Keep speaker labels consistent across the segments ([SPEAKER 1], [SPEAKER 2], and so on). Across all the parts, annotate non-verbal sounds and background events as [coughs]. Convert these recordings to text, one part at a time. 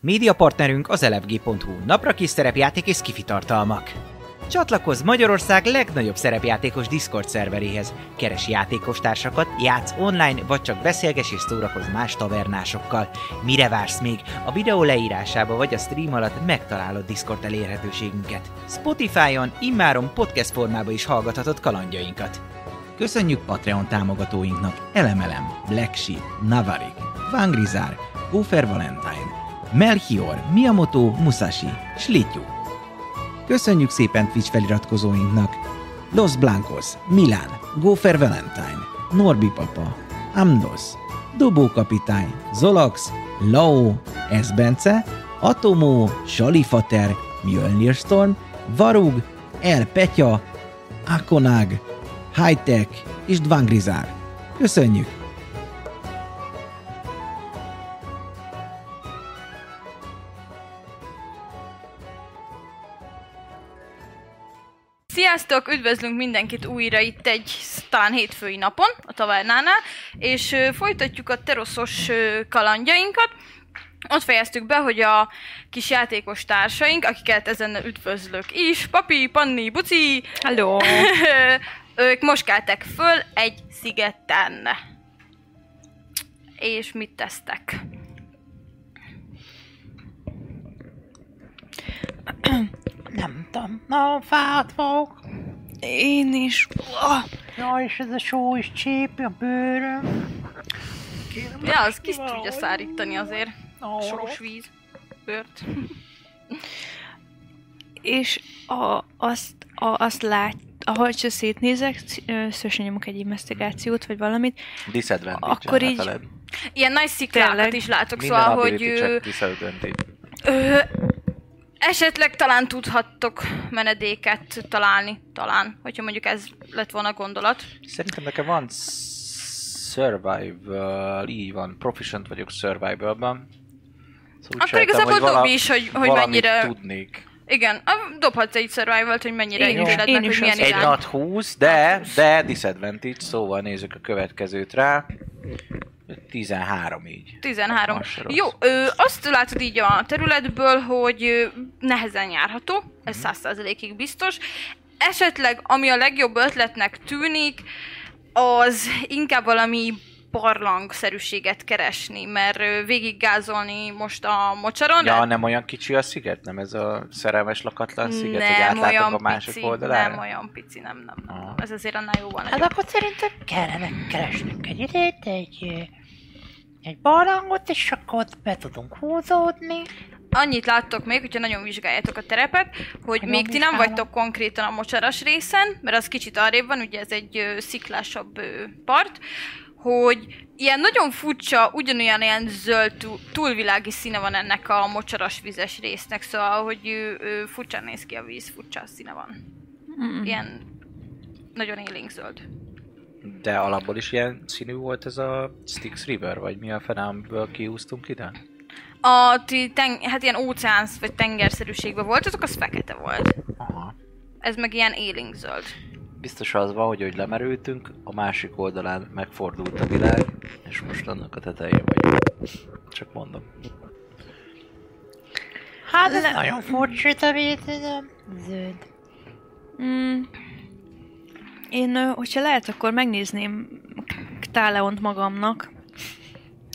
[SPEAKER 1] Médiapartnerünk az elefg.hu, napra kis szerepjáték és skifi tartalmak. Csatlakozz Magyarország legnagyobb szerepjátékos Discord szerveréhez. Keres játékostársakat, játsz online, vagy csak beszélges és szórakozz más tavernásokkal. Mire vársz még? A videó leírásába vagy a stream alatt megtalálod Discord elérhetőségünket. Spotify-on immáron podcast formába is hallgathatod kalandjainkat. Köszönjük Patreon támogatóinknak Elemelem, Black Sheep, Navarik, Vangrizár, Gófer Valentine, Melchior, Miyamoto, Musashi, Slityu. Köszönjük szépen Twitch feliratkozóinknak! Los Blancos, Milán, Gófer Valentine, Norbi Papa, Amnos, Dobó Kapitány, Zolax, Lao, Esbence, Atomó, Salifater, Mjölnir Storm, Varug, El Petya, Akonag, Hightech és Dvangrizár. Köszönjük!
[SPEAKER 2] Sziasztok, üdvözlünk mindenkit újra itt egy talán hétfői napon a tavernánál, és ö, folytatjuk a teroszos ö, kalandjainkat. Ott fejeztük be, hogy a kis játékos társaink, akiket ezen üdvözlök is, Papi, Panni, Buci,
[SPEAKER 3] Hello!
[SPEAKER 2] [laughs] ők moskeltek föl egy szigeten. És mit tesztek?
[SPEAKER 3] Nem tudom. Na, fát fogok. Én is. Ah,
[SPEAKER 4] Jaj, és ez a só is csípi a bőröm.
[SPEAKER 2] Ja, az kis tudja szárítani azért. Soros víz. Bört.
[SPEAKER 3] és a, azt, a, azt lát, ahogy csak szétnézek, szősen nyomok egy investigációt, vagy valamit.
[SPEAKER 5] Disadvantage.
[SPEAKER 3] Akkor így-
[SPEAKER 5] ellenfeled.
[SPEAKER 2] Ilyen nagy sziklákat
[SPEAKER 3] Tényleg.
[SPEAKER 2] is látok,
[SPEAKER 5] Minden
[SPEAKER 2] szóval, hogy...
[SPEAKER 5] ability
[SPEAKER 2] ö,
[SPEAKER 5] check disadvantage.
[SPEAKER 2] Ö, esetleg talán tudhattok menedéket találni, talán, hogyha mondjuk ez lett volna a gondolat.
[SPEAKER 5] Szerintem nekem van survival, így van, proficient vagyok survivalban. Szóval
[SPEAKER 2] Akkor igazából dobj is, hogy, hogy
[SPEAKER 5] valamit
[SPEAKER 2] mennyire...
[SPEAKER 5] tudnék.
[SPEAKER 2] Igen, a- dobhatsz egy survival hogy mennyire
[SPEAKER 3] Én
[SPEAKER 2] jó
[SPEAKER 3] is-
[SPEAKER 2] lett,
[SPEAKER 3] én
[SPEAKER 2] meg,
[SPEAKER 3] is
[SPEAKER 2] hogy milyen
[SPEAKER 3] azt hiszem.
[SPEAKER 5] Egy
[SPEAKER 2] irány.
[SPEAKER 5] nat 20, de, de disadvantage, szóval nézzük a következőt rá. 13 így.
[SPEAKER 2] 13.
[SPEAKER 5] Az se rossz.
[SPEAKER 2] Jó, ö, azt látod így a területből, hogy ö, nehezen járható, ez
[SPEAKER 5] Mhm.
[SPEAKER 2] 100%-ig biztos. Esetleg, ami a legjobb ötletnek tűnik, az inkább valami barlangszerűséget keresni, mert ö, végiggázolni most a mocsaron.
[SPEAKER 5] Ja, nem olyan kicsi a sziget? Nem ez a szerelmes lakatlan sziget, hogy átlátok a másik
[SPEAKER 2] pici,
[SPEAKER 5] oldalára? Ah.
[SPEAKER 2] nem olyan pici, nem, nem, nem, nem.
[SPEAKER 5] Aha.
[SPEAKER 2] Ez azért annál jóval
[SPEAKER 4] Hát
[SPEAKER 2] nagyobb.
[SPEAKER 4] akkor szerintem kellene keresnünk egy idét, egy, ö, egy barlangot, és akkor ott be tudunk húzódni.
[SPEAKER 2] Annyit láttok még, hogyha nagyon vizsgáljátok a terepet, hogy
[SPEAKER 4] Nagyon
[SPEAKER 2] még ti nem
[SPEAKER 4] vizsgálom.
[SPEAKER 2] vagytok konkrétan a mocsaras részen, mert az kicsit arrébb van, ugye ez egy ö, sziklásabb ö, part, hogy ilyen nagyon furcsa, ugyanolyan ilyen zöld tú- túlvilági színe van ennek a mocsaras vizes résznek, szóval, hogy ö, ö, furcsán néz ki a víz, furcsa a színe van.
[SPEAKER 3] Mm.
[SPEAKER 2] Ilyen nagyon élénkzöld.
[SPEAKER 5] De alapból is ilyen színű volt ez a Styx River, vagy mi a fenámből kihúztunk ide?
[SPEAKER 2] A ti ten- hát ilyen óceánsz vagy tengerszerűségben voltatok, az fekete volt.
[SPEAKER 5] Aha.
[SPEAKER 2] Ez meg ilyen élénkzöld.
[SPEAKER 5] Biztos az van, hogy hogy lemerültünk, a másik oldalán megfordult a világ, és most annak a tetején vagyunk. Csak mondom.
[SPEAKER 4] Hát ez nagyon furcsa, de miért nem zöld.
[SPEAKER 3] Mm. Én, ö, hogyha lehet, akkor megnézném Ktáleont magamnak,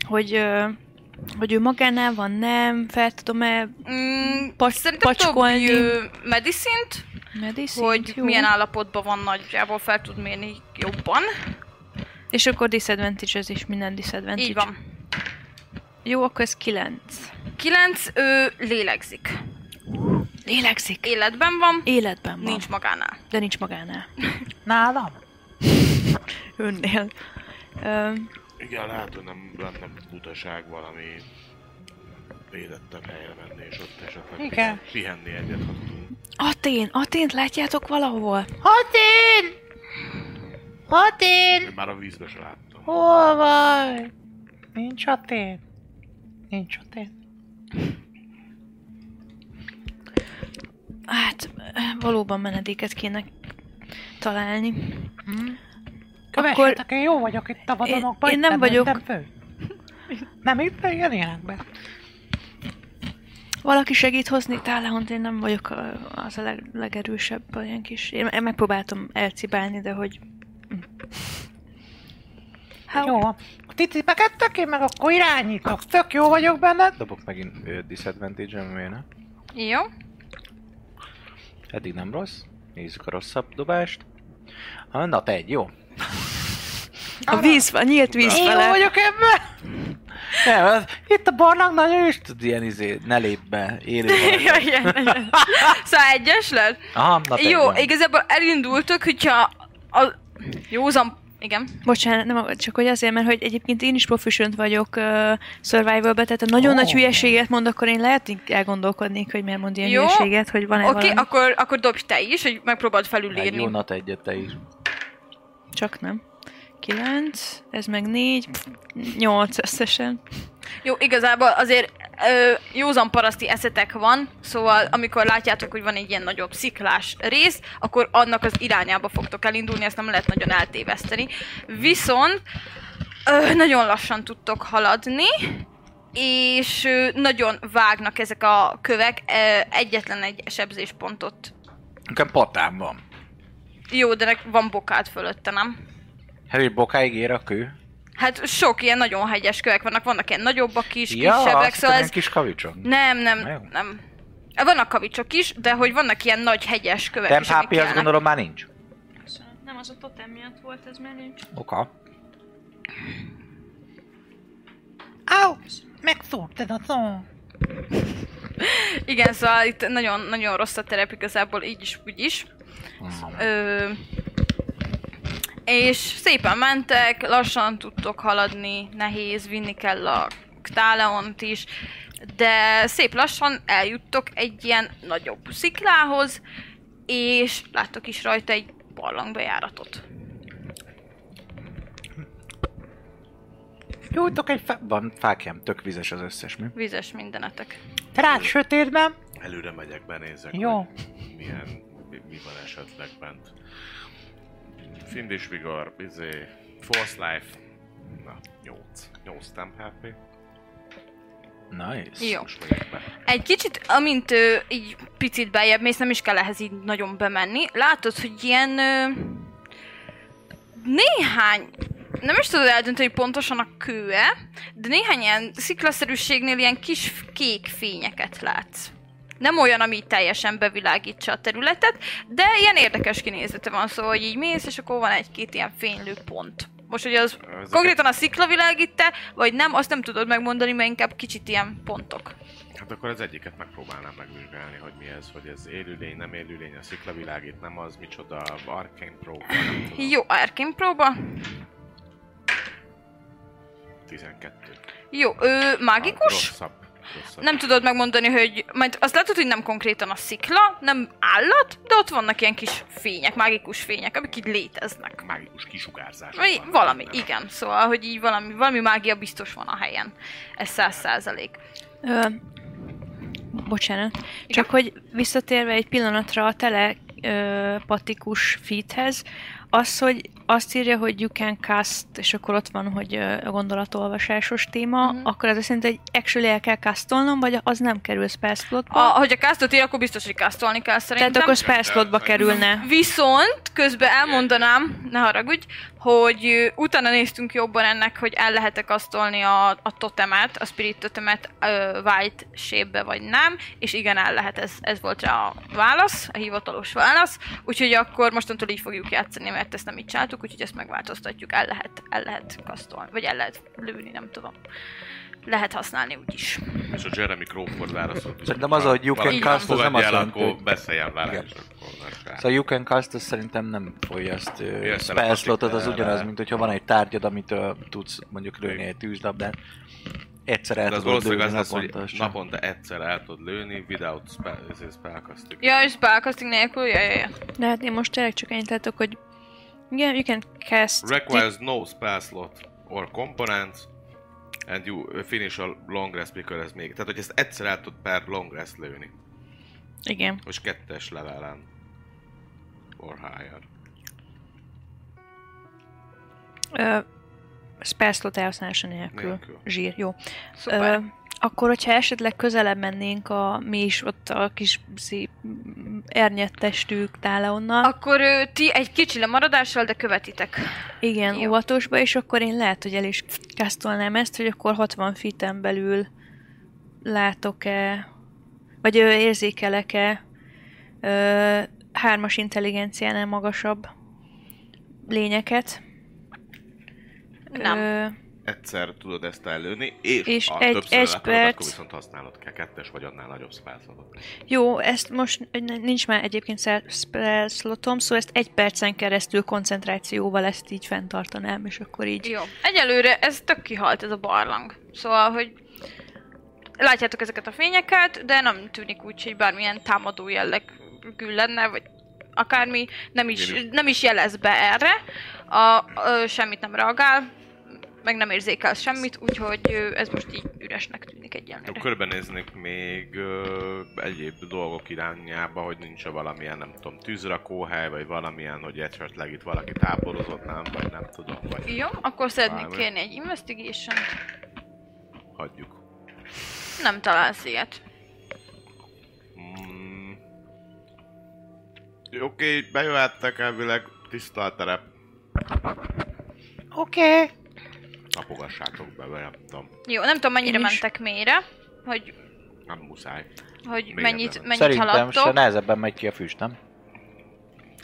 [SPEAKER 3] hogy, ö, hogy ő magánál van, nem, fel tudom-e
[SPEAKER 2] Mm,
[SPEAKER 3] Pac-
[SPEAKER 2] szerintem
[SPEAKER 3] pacskolni.
[SPEAKER 2] dobj ö, medicine-t,
[SPEAKER 3] medicine
[SPEAKER 2] hogy milyen állapotban van nagyjából, fel tud mérni jobban.
[SPEAKER 3] És akkor disadvantage ez is, minden disadvantage.
[SPEAKER 2] Így van.
[SPEAKER 3] Jó, akkor ez 9.
[SPEAKER 2] Kilenc, ő lélegzik.
[SPEAKER 3] Lélegzik.
[SPEAKER 2] Életben van,
[SPEAKER 3] Életben van.
[SPEAKER 2] nincs magánál.
[SPEAKER 3] De nincs magánál.
[SPEAKER 4] Nálam?
[SPEAKER 3] Önnél. Ö,
[SPEAKER 6] Igen, lehet, hogy nem lenne butaság valami védettebb helyre menni, és ott esetleg
[SPEAKER 4] Igen.
[SPEAKER 6] pihen- pihenni egyet, ha tudunk.
[SPEAKER 3] Atén, Atént látjátok valahol?
[SPEAKER 4] Hát Hatin! Hatin!
[SPEAKER 6] Én már a vízbe se láttam.
[SPEAKER 4] Hát Hol vagy? Nincs Hatin. Nincs Hatin.
[SPEAKER 3] Hát, valóban menedéket kéne találni.
[SPEAKER 2] Hmm.
[SPEAKER 4] Kövessetek, én jó vagyok itt a vadonokban.
[SPEAKER 3] én
[SPEAKER 4] itt
[SPEAKER 3] nem vagyok-
[SPEAKER 4] mentem föl. Nem itt, de ilyen ilyenekben.
[SPEAKER 3] Valaki segít hozni Tálehont, én nem vagyok ö, az a leg, legerősebb olyan kis... Én én megpróbáltam elcibálni, de hogy... Hát,
[SPEAKER 4] Jó. A titipeket tök én meg akkor irányítok. Tök jó vagyok benne.
[SPEAKER 5] Dobok megint ö, disadvantage-en, miért ne?
[SPEAKER 2] Jó.
[SPEAKER 5] Eddig nem rossz. Nézzük a rosszabb dobást. Ah, Na te egy, jó.
[SPEAKER 3] a víz, a nyílt víz
[SPEAKER 4] Én jó
[SPEAKER 3] [laughs] fele.
[SPEAKER 4] vagyok ebben.
[SPEAKER 5] Nem, az, itt a barlang nagyon is tud ilyen izé, ne lép be, élő
[SPEAKER 2] Ja, igen, igen. Szóval egyes lett?
[SPEAKER 5] Aha, na te
[SPEAKER 2] Jó,
[SPEAKER 5] van.
[SPEAKER 2] igazából elindultok, hogyha a józan... Igen.
[SPEAKER 3] [laughs] Bocsánat, nem, csak hogy azért, mert hogy egyébként én is proficient vagyok uh, survival-be, tehát ha nagyon oh. nagy hülyeséget mond, akkor én lehet így elgondolkodnék, hogy miért mond ilyen
[SPEAKER 2] Jó.
[SPEAKER 3] hülyeséget, hogy van-e
[SPEAKER 2] Oké,
[SPEAKER 3] okay,
[SPEAKER 2] okay,
[SPEAKER 3] valami.
[SPEAKER 2] akkor, akkor dobj te is, hogy megpróbáld
[SPEAKER 5] Egy
[SPEAKER 2] felülírni.
[SPEAKER 5] jó, na te egyet te is.
[SPEAKER 3] Csak nem. 9, ez meg 4, 8 összesen.
[SPEAKER 2] Jó, igazából azért ö, józan paraszti eszetek van, szóval amikor látjátok, hogy van egy ilyen nagyobb sziklás rész, akkor annak az irányába fogtok elindulni, ezt nem lehet nagyon eltéveszteni. Viszont ö, nagyon lassan tudtok haladni, és ö, nagyon vágnak ezek a kövek, ö, egyetlen egy sebzéspontot.
[SPEAKER 5] Nekem patám van.
[SPEAKER 2] Jó, de nek van bokád fölötte, nem?
[SPEAKER 5] Hát, hogy bokáig ér a kő.
[SPEAKER 2] Hát sok ilyen nagyon hegyes kövek vannak, vannak ilyen nagyobbak is,
[SPEAKER 5] ja,
[SPEAKER 2] kisebbek,
[SPEAKER 5] azt
[SPEAKER 2] szóval
[SPEAKER 5] szóval
[SPEAKER 2] ez,
[SPEAKER 5] kis kavicson.
[SPEAKER 2] Nem, nem,
[SPEAKER 5] Na jó.
[SPEAKER 2] nem. Hát Vannak kavicsok is, de hogy vannak ilyen nagy hegyes kövek is, amik
[SPEAKER 5] Tempápi azt
[SPEAKER 2] járnak.
[SPEAKER 5] gondolom már nincs.
[SPEAKER 3] Nem az a totem miatt volt ez, mert nincs.
[SPEAKER 5] Oka.
[SPEAKER 4] Au! Megszúrtad a szó.
[SPEAKER 2] Igen, szóval itt nagyon, nagyon rossz a terep igazából, így is, úgy is. Ö, és szépen mentek, lassan tudtok haladni, nehéz, vinni kell a Ktáleont is, de szép lassan eljuttok egy ilyen nagyobb sziklához, és láttok is rajta egy barlangbejáratot.
[SPEAKER 5] Gyújtok egy fa- Van fákjám, tök vizes az összes, mi?
[SPEAKER 2] Vizes mindenetek.
[SPEAKER 4] Rád sötétben.
[SPEAKER 6] Előre megyek, benézek,
[SPEAKER 4] Jó.
[SPEAKER 6] hogy milyen, mi- mi van esetleg bent. Findis Vigor, izé, Force Life, na, 8. 8 temp HP,
[SPEAKER 5] Nice.
[SPEAKER 2] Jó.
[SPEAKER 6] most megyek be.
[SPEAKER 2] Egy kicsit, amint ö, így picit beljebb mész, nem is kell ehhez így nagyon bemenni, látod, hogy ilyen ö, néhány, nem is tudod eldönteni, hogy pontosan a kőe, de néhány ilyen sziklaszerűségnél ilyen kis f- kék fényeket látsz. Nem olyan, ami teljesen bevilágítsa a területet, de ilyen érdekes kinézete van, szóval hogy így mész, és akkor van egy-két ilyen fénylő pont. Most, hogy az
[SPEAKER 6] Ezeket-
[SPEAKER 2] konkrétan a szikla világít-e, vagy nem, azt nem tudod megmondani, mert inkább kicsit ilyen pontok.
[SPEAKER 6] Hát akkor az egyiket megpróbálnám megvizsgálni, hogy mi ez, hogy ez élőlény, nem élőlény, a sziklavilág itt nem az, micsoda, Arcane Pro, nem tudom,
[SPEAKER 2] Jó, Arkin próba.
[SPEAKER 6] 12.
[SPEAKER 2] Jó, ő mágikus?
[SPEAKER 6] Rosszabb. rosszabb.
[SPEAKER 2] Nem tudod megmondani, hogy... Majd azt látod, hogy nem konkrétan a szikla, nem állat, de ott vannak ilyen kis fények, mágikus fények, amik így léteznek.
[SPEAKER 6] Mágikus kisugárzás.
[SPEAKER 2] Vagy
[SPEAKER 6] van.
[SPEAKER 2] valami,
[SPEAKER 6] Nem.
[SPEAKER 2] igen. Szóval, hogy így valami, valami mágia biztos van a helyen. Ez száz százalék.
[SPEAKER 3] Ö, bocsánat. Csak hogy visszatérve egy pillanatra a tele ö, patikus feedhez, az, hogy azt írja, hogy you can cast, és akkor ott van, hogy ö, a gondolatolvasásos téma,
[SPEAKER 2] Mhm.
[SPEAKER 3] uh-huh. akkor ez azt jelenti, hogy actually el kell castolnom, vagy az nem kerül spell slotba.
[SPEAKER 2] A, hogy a castot ír, akkor biztos, hogy castolni kell szerintem.
[SPEAKER 3] Tehát akkor spell slotba
[SPEAKER 6] Nem.
[SPEAKER 3] kerülne.
[SPEAKER 2] Viszont közben elmondanám, ne haragudj, hogy ö, utána néztünk jobban ennek, hogy el lehet-e kasztolni a, a totemet, a spirit totemet ö, white shape vagy nem, és igen, el lehet, ez, ez volt rá a válasz, a hivatalos válasz, úgyhogy akkor mostantól így fogjuk játszani, mert ezt nem így csináltuk, úgyhogy ezt megváltoztatjuk, el lehet, el lehet kasztolni, vagy el lehet lőni, nem tudom. Lehet használni úgyis.
[SPEAKER 6] És a Jeremy Crawford válaszolt.
[SPEAKER 5] Szerintem az, hogy you can
[SPEAKER 2] Így
[SPEAKER 5] cast, az nem azt
[SPEAKER 6] Fogadjál,
[SPEAKER 5] jelenti,
[SPEAKER 6] akkor
[SPEAKER 5] hogy...
[SPEAKER 6] beszéljen vele,
[SPEAKER 5] Igen.
[SPEAKER 6] és akkor lesz rá.
[SPEAKER 5] Szóval you can cast, az szerintem nem fogja azt ö,
[SPEAKER 6] Ilyen
[SPEAKER 5] spell slotot, az
[SPEAKER 6] telepathic-
[SPEAKER 5] ugyanaz, mint hogyha van egy tárgyad, amit ö, tudsz mondjuk lőni egy tűzlabdát. Egyszer el
[SPEAKER 6] De az
[SPEAKER 5] tudod lőni
[SPEAKER 6] valószínűleg az lesz, hogy
[SPEAKER 5] naponta. sem.
[SPEAKER 6] naponta egyszer el tudod lőni, without spell, ezért spellcasting.
[SPEAKER 2] Ja, és spellcasting nélkül, ja, ja, ja.
[SPEAKER 3] De hát én most tényleg csak ennyit látok, hogy igen, you can cast...
[SPEAKER 6] Requires no spell slot or components, and you uh, finish a long rest, mikor ez még. Tehát, hogy ezt egyszer el tud per long rest lőni.
[SPEAKER 3] Igen.
[SPEAKER 6] Most kettes levelen. Or higher.
[SPEAKER 3] Ö, spell slot elhasználása nélkül.
[SPEAKER 6] Nélkül.
[SPEAKER 3] Zsír, jó.
[SPEAKER 2] Szuper.
[SPEAKER 3] Ö, Akkor, hogyha esetleg közelebb mennénk a mi is ott a kis szép mm, ernyett testű Táleonnal, a-
[SPEAKER 2] Akkor ö, ti egy kicsi lemaradással, de követitek.
[SPEAKER 3] igen,
[SPEAKER 2] jó.
[SPEAKER 3] jó. óvatosba, és akkor én lehet, hogy el is kasztolnám ezt, hogy akkor 60 fiten belül látok-e, vagy ö, érzékelek-e ö, hármas intelligenciánál magasabb lényeket.
[SPEAKER 2] Nem.
[SPEAKER 3] Ö,
[SPEAKER 6] Egyszer tudod ezt ellőni, és,
[SPEAKER 3] És
[SPEAKER 6] ha
[SPEAKER 3] egy-
[SPEAKER 6] többször
[SPEAKER 3] egy
[SPEAKER 6] látod,
[SPEAKER 3] perc.
[SPEAKER 6] akkor viszont használod kell. Kettes vagy annál nagyobb spászlatot.
[SPEAKER 3] Jó, ezt most n- nincs már egyébként szel- spell slotom, szóval ezt egy percen keresztül koncentrációval ezt így fenntartanám, és akkor így...
[SPEAKER 2] Jó. Egyelőre ez tök kihalt ez a barlang. Szóval, hogy látjátok ezeket a fényeket, de nem tűnik úgy, hogy bármilyen támadó jellegű lenne, vagy akármi, nem is,
[SPEAKER 6] Vírus.
[SPEAKER 2] nem is jelez be erre. A, ö, semmit nem reagál, meg nem érzékel semmit, úgyhogy ö, ez most így üresnek tűnik
[SPEAKER 6] Jó,
[SPEAKER 2] egyelőre.
[SPEAKER 6] körbenéznék még ö, egyéb dolgok irányába, hogy nincs -e valamilyen, nem tudom, tűzrakóhely, vagy valamilyen, hogy esetleg itt valaki táborozott, nem, vagy nem tudom, vagy
[SPEAKER 2] Jó, akkor szeretnék
[SPEAKER 6] Bármi.
[SPEAKER 2] kérni egy investigation
[SPEAKER 6] hagyjuk.
[SPEAKER 2] Nem találsz ilyet.
[SPEAKER 6] Mm. Oké, okay, bejöhettek elvileg, tiszta a terep,
[SPEAKER 4] Oké. Okay.
[SPEAKER 6] tapogassátok be, vagy nem tudom,
[SPEAKER 2] Jó, nem tudom mennyire
[SPEAKER 3] Én is.
[SPEAKER 2] mentek mélyre, hogy,
[SPEAKER 6] nem muszáj.
[SPEAKER 2] hogy
[SPEAKER 6] Mélyebbre
[SPEAKER 2] mennyit,
[SPEAKER 6] ment.
[SPEAKER 2] mennyit
[SPEAKER 5] Szerintem se
[SPEAKER 2] haladtok.
[SPEAKER 5] nehezebben megy ki a füst, nem?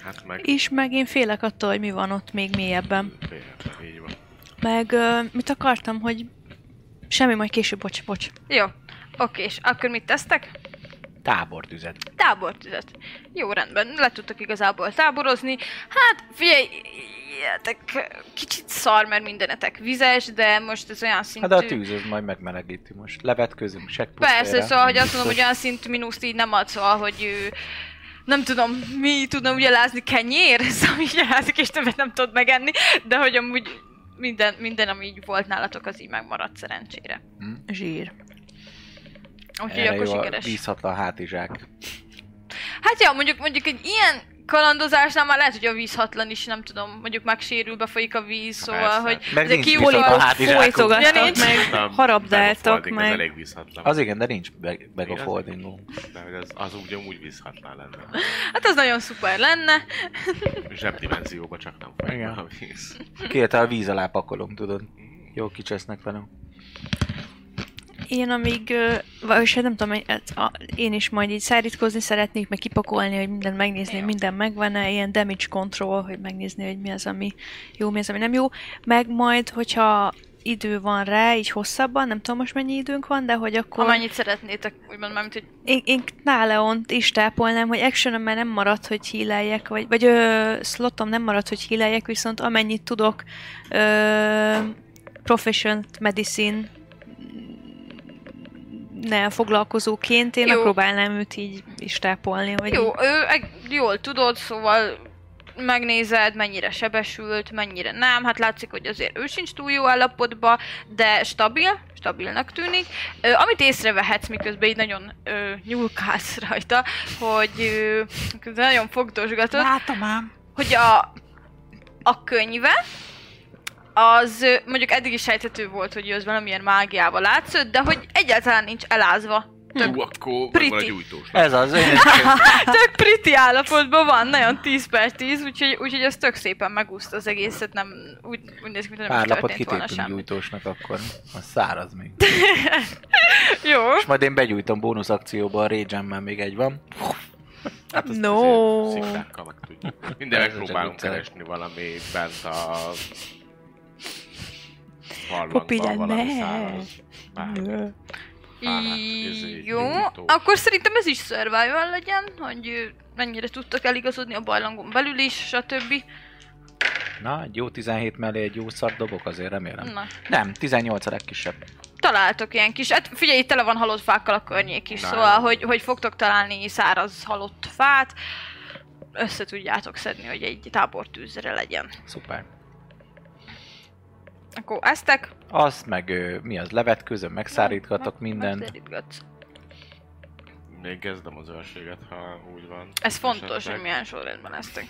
[SPEAKER 6] Hát meg...
[SPEAKER 3] És meg én félek attól, hogy mi van ott még mélyebben.
[SPEAKER 6] Félhetlen, így van.
[SPEAKER 3] Meg ö, mit akartam, hogy... Semmi, majd később, bocs, bocs.
[SPEAKER 2] Jó. Oké, és akkor mit tesztek?
[SPEAKER 5] Tábortüzet.
[SPEAKER 2] Tábortüzet. Jó, rendben, le tudtok igazából táborozni. Hát, figyelj, ilyetek, kicsit szar, mert mindenetek vizes, de most ez olyan szintű...
[SPEAKER 5] Hát de a tűz az majd megmelegíti most. Levetközünk, sekkpusztére.
[SPEAKER 2] Persze, szóval, hogy azt mondom, hogy olyan szintű mínuszt így nem ad, szóval, hogy ő, nem tudom, mi tudna ugye lázni kenyér, [laughs] szóval így lázik, és többet nem tud megenni, de hogy amúgy minden, minden, ami így volt nálatok, az így megmaradt szerencsére.
[SPEAKER 3] Zsír.
[SPEAKER 2] Úgyhogy
[SPEAKER 5] Erre
[SPEAKER 2] akkor
[SPEAKER 5] jó a
[SPEAKER 2] sikeres.
[SPEAKER 5] Bízhatlan hátizsák.
[SPEAKER 2] Hát ja, mondjuk, mondjuk egy ilyen kalandozásnál már lehet, hogy a vízhatlan is, nem tudom, mondjuk megsérül, befolyik a víz, szóval,
[SPEAKER 6] persze.
[SPEAKER 2] hogy
[SPEAKER 5] Meg
[SPEAKER 2] ez egy
[SPEAKER 5] nincs
[SPEAKER 2] kiúló-
[SPEAKER 5] viszont a hát- Hátizsákok.
[SPEAKER 3] Folytogattak
[SPEAKER 2] Ja,
[SPEAKER 3] meg,
[SPEAKER 2] nincs.
[SPEAKER 6] Nem,
[SPEAKER 3] harabdáltak
[SPEAKER 6] megofolding,
[SPEAKER 3] meg.
[SPEAKER 6] Ez elég vízhatlan.
[SPEAKER 5] Az igen, de nincs meg, meg a
[SPEAKER 6] Igen?
[SPEAKER 5] foldingunk.
[SPEAKER 6] De hogy az, az úgy amúgy vízhatlan lenne.
[SPEAKER 2] Hát az nagyon szuper lenne.
[SPEAKER 6] Zsebdimenzióba csak nem folyik
[SPEAKER 5] Igen.
[SPEAKER 6] a víz.
[SPEAKER 5] Kivétel a víz alá pakolunk, tudod. Jó kicsesznek velem.
[SPEAKER 3] Én amíg, ö, vagyis hát nem tudom, hogy hát a, én is majd így szárítkozni szeretnék, meg kipakolni, hogy mindent megnézni,
[SPEAKER 2] Jó.
[SPEAKER 3] minden megvan-e, ilyen damage control, hogy megnézni, hogy mi az, ami jó, mi az, ami nem jó. Meg majd, hogyha idő van rá, így hosszabban, nem tudom most mennyi időnk van, de hogy akkor
[SPEAKER 2] Amennyit szeretnétek, úgymond mármint, hogy
[SPEAKER 3] én, én Náleont is tápolnám, hogy action már nem marad, hogy híleljek, vagy, vagy ö, slotom nem marad, hogy híleljek, viszont amennyit tudok ö, proficient medicine ne foglalkozóként, én
[SPEAKER 2] Jó.
[SPEAKER 3] megpróbálnám őt így is tápolni. Hogy
[SPEAKER 2] jó, ő, eg- jól tudod, szóval megnézed, mennyire sebesült, mennyire nem. Hát látszik, hogy azért ő sincs túl jó állapotban, de stabil, stabilnak tűnik. Ö, amit észrevehetsz, miközben így nagyon ö, nyúlkálsz rajta, hogy ö, közben nagyon fogdosgatod,
[SPEAKER 4] Látom ám.
[SPEAKER 2] hogy a, a könyve, az ö, mondjuk eddig is sejthető volt, hogy ő az valamilyen mágiával látszod, de hogy egyáltalán nincs elázva.
[SPEAKER 6] Ú, akkor
[SPEAKER 2] Pretty.
[SPEAKER 6] megvan a gyújtós.
[SPEAKER 5] Ez az, én is
[SPEAKER 2] [laughs] Tök pretty állapotban van, nagyon 10 per 10, úgyhogy, úgyhogy ez tök szépen megúszta az egészet, nem úgy, úgy néz ki, mintha nem
[SPEAKER 5] pár
[SPEAKER 2] is
[SPEAKER 5] lapot
[SPEAKER 2] történt volna
[SPEAKER 5] kitépünk
[SPEAKER 2] semmi.
[SPEAKER 5] gyújtósnak akkor. Az száraz még.
[SPEAKER 2] Jó,
[SPEAKER 5] És majd én begyújtom bónusz akcióba, a rage még egy van.
[SPEAKER 6] Hát azt
[SPEAKER 3] No.
[SPEAKER 6] azért szikrákkal meg tudjuk. Minden
[SPEAKER 5] Ez
[SPEAKER 6] megpróbálunk
[SPEAKER 5] csak viccelek.
[SPEAKER 6] keresni valami bent a...
[SPEAKER 3] Popi, de
[SPEAKER 6] Harlangban valami
[SPEAKER 3] ne.
[SPEAKER 6] száraz. bármi. Párát, izé,
[SPEAKER 2] jó.
[SPEAKER 6] gyújtós.
[SPEAKER 2] Akkor szerintem ez is survival legyen, hogy ö, mennyire tudtak eligazodni a barlangon belül is, stb.
[SPEAKER 5] Na, egy jó 17 mellé egy jó szart dobok, azért remélem.
[SPEAKER 2] Na.
[SPEAKER 5] Nem, 18 a legkisebb.
[SPEAKER 2] találtok ilyen kis, hát figyelj, itt tele van halott fákkal a környék is,
[SPEAKER 6] Na,
[SPEAKER 2] szóval,
[SPEAKER 6] jó.
[SPEAKER 2] hogy, hogy fogtok találni száraz halott fát, össze tudjátok szedni, hogy egy tábortűzre legyen.
[SPEAKER 5] Szuper.
[SPEAKER 2] Akkor eztek,
[SPEAKER 5] Azt meg ö, mi az, levetközöm, megszárítgatok mindent.
[SPEAKER 2] megderítgetsz.
[SPEAKER 6] Még kezdem az őrséget, ha úgy van.
[SPEAKER 2] Ez fontos, hogy
[SPEAKER 6] Esetleg.
[SPEAKER 2] milyen sorrendben eztek.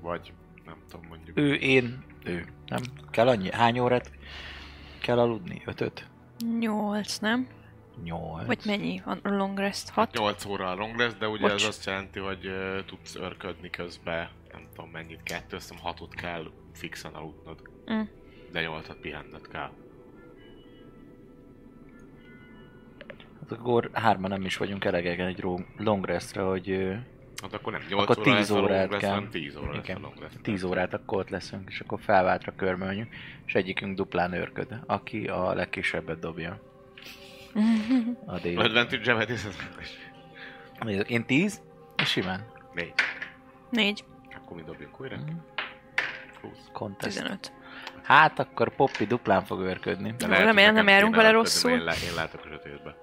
[SPEAKER 6] Vagy nem tudom, mondjuk.
[SPEAKER 5] Ő, én, ő. Nem? Kell annyi? Hány órát? Kell aludni? Ötöt?
[SPEAKER 3] Nyolc, nem?
[SPEAKER 5] Nyolc.
[SPEAKER 3] Vagy mennyi? A long rest? Hat?
[SPEAKER 6] 8 Hát óra a long lesz, de ugye
[SPEAKER 3] Hát Bocs.
[SPEAKER 6] ez azt jelenti, hogy ö, tudsz örködni közben, nem tudom mennyit, kettő, azt hiszem hatot kell fixen aludnod.
[SPEAKER 3] Mm.
[SPEAKER 6] De nyolcat pihenned kell.
[SPEAKER 5] Hát akkor hárman nem is vagyunk elegegen egy ro- long restre, hogy ö,
[SPEAKER 6] Hát akkor nem 8
[SPEAKER 5] Akkor
[SPEAKER 6] óra
[SPEAKER 5] 10
[SPEAKER 6] lesz a long
[SPEAKER 5] órát
[SPEAKER 6] rest,
[SPEAKER 5] kell.
[SPEAKER 6] hanem 10 óra lesz a
[SPEAKER 5] Igen.
[SPEAKER 6] long rest.
[SPEAKER 5] 10 órát akkor ott leszünk, és akkor felváltra körmöljük, és egyikünk duplán őrköd, aki a legkisebbet dobja. A dél.
[SPEAKER 6] Advantage Jemet is ez
[SPEAKER 5] Nézzük, Én 10, és simán.
[SPEAKER 6] Négy.
[SPEAKER 3] Négy.
[SPEAKER 6] Akkor mi dobjunk újra?
[SPEAKER 5] Mhm.
[SPEAKER 6] 20.
[SPEAKER 5] Contest.
[SPEAKER 3] Tizenöt.
[SPEAKER 5] Hát akkor Poppy duplán fog őrködni.
[SPEAKER 3] Jó,
[SPEAKER 6] lehet, hogy
[SPEAKER 3] remélem,
[SPEAKER 6] nekem
[SPEAKER 3] nem járunk
[SPEAKER 6] kéne
[SPEAKER 3] vele
[SPEAKER 6] lepődni,
[SPEAKER 3] rosszul.
[SPEAKER 6] mert Én, lá- én látok a sötétbe.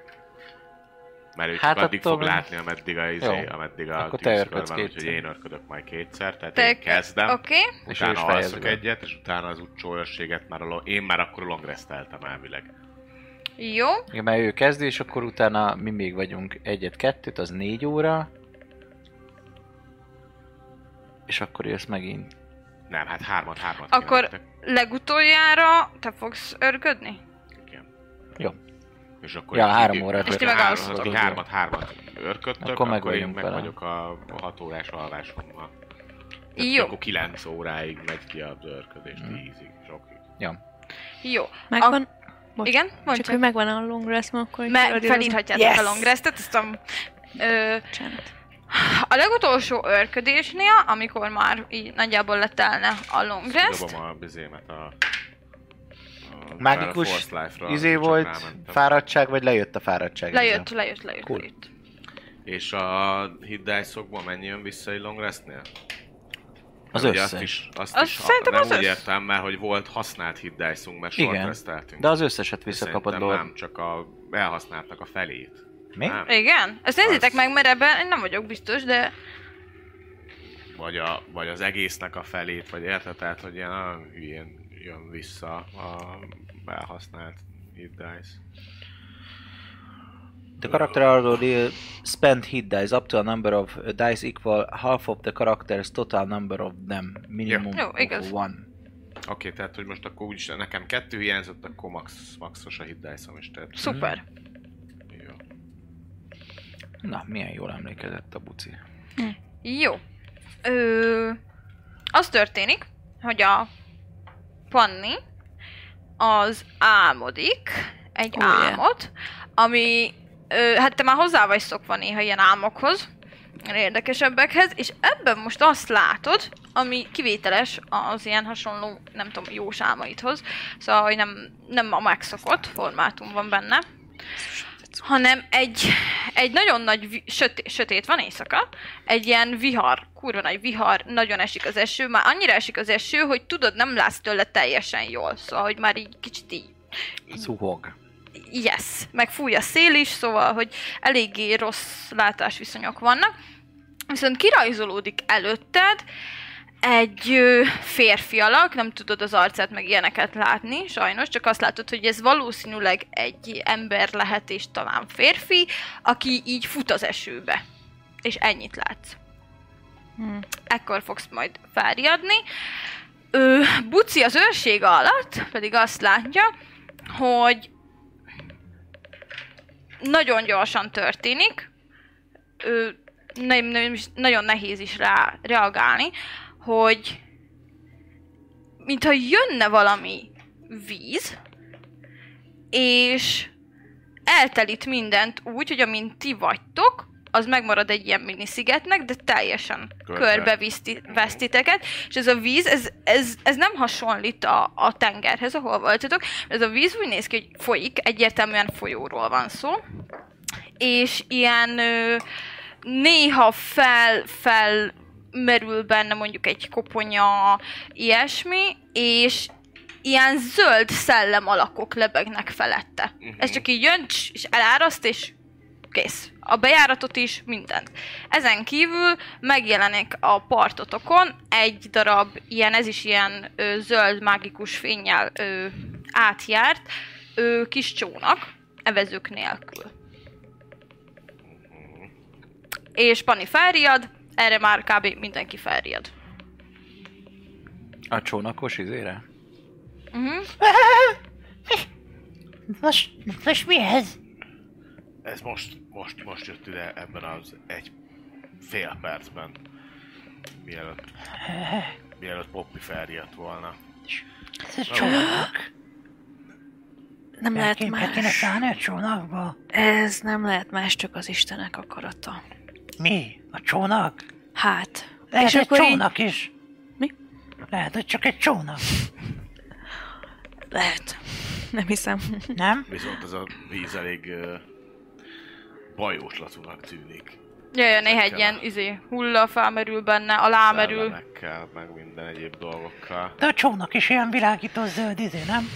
[SPEAKER 6] Mert ő csak
[SPEAKER 5] Hát
[SPEAKER 6] addig
[SPEAKER 5] attól
[SPEAKER 6] fog
[SPEAKER 5] még-
[SPEAKER 6] látni, ameddig a, izé,
[SPEAKER 5] Jó.
[SPEAKER 6] ameddig a
[SPEAKER 5] Akkor te
[SPEAKER 6] tűzkör
[SPEAKER 5] örködsz
[SPEAKER 6] van, úgyhogy
[SPEAKER 5] kétszer.
[SPEAKER 6] én örködök majd kétszer, tehát
[SPEAKER 2] Te-
[SPEAKER 6] én kezdem.
[SPEAKER 2] Oké, okay.
[SPEAKER 5] És
[SPEAKER 6] És
[SPEAKER 5] ő is
[SPEAKER 6] utána
[SPEAKER 5] fejezi
[SPEAKER 6] alszok
[SPEAKER 5] be.
[SPEAKER 6] egyet, és utána az utcsó őrséget már a lo- én már akkor longreszteltem elvileg.
[SPEAKER 2] jó.
[SPEAKER 5] Igen, mert ő kezdi, és akkor utána mi még vagyunk egyet-kettőt, az négy óra. És akkor jössz megint.
[SPEAKER 6] Nem, hát hármat, hármat
[SPEAKER 2] Akkor-
[SPEAKER 6] kéne nektek.
[SPEAKER 2] Legutoljára te fogsz örködni?
[SPEAKER 6] Igen.
[SPEAKER 5] Jó.
[SPEAKER 6] És akkor
[SPEAKER 5] Ja,
[SPEAKER 6] így-
[SPEAKER 5] három
[SPEAKER 6] így-
[SPEAKER 5] órát
[SPEAKER 2] És ti
[SPEAKER 6] három-
[SPEAKER 2] meg alszotok.
[SPEAKER 6] azok Hármat, hármat örködtök,
[SPEAKER 5] Akkor
[SPEAKER 6] akkor,
[SPEAKER 5] meg
[SPEAKER 6] én
[SPEAKER 5] vagyunk
[SPEAKER 6] meg
[SPEAKER 5] vele.
[SPEAKER 6] vagyok a, a hat órás alvásommal. Tehát
[SPEAKER 2] Jó,
[SPEAKER 6] Akkor kilenc óráig megy ki a örködés,
[SPEAKER 5] Mhm.
[SPEAKER 6] tízig, sokig.
[SPEAKER 2] jó.
[SPEAKER 3] Megvan? Bocs,
[SPEAKER 2] Igen,
[SPEAKER 3] Csak hogy
[SPEAKER 2] mondjuk.
[SPEAKER 3] megvan a long rest, mert akkor...
[SPEAKER 2] Me- felírhatjátok yes. a long restet, aztán... Ö, a legutolsó örködésnél, amikor már így nagyjából letelne a long rest,
[SPEAKER 6] Dobom a bizémet a... a
[SPEAKER 5] Mágikus
[SPEAKER 6] a Force Life-ra,
[SPEAKER 5] Izé
[SPEAKER 6] csak
[SPEAKER 5] volt,
[SPEAKER 6] rámentem.
[SPEAKER 5] fáradtság, vagy lejött a fáradtság?
[SPEAKER 2] lejött, lejött, lejött,
[SPEAKER 5] Cool.
[SPEAKER 2] lejött.
[SPEAKER 6] És a hit dice-okból mennyi jön vissza egy long restnél?
[SPEAKER 5] Az
[SPEAKER 6] Ugye Azt
[SPEAKER 5] összes.
[SPEAKER 6] is, azt
[SPEAKER 2] Azt
[SPEAKER 6] is
[SPEAKER 2] szerintem
[SPEAKER 6] nem
[SPEAKER 2] az
[SPEAKER 6] úgy
[SPEAKER 2] össz.
[SPEAKER 6] értem, mert hogy volt használt hit dice-unk, mert
[SPEAKER 5] Igen.
[SPEAKER 6] short resteltünk.
[SPEAKER 5] De az összeset visszakapod,
[SPEAKER 6] Szerintem
[SPEAKER 5] Lord.
[SPEAKER 6] nem, csak a, elhasználtak a felét.
[SPEAKER 5] Mi?
[SPEAKER 6] Nem?
[SPEAKER 2] Igen? Ezt nézzétek
[SPEAKER 6] Az.
[SPEAKER 2] meg, mert ebben én nem vagyok biztos, de
[SPEAKER 6] Vagy, a, vagy az egésznek a felét, vagy érted? Tehát, hogy ilyen nagyon hülyén jön vissza a elhasznált hit dice.
[SPEAKER 5] The character arrow deal spend hit dice up to a number of dice equal half of the character's total number of them. Minimum
[SPEAKER 2] Ja. Jó, igaz.
[SPEAKER 5] of one.
[SPEAKER 6] Oké, okay, tehát, hogy most akkor úgyis nekem kettő hiányzott, akkor max, maxos a hit dice-om is, tehát
[SPEAKER 2] szuper.
[SPEAKER 6] jó.
[SPEAKER 5] Na, milyen jól emlékezett a buci.
[SPEAKER 2] Jó. Ö, az történik, hogy a Panni az álmodik egy
[SPEAKER 3] Ó,
[SPEAKER 2] oh,
[SPEAKER 3] yeah.
[SPEAKER 2] álmot, ami, ö, hát te már hozzá vagy szokva néha ilyen álmokhoz, ilyen érdekesebbekhez, és ebben most azt látod, ami kivételes az ilyen hasonló, nem tudom, jós álmaidhoz, szóval, hogy nem, nem a megszokott formátum van benne, hanem egy, egy nagyon nagy, vi- sötét, sötét van éjszaka, egy ilyen vihar, kurva nagy vihar, nagyon esik az eső, már annyira esik az eső, hogy tudod, nem látsz tőle teljesen jól, szóval, hogy már így kicsit így,
[SPEAKER 5] Szuhog.
[SPEAKER 2] yes, meg fúj a szél is, szóval, hogy eléggé rossz látásviszonyok vannak, viszont kirajzolódik előtted egy ö, férfi alak, nem tudod az arcát meg ilyeneket látni, sajnos, csak azt látod, hogy ez valószínűleg egy ember lehet, és talán férfi, aki így fut az esőbe. És ennyit látsz
[SPEAKER 3] Hmm.
[SPEAKER 2] ekkor fogsz majd felriadni. Ő, Buci az őrsége alatt pedig azt látja, hogy nagyon gyorsan történik, ő, nem, nem, is- nagyon nehéz is rá reagálni, hogy mintha jönne valami víz, és eltelít mindent úgy, hogy amint ti vagytok, az megmarad egy ilyen mini szigetnek, de teljesen
[SPEAKER 6] Körbe.
[SPEAKER 2] körbe viszti- vesz titeket, és ez a víz, ez, ez, ez nem hasonlít a, a tengerhez, ahol voltatok, ez a víz úgy néz ki, hogy folyik, egyértelműen folyóról van szó, és ilyen ö, néha fel, fel merül benne mondjuk egy koponya, ilyesmi, és ilyen zöld szellem alakok lebegnek felette. Uh-huh. Ez csak így jön, cs, és eláraszt, és kész. A bejáratot is, mindent. Ezen kívül megjelenik a partotokon egy darab, ilyen, ez is ilyen ö, zöld mágikus fényjel ö, átjárt, ö, kis csónak, evezők nélkül. És Pani felriad, erre már kb. mindenki felriad.
[SPEAKER 5] A csónakos izére?
[SPEAKER 2] Uh-huh.
[SPEAKER 4] Nos, most mi ez?
[SPEAKER 6] Ez most, most, most jött ide ebben az egy fél percben, mielőtt, mielőtt Poppy felriadt volna.
[SPEAKER 4] Ez egy csónak.
[SPEAKER 3] Nem lehet
[SPEAKER 4] Be kéne
[SPEAKER 3] más.
[SPEAKER 4] szállni a csónakba.
[SPEAKER 3] Ez nem lehet más, csak az Istenek akarata.
[SPEAKER 4] Mi? A csónak?
[SPEAKER 3] Hát.
[SPEAKER 4] Lehet
[SPEAKER 3] és
[SPEAKER 4] egy
[SPEAKER 3] akkor így...
[SPEAKER 4] csónak is.
[SPEAKER 3] Mi?
[SPEAKER 4] Lehet, hogy csak egy csónak.
[SPEAKER 3] Lehet. Nem hiszem.
[SPEAKER 4] Nem?
[SPEAKER 6] Viszont ez a víz elég ö, bajóslatúnak tűnik.
[SPEAKER 2] Jaj, néhány ilyen izé, hulla felmerül benne, alá merül.
[SPEAKER 6] Szellemekkel, meg minden egyéb dolgokkal.
[SPEAKER 4] De a csónak is ilyen világító zöld izé, nem?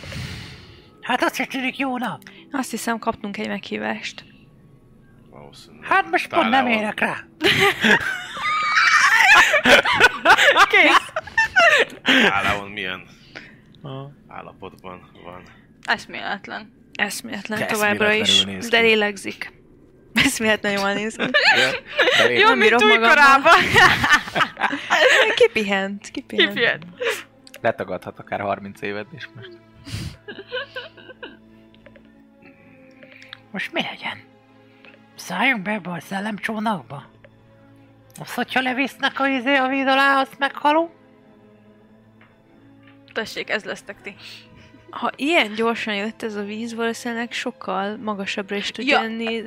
[SPEAKER 4] Hát azt is tűnik jónak.
[SPEAKER 3] Azt hiszem, kaptunk egy meghívást.
[SPEAKER 6] Valószínűleg.
[SPEAKER 4] Hát most pont nem
[SPEAKER 6] Táleon.
[SPEAKER 4] érek rá.
[SPEAKER 3] Kész.
[SPEAKER 6] Táleon milyen állapotban van.
[SPEAKER 2] Eszméletlen.
[SPEAKER 3] Eszméletlen
[SPEAKER 5] De
[SPEAKER 3] továbbra is,
[SPEAKER 5] eszméletlenül néz
[SPEAKER 3] de
[SPEAKER 5] ki.
[SPEAKER 3] lélegzik. Eszméletlen jól néz ki.
[SPEAKER 2] Jó,
[SPEAKER 3] Nem
[SPEAKER 2] mint
[SPEAKER 3] bírom magammal.
[SPEAKER 2] újkorában.
[SPEAKER 3] Kipihent, kipihent.
[SPEAKER 2] Kifjed.
[SPEAKER 5] Letagadhat akár 30 évet is most.
[SPEAKER 4] Most mi legyen? Szálljunk be ebbe a szellemcsónakba? Azt, hogyha levisznek a izé a víz alá, azt meghalunk?
[SPEAKER 2] Tessék, ez lesztek ti.
[SPEAKER 3] Ha ilyen gyorsan jött ez a víz, valószínűleg sokkal magasabbra is tudja
[SPEAKER 2] Ja.
[SPEAKER 3] lenni.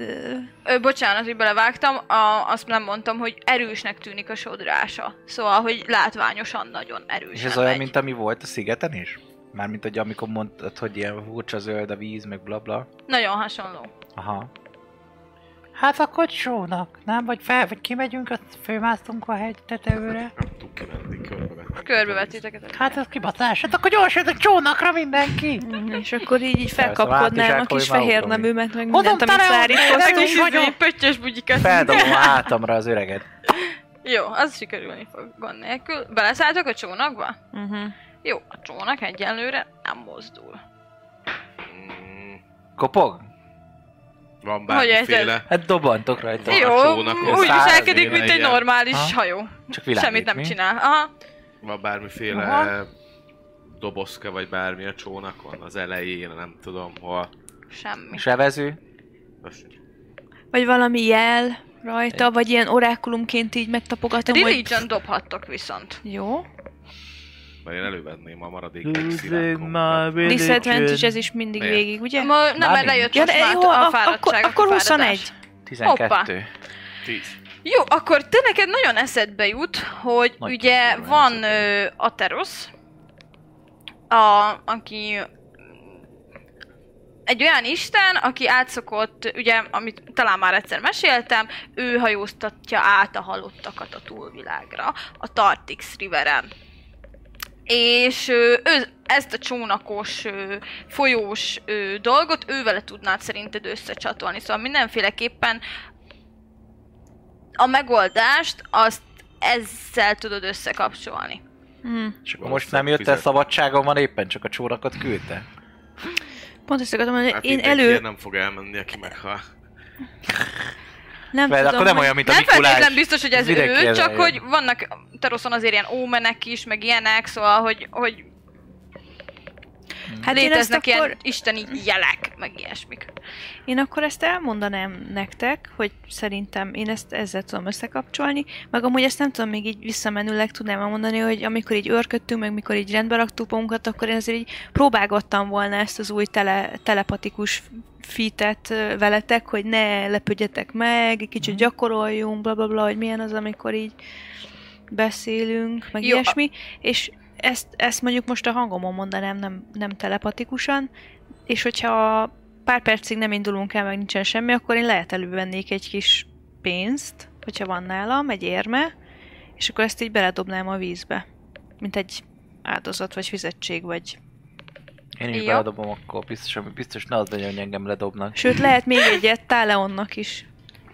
[SPEAKER 2] Ö, bocsánat, hogy belevágtam, a, azt nem mondtam, hogy erősnek tűnik a sodrása. Szóval, hogy látványosan nagyon erős.
[SPEAKER 5] És ez olyan, mint ami volt a szigeten is? Mármint, hogy amikor mondtad, hogy ilyen furcsa zöld a víz, meg blabla. Bla.
[SPEAKER 2] Nagyon hasonló.
[SPEAKER 5] Aha.
[SPEAKER 4] Hát akkor csónak, nem? Vagy fel, vagy kimegyünk, azt fölmásztunk a hegy tetejőre.
[SPEAKER 6] Nem tudtuk kimenni, körbevetni.
[SPEAKER 2] Körbevettétek.
[SPEAKER 4] Hát ez kibaszás, hát akkor gyorsan a csónakra mindenki!
[SPEAKER 3] mhm, És akkor így, így
[SPEAKER 5] szóval
[SPEAKER 3] felkapkodnám a
[SPEAKER 5] átisákolj
[SPEAKER 3] kis
[SPEAKER 5] már
[SPEAKER 3] fehér
[SPEAKER 5] utóbbi.
[SPEAKER 3] neműmet, meg
[SPEAKER 4] Hozom
[SPEAKER 3] mindent, amit
[SPEAKER 4] tele,
[SPEAKER 3] szárított.
[SPEAKER 4] nem is vagyok.
[SPEAKER 2] pöttyös bugyikat.
[SPEAKER 5] Feldobom a hátamra az öreget.
[SPEAKER 2] Jó, az sikerülni fog gond nélkül. Beleszálltok a csónakba?
[SPEAKER 3] Uh-huh.
[SPEAKER 2] Jó, a csónak egyenlőre nem mozdul.
[SPEAKER 6] Mm,
[SPEAKER 5] Kopog?
[SPEAKER 6] Van
[SPEAKER 2] Hogy ez-
[SPEAKER 6] bármiféle.
[SPEAKER 5] Hát dobantok rajta.
[SPEAKER 6] Van a
[SPEAKER 2] Jó,
[SPEAKER 6] csónakon
[SPEAKER 2] úgy
[SPEAKER 5] száraz
[SPEAKER 2] viselkedik, mint egy
[SPEAKER 6] éjjel.
[SPEAKER 2] normális
[SPEAKER 5] Aha.
[SPEAKER 2] hajó.
[SPEAKER 5] Csak világít,
[SPEAKER 2] Semmit nem
[SPEAKER 5] mi?
[SPEAKER 2] csinál. Aha.
[SPEAKER 6] Van bármiféle
[SPEAKER 4] Aha.
[SPEAKER 6] dobozka, vagy bármi a csónakon? Az elején, nem tudom hol.
[SPEAKER 2] Semmi.
[SPEAKER 5] Sevező?
[SPEAKER 6] Most nincs.
[SPEAKER 3] Vagy valami jel rajta, vagy ilyen orákulumként így megtapogatom, hogy...
[SPEAKER 2] Religion dobhattok viszont.
[SPEAKER 3] Jó.
[SPEAKER 6] Mert én elővenném a maradék
[SPEAKER 5] hát-
[SPEAKER 3] Disadvantage, ez is mindig
[SPEAKER 6] Miért?
[SPEAKER 3] végig, ugye?
[SPEAKER 2] Ma, nem, mert
[SPEAKER 5] Mármint.
[SPEAKER 2] lejött
[SPEAKER 3] Ja,
[SPEAKER 2] most
[SPEAKER 3] de
[SPEAKER 2] már
[SPEAKER 3] jó,
[SPEAKER 2] a
[SPEAKER 3] ak-
[SPEAKER 2] fáradtság,
[SPEAKER 3] akkor,
[SPEAKER 2] a
[SPEAKER 3] akkor
[SPEAKER 2] fáradás.
[SPEAKER 3] 21.
[SPEAKER 5] 12.
[SPEAKER 2] Hoppá. Jó, akkor te neked nagyon eszedbe jut, hogy
[SPEAKER 5] Nagy
[SPEAKER 2] ugye
[SPEAKER 5] probléma
[SPEAKER 2] van
[SPEAKER 5] eszedbe
[SPEAKER 2] ö, Ateros, a, aki egy olyan isten, aki átszokott, ugye, amit talán már egyszer meséltem, ő hajóztatja át a halottakat a túlvilágra, a Tartix Riveren. És ö, ő ezt a csónakos, ö, folyós ö, dolgot ő vele tudnád szerinted összecsatolni, szóval mindenféleképpen a megoldást azt ezzel tudod összekapcsolni.
[SPEAKER 3] Mm.
[SPEAKER 5] És akkor most nem jött el szabadságon van éppen, csak a csórakot küldte?
[SPEAKER 3] Pont ezt akartam mondani,
[SPEAKER 6] Hát
[SPEAKER 3] én
[SPEAKER 6] mindenkiért
[SPEAKER 3] elő...
[SPEAKER 6] nem fog elmenni, aki meghal.
[SPEAKER 3] Nem
[SPEAKER 5] Mert
[SPEAKER 3] tudom,
[SPEAKER 5] akkor nem
[SPEAKER 3] hogy-
[SPEAKER 5] olyan, mint a
[SPEAKER 2] Nem
[SPEAKER 5] Mikulás.
[SPEAKER 2] feltétlen biztos, hogy ez
[SPEAKER 5] az ideg
[SPEAKER 2] ő,
[SPEAKER 5] kijelölje.
[SPEAKER 2] csak hogy vannak Taroszon azért ilyen ómenek is, meg ilyenek, szóval, hogy, hogy
[SPEAKER 3] Hát én ezt
[SPEAKER 2] léteznek
[SPEAKER 3] akkor...
[SPEAKER 2] ilyen isteni jelek, meg ilyesmik.
[SPEAKER 3] Én akkor ezt elmondanám nektek, hogy szerintem én ezt ezzel tudom összekapcsolni, meg amúgy ezt nem tudom, még így visszamenőleg tudnám elmondani, hogy amikor így örködtünk, meg mikor így rendbe raktuk magunkat, akkor én azért így próbálgattam volna ezt az új tele, telepatikus fitet veletek, hogy ne lepődjetek meg, egy kicsit gyakoroljunk, bla bla bla, hogy milyen az, amikor így beszélünk, meg
[SPEAKER 2] Jó,
[SPEAKER 3] Jó, ilyesmi, és ezt, ezt mondjuk most a hangomon mondanám, nem, nem telepatikusan, és hogyha pár percig nem indulunk el, meg nincsen semmi, akkor én lehet elővennék egy kis pénzt, hogyha van nálam, egy érme, és akkor ezt így beledobnám a vízbe. Mint egy áldozat, vagy fizetség, vagy...
[SPEAKER 5] Én is
[SPEAKER 2] Jó.
[SPEAKER 5] beledobom akkor, biztos, ami- biztos ne az legyen, hogy engem ledobnak.
[SPEAKER 3] Sőt, lehet még egyet Táleonnak is.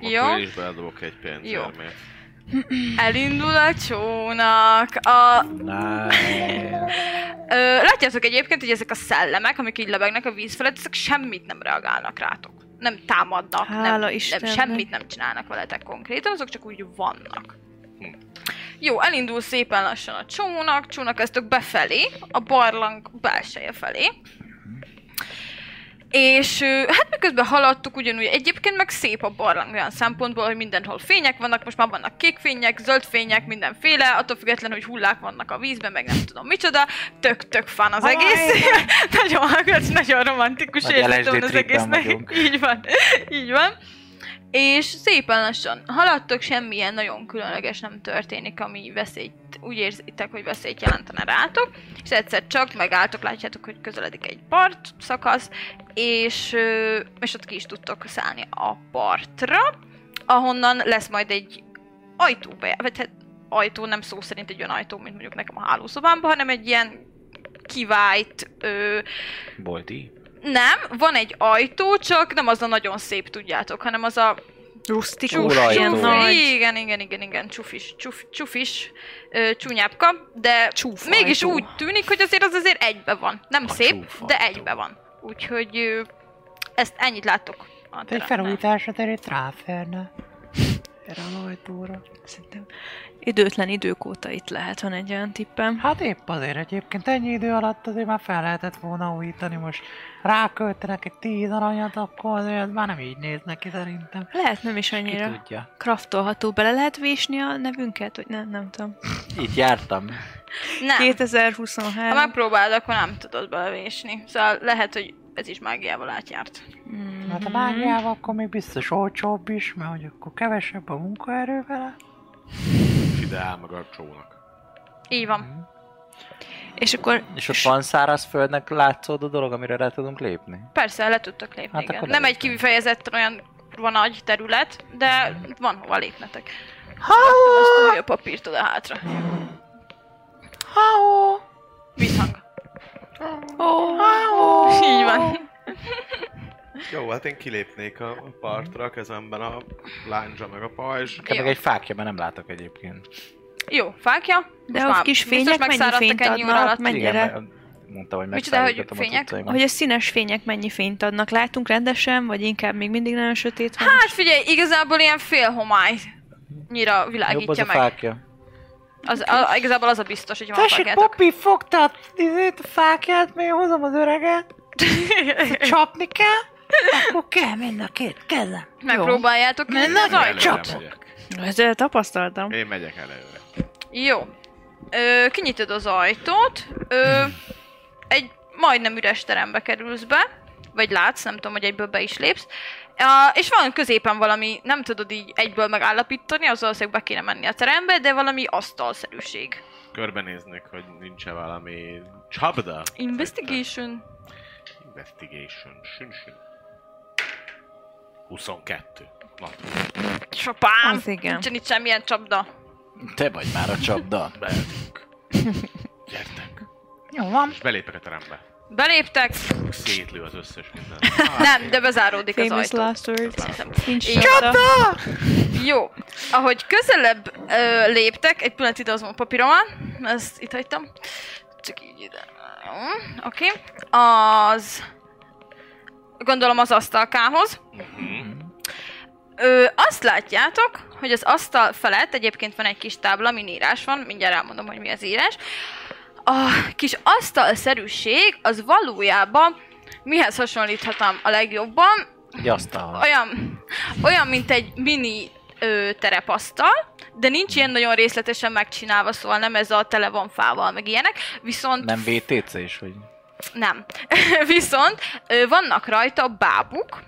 [SPEAKER 2] Jó.
[SPEAKER 6] Akkor én is beledobok egy pénzérmét.
[SPEAKER 2] Elindul a csónak. A,
[SPEAKER 5] Nice.
[SPEAKER 2] ö, látjátok egyébként, hogy ezek a szellemek, amik így lebegnek a víz felett, ezek semmit nem reagálnak rátok. Nem támadnak,
[SPEAKER 3] Hála
[SPEAKER 2] nem, nem,
[SPEAKER 3] Istennek.
[SPEAKER 2] semmit nem csinálnak veletek konkrétan, azok csak úgy vannak. Jó, elindul szépen lassan a csónak, csónak eztök befelé, a barlang belseje felé. És ö, hát miközben haladtuk, ugyanúgy egyébként meg szép a barlang olyan szempontból, hogy mindenhol fények vannak, most már vannak kék fények, zöld fények, mindenféle, attól függetlenül, hogy hullák vannak a vízben, meg nem tudom micsoda, tök-tök fan az egész. [laughs] nagyon hallgatsz, nagyon romantikus
[SPEAKER 5] Nagy LSD
[SPEAKER 2] érzetem az
[SPEAKER 5] tripben
[SPEAKER 2] egésznek.
[SPEAKER 5] vagyunk.
[SPEAKER 2] [laughs] Így van, így van. És szépen lassan haladtok, semmilyen nagyon különleges nem történik, ami veszélyt, úgy érzitek, hogy veszélyt jelentene rátok, és egyszer csak megálltok, látjátok, hogy közeledik egy part szakasz, és, ö, és ott ki is tudtok szállni a partra, ahonnan lesz majd egy ajtóbe, vagy hát ajtó nem szó szerint egy olyan ajtó, mint mondjuk nekem a hálószobámban, hanem egy ilyen kivájt ö,
[SPEAKER 5] Bolti.
[SPEAKER 2] nem, van egy ajtó, csak nem az a nagyon szép, tudjátok, hanem az a
[SPEAKER 3] Rustikus,
[SPEAKER 5] Csúrajtó.
[SPEAKER 3] ilyen
[SPEAKER 5] Ajtó.
[SPEAKER 3] nagy.
[SPEAKER 2] igen, igen, igen, igen, csufis, csuf, csufis, ö, csúnyápka, de
[SPEAKER 3] Csúf
[SPEAKER 2] mégis
[SPEAKER 3] ajtó.
[SPEAKER 2] úgy tűnik, hogy azért az azért egybe van. Nem
[SPEAKER 5] A
[SPEAKER 2] szép,
[SPEAKER 5] csúf
[SPEAKER 2] de
[SPEAKER 5] ajtó.
[SPEAKER 2] egybe van. Úgyhogy ö, ezt ennyit láttok. a
[SPEAKER 4] Egy
[SPEAKER 2] teremben.
[SPEAKER 4] felújításra terült ráférne. Erre a ajtóra.
[SPEAKER 3] Szerintem időtlen idők óta itt lehet, van egy olyan tippem.
[SPEAKER 4] Hát épp azért egyébként ennyi idő alatt azért már fel lehetett volna újítani, most ráköltenek egy tíz aranyat, akkor azért már nem így néznek ki szerintem.
[SPEAKER 3] Lehet nem is
[SPEAKER 5] Ki
[SPEAKER 3] annyira
[SPEAKER 5] tudja.
[SPEAKER 3] kraftolható. Bele lehet vésni a nevünket? Vagy nem, nem tudom.
[SPEAKER 5] Itt jártam.
[SPEAKER 2] Nem, ha
[SPEAKER 3] 2023.
[SPEAKER 2] megpróbálod, akkor nem tudod belevésni. Szóval lehet, hogy ez is mágiával átjárt.
[SPEAKER 3] Mm.
[SPEAKER 4] Mert Hát a mágiával akkor még biztos olcsóbb is, mert hogy akkor kevesebb a munkaerő vele.
[SPEAKER 6] Ide áll meg a csónak.
[SPEAKER 2] Így van.
[SPEAKER 3] És akkor
[SPEAKER 5] És ott van szárazföldnek látszódó dolog, amire rá tudunk lépni?
[SPEAKER 2] Persze, le tudtak lépni,
[SPEAKER 5] Hát
[SPEAKER 2] hát igen.
[SPEAKER 5] akkor
[SPEAKER 2] Nem egy
[SPEAKER 5] lépünk.
[SPEAKER 2] kifejezetten olyan kurva nagy terület, de
[SPEAKER 5] Mhm.
[SPEAKER 2] van hova lépnetek. Adtam Azt a hülye papírt oda hátra.
[SPEAKER 4] Háó!
[SPEAKER 2] Visszhang.
[SPEAKER 4] Háó!
[SPEAKER 2] Így van.
[SPEAKER 6] Jó, hát én kilépnék a partra, kezemben a lándzsa meg a pajzs.
[SPEAKER 5] Nekem meg
[SPEAKER 2] Jó.
[SPEAKER 5] egy fákja, mert nem látok egyébként.
[SPEAKER 2] Jó, fákja.
[SPEAKER 3] De
[SPEAKER 2] Most
[SPEAKER 3] a
[SPEAKER 2] már
[SPEAKER 3] kis
[SPEAKER 2] biztos
[SPEAKER 3] fények mennyi
[SPEAKER 2] megszáradtak
[SPEAKER 3] fényt
[SPEAKER 2] ennyi óra alatt.
[SPEAKER 3] adnak? Mennyire?
[SPEAKER 5] Igen, mert mondtam, hogy
[SPEAKER 2] Hát Micsoda, hogy
[SPEAKER 5] megszállítatom a
[SPEAKER 2] fények?
[SPEAKER 5] cuccaimat.
[SPEAKER 3] Hogy a színes fények mennyi fényt adnak? Látunk rendesen, vagy inkább még mindig nagyon sötét van?
[SPEAKER 2] Hát figyelj, igazából ilyen fél homály nyira
[SPEAKER 5] Jobb az
[SPEAKER 2] világítja
[SPEAKER 5] a
[SPEAKER 2] meg.
[SPEAKER 5] fákja.
[SPEAKER 2] Az, a, igazából az a biztos, hogy van
[SPEAKER 4] Tessék,
[SPEAKER 2] fákjátok.
[SPEAKER 4] Poppy, fogta a, izét, a fákját, mert én hozom az
[SPEAKER 2] [laughs]
[SPEAKER 4] öreget. Csapni kell, akkor kell mind a két kezem.
[SPEAKER 2] Megpróbáljátok nyitni az
[SPEAKER 6] Előre
[SPEAKER 2] ajtót.
[SPEAKER 4] Csapok.
[SPEAKER 6] megyek.
[SPEAKER 3] Ezzel tapasztaltam.
[SPEAKER 6] Én megyek előre.
[SPEAKER 2] Jó. Ö, kinyitod az ajtót, ö, egy majdnem üres terembe kerülsz be, vagy látsz, nem tudom, hogy egyből be is lépsz, a, és van középen valami, nem tudod így egyből megállapítani, az valószínűleg be kéne menni a terembe, de valami asztalszerűség.
[SPEAKER 6] Körbenéznék, hogy nincs-e valami csapda.
[SPEAKER 2] Investigation.
[SPEAKER 6] Investigation. Sün, sün. 22. Na,
[SPEAKER 2] Csapám!
[SPEAKER 3] Az igen.
[SPEAKER 2] Nincsen itt semmilyen csapda.
[SPEAKER 5] Te vagy már a csapda.
[SPEAKER 6] beálltunk. Gyertek.
[SPEAKER 4] Jó van.
[SPEAKER 6] És belépek a terembe.
[SPEAKER 2] Beléptek,
[SPEAKER 6] Szétlő az összes minden.
[SPEAKER 2] nem, de bezáródik az
[SPEAKER 3] Famous
[SPEAKER 2] ajtó.
[SPEAKER 3] last words.
[SPEAKER 2] Szerintem.
[SPEAKER 3] Nincs
[SPEAKER 2] Így
[SPEAKER 3] csapda.
[SPEAKER 2] Jó. Ahogy közelebb ö, léptek, egy pillanat idehozom a papíromat, ezt itt hagytam. Csak így ide. Jó, Oké. Okay. Az... Gondolom az asztalkához. Ö, azt látjátok, hogy az asztal felett egyébként van egy kis tábla, amin írás van, mindjárt elmondom, hogy mi az írás. A kis asztalszerűség az valójában mihez hasonlíthatom a legjobban,
[SPEAKER 5] Egy asztal.
[SPEAKER 2] olyan, olyan mint egy mini ö, terepasztal, de nincs ilyen nagyon részletesen megcsinálva, szóval nem ez a tele van fával, meg ilyenek, viszont
[SPEAKER 5] Nem VTC is, hogy...
[SPEAKER 2] nem. [laughs] Viszont ö, vannak rajta bábuk,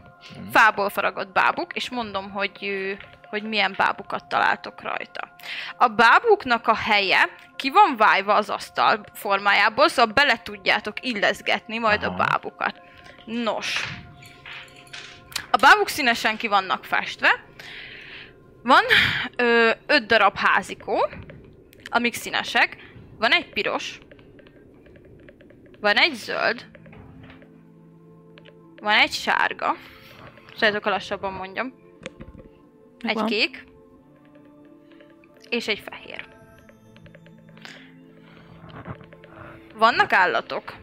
[SPEAKER 2] fából faragott bábuk, és mondom, hogy ö, hogy milyen bábukat találtok rajta. A bábuknak a helye ki van vájva az asztal formájából, szóval bele tudjátok illeszgetni majd a
[SPEAKER 5] Aha.
[SPEAKER 2] bábukat. Nos. A bábuk színesen ki vannak festve. Van ö, öt darab házikó, amik színesek. Van egy piros, van egy zöld. Van egy sárga. Szóval ezek lassabban mondjam. Egy
[SPEAKER 3] Van.
[SPEAKER 2] kék. És egy fehér. Vannak állatok.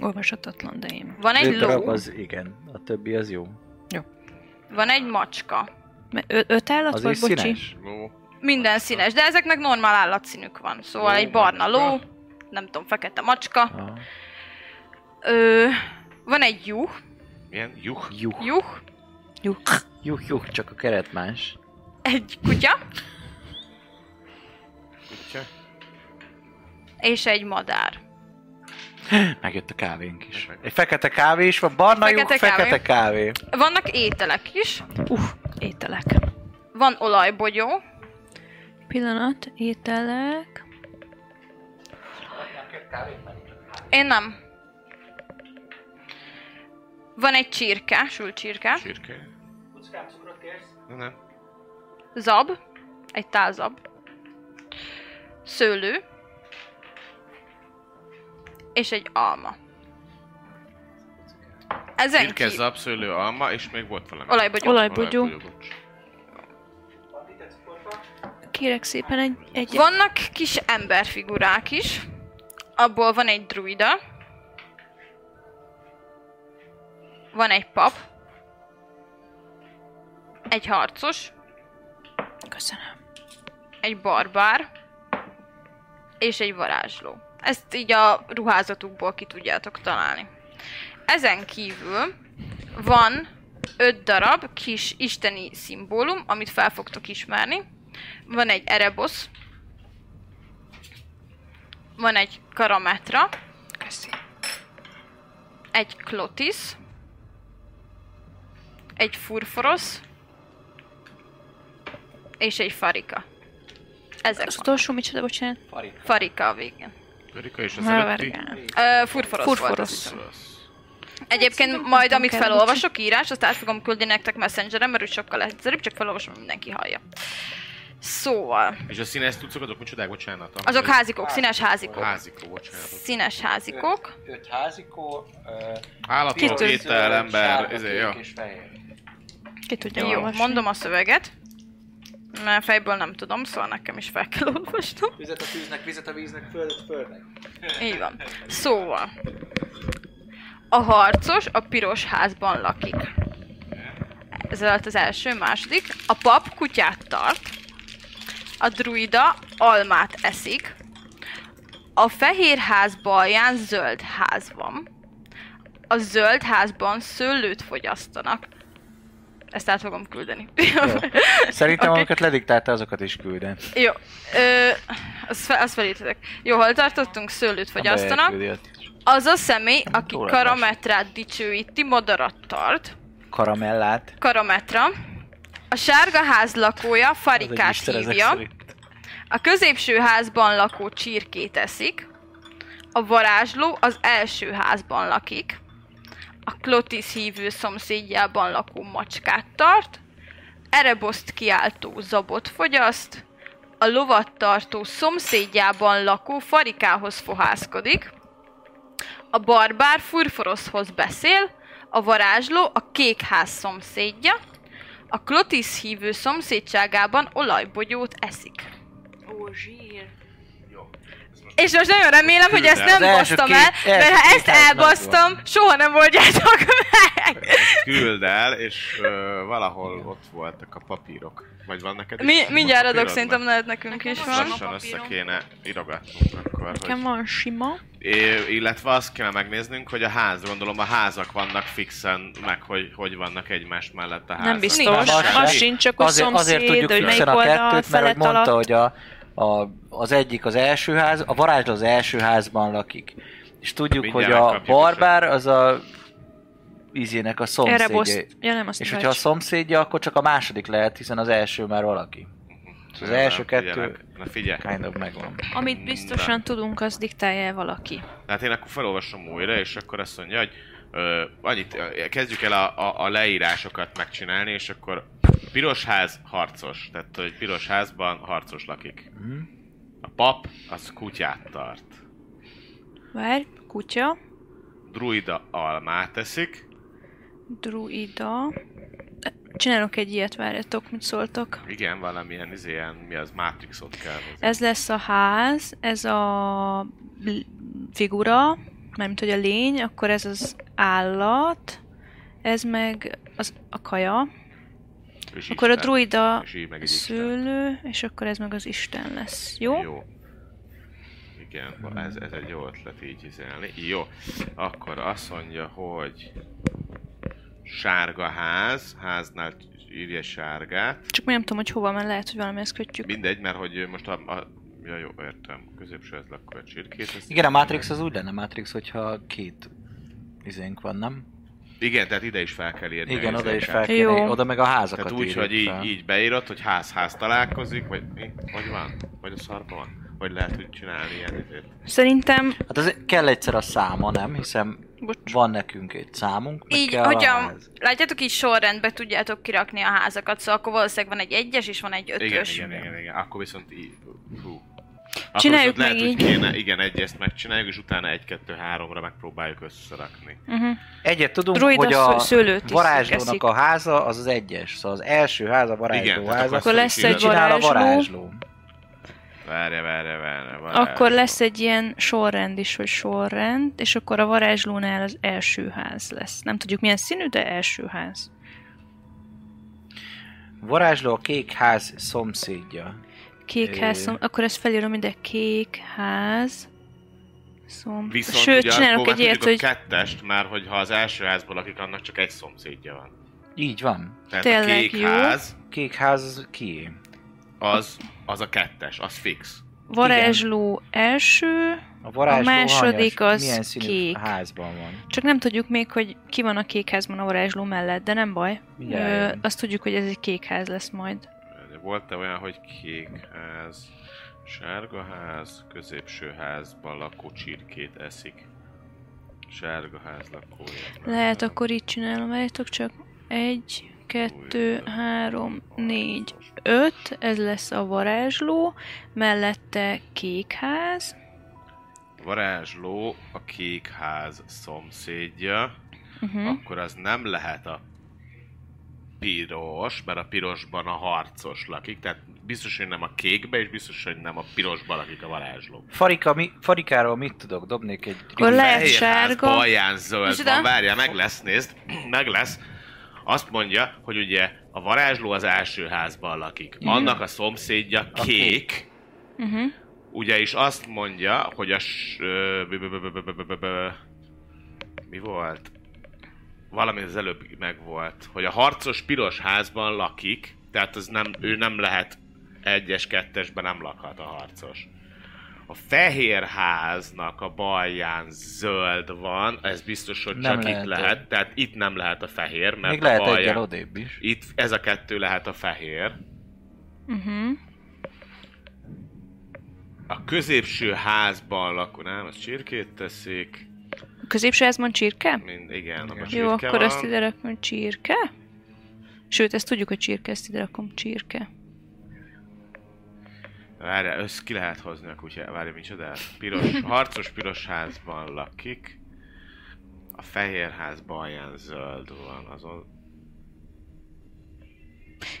[SPEAKER 3] Olvashatatlan, de én.
[SPEAKER 2] Van egy
[SPEAKER 5] Öt darab
[SPEAKER 2] ló,
[SPEAKER 5] az igen, a többi az jó.
[SPEAKER 2] van egy macska.
[SPEAKER 3] Mert ö- öt állat
[SPEAKER 5] Az is
[SPEAKER 3] volt, bocsi?
[SPEAKER 5] színes.
[SPEAKER 6] Ló.
[SPEAKER 2] Minden színes, de ezeknek normál állatszínük van. Szóval
[SPEAKER 6] Ló,
[SPEAKER 2] egy barna ló,
[SPEAKER 6] macska.
[SPEAKER 2] nem tudom, fekete macska.
[SPEAKER 5] Aha.
[SPEAKER 2] Ö, van egy juh,
[SPEAKER 6] Milyen? Juh?
[SPEAKER 5] Juh,
[SPEAKER 2] Juh,
[SPEAKER 3] Jó.
[SPEAKER 5] juh, juh, csak a keret más.
[SPEAKER 2] egy kutya
[SPEAKER 6] Kutya?
[SPEAKER 2] és egy madár.
[SPEAKER 5] Megjött a kávénk is. Egy fekete kávé is van, barna juh,
[SPEAKER 2] Fekete kávé.
[SPEAKER 5] fekete kávé.
[SPEAKER 2] Vannak ételek is,
[SPEAKER 3] Uh, ételek.
[SPEAKER 2] van olajbogyó,
[SPEAKER 3] Pillanat, ételek.
[SPEAKER 2] én nem. Van egy csirke, sült csirke,
[SPEAKER 6] Csirke? Nem, nem.
[SPEAKER 2] zab, egy tálzab, szőlő, és egy alma. Ezen
[SPEAKER 6] Csirke,
[SPEAKER 2] ki...
[SPEAKER 6] zapszőlő, alma, és még volt valami.
[SPEAKER 2] Olajbogyó.
[SPEAKER 3] Olajbogyó.
[SPEAKER 6] bocs.
[SPEAKER 3] Kérek szépen egy... egy
[SPEAKER 2] Vannak kis emberfigurák is. Abból van egy druida. Van egy pap. Egy harcos.
[SPEAKER 3] Köszönöm.
[SPEAKER 2] Egy barbár. És egy varázsló. Ezt így a ruházatukból ki tudjátok találni. Ezen kívül van öt darab kis isteni szimbólum, amit fel fogtok ismerni. Van egy erebosz, van egy karametra,
[SPEAKER 3] Köszi.
[SPEAKER 2] egy klotis, egy furforosz, és egy farika. Ezek
[SPEAKER 3] Az
[SPEAKER 2] van.
[SPEAKER 3] utolsó micsoda, bocsánat?
[SPEAKER 2] Farika a végén.
[SPEAKER 6] Örika és az előtti?
[SPEAKER 3] Vergál.
[SPEAKER 2] Ö, furforosz, volt az
[SPEAKER 3] Furforosz.
[SPEAKER 2] is.
[SPEAKER 6] Rossz.
[SPEAKER 2] Egyébként
[SPEAKER 3] Szerintem
[SPEAKER 2] majd,
[SPEAKER 3] kaptam
[SPEAKER 2] amit
[SPEAKER 3] kell,
[SPEAKER 2] felolvasok, írás, azt át fogom küldni nektek messengeren, mert úgy sokkal egyszerűbb, csak felolvasom, hogy mindenki hallja. Szóval,
[SPEAKER 6] És a színes tucok, azok micsodák, bocsánat. Amúgy
[SPEAKER 2] azok
[SPEAKER 6] ez-
[SPEAKER 2] házikok, színes házikok.
[SPEAKER 6] Házikó, bocsánat.
[SPEAKER 2] Színes házikok.
[SPEAKER 7] Öt házikó, ö,
[SPEAKER 6] Állatok, eh,
[SPEAKER 7] piros,
[SPEAKER 6] étel,
[SPEAKER 7] zöld,
[SPEAKER 6] ember,
[SPEAKER 7] sárga,
[SPEAKER 5] izé,
[SPEAKER 6] ezért,
[SPEAKER 7] kék
[SPEAKER 6] ja.
[SPEAKER 7] és fehér.
[SPEAKER 3] Ki tudja
[SPEAKER 2] Jó,
[SPEAKER 3] olvasni?
[SPEAKER 2] mondom a szöveget. Mert fejből nem tudom, szóval nekem is fel kell olvasnom.
[SPEAKER 7] Vizet a tűznek, vizet a víznek, földet földnek.
[SPEAKER 2] Így van. Szóval. A harcos a piros házban lakik. Ez alatt az első, második. A pap kutyát tart. A druida almát eszik. A fehér ház balján zöld ház van. A zöld házban szőlőt fogyasztanak. Ezt át fogom küldeni.
[SPEAKER 5] Szerintem
[SPEAKER 2] Oké.
[SPEAKER 5] okay. amiket lediktálta, azokat is külde.
[SPEAKER 2] [laughs] Jó. Ö, azt, fel, azt felírtatok. Jó, hol tartottunk? Szőlőt fogyasztanak.
[SPEAKER 5] Elküldi azt is.
[SPEAKER 2] Az a személy, aki
[SPEAKER 5] Túl
[SPEAKER 2] karametrát dicsőíti, madarat tart.
[SPEAKER 5] Karamellát.
[SPEAKER 2] Karametra. A sárga ház lakója
[SPEAKER 5] Az egy
[SPEAKER 2] farikát
[SPEAKER 5] Isten ezek
[SPEAKER 2] hívja.
[SPEAKER 5] szerint.
[SPEAKER 2] A középső házban lakó csirkét eszik. A varázsló az első házban lakik. A Klotis hívő szomszédjában lakó macskát tart. Ereboszt kiáltó zabot fogyaszt. A lovat tartó szomszédjában lakó farikához fohászkodik. A barbár furforoszhoz beszél. A varázsló a kékház szomszédja. A Klotis hívő szomszédságában olajbogyót eszik.
[SPEAKER 3] Ó, zsír.
[SPEAKER 2] És most nagyon remélem, hogy ezt nem
[SPEAKER 5] Az első
[SPEAKER 2] basztam
[SPEAKER 5] két-
[SPEAKER 2] el, mert
[SPEAKER 5] első
[SPEAKER 2] ha
[SPEAKER 5] két
[SPEAKER 2] ezt
[SPEAKER 5] ház
[SPEAKER 2] elbasztam, soha nem oldjátok meg.
[SPEAKER 6] Küld el, és ö, valahol ott voltak a papírok. Vagy van neked? is?
[SPEAKER 2] Mi,
[SPEAKER 6] Most
[SPEAKER 2] mindjárt adok,
[SPEAKER 6] papírod
[SPEAKER 2] szerintem
[SPEAKER 6] van?
[SPEAKER 2] lehet nekünk is van.
[SPEAKER 6] Lassan
[SPEAKER 3] a
[SPEAKER 6] össze
[SPEAKER 3] papírom.
[SPEAKER 6] kéne irogatnunk akkor,
[SPEAKER 3] Nekem
[SPEAKER 6] hogy...
[SPEAKER 3] van sima.
[SPEAKER 6] É, illetve azt kéne megnéznünk, hogy a ház, gondolom a házak vannak fixen, meg hogy hogy vannak egymás mellett a házak.
[SPEAKER 3] Nem
[SPEAKER 5] Az
[SPEAKER 3] biztos.
[SPEAKER 5] sem.
[SPEAKER 3] Az sincs, csak a
[SPEAKER 5] Azért,
[SPEAKER 3] szomszéd,
[SPEAKER 5] azért tudjuk
[SPEAKER 3] hogy melyik
[SPEAKER 5] fixen a
[SPEAKER 3] oldal
[SPEAKER 5] kettőt, mert
[SPEAKER 3] felett
[SPEAKER 5] hogy mondta,
[SPEAKER 3] alatt.
[SPEAKER 5] hogy a, a, az egyik az első ház, a varázsló az első házban lakik. És tudjuk,
[SPEAKER 6] Mindjárt
[SPEAKER 5] hogy a
[SPEAKER 6] megkapjuk
[SPEAKER 5] barbár az a izének a
[SPEAKER 3] Erre
[SPEAKER 5] szomszédja.
[SPEAKER 3] boszt... Ja nem, azt
[SPEAKER 5] És
[SPEAKER 3] és
[SPEAKER 5] hogyha a szomszédja, akkor csak a második lehet, hiszen az első már valaki. Az
[SPEAKER 6] Na,
[SPEAKER 5] első
[SPEAKER 6] figyelek.
[SPEAKER 5] kettő
[SPEAKER 6] Na figyelj.
[SPEAKER 5] kind of megvan.
[SPEAKER 3] Amit biztosan tudunk, az diktálja el valaki.
[SPEAKER 6] Tehát Hát én akkor felolvasom újra, és akkor azt mondja, hogy ö, annyit, ö, kezdjük el a, a, a leírásokat megcsinálni, és akkor piros ház, harcos. Tehát, hogy piros házban harcos lakik. A pap, az kutyát tart.
[SPEAKER 3] Várj, kutya,
[SPEAKER 6] Druida almát eszik,
[SPEAKER 3] druida. Csinálok egy ilyet, várjatok, mit szóltok.
[SPEAKER 6] igen, valamilyen, izé, ilyen, mi az, Matrixot kell. Ez...
[SPEAKER 3] Ez lesz a ház, ez a l- figura, mármint hogy a lény, akkor ez az állat, ez meg az, a kaja,
[SPEAKER 6] És
[SPEAKER 3] akkor a
[SPEAKER 6] Isten.
[SPEAKER 3] druida
[SPEAKER 6] És így meg egy Isten.
[SPEAKER 3] szőlő, és akkor ez meg az Isten lesz, jó?
[SPEAKER 6] Jó. Igen,
[SPEAKER 5] Hmm.
[SPEAKER 6] ez, ez egy jó ötlet így izelni. Jó. Akkor azt mondja, hogy... sárga ház, háznál írja sárgát.
[SPEAKER 3] Csak mi nem tudom, hogy hova, mert lehet, hogy valamihez kötjük.
[SPEAKER 6] Mindegy, mert hogy most a... a ja, jó, értem. Középső ez akkor a csirkét. ezt-
[SPEAKER 5] Igen, a Matrix az úgy lenne Matrix, hogyha két izénk van, nem?
[SPEAKER 6] Igen, tehát ide is fel kell írni. a
[SPEAKER 5] Igen, oda
[SPEAKER 6] izéket.
[SPEAKER 5] is fel
[SPEAKER 3] Jó.
[SPEAKER 5] kéne, oda meg a házakat
[SPEAKER 6] Tehát úgy,
[SPEAKER 5] írjuk
[SPEAKER 6] hogy így,
[SPEAKER 5] fel.
[SPEAKER 6] így beírod, hogy ház-ház találkozik, vagy mi? Hogy van? Vagy a szarban van? Vagy lehet úgy csinálni ilyen izét?
[SPEAKER 3] Szerintem,
[SPEAKER 5] Hát az kell egyszer a száma, nem? Hiszen
[SPEAKER 3] bocs.
[SPEAKER 5] van nekünk egy számunk, meg
[SPEAKER 2] Így,
[SPEAKER 5] kell
[SPEAKER 2] hogy
[SPEAKER 5] a...
[SPEAKER 2] a,
[SPEAKER 5] ház.
[SPEAKER 2] látjátok, így sorrendbe tudjátok kirakni a házakat, szóval akkor valószínűleg van egy egyes és van egy
[SPEAKER 6] Igen,
[SPEAKER 2] ötös.
[SPEAKER 6] igen, igen, igen. Akkor viszont így... Hú. Akkor
[SPEAKER 3] Csináljuk
[SPEAKER 6] viszont
[SPEAKER 3] meg
[SPEAKER 6] lehet,
[SPEAKER 3] így.
[SPEAKER 6] Hogy kéne, igen, egy ezt megcsináljuk, és utána egy-kettő-háromra megpróbáljuk összerakni.
[SPEAKER 3] Uh-huh.
[SPEAKER 5] Egyet tudunk,
[SPEAKER 3] Droid
[SPEAKER 5] hogy
[SPEAKER 3] a
[SPEAKER 5] a
[SPEAKER 3] sző- szőlőt is
[SPEAKER 5] varázslónak
[SPEAKER 3] eszik.
[SPEAKER 5] a háza az az egyes. Szóval az első ház a varázsló
[SPEAKER 6] Igen, tehát
[SPEAKER 5] háza.
[SPEAKER 6] akkor
[SPEAKER 3] Akkor lesz
[SPEAKER 6] Mit
[SPEAKER 3] egy
[SPEAKER 5] csinál a
[SPEAKER 3] varázsló,
[SPEAKER 5] varázsló?
[SPEAKER 6] Várja, várja, várja, várja.
[SPEAKER 3] akkor lesz egy ilyen sorrend is, hogy sorrend, és akkor a varázslónál az első ház lesz. Nem tudjuk milyen színű, de első ház.
[SPEAKER 5] Varázsló a kék ház szomszédja.
[SPEAKER 3] Kék
[SPEAKER 5] Ö.
[SPEAKER 3] ház, szom... akkor ezt felírom ide, kék ház. Szom...
[SPEAKER 6] Viszont
[SPEAKER 3] Sőt,
[SPEAKER 6] ugye
[SPEAKER 3] csinálok
[SPEAKER 6] akkor
[SPEAKER 3] egy ilyet,
[SPEAKER 6] megtudjuk
[SPEAKER 3] hogy
[SPEAKER 6] a kettest, mert hogy ha az első házból lakik, annak csak egy szomszédja van.
[SPEAKER 5] Így van.
[SPEAKER 6] Tehát a
[SPEAKER 3] Tényleg
[SPEAKER 6] kék
[SPEAKER 3] jó.
[SPEAKER 6] ház,
[SPEAKER 5] Kék ház az kié?
[SPEAKER 6] az, az a kettes, az fix.
[SPEAKER 3] varázsló első,
[SPEAKER 5] A varázsló
[SPEAKER 3] A második
[SPEAKER 5] hanyas,
[SPEAKER 3] az
[SPEAKER 5] milyen színű
[SPEAKER 3] kék.
[SPEAKER 5] házban van.
[SPEAKER 3] csak nem tudjuk még, hogy ki van a kék házban a varázsló mellett, de nem baj. Ö,
[SPEAKER 5] Mindjárt.
[SPEAKER 3] azt tudjuk, hogy ez egy kék ház lesz majd.
[SPEAKER 6] Volt-e olyan, hogy kék ház, sárga ház, középső házban lakó csirkét eszik? Sárga ház lakója.
[SPEAKER 3] Lehet, akkor így csinálom, várjátok csak. Egy, kettő, három, négy, öt, ez lesz a varázsló, mellette kék ház,
[SPEAKER 6] Varázsló a kék ház szomszédja,
[SPEAKER 3] uh-huh.
[SPEAKER 6] akkor az nem lehet a piros, mert a pirosban a harcos lakik, tehát biztos, hogy nem a kékbe, és biztos, hogy nem a pirosban lakik a varázsló.
[SPEAKER 5] Farika, mi, farikáról mit tudok? Dobnék egy...
[SPEAKER 3] Akkor lehet
[SPEAKER 6] Fehér
[SPEAKER 3] sárga.
[SPEAKER 6] ház, Balján
[SPEAKER 2] És
[SPEAKER 6] zöld
[SPEAKER 2] ide?
[SPEAKER 6] van, várja, meg lesz, nézd, meg lesz. Azt mondja, hogy ugye a varázsló az első házban lakik.
[SPEAKER 3] Mhm.
[SPEAKER 6] Annak a szomszédja
[SPEAKER 5] A
[SPEAKER 6] kék, Mhm.
[SPEAKER 3] Uh-huh.
[SPEAKER 6] ugye is azt mondja, hogy a... s- ö, b- b- b- b- b- b- b- Mi volt? Valami az előbb megvolt, hogy a harcos piros házban lakik, tehát az nem, ő nem lehet egyes, kettesben nem lakhat a harcos. A fehér háznak a balján zöld van, ez biztos, hogy
[SPEAKER 5] Nem
[SPEAKER 6] csak
[SPEAKER 5] lehet.
[SPEAKER 6] itt lehet, tehát itt nem lehet a fehér, mert
[SPEAKER 5] Még
[SPEAKER 6] a
[SPEAKER 5] lehet
[SPEAKER 6] balján...
[SPEAKER 5] egyel odébb is.
[SPEAKER 6] Itt ez a kettő lehet a fehér.
[SPEAKER 3] Uh-huh.
[SPEAKER 6] A középső házban lakó, nem, az csirkét teszik.
[SPEAKER 3] Középső házban csirke?
[SPEAKER 6] Mind, igen, abban
[SPEAKER 3] Jó,
[SPEAKER 6] csirke
[SPEAKER 3] akkor
[SPEAKER 6] van.
[SPEAKER 3] azt ide rakom csirke. Sőt, ezt tudjuk, hogy csirke, ezt ide rakom csirke.
[SPEAKER 6] Várjál, össz ki lehet hozni a kutyát. Várjál, micsoda? Piros, harcos piros házban lakik. A fehér ház balján zöld van. Azon...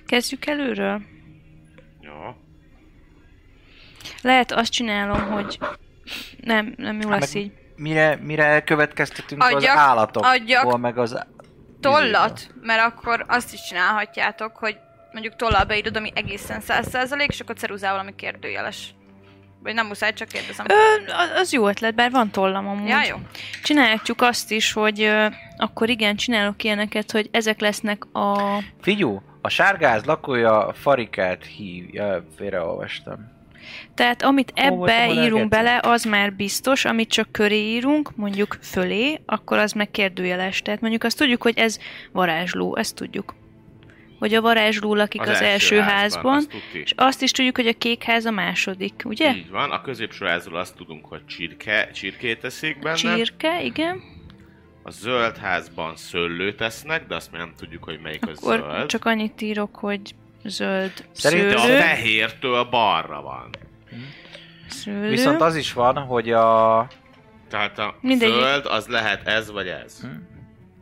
[SPEAKER 3] Kezdjük előről.
[SPEAKER 6] Jó.
[SPEAKER 3] Lehet, azt csinálom, hogy nem, nem jó
[SPEAKER 5] Hát
[SPEAKER 3] lesz
[SPEAKER 5] meg
[SPEAKER 3] így.
[SPEAKER 5] Mire, mire következtetünk
[SPEAKER 2] Adjak-
[SPEAKER 5] az állatokból,
[SPEAKER 2] adjak
[SPEAKER 5] meg az...
[SPEAKER 2] Tollat, mert akkor azt is csinálhatjátok, hogy mondjuk tollal beírod, ami egészen 100% és akkor ceruzával, ami kérdőjeles. Vagy nem muszáj, csak kérdezem.
[SPEAKER 3] Ö, a- az jó ötlet, bár van tollam amúgy.
[SPEAKER 2] Ja, jó.
[SPEAKER 3] Csinálhatjuk azt is, hogy ö, akkor igen, csinálok ilyeneket, hogy ezek lesznek a...
[SPEAKER 5] Izé, Figyú, a sárgáz lakója a farikát hívja, félreolvastam.
[SPEAKER 3] Tehát amit ebbe
[SPEAKER 5] voltam, ahol
[SPEAKER 3] írunk bele,
[SPEAKER 5] elkezdtem.
[SPEAKER 3] az már biztos, amit csak köré írunk, mondjuk fölé, akkor az meg kérdőjeles. Tehát mondjuk azt tudjuk, hogy ez varázsló, ezt tudjuk. Hogy a varázsló lakik az, az első házban,
[SPEAKER 6] azt
[SPEAKER 3] azt
[SPEAKER 6] tudti.
[SPEAKER 3] és azt is tudjuk, hogy a kék ház a második, ugye?
[SPEAKER 6] Így van, a középső házról azt tudunk, hogy csirke, csirkét teszik benne.
[SPEAKER 3] Csirke, igen.
[SPEAKER 6] A zöld házban szőlőt tesznek, de azt még nem tudjuk, hogy melyik az
[SPEAKER 3] Akkor
[SPEAKER 6] zöld.
[SPEAKER 3] csak annyit írok, hogy zöld
[SPEAKER 5] Szerintem
[SPEAKER 6] De a
[SPEAKER 3] szőlő.
[SPEAKER 6] fehértől balra van.
[SPEAKER 3] szőlő.
[SPEAKER 5] Viszont az is van, hogy a...
[SPEAKER 6] Tehát a
[SPEAKER 3] Mindegyik.
[SPEAKER 6] zöld az lehet ez vagy ez.
[SPEAKER 5] Hm.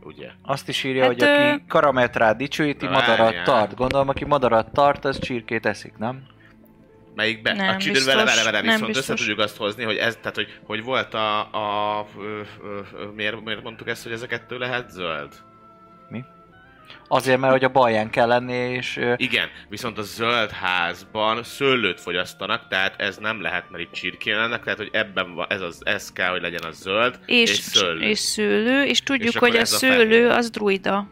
[SPEAKER 6] Ugye?
[SPEAKER 5] Azt is írja,
[SPEAKER 3] Hát,
[SPEAKER 5] hogy aki
[SPEAKER 3] ö-
[SPEAKER 5] karametrát dicsőíti,
[SPEAKER 6] Na,
[SPEAKER 5] madarat
[SPEAKER 6] várjál.
[SPEAKER 5] tart. Gondolom, aki madarat tart, az csirkét eszik, nem?
[SPEAKER 6] Melyikbe?
[SPEAKER 3] Nem
[SPEAKER 6] a
[SPEAKER 3] biztos,
[SPEAKER 6] csidőn vele, vele, vele,
[SPEAKER 3] nem
[SPEAKER 6] viszont
[SPEAKER 3] biztos.
[SPEAKER 6] össze tudjuk azt hozni, hogy ez, tehát hogy, hogy volt a, a ö, ö, ö, miért, miért mondtuk ezt, hogy ez a kettő lehet zöld?
[SPEAKER 5] Azért, mert hogy a balján kell lenni, és... ö,
[SPEAKER 6] Igen, viszont a zöld házban szőlőt fogyasztanak, tehát ez nem lehet, mert itt csirkén lennek, tehát hogy ebben van, ez, az, ez kell, hogy legyen a zöld és,
[SPEAKER 3] és,
[SPEAKER 6] szőlő.
[SPEAKER 3] és szőlő, és tudjuk,
[SPEAKER 6] És akkor
[SPEAKER 3] hogy a
[SPEAKER 6] ez a
[SPEAKER 3] szőlő az druida.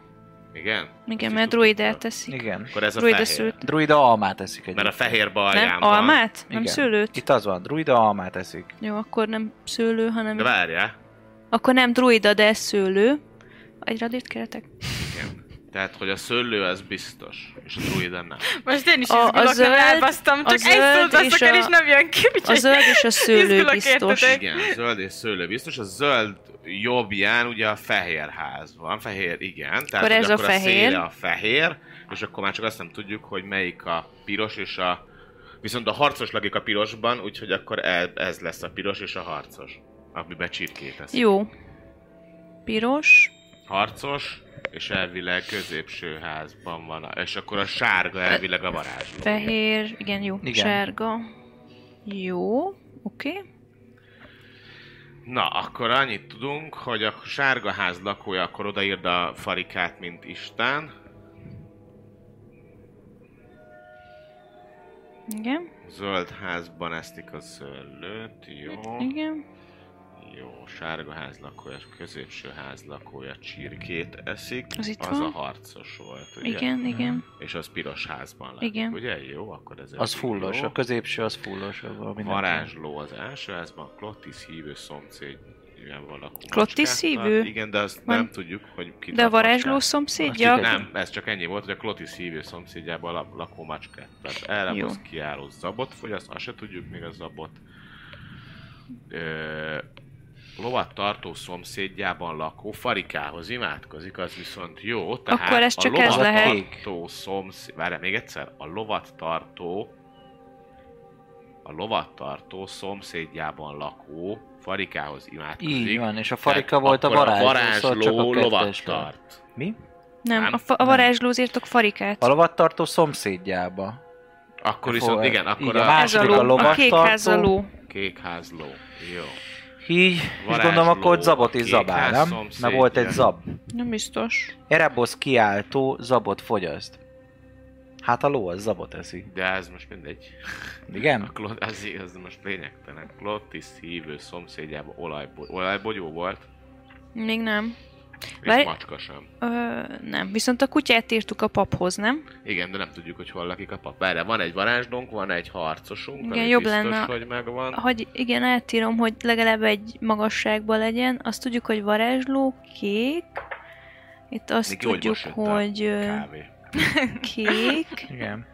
[SPEAKER 6] Igen?
[SPEAKER 3] Igen, mert druidát teszik.
[SPEAKER 5] Igen.
[SPEAKER 6] Akkor ez a
[SPEAKER 3] Druida
[SPEAKER 6] fehér.
[SPEAKER 3] szült.
[SPEAKER 5] Druida almát eszik egy.
[SPEAKER 6] Mert a fehér balján
[SPEAKER 3] Nem?
[SPEAKER 6] van.
[SPEAKER 3] Almát? Nem
[SPEAKER 5] Igen.
[SPEAKER 3] szőlőt?
[SPEAKER 5] Itt az van, druida almát eszik.
[SPEAKER 3] Jó, akkor nem szőlő, hanem...
[SPEAKER 6] De várjál.
[SPEAKER 3] Akkor nem druida, de szőlő. Egy radit kértek.
[SPEAKER 6] Tehát, hogy a szőlő az biztos, és a druida nem.
[SPEAKER 8] Most én is
[SPEAKER 3] A- a
[SPEAKER 8] izgulok, a,
[SPEAKER 3] zöld-
[SPEAKER 8] nem elbasztam,
[SPEAKER 3] a
[SPEAKER 8] csak egy
[SPEAKER 3] zöld
[SPEAKER 8] szót veszek
[SPEAKER 3] és
[SPEAKER 8] el,
[SPEAKER 3] a-
[SPEAKER 8] és nem jön ki.
[SPEAKER 3] A
[SPEAKER 8] úgyhogy-
[SPEAKER 3] zöld és a szőlő
[SPEAKER 8] Izgulok,
[SPEAKER 3] biztos.
[SPEAKER 8] értetek?
[SPEAKER 6] Igen, zöld és szőlő biztos. A zöld jobbján ugye a fehér ház van. Fehér, igen. Tehát
[SPEAKER 3] Akkor
[SPEAKER 6] hogy
[SPEAKER 3] ez a
[SPEAKER 6] akkor
[SPEAKER 3] fehér.
[SPEAKER 6] A széle a fehér, és akkor már csak azt nem tudjuk, hogy melyik a piros és a... Viszont a harcos lagik a pirosban, úgyhogy akkor e- ez lesz a piros és a harcos. Amiben csirkét eszik.
[SPEAKER 3] Jó. Piros.
[SPEAKER 6] harcos, és elvileg középső házban van. a- És akkor a sárga elvileg a varázsló.
[SPEAKER 3] Fehér, igen, jó.
[SPEAKER 5] Igen.
[SPEAKER 3] Sárga. Jó, oké. Okay.
[SPEAKER 6] Na, akkor annyit tudunk, hogy a sárga ház lakója akkor odaírd a farikát, mint Isten.
[SPEAKER 3] Igen,
[SPEAKER 6] Zöld házban esztik a szőlőt, jó.
[SPEAKER 3] igen.
[SPEAKER 6] Jó, sárga ház lakója, középső ház lakója csirkét eszik.
[SPEAKER 3] Az itt
[SPEAKER 6] az
[SPEAKER 3] van.
[SPEAKER 6] a harcos volt, ugye?
[SPEAKER 3] Igen, igen.
[SPEAKER 6] És az piros házban lakik,
[SPEAKER 3] Igen.
[SPEAKER 6] ugye? Jó, akkor ez
[SPEAKER 5] Az
[SPEAKER 6] elég
[SPEAKER 5] fullos,
[SPEAKER 6] jó.
[SPEAKER 5] a középső az fullos. abban mindenki.
[SPEAKER 6] Varázsló az első házban, Klottis hívő szomszéd ilyen valaki.
[SPEAKER 3] Klottis
[SPEAKER 6] macskát
[SPEAKER 3] hívő?
[SPEAKER 6] tart. Igen, de azt
[SPEAKER 3] Van.
[SPEAKER 6] nem tudjuk, hogy ki
[SPEAKER 3] De a
[SPEAKER 6] tart
[SPEAKER 3] varázsló
[SPEAKER 6] macskát.
[SPEAKER 3] szomszédja?
[SPEAKER 5] Azt
[SPEAKER 6] Nem, ez csak ennyi volt, hogy a Klottis hívő szomszédjában lak- lakó macskát. Tehát
[SPEAKER 3] Jó.
[SPEAKER 6] elraboz kiálló zabot fogyaszt, azt se tudjuk még a zabot. Ö, lovat tartó szomszédjában lakó farikához imádkozik, az viszont jó, tehát
[SPEAKER 3] Akkor ez csak
[SPEAKER 6] a
[SPEAKER 3] ez
[SPEAKER 6] lovat
[SPEAKER 3] lehet.
[SPEAKER 6] tartó szomszéd... Várjál, még egyszer, a lovat tartó a lovat tartó szomszédjában lakó farikához imádkozik.
[SPEAKER 5] Így van, és a
[SPEAKER 6] Tehát
[SPEAKER 5] farika volt a
[SPEAKER 6] akkor
[SPEAKER 5] varázsló, szóval csak
[SPEAKER 6] varázsló
[SPEAKER 5] a
[SPEAKER 6] lovat
[SPEAKER 5] kettes lett.
[SPEAKER 6] tart.
[SPEAKER 5] Mi?
[SPEAKER 3] Nem,
[SPEAKER 6] Nem.
[SPEAKER 3] a, fa- a varázslóz írtok farikát.
[SPEAKER 5] A lovattartó szomszédjába.
[SPEAKER 6] Akkor
[SPEAKER 5] A
[SPEAKER 6] viszont
[SPEAKER 5] fogar-
[SPEAKER 6] igen,
[SPEAKER 5] igen.
[SPEAKER 6] akkor a
[SPEAKER 3] Ez a
[SPEAKER 5] második a
[SPEAKER 3] ló, a,
[SPEAKER 5] lovastartó.
[SPEAKER 3] kék ház a ló.
[SPEAKER 6] Kékház ló. Jó.
[SPEAKER 5] Így, és
[SPEAKER 6] Varázsló, Hát
[SPEAKER 5] gondolom akkor ott zabot is
[SPEAKER 6] kék
[SPEAKER 5] zabál,
[SPEAKER 6] ház
[SPEAKER 5] nem?
[SPEAKER 6] szomszédja.
[SPEAKER 5] Mert volt egy zab.
[SPEAKER 3] Nem biztos.
[SPEAKER 5] Erebosz kiáltó zabot fogyaszt. Hát a ló az zabot eszi.
[SPEAKER 6] De ez most mindegy. [laughs] A
[SPEAKER 5] Igen?
[SPEAKER 6] Klot, az, az most lényegtelen. Klottis hívő szomszédjában olajbogy, olajbogyó volt,
[SPEAKER 3] Még nem.
[SPEAKER 6] és
[SPEAKER 3] Várj-
[SPEAKER 6] macska sem.
[SPEAKER 3] Ö, nem. Viszont a kutyát írtuk a paphoz, nem?
[SPEAKER 6] Igen, de nem tudjuk, hogy hol lakik a pap. Várjál, van egy varázsdónk, van egy harcosunk,
[SPEAKER 3] Igen,
[SPEAKER 6] ami
[SPEAKER 3] jobb
[SPEAKER 6] biztos,
[SPEAKER 3] lenne.
[SPEAKER 6] hogy megvan.
[SPEAKER 3] Hogy igen, átírom, hogy legalább egy magasságban legyen. Azt tudjuk, hogy varázsló, kék. Itt azt
[SPEAKER 6] Még jó, hogy
[SPEAKER 3] tudjuk,
[SPEAKER 6] most jött a
[SPEAKER 3] hogy ö,
[SPEAKER 6] Kávé.
[SPEAKER 3] kék,
[SPEAKER 5] Igen.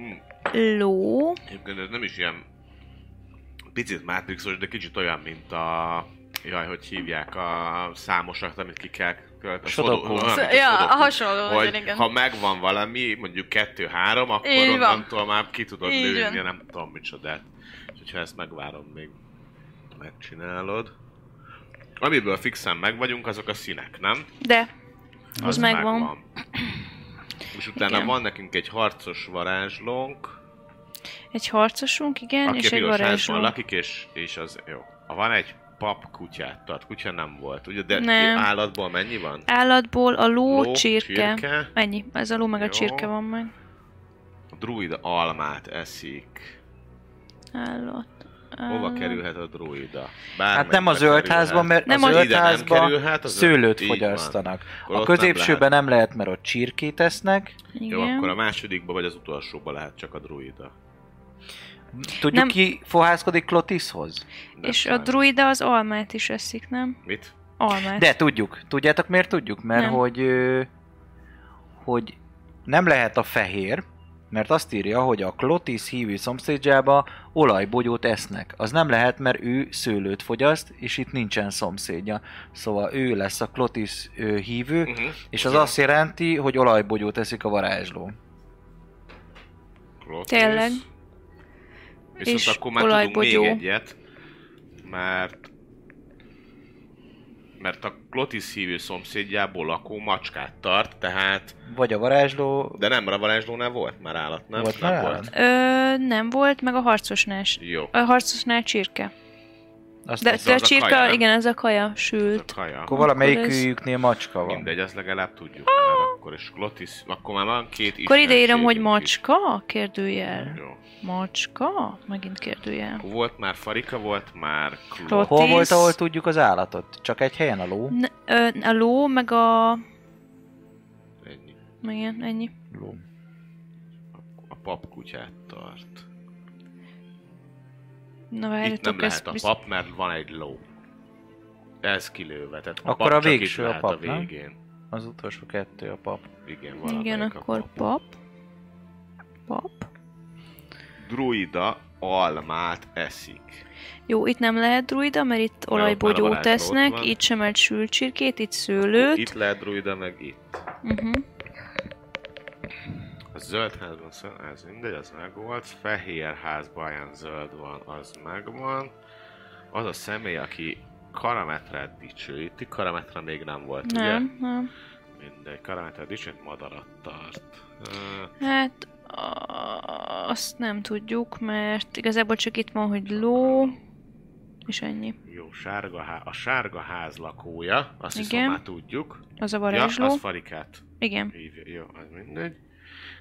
[SPEAKER 6] Mm.
[SPEAKER 3] ló,
[SPEAKER 6] Egyébként ez nem is ilyen picit mátrixos, de kicsit olyan, mint a... Jaj, hogy hívják a számosak, amit ki kell költ.
[SPEAKER 5] Sudoku.
[SPEAKER 8] Ja, a hasonló legyen,
[SPEAKER 6] hogy
[SPEAKER 8] igen.
[SPEAKER 6] ha megvan valami, mondjuk kettő-három, akkor
[SPEAKER 8] Így van.
[SPEAKER 6] onnantól már ki tudod
[SPEAKER 8] Így
[SPEAKER 6] lőni,
[SPEAKER 8] van.
[SPEAKER 6] nem tudom micsodát. Úgyhogy ha ezt megvárom, még megcsinálod. Amiből fixen meg vagyunk, azok a színek, nem?
[SPEAKER 3] de Az megvan.
[SPEAKER 6] És utána
[SPEAKER 3] Igen.
[SPEAKER 6] van nekünk egy harcos varázslónk,
[SPEAKER 3] egy harcosunk, igen,
[SPEAKER 6] Aki
[SPEAKER 3] és
[SPEAKER 6] a
[SPEAKER 3] egy
[SPEAKER 6] piros házban
[SPEAKER 3] varázsló.
[SPEAKER 6] lakik, és, és az jó. Ha van egy pap kutyát tart, kutya nem volt, ugye? De
[SPEAKER 3] Nem.
[SPEAKER 6] nem. állatból mennyi van?
[SPEAKER 3] Állatból a ló,
[SPEAKER 6] Ló,
[SPEAKER 3] csirke.
[SPEAKER 6] csirke.
[SPEAKER 3] Ennyi, ez a ló meg a
[SPEAKER 6] Jó.
[SPEAKER 3] csirke van meg.
[SPEAKER 6] A druida almát eszik.
[SPEAKER 3] Állat.
[SPEAKER 6] Hova
[SPEAKER 3] állat.
[SPEAKER 6] kerülhet a druida?
[SPEAKER 5] Hát nem a zöld házban, mert
[SPEAKER 3] Nem
[SPEAKER 5] a
[SPEAKER 3] az-
[SPEAKER 5] zöld
[SPEAKER 6] Ide nem
[SPEAKER 5] házban
[SPEAKER 6] kerülhet, az-
[SPEAKER 5] szőlőt
[SPEAKER 6] így van.
[SPEAKER 5] fogyasztanak.
[SPEAKER 6] Akkor
[SPEAKER 5] A
[SPEAKER 6] ott nem
[SPEAKER 5] középsőben nem lehet, mert ott csirkét esznek.
[SPEAKER 6] Jó,
[SPEAKER 3] Igen.
[SPEAKER 6] akkor a másodikba vagy az utolsóba lehet csak a druida.
[SPEAKER 5] Tudjuk
[SPEAKER 3] Nem.
[SPEAKER 5] ki fohászkodik Klotishoz?
[SPEAKER 6] Nem
[SPEAKER 3] És a
[SPEAKER 6] sajnos.
[SPEAKER 3] druida az almát is eszik, nem?
[SPEAKER 6] Mit?
[SPEAKER 3] Almát.
[SPEAKER 5] De tudjuk. Tudjátok miért tudjuk? Mert
[SPEAKER 3] Nem.
[SPEAKER 5] hogy ö, hogy nem lehet a fehér, mert azt írja, hogy a Klotis hívő szomszédjába olajbogyót esznek. Az nem lehet, mert ő szőlőt fogyaszt, és itt nincsen szomszédja. Szóval ő lesz a Klotis ö, hívő,
[SPEAKER 6] Uh-huh.
[SPEAKER 5] és az azt jelenti, hogy olajbogyót eszik a varázsló.
[SPEAKER 6] Klotis.
[SPEAKER 3] Tényleg.
[SPEAKER 6] Viszont
[SPEAKER 3] És
[SPEAKER 6] akkor már tudunk
[SPEAKER 3] olajbogyó.
[SPEAKER 6] még egyet, mert mert a Klotis hívő szomszédjából lakó macskát tart, tehát
[SPEAKER 5] Vagy a varázsló...
[SPEAKER 6] De nem, a varázslónál volt már állat, nem?
[SPEAKER 5] Volt
[SPEAKER 6] nem
[SPEAKER 5] már állat?
[SPEAKER 6] volt.
[SPEAKER 3] Ö, nem volt, meg a harcosnál. s-
[SPEAKER 6] Jó.
[SPEAKER 3] A harcosnál csirke.
[SPEAKER 5] Azt
[SPEAKER 3] De,
[SPEAKER 6] az
[SPEAKER 3] de a
[SPEAKER 6] a
[SPEAKER 3] csirke,
[SPEAKER 6] kaja, nem?
[SPEAKER 3] igen, ez a kaja
[SPEAKER 6] Ez
[SPEAKER 3] sült.
[SPEAKER 6] a kaja.
[SPEAKER 5] Akkor
[SPEAKER 3] Akkor ez-
[SPEAKER 5] valamelyikőjüknél macska van.
[SPEAKER 6] Mindegy, azt legalább tudjuk már akkor. És Klotis, akkor már van két
[SPEAKER 3] Akkor ide írom,
[SPEAKER 6] ismertségünk
[SPEAKER 3] hogy
[SPEAKER 6] is.
[SPEAKER 3] macska? Kérdőjel.
[SPEAKER 6] Jó.
[SPEAKER 3] Macska? Megint kérdőjel.
[SPEAKER 6] Akkor volt már farika, volt már
[SPEAKER 3] Klot.
[SPEAKER 6] klot.
[SPEAKER 5] Hol
[SPEAKER 3] Tíz.
[SPEAKER 5] volt, ahol tudjuk az állatot? Csak egy helyen a ló?
[SPEAKER 3] Ne, ö, a ló, meg a... Igen, ennyi.
[SPEAKER 5] Ló.
[SPEAKER 6] A papkutyát tart.
[SPEAKER 3] Na
[SPEAKER 6] Itt nem
[SPEAKER 3] várjatok, ez
[SPEAKER 6] lehet a
[SPEAKER 3] bizt-
[SPEAKER 6] pap, mert van egy ló. Ez kilőve, tehát
[SPEAKER 5] Akkor
[SPEAKER 6] pap
[SPEAKER 5] a
[SPEAKER 6] csak itt
[SPEAKER 5] végső a
[SPEAKER 6] lehet
[SPEAKER 5] pap, nem?
[SPEAKER 6] végén.
[SPEAKER 5] Az utolsó kettő a pap.
[SPEAKER 6] Igen,
[SPEAKER 3] Igen,
[SPEAKER 6] valamelyik a
[SPEAKER 3] akkor
[SPEAKER 6] pap.
[SPEAKER 3] pap. Pap.
[SPEAKER 6] Druida almát eszik.
[SPEAKER 3] Jó, itt nem lehet druida, mert itt
[SPEAKER 6] ott már a
[SPEAKER 3] olajbogyót
[SPEAKER 6] varázsló ott
[SPEAKER 3] tesznek,
[SPEAKER 6] van.
[SPEAKER 3] itt sem egy sült csirkét, itt szőlőt.
[SPEAKER 6] Itt lehet druida, meg itt.
[SPEAKER 3] Uh-huh.
[SPEAKER 6] A zöld házban szön, ez mindegy, az megvolt. Fehér házban ilyen zöld van, az megvan. Az a személy, aki Karametrát dicsőíti. Karametra még nem volt,
[SPEAKER 3] Nem, nem.
[SPEAKER 6] ugye? Mindegy, Karametra dicsőít, madarat tart. Ö,
[SPEAKER 3] Hát a- azt nem tudjuk, mert igazából csak itt van, hogy ló, és ennyi.
[SPEAKER 6] Jó, sárga há- a sárga ház lakója, azt Igen.
[SPEAKER 3] Igen.
[SPEAKER 6] hiszem már tudjuk.
[SPEAKER 3] Az a
[SPEAKER 6] Ja,
[SPEAKER 3] varázsló.
[SPEAKER 6] az farikát
[SPEAKER 3] Igen.
[SPEAKER 6] hívja. Jó, az mindegy.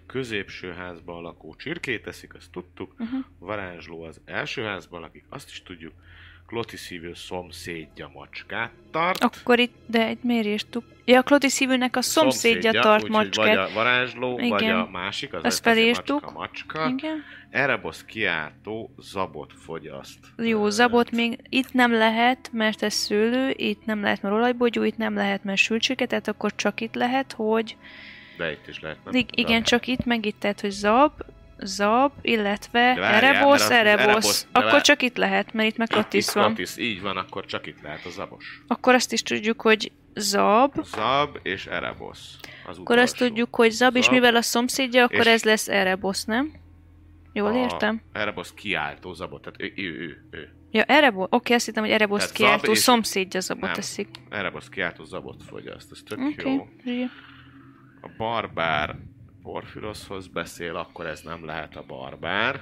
[SPEAKER 6] Középső házban lakó csirkét eszik, azt tudtuk.
[SPEAKER 3] Uh-huh.
[SPEAKER 6] Varázsló az első házban lakik, azt is tudjuk. Kloti szívő szomszédja macskát tart.
[SPEAKER 3] Akkor itt, de itt miért írtuk? Ja, a Kloti szívűnek a szomszédja, tart
[SPEAKER 6] úgyhogy
[SPEAKER 3] macskát.
[SPEAKER 6] Vagy a varázsló, Igen. vagy
[SPEAKER 3] Igen.
[SPEAKER 6] a másik, az
[SPEAKER 3] Azt
[SPEAKER 6] lett azért
[SPEAKER 3] felírtuk.
[SPEAKER 6] macska, macska.
[SPEAKER 3] Igen.
[SPEAKER 6] Erebosz kiáltó zabot fogyaszt.
[SPEAKER 3] Jó,
[SPEAKER 6] Ö,
[SPEAKER 3] zabot még itt nem lehet, mert ez szőlő, itt nem lehet, mert olajbogyó, itt nem lehet, mert sült csirke, tehát akkor csak itt lehet, hogy
[SPEAKER 6] De itt is lehet, nem?
[SPEAKER 3] I- igen,
[SPEAKER 6] Zab.
[SPEAKER 3] csak itt meg itt, tehát, hogy zab, zab, illetve
[SPEAKER 6] De várjál, mert
[SPEAKER 3] erebosz,
[SPEAKER 6] az-
[SPEAKER 3] erebosz.
[SPEAKER 6] erebosz, de
[SPEAKER 3] Akkor
[SPEAKER 6] vár-
[SPEAKER 3] csak itt lehet, mert itt meg
[SPEAKER 6] Itt
[SPEAKER 3] Lotis van.
[SPEAKER 6] Klottisz, így van, akkor csak itt lehet a zabos.
[SPEAKER 3] Akkor azt is tudjuk, hogy zab,
[SPEAKER 6] Zab és Erebosz. Az
[SPEAKER 3] akkor azt tudjuk, hogy zab, és
[SPEAKER 6] Zab.
[SPEAKER 3] mivel a szomszédja, akkor
[SPEAKER 6] És-
[SPEAKER 3] ez lesz erebosz, nem? Jól
[SPEAKER 6] A-
[SPEAKER 3] értem?
[SPEAKER 6] Erebosz kiáltó zabot, tehát ő, ő, ő, ő.
[SPEAKER 3] Ja, erebosz, oké, azt hittem, hogy erebosz
[SPEAKER 6] Tehát
[SPEAKER 3] kiáltó,
[SPEAKER 6] zab és-
[SPEAKER 3] szomszédja zabot
[SPEAKER 6] Nem.
[SPEAKER 3] teszik.
[SPEAKER 6] Erebosz kiáltó zabot fogyaszt, ez tök
[SPEAKER 3] Oké,
[SPEAKER 6] jó.
[SPEAKER 3] zsír.
[SPEAKER 6] A barbár Porfiroshoz beszél, akkor ez nem lehet a barbár.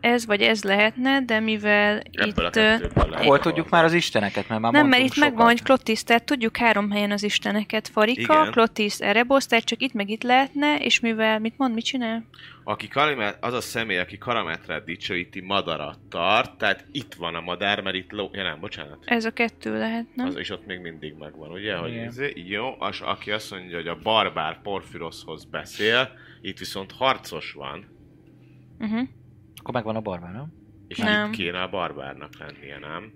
[SPEAKER 3] ez vagy ez lehetne, de mivel
[SPEAKER 6] Ebből a
[SPEAKER 3] itt... ö,
[SPEAKER 6] kettőből lehet.
[SPEAKER 5] Hol tudjuk már az isteneket, mert már
[SPEAKER 3] Nem, mert
[SPEAKER 5] mondtunk
[SPEAKER 3] itt megvan, hogy
[SPEAKER 5] sokat.
[SPEAKER 3] Klotisz, tehát tudjuk három helyen az isteneket. Farika,
[SPEAKER 6] Igen.
[SPEAKER 3] Klotisz, Erebosz, tehát csak itt meg itt lehetne, és mivel, mit mond, mit csinál?
[SPEAKER 6] Aki kalimát, az a személy, aki karametrát dicsőíti, madarat tart, tehát itt van a madár, mert itt ló... Ja nem, bocsánat.
[SPEAKER 3] Ez a kettő lehetne.
[SPEAKER 6] Az, és ott még mindig megvan, ugye? Hogy
[SPEAKER 5] Igen.
[SPEAKER 6] izé, jó, és aki azt mondja, hogy a barbár Porfiroshoz beszél, itt viszont harcos van,
[SPEAKER 3] Uh-huh.
[SPEAKER 5] Akkor megvan a barbár, nem?
[SPEAKER 6] és
[SPEAKER 3] Nem.
[SPEAKER 6] itt kéne a barbárnak lennie, nem?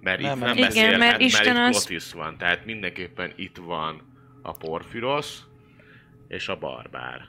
[SPEAKER 6] Mert
[SPEAKER 5] Nem,
[SPEAKER 6] nem, itt nem
[SPEAKER 5] mert-
[SPEAKER 6] igen, beszélhet, mert,
[SPEAKER 3] Isten
[SPEAKER 6] itt
[SPEAKER 3] az-
[SPEAKER 6] Plotis van, tehát mindenképpen itt van a Porfiros és a barbár.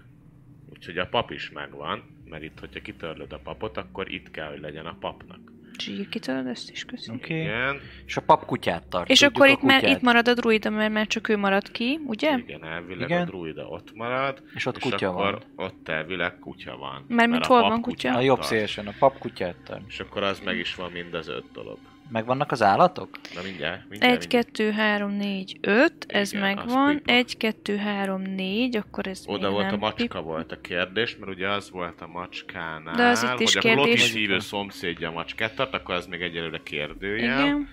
[SPEAKER 6] Úgyhogy a pap is megvan, mert itt, hogyha kitörlöd a papot, akkor itt kell, hogy legyen a papnak.
[SPEAKER 3] Zsír, kitől ezt is köszi.
[SPEAKER 5] Oké. Okay.
[SPEAKER 6] Igen,
[SPEAKER 5] És a pap kutyát tart.
[SPEAKER 3] És
[SPEAKER 5] Tudjuk
[SPEAKER 3] akkor
[SPEAKER 5] a
[SPEAKER 3] itt, már,
[SPEAKER 5] kutyát.
[SPEAKER 3] itt marad a druida, mert már csak ő marad ki, ugye?
[SPEAKER 6] igen, elvileg igen.
[SPEAKER 5] Igen.
[SPEAKER 6] a druida ott marad,
[SPEAKER 5] És ott
[SPEAKER 6] és
[SPEAKER 5] kutya
[SPEAKER 6] akkor
[SPEAKER 5] van.
[SPEAKER 6] ott elvileg kutya van.
[SPEAKER 3] Mert mint
[SPEAKER 6] a
[SPEAKER 3] hol
[SPEAKER 6] pap
[SPEAKER 3] van kutya?
[SPEAKER 6] kutyát
[SPEAKER 5] A jobb
[SPEAKER 6] tart.
[SPEAKER 5] szélesen, a pap kutyát tart.
[SPEAKER 6] És akkor az meg is van mind az öt dolog.
[SPEAKER 5] Megvannak az állatok?
[SPEAKER 6] Na mindjárt, mindjárt.
[SPEAKER 3] Egy, kettő, három, négy, öt, ez
[SPEAKER 6] Igen,
[SPEAKER 3] megvan.
[SPEAKER 6] az pipa.
[SPEAKER 3] Egy, kettő, három, négy, akkor ez
[SPEAKER 6] Oda
[SPEAKER 3] még
[SPEAKER 6] volt
[SPEAKER 3] nem
[SPEAKER 6] a macska
[SPEAKER 3] pip-
[SPEAKER 6] volt a kérdés, mert ugye az volt a macskánál,
[SPEAKER 3] De az itt is
[SPEAKER 6] hogy a Ploti
[SPEAKER 3] kérdés.
[SPEAKER 6] szívő szomszédja a macskát tart, akkor az még egyelőre kérdőjel.
[SPEAKER 3] Igen.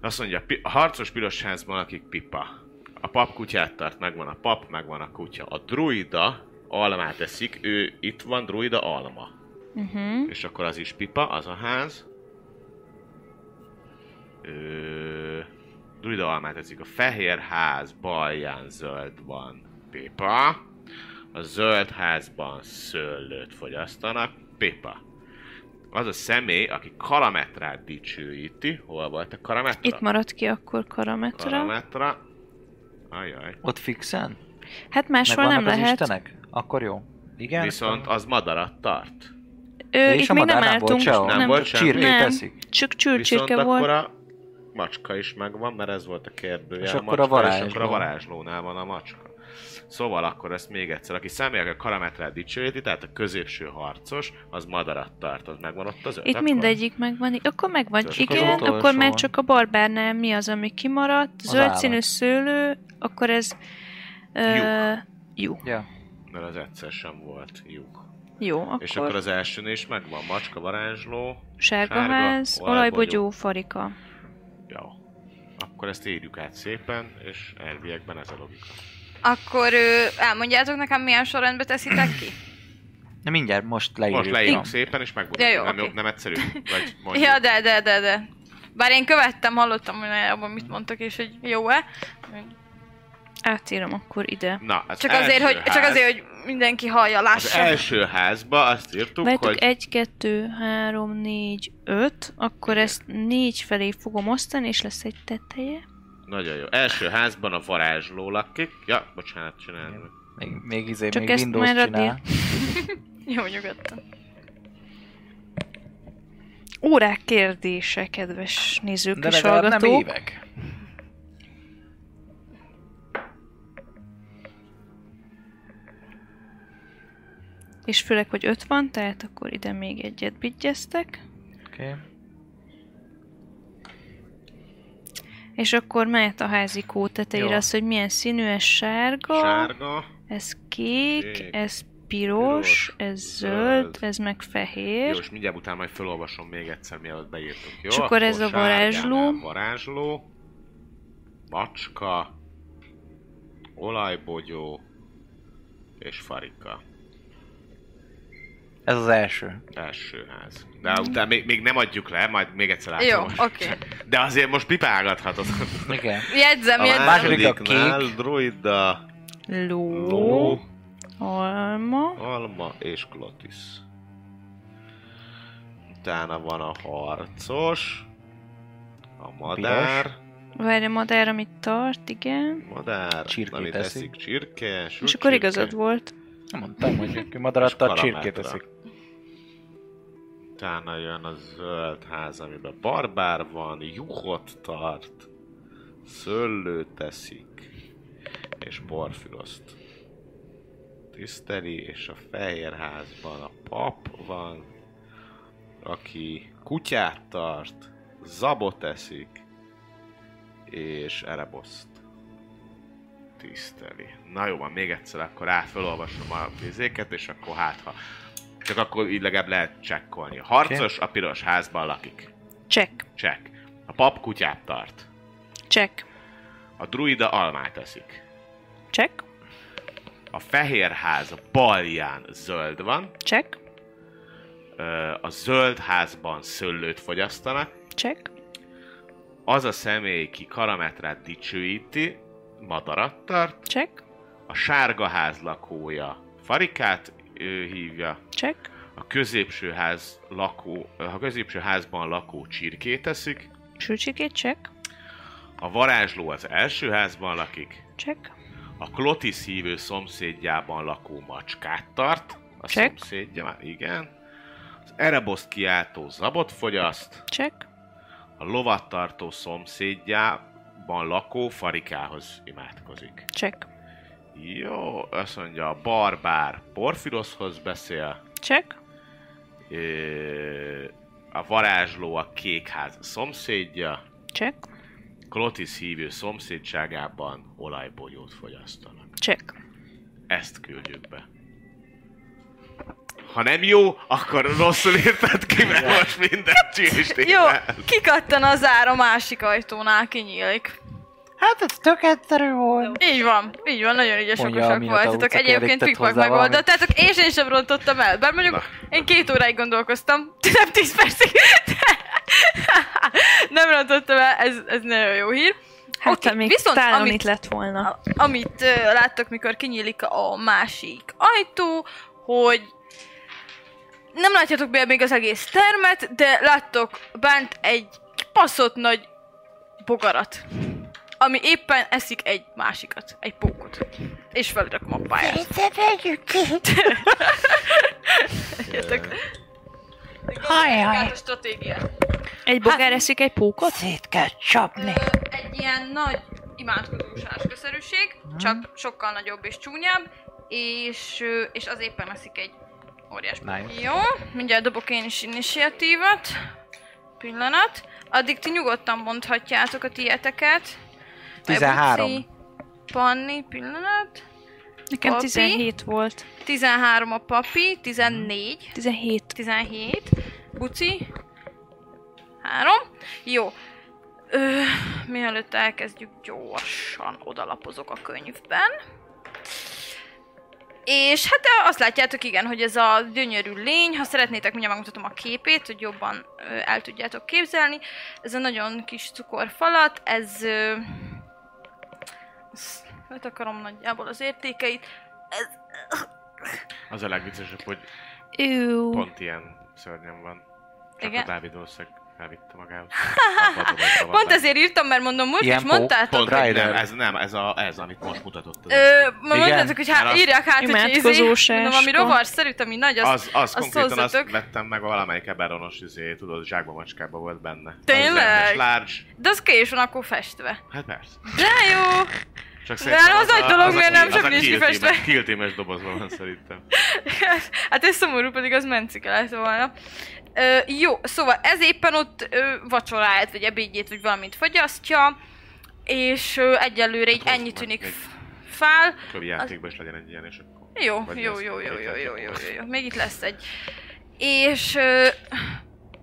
[SPEAKER 6] Azt mondja, pi- a harcos piros házban akik pipa. A pap kutyát tart, megvan a pap, megvan a kutya. A druida almát eszik, ő itt van, druida alma.
[SPEAKER 3] Uh-huh.
[SPEAKER 6] És akkor az is pipa, az a ház. Ö... Druida almát eszik. A fehér ház balján zöld van pipa. A zöld házban szőlőt fogyasztanak, pipa. Az a személy, aki karametrát dicsőíti. Hol volt a karametra?
[SPEAKER 3] Itt marad ki akkor karametra.
[SPEAKER 6] Karametra. Ajaj.
[SPEAKER 5] Ott fixen?
[SPEAKER 3] Hát máshol
[SPEAKER 5] Megvannak
[SPEAKER 3] nem
[SPEAKER 5] az
[SPEAKER 3] lehet.
[SPEAKER 5] istenek? Akkor jó. Igen?
[SPEAKER 6] Viszont az madarat tart.
[SPEAKER 3] Ö,
[SPEAKER 5] és
[SPEAKER 3] itt
[SPEAKER 5] a
[SPEAKER 3] még nem
[SPEAKER 5] madár nem volt
[SPEAKER 3] álltunk.
[SPEAKER 5] sehol?
[SPEAKER 6] Nem volt semmi.
[SPEAKER 5] Csirkét
[SPEAKER 3] Nem.
[SPEAKER 5] eszik?
[SPEAKER 3] Csak csülcsirke
[SPEAKER 6] Viszont akkor
[SPEAKER 3] volt.
[SPEAKER 6] a macska is megvan, mert ez volt a kérdője.
[SPEAKER 5] És
[SPEAKER 6] a
[SPEAKER 5] akkor a
[SPEAKER 6] macska, És
[SPEAKER 5] varázsló.
[SPEAKER 6] akkor a varázslónál van a macska. Szóval akkor ezt még egyszer, aki személyek a karametrát dicsőíti, tehát a középső harcos, az madarat tart, az megvan ott az öt.
[SPEAKER 3] Itt
[SPEAKER 6] akkor?
[SPEAKER 3] mindegyik megvan. Akkor megvan.
[SPEAKER 6] Csak az
[SPEAKER 3] Igen,
[SPEAKER 5] utolsó
[SPEAKER 3] akkor már
[SPEAKER 5] van.
[SPEAKER 3] csak a barbárnál mi az, ami kimaradt. Zöld
[SPEAKER 5] állat.
[SPEAKER 3] színű szőlő, akkor ez... Ö, jó.
[SPEAKER 5] Ja.
[SPEAKER 6] Mert az egyszer sem volt lyuk.
[SPEAKER 3] Jó, akkor,
[SPEAKER 6] És akkor az elsőnél is megvan macska, varázsló. sárga,
[SPEAKER 3] sárgaház,
[SPEAKER 6] olajbogyó.
[SPEAKER 3] olajbogyó, farika.
[SPEAKER 6] Ja. Akkor ezt írjuk át szépen, és elviekben ez a logika.
[SPEAKER 2] Akkor ö, elmondjátok nekem, milyen sorrendbe teszitek ki?
[SPEAKER 5] Na mindjárt most leírjuk.
[SPEAKER 6] Most leírjuk
[SPEAKER 5] Na.
[SPEAKER 6] szépen, és megmondjuk.
[SPEAKER 2] Ja, jó,
[SPEAKER 6] nem,
[SPEAKER 2] oké.
[SPEAKER 6] nem egyszerű? Vagy
[SPEAKER 2] [laughs]
[SPEAKER 6] mondjuk.
[SPEAKER 2] Ja, de, de, de, de. Bár én követtem, hallottam, hogy nagyjából mit mondtak, és hogy jó-e.
[SPEAKER 3] Átírom akkor ide.
[SPEAKER 6] Na, az
[SPEAKER 2] Csak
[SPEAKER 6] első
[SPEAKER 2] azért, hogy,
[SPEAKER 6] ház,
[SPEAKER 2] csak azért, hogy mindenki hallja,
[SPEAKER 6] Az
[SPEAKER 2] lássa.
[SPEAKER 6] első házba azt írtuk,
[SPEAKER 3] Vettük
[SPEAKER 2] e-
[SPEAKER 6] hogy...
[SPEAKER 3] 1, 2, 3, 4, 5, akkor ezt négy felé fogom osztani, és lesz egy teteje.
[SPEAKER 6] Nagyon jó. Első házban a varázsló lakik. Ja, bocsánat, csinálni.
[SPEAKER 5] Még, még izé,
[SPEAKER 3] Csak
[SPEAKER 5] még
[SPEAKER 3] ezt
[SPEAKER 5] Windows
[SPEAKER 3] már addig-
[SPEAKER 5] csinál.
[SPEAKER 2] Jó, nyugodtan.
[SPEAKER 3] Órák kérdése, kedves nézők
[SPEAKER 5] De
[SPEAKER 3] és
[SPEAKER 5] legalább nem
[SPEAKER 3] hallgatók.
[SPEAKER 5] évek.
[SPEAKER 3] És főleg, hogy 5 van, tehát akkor ide még egyet bigyeztek.
[SPEAKER 5] Okay.
[SPEAKER 3] És akkor mehet a házikó tetejére
[SPEAKER 5] Jó.
[SPEAKER 3] az, hogy milyen színű, ez sárga,
[SPEAKER 6] Sárga.
[SPEAKER 3] ez kék,
[SPEAKER 6] kék,
[SPEAKER 3] ez piros,
[SPEAKER 6] piros,
[SPEAKER 3] ez
[SPEAKER 6] zöld.
[SPEAKER 3] zöld, ez meg fehér.
[SPEAKER 6] Jó, és mindjárt utána majd felolvasom még egyszer, mielőtt beírtunk. Jó,
[SPEAKER 3] És akkor ez a
[SPEAKER 6] sárgánál
[SPEAKER 3] varázsló.
[SPEAKER 6] Varázsló. Macska. Olajbogyó. És farika.
[SPEAKER 5] Ez az első.
[SPEAKER 6] Első ház. De utána még, még nem adjuk le, majd még egyszer látom.
[SPEAKER 2] Mm. Jó,
[SPEAKER 6] most.
[SPEAKER 2] oké.
[SPEAKER 6] De azért most pipálgathatod.
[SPEAKER 5] Igen.
[SPEAKER 2] Jegyzem,
[SPEAKER 6] A
[SPEAKER 2] jegyzem.
[SPEAKER 5] második a
[SPEAKER 6] másodiknál druida,
[SPEAKER 3] Ló,
[SPEAKER 6] ló,
[SPEAKER 3] alma,
[SPEAKER 6] alma és klotis. Utána van a harcos, a madár,
[SPEAKER 3] várj, a madár, amit tart, igen.
[SPEAKER 6] madár,
[SPEAKER 5] Csirkét
[SPEAKER 6] amit
[SPEAKER 5] eszik.
[SPEAKER 6] eszik, csirke, sült
[SPEAKER 3] És akkor
[SPEAKER 6] csirke,
[SPEAKER 3] igazad volt.
[SPEAKER 5] Nem mondtam, hogy
[SPEAKER 6] és
[SPEAKER 5] madarattal csirkét
[SPEAKER 6] kalamáttal.
[SPEAKER 5] eszik.
[SPEAKER 6] Utána jön a zöld ház, amiben barbár van, juhot tart, szőlőt teszik, és porfiroszt tiszteli, és a fehér házban a pap van, aki kutyát tart, zabot eszik, és ereboszt tiszteli. Na jó, van, még egyszer akkor át felolvasom a vizéket, és akkor hát ha... Csak akkor így legalább lehet csekkolni. A harcos a piros házban lakik.
[SPEAKER 3] Check,
[SPEAKER 6] Csekk. A pap kutyát tart.
[SPEAKER 3] check,
[SPEAKER 6] A druida almát eszik.
[SPEAKER 3] check,
[SPEAKER 6] A fehér ház a balján zöld van.
[SPEAKER 3] check,
[SPEAKER 6] Ö, A zöld házban szőlőt fogyasztanak.
[SPEAKER 3] check,
[SPEAKER 6] Az a személy, ki karametrát dicsőíti, madarat tart.
[SPEAKER 3] check,
[SPEAKER 6] A sárga ház lakója farikát ő hívja.
[SPEAKER 3] check,
[SPEAKER 6] A középső ház lakó, a középső házban lakó csirkét eszik.
[SPEAKER 3] sülcsikét, check,
[SPEAKER 6] A varázsló az első házban lakik.
[SPEAKER 3] check,
[SPEAKER 6] A Klotis hívő szomszédjában lakó macskát tart. A
[SPEAKER 3] Check.
[SPEAKER 6] szomszédja már, igen. Az Ereboszt kiáltó zabot fogyaszt.
[SPEAKER 3] check,
[SPEAKER 6] A lovattartó szomszédjában lakó farikához imádkozik.
[SPEAKER 3] check,
[SPEAKER 6] Jó, azt mondja, a barbár Porfiroszhoz beszél.
[SPEAKER 3] check,
[SPEAKER 6] Ö, a varázsló a kékház szomszédja.
[SPEAKER 3] check,
[SPEAKER 6] Klotis hívő szomszédságában olajbogyót fogyasztanak.
[SPEAKER 3] check.
[SPEAKER 6] ezt küldjük be. Ha nem jó, akkor rosszul írtad ki, mert most mindent csíristék.
[SPEAKER 2] Jó, kikattan az ár a másik ajtónál, kinyílik.
[SPEAKER 4] Hát ez tök egyszerű volt.
[SPEAKER 2] Így van, így van, nagyon ügyes
[SPEAKER 5] Mondja,
[SPEAKER 2] okosak
[SPEAKER 5] amióta utca
[SPEAKER 2] voltatok.
[SPEAKER 5] kerék
[SPEAKER 2] Egyébként
[SPEAKER 5] tett
[SPEAKER 2] pikpak
[SPEAKER 5] hozzá valamit.
[SPEAKER 2] megoldottátok, és én sem rontottam el. Bár mondjuk
[SPEAKER 6] Na.
[SPEAKER 2] én két óráig gondolkoztam, [laughs] nem tíz percig. [laughs] nem rontottam el, ez, ez nagyon jó hír.
[SPEAKER 3] Hát
[SPEAKER 2] Oké,
[SPEAKER 3] okay, még
[SPEAKER 2] viszont
[SPEAKER 3] viszont, tálon
[SPEAKER 2] amit-
[SPEAKER 3] itt lett volna.
[SPEAKER 2] A- amit ö, láttok, mikor kinyílik a másik ajtó, hogy nem látjátok be még az egész termet, de láttok bent egy kipaszott nagy bogarat, ami éppen eszik egy másikat, egy pókot. És felirakom a pályára. Jöttök.
[SPEAKER 4] Haj, haj.
[SPEAKER 2] a stratégiát. hát-
[SPEAKER 3] Egy bogár eszik egy pókot?
[SPEAKER 4] Szét kell csapni.
[SPEAKER 2] egy ilyen nagy imádkozó sárskaszerűség, csak sokkal nagyobb és csúnyább, és, ö, és az éppen eszik egy óriás nice. Jó, mindjárt dobok én is initiatívat. Pillanat. Addig ti nyugodtan mondhatjátok a tieteket.
[SPEAKER 5] 13.
[SPEAKER 2] Ebuci, Panni, pillanat.
[SPEAKER 3] Nekem
[SPEAKER 2] Papi.
[SPEAKER 3] 17 volt.
[SPEAKER 2] 13 a papi, 14.
[SPEAKER 3] 17.
[SPEAKER 2] 17. Buci. 3. Jó. Ö, mielőtt elkezdjük, gyorsan odalapozok a könyvben. És hát ö, azt látjátok, igen, hogy ez a gyönyörű lény, ha szeretnétek, mindjárt megmutatom a képét, hogy jobban ö, el tudjátok képzelni. Ez a nagyon kis cukorfalat, ez... Ö, azt Eltakarom hát nagyjából az értékeit. Ez,
[SPEAKER 6] Az a legviccesebb, hogy
[SPEAKER 3] Ú,
[SPEAKER 6] pont ilyen szörnyen van. Csak
[SPEAKER 2] Igen.
[SPEAKER 6] a Dávid valószínűleg elvitte
[SPEAKER 2] [laughs]
[SPEAKER 6] magával.
[SPEAKER 2] pont ezért írtam, mert mondom, most
[SPEAKER 5] Ilyen
[SPEAKER 2] is mondtátok,
[SPEAKER 6] Pont, hogy
[SPEAKER 5] Rider.
[SPEAKER 6] nem, ez nem, ez, a, ez amit most mutatott. Az,
[SPEAKER 2] Ö, ma
[SPEAKER 5] Igen.
[SPEAKER 2] mondjátok, hogy
[SPEAKER 6] Mert
[SPEAKER 2] hát
[SPEAKER 6] azt-
[SPEAKER 2] írják hát, hogy
[SPEAKER 3] Imádkozós
[SPEAKER 2] izé, mondom, ami
[SPEAKER 3] eska.
[SPEAKER 2] rovarszerűt, ami nagy, az,
[SPEAKER 6] az, az
[SPEAKER 2] azt
[SPEAKER 6] konkrétan azt
[SPEAKER 2] hozzatok.
[SPEAKER 6] vettem meg, valamelyik eberonos, izé, tudod, zsákba macskába volt benne.
[SPEAKER 2] Tényleg?
[SPEAKER 6] Az large.
[SPEAKER 2] de az ki is van akkor festve.
[SPEAKER 6] Hát persze.
[SPEAKER 2] De jó!
[SPEAKER 6] Csak
[SPEAKER 2] az nagy dolog, mert nem
[SPEAKER 6] sem
[SPEAKER 2] semmi nincs kifestve.
[SPEAKER 6] Kiltémes dobozban van szerintem.
[SPEAKER 2] hát ez szomorú, pedig az mencike lett volna. Ö, jó, szóval ez éppen ott ö, vacsoráját, vagy ebédjét, vagy valamit fogyasztja, és ö, egyelőre így
[SPEAKER 6] Hát hozd
[SPEAKER 2] ennyi
[SPEAKER 6] meg
[SPEAKER 2] tűnik
[SPEAKER 6] még.
[SPEAKER 2] f- fel.
[SPEAKER 6] Több játékban is legyen egy ilyen, és akkor...
[SPEAKER 2] Jó,
[SPEAKER 6] Vagy
[SPEAKER 2] jó,
[SPEAKER 6] lesz
[SPEAKER 2] jó, jó, jó,
[SPEAKER 6] két
[SPEAKER 2] jó, jó,
[SPEAKER 6] játék.
[SPEAKER 2] jó, jó, még itt lesz egy. És ö,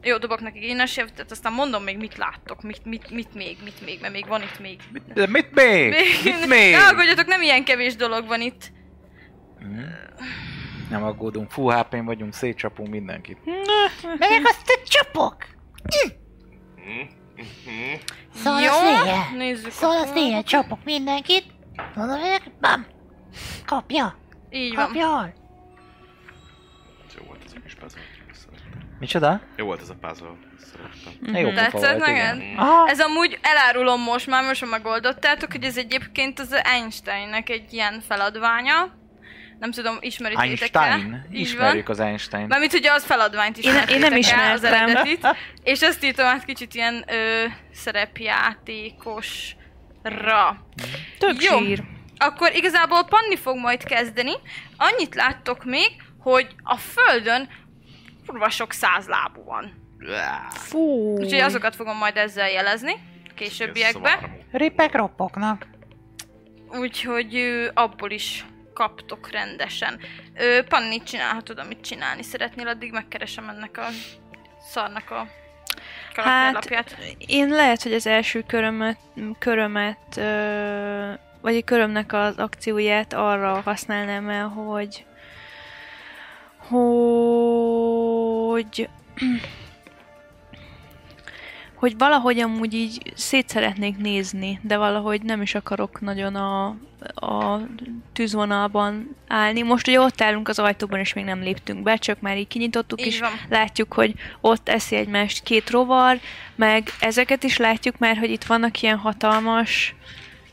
[SPEAKER 2] jó, dobok nekik én tehát aztán mondom még mit láttok, mit, mit, mit még, mit még, mert még van itt még.
[SPEAKER 5] De mit még? Mit még?
[SPEAKER 2] Ne aggódjatok, nem ilyen kevés dolog van itt.
[SPEAKER 5] Mhm. Nem aggódunk, full hp vagyunk, szétcsapunk mindenkit.
[SPEAKER 6] Hm? Mhm.
[SPEAKER 9] Szóval
[SPEAKER 2] jó,
[SPEAKER 9] azt néhe.
[SPEAKER 2] nézzük.
[SPEAKER 9] Szóval azt
[SPEAKER 2] akkor.
[SPEAKER 9] néha csapok mindenkit. Mondom, hogy bam! Kapja!
[SPEAKER 2] Így van.
[SPEAKER 9] Kapja hal!
[SPEAKER 6] Jó volt ez a kis puzzle. Szerettem.
[SPEAKER 5] Micsoda?
[SPEAKER 6] Jó volt ez a puzzle. Szerettem.
[SPEAKER 5] Jó pofa
[SPEAKER 2] Mhm. Tetszett
[SPEAKER 5] volt, igen.
[SPEAKER 2] neked?
[SPEAKER 4] Ah,
[SPEAKER 2] Ez amúgy elárulom most már, most ha megoldottátok, hogy ez egyébként az Einsteinnek egy ilyen feladványa. Nem tudom, ismeritétek-e?
[SPEAKER 5] Einstein?
[SPEAKER 2] Így
[SPEAKER 5] Ismerjük
[SPEAKER 2] van.
[SPEAKER 5] az Einstein.
[SPEAKER 2] Mármint ugye az feladványt is
[SPEAKER 3] Én- én nem
[SPEAKER 2] az
[SPEAKER 3] ismertem.
[SPEAKER 2] eredetit. És ezt írtam át kicsit ilyen ö, szerepjátékosra.
[SPEAKER 3] tök
[SPEAKER 2] Jó.
[SPEAKER 3] sír.
[SPEAKER 2] Akkor igazából Panni fog majd kezdeni. Annyit láttok még, hogy a földön kurva sok százlábú van.
[SPEAKER 3] Fú.
[SPEAKER 2] Úgyhogy azokat fogom majd ezzel jelezni a
[SPEAKER 6] Ez
[SPEAKER 2] későbbiekben.
[SPEAKER 6] szvarmú.
[SPEAKER 4] Ripek roppognak.
[SPEAKER 2] Úgyhogy ö, abból is kaptok rendesen. Ö, Panni, csinálhatod, amit csinálni szeretnél, addig megkeresem ennek a szarnak a karakterlapját. Hát...
[SPEAKER 3] Én lehet, hogy az első körömet, körömet ö, vagy a körömnek az akcióját arra használnám el, hogy hogy hogy valahogy amúgy így szét szeretnék nézni, de valahogy nem is akarok nagyon a, a tűzvonalban állni. Most ugye ott állunk az ajtóban, és még nem léptünk be, csak már így kinyitottuk,
[SPEAKER 2] Így
[SPEAKER 3] és
[SPEAKER 2] van.
[SPEAKER 3] látjuk, hogy ott eszi egymást két rovar, meg ezeket is látjuk már, hogy itt vannak ilyen hatalmas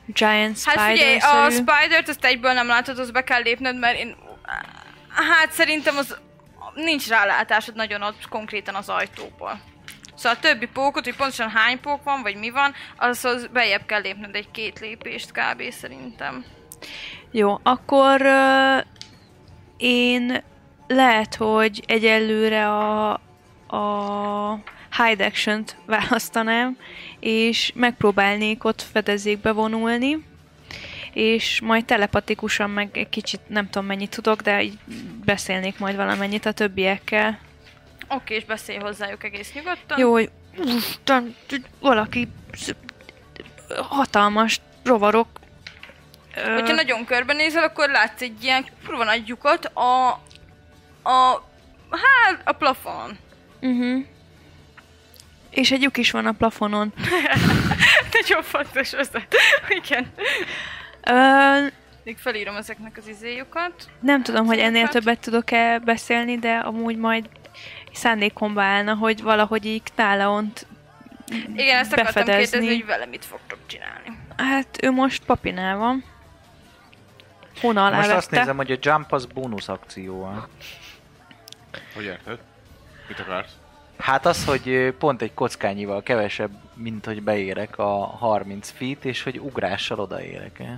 [SPEAKER 3] giant
[SPEAKER 2] Hát figyelj,
[SPEAKER 3] spider
[SPEAKER 2] a Spider-t azt egyből nem látod, azt be kell lépned, mert én... Hát szerintem az... Nincs rálátásod nagyon ott konkrétan az ajtóból. Szóval a többi pókot, hogy pontosan hány pók van, vagy mi van, az, az beljebb kell lépned egy-két lépést kb. szerintem.
[SPEAKER 3] Jó, akkor ö, én lehet, hogy egyelőre a, a hide action választanám, és megpróbálnék ott fedezékbe vonulni, és majd telepatikusan meg egy kicsit, nem tudom mennyit tudok, de így beszélnék majd valamennyit a többiekkel.
[SPEAKER 2] Oké, és beszélj hozzájuk egész nyugodtan.
[SPEAKER 3] Jó, hogy úristen, valaki sz- hatalmas rovarok ö,
[SPEAKER 2] Hogyha nagyon körbenézel, akkor látsz egy ilyen kurva nagy lyukat a... a... hát a [laughs] plafonon.
[SPEAKER 3] Uh-huh. És egy lyuk is van a plafonon.
[SPEAKER 2] Nagyon fontos ötlet. Igen.
[SPEAKER 3] Ö,
[SPEAKER 2] Még felírom ezeknek az izéjukat.
[SPEAKER 3] nem tudom, hogy ennél
[SPEAKER 2] Szépen.
[SPEAKER 3] többet tudok-e beszélni, de amúgy majd szándékomba állna, hogy valahogy így Tálaont,
[SPEAKER 2] Igen, ezt akartam
[SPEAKER 3] Befedezni.
[SPEAKER 2] kérdezni, hogy vele mit fogtok csinálni.
[SPEAKER 3] hát ő most papinál van. Hóna alá
[SPEAKER 5] Most
[SPEAKER 3] vette.
[SPEAKER 5] azt nézem, hogy a jump az bónusz akcióval.
[SPEAKER 6] Hogy érted? Mit akarsz?
[SPEAKER 5] Hát az, hogy ö, pont egy kockányival kevesebb, mint hogy beérek a 30 feet, és hogy ugrással odaérek. eh?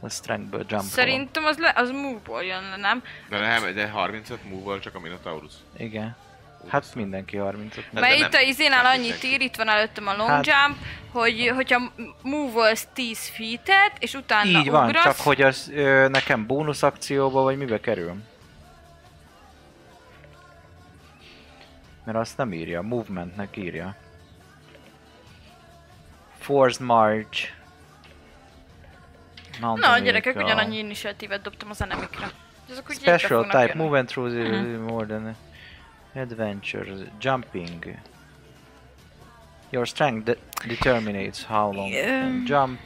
[SPEAKER 5] A strengthből jump
[SPEAKER 2] Szerintem az, le, az move-ból jön le, nem?
[SPEAKER 6] De nem, de 35 múlval csak a Minotaurus.
[SPEAKER 5] Igen. Hát mindenki 30
[SPEAKER 6] de
[SPEAKER 2] Mert
[SPEAKER 6] nem.
[SPEAKER 2] itt a izénál
[SPEAKER 6] Nem
[SPEAKER 2] annyit
[SPEAKER 6] mindenki.
[SPEAKER 2] ír, itt van előttem a long
[SPEAKER 5] Hát-
[SPEAKER 2] jump, hogy hogyha move-olsz 10 feet és utána
[SPEAKER 5] Így van,
[SPEAKER 2] ugrasz,
[SPEAKER 5] csak hogy az ö, nekem bónusz akcióba, vagy mibe kerül? Mert azt nem írja, movementnek írja. Forced march.
[SPEAKER 2] Na, a gyerekek, ugyanannyi initiatívet dobtam az enemikre. Azok úgy egybe
[SPEAKER 5] Special
[SPEAKER 2] fognak
[SPEAKER 5] type,
[SPEAKER 2] jönni. Mhm.
[SPEAKER 5] movement through the more than adventures, jumping. Your strength de- determines how long you can jump.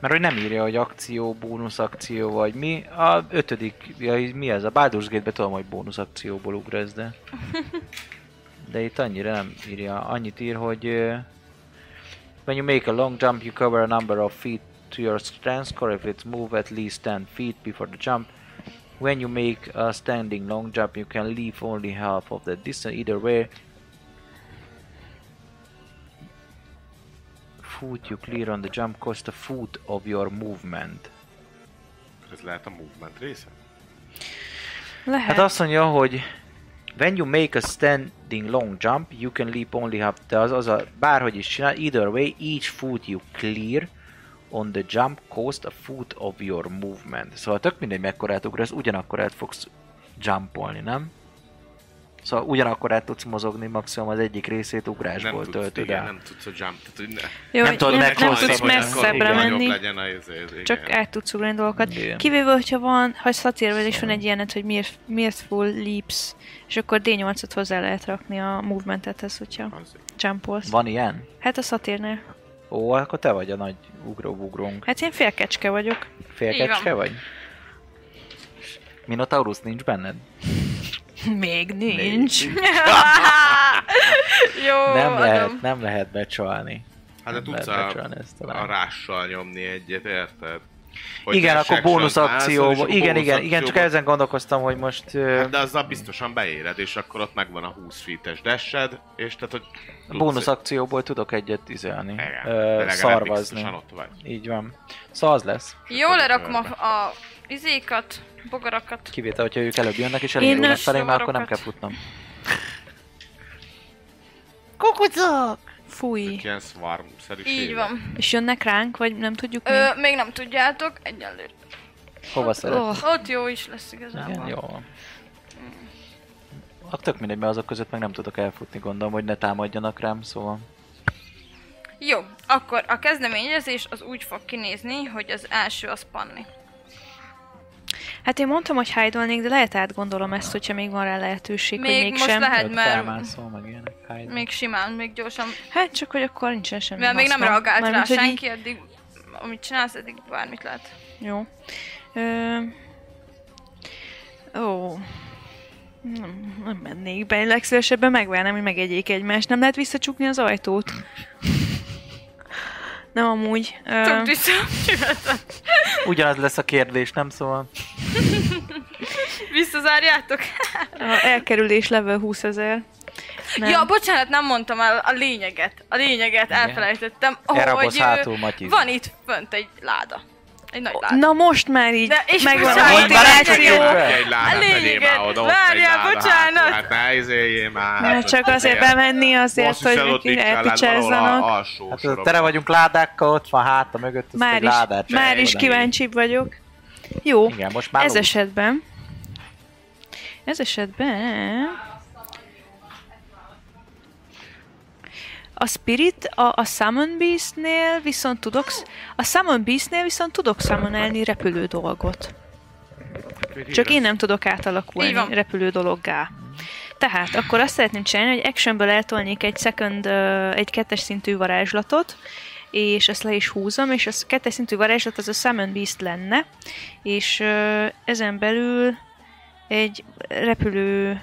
[SPEAKER 5] Mert hogy nem írja, hogy akció, bónusz akció vagy mi. A ötödik, ja, mi ez? A Baldur's Gate-be tudom, hogy bónusz akcióból ugrasz, de... De itt annyira nem írja. Annyit ír, hogy... ö, When you make a long jump, you cover a number of feet to your strength score if it's move at least 10 feet before the jump. When you make a standing long jump, you can leave only half of the distance. Either way, foot you clear on the jump cost a foot of your movement.
[SPEAKER 6] Ez lehet a movement része?
[SPEAKER 3] Lehet.
[SPEAKER 5] Hát azt mondja, hogy When you make a standing long jump, you can leap only half. De az, az a, bárhogy is csinál, either way, each foot you clear on the jump cost a foot of your movement. Szóval tök mindegy mekkorát ugrasz, ugyanakkorát fogsz jumpolni, nem? Szóval ugyanakkorát tudsz mozogni, maximum az egyik részét
[SPEAKER 6] nem
[SPEAKER 5] ugrásból
[SPEAKER 6] tudsz,
[SPEAKER 5] töltöd
[SPEAKER 6] igen,
[SPEAKER 5] el.
[SPEAKER 6] nem tudsz a jump. Tehát, hogy ne,
[SPEAKER 3] Jó,
[SPEAKER 5] nem tudod
[SPEAKER 3] nem, nem
[SPEAKER 5] meghosszabbítani.
[SPEAKER 3] tudsz messzebbre
[SPEAKER 5] Igen.
[SPEAKER 3] menni.
[SPEAKER 6] Legyen a, izé, ez, ez,
[SPEAKER 3] Csak át tudsz ugrani dolgokat.
[SPEAKER 5] Igen.
[SPEAKER 3] Kivéve, hogyha van, ha szatérvel is van egy ilyenet, hogy miért, miért full leaps, és akkor D8-ot hozzá lehet rakni a movementethez, hogyha jumpolsz.
[SPEAKER 5] Van ilyen?
[SPEAKER 3] Hát a szatérnél.
[SPEAKER 5] Ó, akkor te vagy a nagy ugró-ugrunk.
[SPEAKER 3] Hát én félkecske vagyok.
[SPEAKER 5] Félkecske vagy? Minotaurus nincs benned?
[SPEAKER 3] Még nincs.
[SPEAKER 2] [laughs] Jó,
[SPEAKER 5] nem
[SPEAKER 2] adom.
[SPEAKER 5] lehet, nem lehet becsalni.
[SPEAKER 6] Hát de
[SPEAKER 5] nem
[SPEAKER 6] tudsz
[SPEAKER 5] lehet
[SPEAKER 6] a,
[SPEAKER 5] becsalni ezt talán.
[SPEAKER 6] a rással nyomni egyet, érted?
[SPEAKER 5] igen,
[SPEAKER 6] ilyen
[SPEAKER 5] akkor
[SPEAKER 6] section
[SPEAKER 5] bónusz
[SPEAKER 6] mászol, és
[SPEAKER 5] akcióba.
[SPEAKER 6] akkor
[SPEAKER 5] Igen,
[SPEAKER 6] bónusz
[SPEAKER 5] igen, igen, csak
[SPEAKER 6] akcióba-
[SPEAKER 5] ezen gondolkoztam, hogy most ö,
[SPEAKER 6] Hát de azzal biztosan beéred, és akkor ott megvan a 20 feet-es dashed, és tehát, hogy... tudsz-
[SPEAKER 5] bónusz akcióból tudok egyet izélni.
[SPEAKER 6] Igen, de
[SPEAKER 5] Ö,
[SPEAKER 6] legalább
[SPEAKER 5] szarvazni.
[SPEAKER 6] biztosan ott vagy.
[SPEAKER 5] Így van. Szóval az lesz.
[SPEAKER 2] Jó, lerakom a, a izékat, bogarakat.
[SPEAKER 5] Kivétel, hogyha ők előbb jönnek és
[SPEAKER 3] Én
[SPEAKER 5] elindulnak
[SPEAKER 3] a
[SPEAKER 5] felé, már akkor nem
[SPEAKER 2] rovarokat.
[SPEAKER 5] kell futnom.
[SPEAKER 9] Kukucok!
[SPEAKER 3] Fúj.
[SPEAKER 6] Ilyen szvarm-szerűség.
[SPEAKER 2] Így van.
[SPEAKER 3] És jönnek ránk, vagy nem tudjuk
[SPEAKER 2] Ö,
[SPEAKER 3] Ö,
[SPEAKER 2] még nem tudjátok, egyelőre.
[SPEAKER 5] Hova szeret?
[SPEAKER 3] oh,
[SPEAKER 2] Ott jó is lesz
[SPEAKER 5] Ah. Igen,
[SPEAKER 2] igazából.
[SPEAKER 5] jó. van. Hát tök mindegy, mert azok között meg nem tudok elfutni, gondolom, hogy ne támadjanak rám, szóval.
[SPEAKER 2] Jó, akkor a kezdeményezés az úgy fog kinézni, hogy az első az panni.
[SPEAKER 3] Hát én mondtam, hogy hide de lehet átgondolom ezt, hogyha még van rá lehetőség,
[SPEAKER 2] Még
[SPEAKER 3] hogy
[SPEAKER 2] most
[SPEAKER 3] mégsem.
[SPEAKER 2] lehet. Hát,
[SPEAKER 5] Ott
[SPEAKER 2] mert-
[SPEAKER 5] Felmászol, meg ilyenek. hide.
[SPEAKER 2] Még simán, még gyorsan.
[SPEAKER 3] Hát csak, hogy akkor nincsen semmi
[SPEAKER 2] Mivel még nem
[SPEAKER 3] haszna.
[SPEAKER 2] reagált rá
[SPEAKER 3] Mármint, hogy így-
[SPEAKER 2] senki, addig amit csinálsz, eddig bármit lehet.
[SPEAKER 3] Jó. Ö... Ó. Nem, nem mennék be, legszívesebben megvárnám, hogy megegyék egymást. Nem lehet visszacsukni az ajtót? Nem amúgy. Ö...
[SPEAKER 2] Csak vissza,
[SPEAKER 5] Ugyanaz lesz a kérdés, nem szóval?
[SPEAKER 2] visszazárjátok?
[SPEAKER 3] A elkerülés level 20 ezer. Nem.
[SPEAKER 2] Ja, bocsánat, nem mondtam el a lényeget. A lényeget elfelejtettem,
[SPEAKER 5] Elrabolsz
[SPEAKER 2] hogy ö,
[SPEAKER 5] hátul, Matyi.
[SPEAKER 2] van itt fönt egy láda. Egy nagy láda.
[SPEAKER 3] Na most már így
[SPEAKER 2] De- és
[SPEAKER 3] megvan a
[SPEAKER 2] bocsánat,
[SPEAKER 3] motiváció.
[SPEAKER 2] bocsánat,
[SPEAKER 6] Várj egy ládát,
[SPEAKER 2] A
[SPEAKER 6] tegyél már
[SPEAKER 2] lényeget.
[SPEAKER 6] oda, ott
[SPEAKER 2] hát Várjál,
[SPEAKER 6] egy láda
[SPEAKER 2] bocsánat.
[SPEAKER 6] hátul, Hát ne izéljél már.
[SPEAKER 3] Mert
[SPEAKER 6] hát
[SPEAKER 3] csak
[SPEAKER 6] ott
[SPEAKER 3] azért
[SPEAKER 6] izél.
[SPEAKER 3] bemenni azért,
[SPEAKER 6] Azt hiszed,
[SPEAKER 3] hogy
[SPEAKER 6] ott nincs család, valahol
[SPEAKER 3] elpicsázzanak.
[SPEAKER 6] a alsó
[SPEAKER 5] Hát
[SPEAKER 6] sorokban.
[SPEAKER 5] tele vagyunk ládákkal, ott van háta mögött, azt
[SPEAKER 3] Már
[SPEAKER 5] egy
[SPEAKER 3] is,
[SPEAKER 5] ládát
[SPEAKER 3] már is
[SPEAKER 5] csináljuk oda.
[SPEAKER 3] kíváncsibb vagyok. Jó.
[SPEAKER 5] Igen, most már
[SPEAKER 3] ez
[SPEAKER 5] lóg.
[SPEAKER 3] esetben... Ez esetben... A Spirit, a, a Summon Beast-nél viszont tudok... sz- A Summon Beast-nél viszont tudok summonelni repülő dolgot. Csak én nem tudok
[SPEAKER 2] Így
[SPEAKER 3] átalakulni
[SPEAKER 2] van.
[SPEAKER 3] repülő dologgá. Tehát akkor azt szeretném csinálni, hogy actionből eltolnék egy second, ö, egy kettes szintű varázslatot, és ezt le is húzom, és a kettes szintű varázslat az a Summon Beast lenne, és ö, ezen belül egy repülő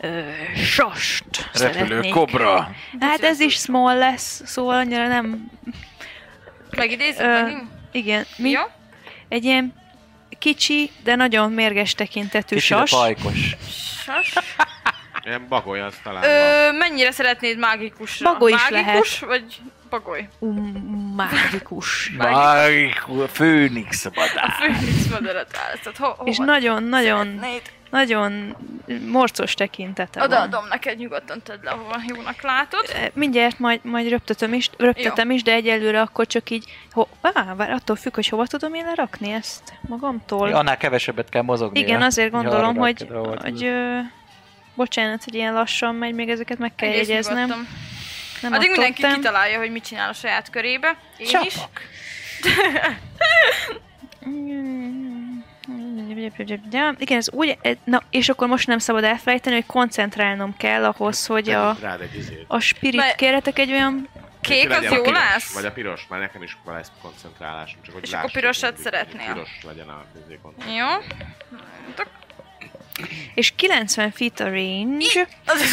[SPEAKER 3] ö, sast
[SPEAKER 5] Repülő
[SPEAKER 3] szeretnék.
[SPEAKER 5] kobra.
[SPEAKER 3] Hát ez is small lesz, szóval annyira nem...
[SPEAKER 2] Megidézzük
[SPEAKER 3] Ö,
[SPEAKER 2] megint?
[SPEAKER 3] Igen, mi?
[SPEAKER 2] Jó?
[SPEAKER 3] Egy ilyen kicsi, de nagyon mérges tekintetű
[SPEAKER 5] Kicsit a
[SPEAKER 3] sas.
[SPEAKER 5] pajkos.
[SPEAKER 2] Sas.
[SPEAKER 6] Ilyen bagoly az talán van.
[SPEAKER 2] Ö, mennyire szeretnéd mágikusra?
[SPEAKER 3] Bagoly is
[SPEAKER 2] Mágikus, vagy bagoly?
[SPEAKER 3] Um, mágikus.
[SPEAKER 5] Mágikus, főnix
[SPEAKER 2] A főnix madarat választod. Ho, hova
[SPEAKER 3] És nagyon-nagyon,
[SPEAKER 2] szeretnéd?
[SPEAKER 3] nagyon morcos tekintete van.
[SPEAKER 2] Odaadom neked, nyugodtan tedd le, ahova jónak látod.
[SPEAKER 3] E, Mindjárt majd, majd röptetem is, röptetem is, de egyelőre akkor csak így, ho, á, vár, attól függ, hogy hova tudom én lerakni ezt magamtól.
[SPEAKER 5] Annál kevesebbet kell mozogni.
[SPEAKER 3] Igen, azért gondolom, hogy, hogy ö, bocsánat, hogy ilyen lassan megy, még ezeket meg kell
[SPEAKER 2] Egyrészt
[SPEAKER 3] jegyeznem.
[SPEAKER 2] nyugodtan.
[SPEAKER 3] Nem
[SPEAKER 2] Addig
[SPEAKER 3] adtam
[SPEAKER 2] mindenki
[SPEAKER 3] tem.
[SPEAKER 2] kitalálja, hogy mit csinál a saját körébe. Én is.
[SPEAKER 3] Ja, Igen, ez úgy, eh, na, és akkor most nem szabad elfelejteni, hogy koncentrálnom kell ahhoz, hogy a,
[SPEAKER 6] Rád egy izét.
[SPEAKER 3] a spirit
[SPEAKER 2] Mert-
[SPEAKER 3] kéretek egy olyan
[SPEAKER 2] kék az
[SPEAKER 6] legyen a
[SPEAKER 2] jó
[SPEAKER 6] piros,
[SPEAKER 2] lesz?
[SPEAKER 6] Vagy a piros, már nekem is lesz koncentrálásom, csak hogy
[SPEAKER 2] És akkor
[SPEAKER 6] lássuk,
[SPEAKER 2] pirosat
[SPEAKER 6] hogy
[SPEAKER 2] szeretnél.
[SPEAKER 6] Piros legyen a közé koncentrálás.
[SPEAKER 2] Jó.
[SPEAKER 3] És 90 feet a range,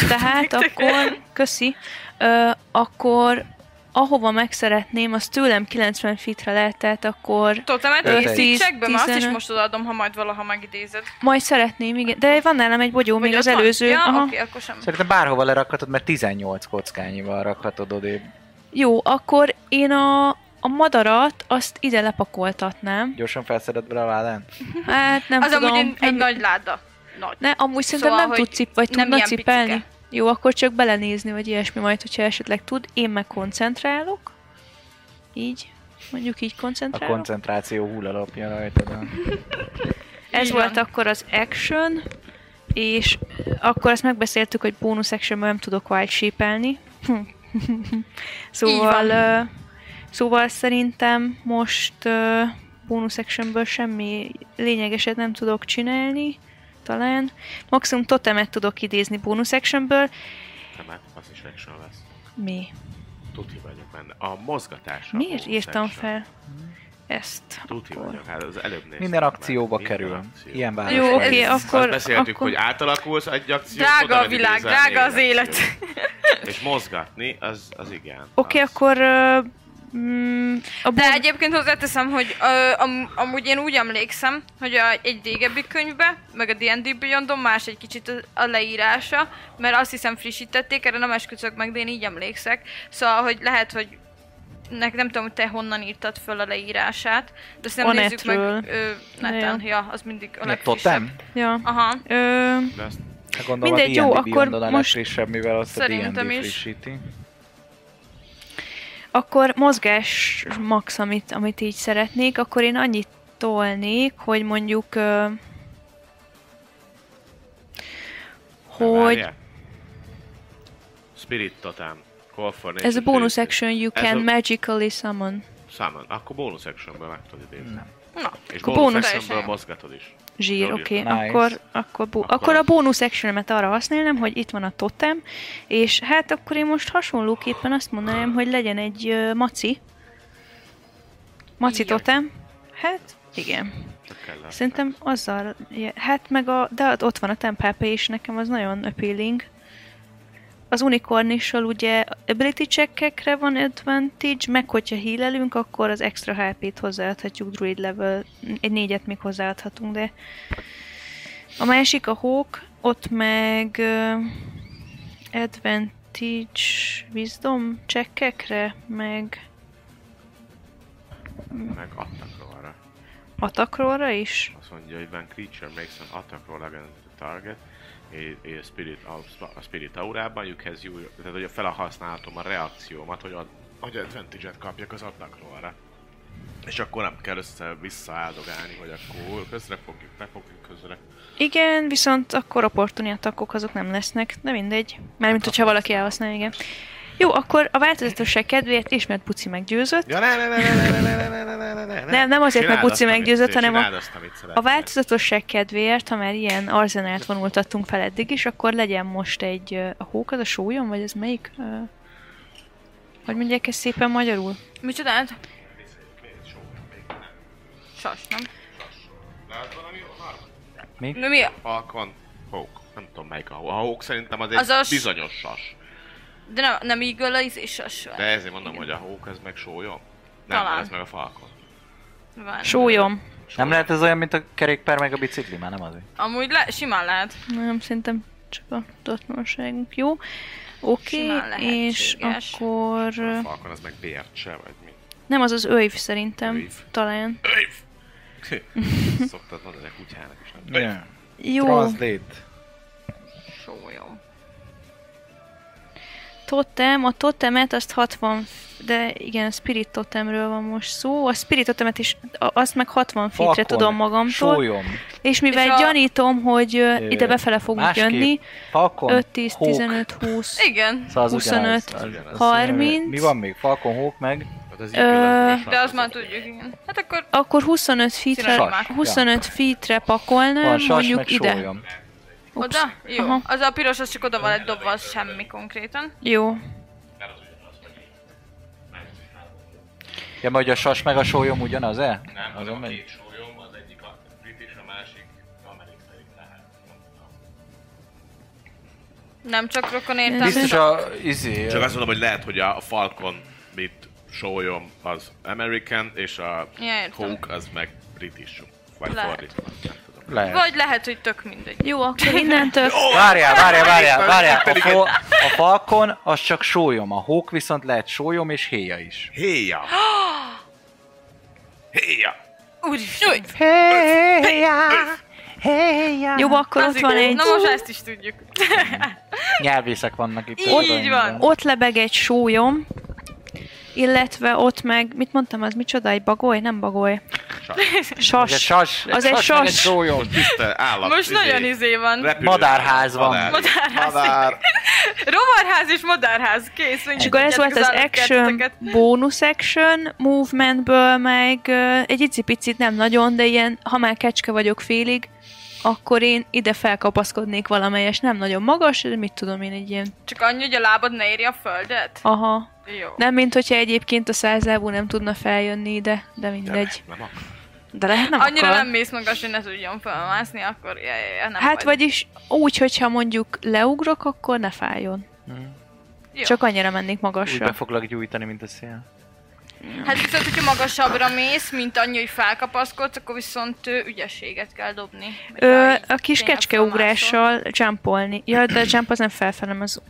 [SPEAKER 3] tehát akkor, köszi, ö, akkor ahova meg szeretném, az tőlem 90 feetre lehet, tehát akkor
[SPEAKER 2] Totemet
[SPEAKER 5] Ötegy.
[SPEAKER 2] idézték checkbe, mert azt is
[SPEAKER 3] 15.
[SPEAKER 2] most odaadom, ha majd valaha megidézed.
[SPEAKER 3] majd szeretném, igen, de van nálam egy bogyó, még
[SPEAKER 2] Vagy
[SPEAKER 3] az
[SPEAKER 2] ott van?
[SPEAKER 3] előző.
[SPEAKER 2] Ja, oké,
[SPEAKER 3] aha.
[SPEAKER 2] akkor sem.
[SPEAKER 5] Szerintem bárhova lerakhatod, mert 18 kockányival rakhatod odébb.
[SPEAKER 3] Jó, akkor én a, a madarat azt ide lepakoltatnám.
[SPEAKER 5] Gyorsan felszeded bele a ládán?
[SPEAKER 3] Hát nem
[SPEAKER 2] Mhm. Az
[SPEAKER 3] tudom.
[SPEAKER 2] amúgy egy,
[SPEAKER 3] nem,
[SPEAKER 2] egy nagy láda. Nagy.
[SPEAKER 3] ne, amúgy szerintem
[SPEAKER 2] Szóval,
[SPEAKER 3] nem
[SPEAKER 2] hogy
[SPEAKER 3] tud cip, vagy
[SPEAKER 2] nem
[SPEAKER 3] tudna
[SPEAKER 2] ilyen
[SPEAKER 3] cipelni.
[SPEAKER 2] picike.
[SPEAKER 3] Jó, akkor csak belenézni, vagy ilyesmi majd, hogyha esetleg tud. Én meg koncentrálok. Így. Mondjuk így
[SPEAKER 5] A
[SPEAKER 3] koncentrálok.
[SPEAKER 5] koncentráció hullalapja rajtad.
[SPEAKER 3] Ez
[SPEAKER 2] Így
[SPEAKER 3] volt
[SPEAKER 2] van.
[SPEAKER 3] akkor az action, és akkor azt megbeszéltük, hogy bónusz actionben nem tudok wild [laughs] shape-elni. szóval, ö, szóval szerintem most ö, bónusz actionből semmi lényegeset nem tudok csinálni, talán. Maximum totemet tudok idézni bónusz actionből.
[SPEAKER 6] Nem, hát az is action lesz.
[SPEAKER 3] Mi?
[SPEAKER 6] Tuti vagyok benne. A mozgatás. a
[SPEAKER 3] Miért
[SPEAKER 6] bonus
[SPEAKER 3] írtam
[SPEAKER 6] action. Hmm.
[SPEAKER 3] fel ezt?
[SPEAKER 6] Tuti
[SPEAKER 3] Akkor.
[SPEAKER 6] vagyok, hát az előbb néztem
[SPEAKER 5] Minden
[SPEAKER 6] meg.
[SPEAKER 5] akcióba
[SPEAKER 6] Minden
[SPEAKER 5] kerül.
[SPEAKER 6] akció.
[SPEAKER 5] Ilyen város.
[SPEAKER 3] Jó,
[SPEAKER 5] vagy.
[SPEAKER 3] oké, akkor...
[SPEAKER 6] Azt beszéltük,
[SPEAKER 3] akkor...
[SPEAKER 6] hogy átalakulsz egy akció.
[SPEAKER 2] Drága a világ, drága az élet.
[SPEAKER 6] És mozgatni, az, az igen.
[SPEAKER 3] Oké,
[SPEAKER 6] az.
[SPEAKER 3] akkor... Ö, mm, a
[SPEAKER 2] De
[SPEAKER 3] bón-
[SPEAKER 2] egyébként hozzáteszem, hogy ö, am, amúgy én úgy emlékszem, hogy a, egy régebbi könyvbe, meg a D&D Beyondon más egy kicsit a- a leírása, mert azt hiszem frissítették, erre nem esküszök meg, de én így emlékszek. Szóval, hogy lehet, hogy nek nem tudom, hogy te honnan írtad föl a leírását, de azt nem nézzük meg
[SPEAKER 3] Onetről.
[SPEAKER 2] ö, neten. Ja. az mindig a
[SPEAKER 5] Ilyen
[SPEAKER 2] legfrissebb.
[SPEAKER 5] Totem?
[SPEAKER 3] ja.
[SPEAKER 2] Aha.
[SPEAKER 3] Ö,
[SPEAKER 6] De azt
[SPEAKER 5] Hát Gondolom
[SPEAKER 3] Mindegy,
[SPEAKER 5] a
[SPEAKER 3] jó,
[SPEAKER 5] D&D
[SPEAKER 3] akkor
[SPEAKER 5] Beyondon a
[SPEAKER 3] most-
[SPEAKER 5] legfrissebb, mivel azt a D&D
[SPEAKER 2] Szerintem is.
[SPEAKER 5] frissíti.
[SPEAKER 3] Akkor mozgás max, amit, amit így szeretnék, akkor én annyit tolnék, hogy mondjuk... Ö, hogy
[SPEAKER 6] Várjál. Spirit Totem. Call for nature
[SPEAKER 3] ez a bonus
[SPEAKER 6] spirit.
[SPEAKER 3] action, you
[SPEAKER 6] Ez
[SPEAKER 3] can
[SPEAKER 6] a-
[SPEAKER 3] magically summon.
[SPEAKER 6] Summon. Akkor bonus actionből meg tudod idézni.
[SPEAKER 5] Nem.
[SPEAKER 2] Na,
[SPEAKER 6] És
[SPEAKER 3] Akkor
[SPEAKER 6] bonus,
[SPEAKER 3] bonus-
[SPEAKER 6] actionből mozgatod is.
[SPEAKER 3] Zsír,
[SPEAKER 6] Jól
[SPEAKER 3] oké.
[SPEAKER 5] írtam.
[SPEAKER 3] Okay.
[SPEAKER 5] Nice.
[SPEAKER 3] Akkor, akkor, bu-
[SPEAKER 6] Akkor-
[SPEAKER 3] akkor, akkor a bónusz actionemet arra használnám, hogy itt van a totem, és hát akkor én most hasonlóképpen azt mondanám, hogy legyen egy ö, maci. Maci
[SPEAKER 2] Jaj.
[SPEAKER 3] totem. Hát, igen.
[SPEAKER 6] Csak kell látni.
[SPEAKER 3] Szerintem azzal, je- hát meg a, de ott- ott van a tempelpe is, nekem az nagyon appealing. Az unicornissal ugye ability checkekre van advantage, meg hogyha hílelünk, akkor az extra HP-t hozzáadhatjuk druid level, egy négyet még hozzáadhatunk, de a másik a hawk, ott meg ö, advantage wisdom checkekre, meg
[SPEAKER 6] Meg adtak arra.
[SPEAKER 3] atakróra is.
[SPEAKER 6] Azt mondja, hogy when creature makes an attack roll against the target, a, a spirit, a, a spirit aurában, you can use, tehát hogy fel a használhatom a reakciómat, hogy, ad, hogy advantage-et kapjak az attack rollra. És akkor nem kell össze visszaáldogálni, hogy akkor közre fogjuk, ne fogjuk közre.
[SPEAKER 3] Igen, viszont akkor opportuni attackok azok nem lesznek, de mindegy. Mármint, hogyha valaki elhasználja, igen. Jó, akkor a változatosság kedvéért ismert Puci meggyőzött.
[SPEAKER 6] Ja, ne, ne, ne, ne, ne, ne, ne, ne, ne, ne, ne, ne, ne.
[SPEAKER 3] Nem, nem azért,
[SPEAKER 6] Csináld
[SPEAKER 3] mert Buci
[SPEAKER 6] azt, amit-
[SPEAKER 3] meggyőzött, hanem a-
[SPEAKER 6] csináld azt, amit
[SPEAKER 3] A
[SPEAKER 6] szeretnél.
[SPEAKER 3] változatosság kedvéért, ha már ilyen arzenált vonultattunk fel eddig is, akkor legyen most egy... ö, A hók az a sólyom, vagy ez melyik? Ö, Hogy mondják ezt szépen magyarul?
[SPEAKER 2] micsodát? Sas, nem?
[SPEAKER 5] Mi?
[SPEAKER 2] Na, mi?
[SPEAKER 6] Falcon, Hawk. Nem tudom melyik a Hawk. A Hawk szerintem az egy
[SPEAKER 2] Az a s-
[SPEAKER 6] bizonyos sas.
[SPEAKER 2] De nem, nem eagle a izé, sas.
[SPEAKER 6] De ezért mondom, hogy a Hawk ez meg sólyom. Nem,
[SPEAKER 2] Talán.
[SPEAKER 6] ez meg a Falcon.
[SPEAKER 2] Van.
[SPEAKER 3] Sólyom.
[SPEAKER 5] Nem lehet ez olyan, mint a kerékpár meg a bicikli? Már nem az.
[SPEAKER 2] Amúgy le, simán lehet.
[SPEAKER 3] Nem, szerintem csak a tudatlanságunk. Jó. Oké,
[SPEAKER 2] Simán
[SPEAKER 3] okay, és
[SPEAKER 2] lehetséges.
[SPEAKER 3] akkor... ö,
[SPEAKER 2] Hm.
[SPEAKER 6] A Falcon az meg bércse, vagy mi?
[SPEAKER 3] Nem, az az öjv szerintem.
[SPEAKER 6] Öjv.
[SPEAKER 3] Talán.
[SPEAKER 2] Hm.
[SPEAKER 6] Szoktad mondani a kutyának is, nem?
[SPEAKER 5] Yeah.
[SPEAKER 3] Jó.
[SPEAKER 5] Translate.
[SPEAKER 2] Sólyom.
[SPEAKER 3] Totem, a totemet azt 60, de igen, a spirit totemről van most szó. A spirit totemet is, a- azt meg 60 fitre
[SPEAKER 5] Falcon,
[SPEAKER 3] tudom magamtól.
[SPEAKER 5] Sólyom.
[SPEAKER 3] És mivel
[SPEAKER 2] És
[SPEAKER 3] és
[SPEAKER 2] a-
[SPEAKER 3] gyanítom, hogy ö,
[SPEAKER 5] Ö,
[SPEAKER 3] ide befele fogunk
[SPEAKER 5] másképp.
[SPEAKER 3] jönni,
[SPEAKER 5] Falcon,
[SPEAKER 3] 5, 10,
[SPEAKER 5] Hawk.
[SPEAKER 3] 15, 20,
[SPEAKER 2] Igen.
[SPEAKER 5] Szóval az
[SPEAKER 3] 25,
[SPEAKER 5] ugyanaz, az ugyanaz.
[SPEAKER 3] 30.
[SPEAKER 5] Mi van még? Falcon, Hawk meg?
[SPEAKER 6] Hát az
[SPEAKER 3] Ö,
[SPEAKER 6] Eagle, az meg
[SPEAKER 2] De
[SPEAKER 6] sas,
[SPEAKER 2] azt már tudjuk, igen. Hát akkor
[SPEAKER 3] akkor 25 fitre,
[SPEAKER 2] Sas,
[SPEAKER 5] ja.
[SPEAKER 3] 25 fitre
[SPEAKER 5] Van
[SPEAKER 3] pakolnám,
[SPEAKER 5] sas, meg
[SPEAKER 3] mondjuk ide.
[SPEAKER 5] sólyom.
[SPEAKER 3] Ups.
[SPEAKER 2] oda? Jó.
[SPEAKER 3] Aha.
[SPEAKER 2] Az a piros, az csak oda van egy dobva, az semmi konkrétan.
[SPEAKER 3] Jó.
[SPEAKER 5] Ja, majd a sas meg a sólyom ugyanaz-e?
[SPEAKER 6] Nem,
[SPEAKER 5] Azon
[SPEAKER 6] hanem a
[SPEAKER 5] megy.
[SPEAKER 6] két sólyom, az egyik a brit a másik amerikai lehet. nem tudom.
[SPEAKER 2] Nem csak rokon értem.
[SPEAKER 5] Biztos a... izé...
[SPEAKER 6] Csak azt mondom, hogy lehet, hogy a Falcon brit sólyom az American, és a
[SPEAKER 2] Ja, értem.
[SPEAKER 6] Hawk az meg british. Vagy
[SPEAKER 2] Lehet.
[SPEAKER 6] fordítva. nem tudom.
[SPEAKER 5] Lehet.
[SPEAKER 2] Vagy lehet, hogy tök mindegy.
[SPEAKER 3] Jó, akkor innentől...
[SPEAKER 5] Várjál, várjál, várjál, várjál. A, fo- a falkon az csak sólyom, a hók viszont lehet sólyom és héja is.
[SPEAKER 6] Héja! Héja!
[SPEAKER 2] Úristen. Hát
[SPEAKER 3] Jó, akkor
[SPEAKER 2] Az
[SPEAKER 3] ott van
[SPEAKER 2] igen.
[SPEAKER 3] egy...
[SPEAKER 2] Na most ezt is tudjuk.
[SPEAKER 5] Nyelvészek vannak itt.
[SPEAKER 2] Így
[SPEAKER 5] Tudom,
[SPEAKER 2] van.
[SPEAKER 5] minden.
[SPEAKER 3] Ott lebeg egy sólyom, illetve ott meg, mit mondtam, az micsoda, egy bagoly? Nem bagoly.
[SPEAKER 5] Ez egy
[SPEAKER 3] Sas.
[SPEAKER 5] sas,
[SPEAKER 3] Az egy
[SPEAKER 5] meg
[SPEAKER 3] sas.
[SPEAKER 5] sólyom.
[SPEAKER 6] Most tiszta állat.
[SPEAKER 2] Most nagyon izé van.
[SPEAKER 6] repülő.
[SPEAKER 5] Madárház van.
[SPEAKER 2] Madárház. Rovarház és madárház. Kész.
[SPEAKER 3] És akkor ez volt az action, bónusz action, movementből meg ö, egy icipicit nem nagyon, de ilyen, ha már kecske vagyok félig, akkor én ide felkapaszkodnék valamelyes, nem nagyon magas, de mit tudom én, egy ilyen,
[SPEAKER 2] Csak annyi, hogy a lábad ne érje a földet.
[SPEAKER 3] aha.
[SPEAKER 2] Jó.
[SPEAKER 3] Nem, mint hogyha egyébként a százlábú nem tudna feljönni ide, de mindegy.
[SPEAKER 6] Nem akar.
[SPEAKER 3] De lehet nem
[SPEAKER 2] Annyira
[SPEAKER 3] akar.
[SPEAKER 2] nem mész magas, hogy ne tudjon felmászni, akkor ja, ja, ja, nem
[SPEAKER 3] Hát vagyis úgy, hogyha mondjuk leugrok, akkor ne fájjon.
[SPEAKER 2] Jó.
[SPEAKER 3] Csak annyira mennék
[SPEAKER 5] Hmm. Úgy
[SPEAKER 3] magasra.
[SPEAKER 5] be foglak gyújtani, mint a szél.
[SPEAKER 2] Hát viszont, hogyha magasabbra mész, mint annyi, hogy felkapaszkodsz, akkor viszont ö, ügyességet kell dobni. hogyha
[SPEAKER 3] Ö,
[SPEAKER 2] így
[SPEAKER 3] a kis
[SPEAKER 2] tényleg
[SPEAKER 3] kecskeugrással jumpolni. Ja, de a jump az nem felfelem, az
[SPEAKER 2] felmászol.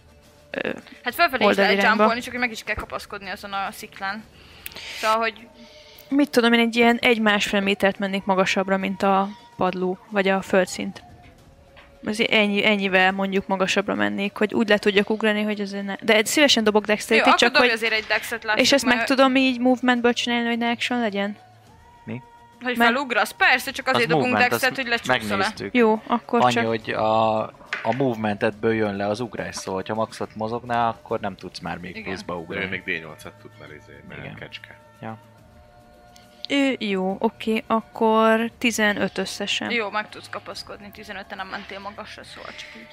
[SPEAKER 2] Hát felfelé is lehet
[SPEAKER 3] oldalirányba.
[SPEAKER 2] jumpolni, csak hogy meg is kell kapaszkodni azon a sziklán. Szóval, hogy
[SPEAKER 3] mit tudom én, egy ilyen egy másfél métert mennék magasabbra, mint a padló, vagy a földszint. Azért ennyi, ennyivel mondjuk magasabbra mennék, hogy úgy le tudjak ugrani, hogy azért ne. De egy szívesen dobok
[SPEAKER 2] jó,
[SPEAKER 3] dexterity,
[SPEAKER 2] akkor
[SPEAKER 3] csak
[SPEAKER 2] csak dobj
[SPEAKER 3] hogy...
[SPEAKER 2] azért egy dexet lássuk,
[SPEAKER 3] És ezt meg
[SPEAKER 2] mert-
[SPEAKER 3] tudom így movementből csinálni, hogy ne action legyen?
[SPEAKER 2] Hogy
[SPEAKER 3] mert-
[SPEAKER 2] felugrasz? Persze, csak azért
[SPEAKER 5] Az
[SPEAKER 2] dobunk
[SPEAKER 5] movement,
[SPEAKER 2] dexet,
[SPEAKER 5] azt
[SPEAKER 2] hogy lecsúszol le.
[SPEAKER 5] Megnéztük.
[SPEAKER 3] Jó, akkor
[SPEAKER 5] Annyi,
[SPEAKER 3] csak...
[SPEAKER 5] hogy a, a movementedből jön le az ugrás, szóval ha maxot mozogná, akkor nem tudsz már még
[SPEAKER 2] Igen.
[SPEAKER 5] pluszba
[SPEAKER 6] De ő
[SPEAKER 5] ugrani.
[SPEAKER 6] még D8-et tud melizé, mert
[SPEAKER 5] Igen.
[SPEAKER 6] kecske.
[SPEAKER 3] Ö, jó, oké, akkor 15 összesen.
[SPEAKER 2] Jó, meg tudsz kapaszkodni, 15-en nem mentél magasra, szóval csak így.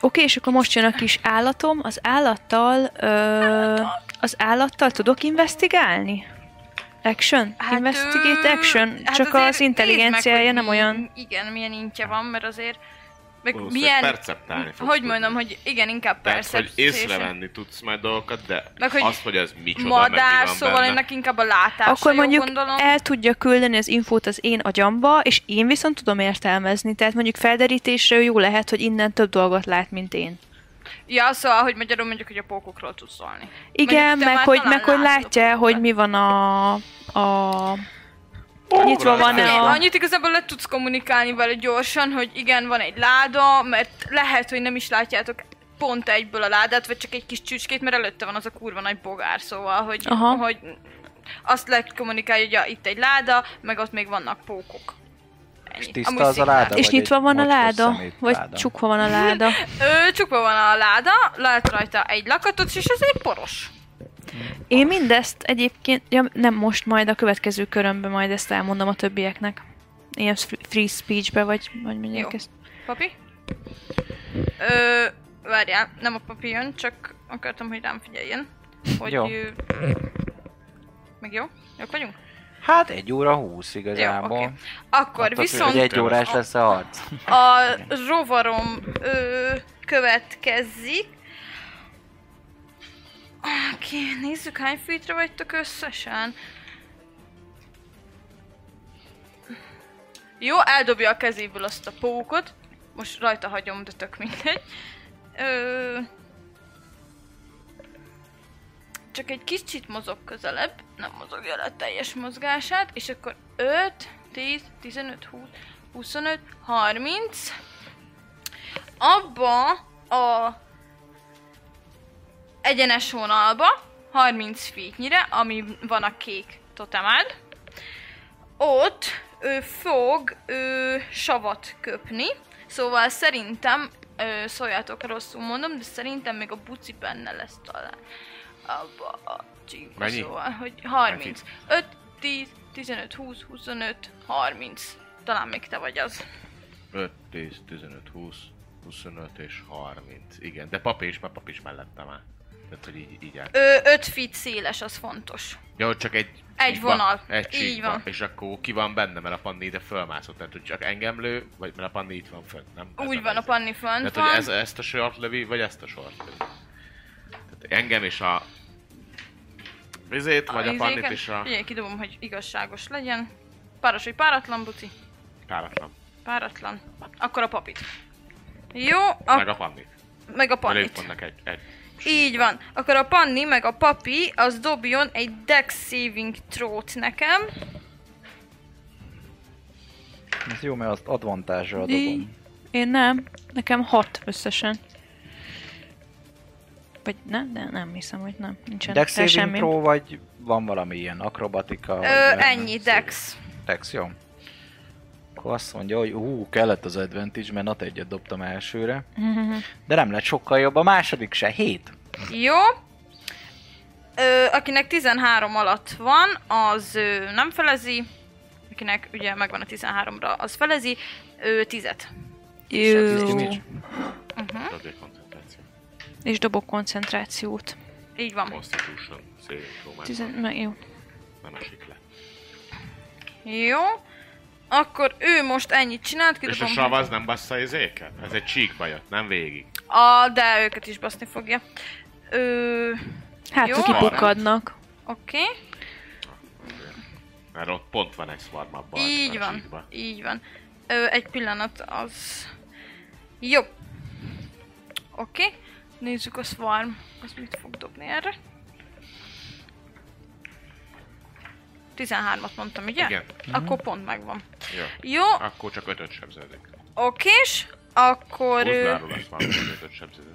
[SPEAKER 3] Oké, és akkor most jön a kis állatom. Az állattal... Ö, az állattal tudok investigálni? Action? Hát, Investigate
[SPEAKER 2] ö,
[SPEAKER 3] action?
[SPEAKER 2] hát
[SPEAKER 3] Csak
[SPEAKER 2] azért nézd
[SPEAKER 3] az
[SPEAKER 2] meg,
[SPEAKER 3] intelligenciája
[SPEAKER 2] hogy
[SPEAKER 3] nem
[SPEAKER 2] mi-
[SPEAKER 3] olyan...
[SPEAKER 2] Igen, milyen intje van, mert azért... Meg
[SPEAKER 6] Valószínűleg
[SPEAKER 2] milyen...
[SPEAKER 6] perceptálni fogsz
[SPEAKER 2] Hogy
[SPEAKER 6] tudni.
[SPEAKER 2] mondom, hogy igen, inkább
[SPEAKER 6] Tehát,
[SPEAKER 2] perception.
[SPEAKER 6] hogy észrevenni tudsz majd dolgokat, de
[SPEAKER 2] Meg, hogy
[SPEAKER 6] azt, hogy ez micsoda, meg mi
[SPEAKER 2] Madár,
[SPEAKER 6] van
[SPEAKER 2] szóval
[SPEAKER 6] benne.
[SPEAKER 2] ennek inkább a látása,
[SPEAKER 3] Akkor
[SPEAKER 2] jó
[SPEAKER 3] mondjuk e-
[SPEAKER 2] gondolom.
[SPEAKER 3] el tudja küldeni az infót az én agyamba, és én viszont tudom értelmezni. Tehát mondjuk felderítésre jó lehet, hogy innen több dolgot lát, mint én.
[SPEAKER 2] Ja, szóval, hogy magyarul mondjuk, hogy a pókokról tudsz szólni.
[SPEAKER 3] Igen,
[SPEAKER 2] Mondjuk te
[SPEAKER 3] meg
[SPEAKER 2] már
[SPEAKER 3] hogy,
[SPEAKER 2] talán
[SPEAKER 3] meg hogy
[SPEAKER 2] látod a
[SPEAKER 3] látja,
[SPEAKER 2] pókokat.
[SPEAKER 3] hogy mi van a... a... Nyitva van
[SPEAKER 2] Én
[SPEAKER 3] a...
[SPEAKER 2] annyit igazából le tudsz kommunikálni vele gyorsan, hogy igen, van egy láda, mert lehet, hogy nem is látjátok pont egyből a ládát, vagy csak egy kis csücskét, mert előtte van az a kurva nagy bogár, szóval, hogy,
[SPEAKER 3] Aha.
[SPEAKER 2] hogy azt lehet kommunikálni, hogy ja, itt egy láda, meg ott még vannak pókok. Ennyi.
[SPEAKER 5] És tiszta
[SPEAKER 2] Amúgy
[SPEAKER 5] az a
[SPEAKER 2] sziklák.
[SPEAKER 5] láda?
[SPEAKER 3] És
[SPEAKER 5] vagy egy
[SPEAKER 3] nyitva van a
[SPEAKER 5] mocskos
[SPEAKER 3] láda,
[SPEAKER 5] szemét
[SPEAKER 3] vagy
[SPEAKER 5] láda?
[SPEAKER 3] csukva van a
[SPEAKER 5] [laughs]
[SPEAKER 3] láda.
[SPEAKER 2] Ö, csukva van a láda, lehet rajta egy lakatot, és ez egy poros.
[SPEAKER 3] Én mindezt egyébként, ja, nem most, majd a következő körömben majd ezt elmondom a többieknek. Ilyen fr- free speechbe, vagy, vagy mondják
[SPEAKER 2] Jó.
[SPEAKER 3] ezt.
[SPEAKER 2] Papi? Ö, várjál, nem a papi jön, csak akartam, hogy rám figyeljen. Hogy
[SPEAKER 5] Jó.
[SPEAKER 2] ő... Meg jó? Jók vagyunk?
[SPEAKER 5] Hát egy óra húsz
[SPEAKER 2] Jó,
[SPEAKER 5] igazából.
[SPEAKER 2] oké. Akkor
[SPEAKER 5] Attól függ,
[SPEAKER 2] viszont
[SPEAKER 5] hogy egy órás lesz a harc. [laughs]
[SPEAKER 2] a rovarom ö, következik. Oké, nézzük, hány feetre vagytok összesen. Jó, eldobja a kezéből azt a pókot. Most rajta hagyom, de tök mindegy. Ö... Csak egy kicsit mozog közelebb, nem mozogja el a teljes mozgását, és akkor 5, 10, 15, 20, 25, 30. Abba a egyenes vonalba, 30 feetnyire, ami van a kék totemád, ott ő fog ő savat köpni, szóval szerintem, ö, szóljátok, ha rosszul mondom, de szerintem még a buci benne lesz talán. Abba a csíkba,
[SPEAKER 6] Mennyi?
[SPEAKER 2] szóval, hogy 30. 5, 10, 15, 20, 25, 30. Talán még te vagy az.
[SPEAKER 6] 5, 10, 15, 20, 25 és 30. Igen, de papi is, mert papi is mellette már. Tehát, hogy így, így áll.
[SPEAKER 2] Ö, öt feet széles, az fontos.
[SPEAKER 6] Ja, hogy csak egy
[SPEAKER 2] Egy
[SPEAKER 6] csíkba,
[SPEAKER 2] vonal.
[SPEAKER 6] Egy
[SPEAKER 2] Így
[SPEAKER 6] csíkba.
[SPEAKER 2] van.
[SPEAKER 6] És akkor ki van benne, mert a panni ide fölmászott. Tehát, hogy csak engem lő, vagy mert a panni itt van fönt, nem? Ez
[SPEAKER 2] Úgy van, a
[SPEAKER 6] helyzet.
[SPEAKER 2] panni fönt
[SPEAKER 6] Tehát, hogy
[SPEAKER 2] van.
[SPEAKER 6] ez, ezt a sort lövi, vagy ezt a sort lövi. Tehát engem és a vizét, vagy a
[SPEAKER 2] izéken.
[SPEAKER 6] pannit és a
[SPEAKER 2] Figyelj, kidobom, hogy igazságos legyen. Páros vagy páratlan, buci?
[SPEAKER 6] páratlan.
[SPEAKER 2] Páratlan. Akkor a papit. Jó, a,
[SPEAKER 6] Meg a pannit.
[SPEAKER 2] meg a
[SPEAKER 6] Mert
[SPEAKER 2] pannit.
[SPEAKER 6] ők vannak egy, egy
[SPEAKER 2] Így van. Akkor a Panni meg a Papi az dobjon egy Dex Saving Throw-t nekem.
[SPEAKER 5] Ez jó, mert azt advantázsra dobom.
[SPEAKER 3] Én nem. Nekem hat összesen. Vagy nem, de nem hiszem, hogy nem. Nincsen
[SPEAKER 5] Dex
[SPEAKER 3] rá
[SPEAKER 5] saving throw, vagy van valami ilyen akrobatika? vagy
[SPEAKER 2] Ö,
[SPEAKER 5] valami
[SPEAKER 2] ennyi Dex.
[SPEAKER 5] Dex, jó. Akkor azt mondja, hogy hú, kellett az advantage, mert nat egyet dobtam
[SPEAKER 2] [laughs]
[SPEAKER 5] elsőre. De nem lett sokkal jobb, a második se, hét.
[SPEAKER 2] Jó. Ö, akinek 13 alatt van, az ö, nem felezi. Akinek ugye megvan a 13-ra, az felezi. Ő tizet.
[SPEAKER 3] Jó.
[SPEAKER 2] Hm?
[SPEAKER 6] tagja koncentráció.
[SPEAKER 3] És dobok koncentrációt.
[SPEAKER 2] Így van.
[SPEAKER 6] Constitution saving throw, mert
[SPEAKER 3] Tizen... Na, jó.
[SPEAKER 6] nem esik le.
[SPEAKER 2] Jó. Akkor ő most ennyit csinált,
[SPEAKER 6] És a
[SPEAKER 2] kidobom.
[SPEAKER 6] sav az nem bassza izéket? Ez egy csíkba jött, nem végig.
[SPEAKER 2] A, de őket is baszni fogja. Ö,
[SPEAKER 3] Hát,
[SPEAKER 2] Jó.
[SPEAKER 3] ha kipukkadnak.
[SPEAKER 2] oké. Okay.
[SPEAKER 6] Mert ott pont van egy szvarm abban. a-
[SPEAKER 2] Így
[SPEAKER 6] a
[SPEAKER 2] van,
[SPEAKER 6] csíkban.
[SPEAKER 2] így van. Ö, egy pillanat, az... Jó. Oké, okay. nézzük a Swarm. Az mit fog dobni erre? 13-at mondtam, ugye? Mhm.
[SPEAKER 6] Igen. Ah.
[SPEAKER 2] Akkor pont megvan.
[SPEAKER 6] Jó.
[SPEAKER 2] Jó,
[SPEAKER 6] Akkor csak ötöt sebződik.
[SPEAKER 2] okés. Akkor ö, [laughs]
[SPEAKER 6] Húzzáról azt van, hogy ötöt sebződik.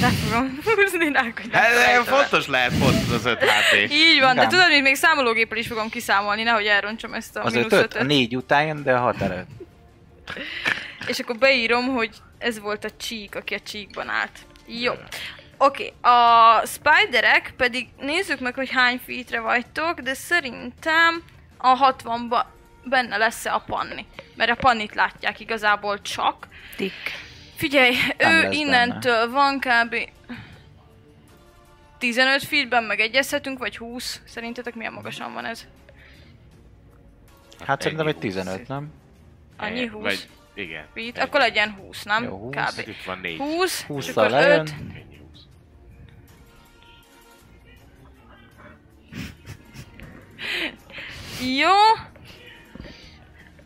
[SPEAKER 2] le fogom húzni rá, hogy ne
[SPEAKER 6] Hát,
[SPEAKER 2] felejtsem el.
[SPEAKER 6] fontos lehet pont az 5 HP.
[SPEAKER 2] Így van, de
[SPEAKER 5] Nem.
[SPEAKER 2] tudod, hogy még számológéppel is fogom kiszámolni, nehogy elrontsom ezt a
[SPEAKER 5] Az
[SPEAKER 2] mínusz
[SPEAKER 5] ötöt, a
[SPEAKER 2] ötöt.
[SPEAKER 5] négy után jön, de a hat előtt.
[SPEAKER 2] És akkor beírom, hogy ez volt a csík, aki a csíkban állt. Jó. Oké, okay, a spiderek pedig nézzük meg, hogy hány feetre vagytok, de szerintem a 60-ba benne lesz a panni. Mert a pannit látják igazából csak.
[SPEAKER 3] Dick.
[SPEAKER 2] Figyelj,
[SPEAKER 5] Nem
[SPEAKER 2] ő
[SPEAKER 5] lesz
[SPEAKER 2] innentől van kb. 15 feetben megegyezhetünk, vagy 20. Szerintetek milyen magasan van ez?
[SPEAKER 5] Hát szerintem
[SPEAKER 6] ennyi
[SPEAKER 5] egy 15, nem?
[SPEAKER 2] Annyi
[SPEAKER 6] Eh,
[SPEAKER 2] 20
[SPEAKER 6] Vagy, igen.
[SPEAKER 2] feet?
[SPEAKER 6] Ennyi.
[SPEAKER 2] Akkor legyen 20, nem?
[SPEAKER 5] Jó, 20.
[SPEAKER 2] Kb.
[SPEAKER 6] Hát Itt van 4.
[SPEAKER 2] 20,
[SPEAKER 5] 20
[SPEAKER 2] és akkor
[SPEAKER 5] lejön.
[SPEAKER 2] 5,
[SPEAKER 6] Ennyi 20.
[SPEAKER 2] Jó.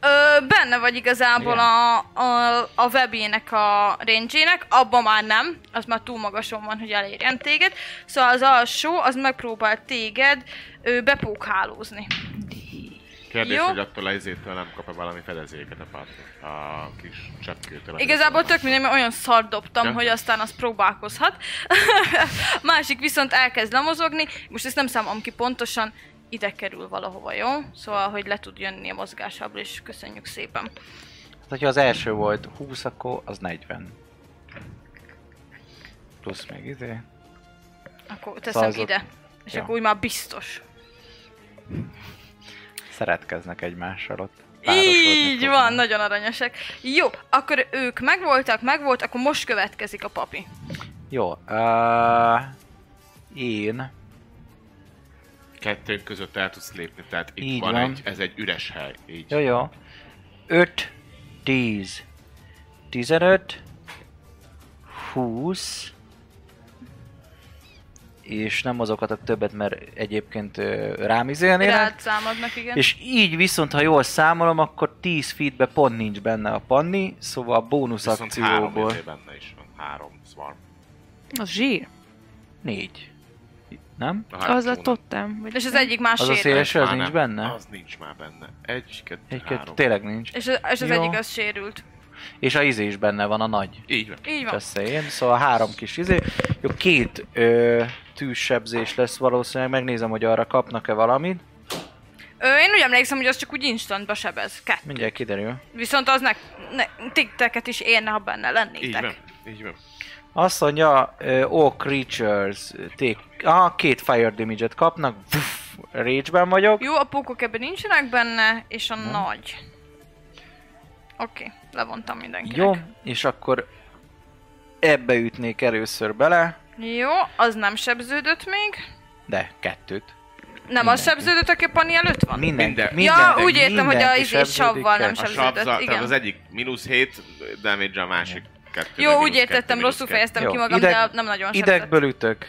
[SPEAKER 2] Ö, benne vagy igazából a, a, a webének, a range abban már nem, az már túl magason van, hogy elérjen téged. Szóval az alsó, az megpróbál téged ö, bepókhálózni.
[SPEAKER 6] Kérdés,
[SPEAKER 2] Jó.
[SPEAKER 6] hogy attól a izétől nem kap-e valami fedezéket a part, a kis cseppkőtől. amit
[SPEAKER 2] Igazából
[SPEAKER 6] ott van.
[SPEAKER 2] tök mindegy, mert olyan szart dobtam,
[SPEAKER 6] Ja.
[SPEAKER 2] hogy aztán az próbálkozhat. [laughs] Másik viszont elkezd lemozogni, most ezt nem számom ki pontosan, ide kerül valahova, jó? Szóval, hogy le tud jönni a mozgásából, és köszönjük szépen.
[SPEAKER 5] Hát, hogyha az első volt 20, akkor az 40. Plusz még izé.
[SPEAKER 2] Akkor teszem
[SPEAKER 5] Század.
[SPEAKER 2] ide. És
[SPEAKER 5] Ja.
[SPEAKER 2] akkor úgy már biztos.
[SPEAKER 5] Szeretkeznek egymással ott. Párosodni
[SPEAKER 2] Így
[SPEAKER 5] fognak.
[SPEAKER 2] van, nagyon aranyosak. Jó, akkor ők megvoltak, megvolt, akkor most következik a papi.
[SPEAKER 5] Jó. Uh, én
[SPEAKER 6] Kettőnk között el tudsz lépni, tehát itt
[SPEAKER 5] Így
[SPEAKER 6] van,
[SPEAKER 5] van.
[SPEAKER 6] egy, ez egy üres hely. Így.
[SPEAKER 5] Jó, jó. 5, 10, 15, 20, és nem azokat a többet, mert egyébként ö, rám izélnének.
[SPEAKER 2] Rád számadnak, igen.
[SPEAKER 5] És így viszont, ha jól számolom, akkor 10 feetbe pont nincs benne a panni, szóval a bónusz
[SPEAKER 6] Viszont három
[SPEAKER 5] akcióból
[SPEAKER 6] izé benne is van. Három szvarm.
[SPEAKER 3] Az zsír.
[SPEAKER 5] 4. Nem?
[SPEAKER 6] Na,
[SPEAKER 3] Az a
[SPEAKER 6] hátsónak.
[SPEAKER 3] tottem. vagy
[SPEAKER 2] És az
[SPEAKER 3] nem.
[SPEAKER 2] egyik más
[SPEAKER 5] Az a
[SPEAKER 2] sérült.
[SPEAKER 5] szélső, az
[SPEAKER 6] Már
[SPEAKER 5] nincs
[SPEAKER 6] nem.
[SPEAKER 5] benne?
[SPEAKER 6] Az nincs már benne. Egy, kettő,
[SPEAKER 5] Egy, kettő,
[SPEAKER 6] három.
[SPEAKER 5] tényleg nincs.
[SPEAKER 2] És, az- és az
[SPEAKER 5] Jó.
[SPEAKER 2] egyik az sérült.
[SPEAKER 5] És a izé is benne van, a nagy.
[SPEAKER 6] Így van.
[SPEAKER 2] Így van.
[SPEAKER 5] Persze én, szóval három kis izé. Jó, két ö, tűzsebzés lesz valószínűleg, megnézem, hogy arra kapnak-e valamit.
[SPEAKER 2] Ö, én úgy emlékszem, hogy az csak úgy instantba sebez. Kett.
[SPEAKER 5] Mindjárt kiderül.
[SPEAKER 2] Viszont az ne, ne, tikteket is érne, ha benne
[SPEAKER 6] Így
[SPEAKER 2] lennétek.
[SPEAKER 6] van. Így van.
[SPEAKER 5] Azt mondja, ö, all creatures, take... Ah, két fire damage-et kapnak, Pff, rage-ben vagyok.
[SPEAKER 2] Jó, a pókok ebben nincsenek benne, és a nagy. Oké, okay, levontam mindenkinek.
[SPEAKER 5] Jó, és akkor ebbe ütnék először bele.
[SPEAKER 2] Jó, az nem sebződött még.
[SPEAKER 5] De, kettőt.
[SPEAKER 2] Nem, az
[SPEAKER 5] Mindenki.
[SPEAKER 2] sebződött, aki Pani előtt van?
[SPEAKER 5] Minden,
[SPEAKER 6] Minden-
[SPEAKER 2] ja, úgy értem, hogy a
[SPEAKER 5] mindenki
[SPEAKER 2] izé
[SPEAKER 5] sebződik
[SPEAKER 2] savval nem
[SPEAKER 5] kettőt.
[SPEAKER 6] A
[SPEAKER 2] sebződött,
[SPEAKER 6] sabza, tehát
[SPEAKER 2] igen.
[SPEAKER 6] az egyik mínusz 7 damage, a másik kettő.
[SPEAKER 2] Jó,
[SPEAKER 6] meg
[SPEAKER 2] úgy
[SPEAKER 6] mínusz kettő,
[SPEAKER 2] értettem,
[SPEAKER 6] mínusz
[SPEAKER 2] rosszul
[SPEAKER 6] kettő.
[SPEAKER 2] fejeztem ki
[SPEAKER 5] Jó,
[SPEAKER 2] magam,
[SPEAKER 5] ideg-
[SPEAKER 2] de nem nagyon sebzett.
[SPEAKER 5] Idegből ütök,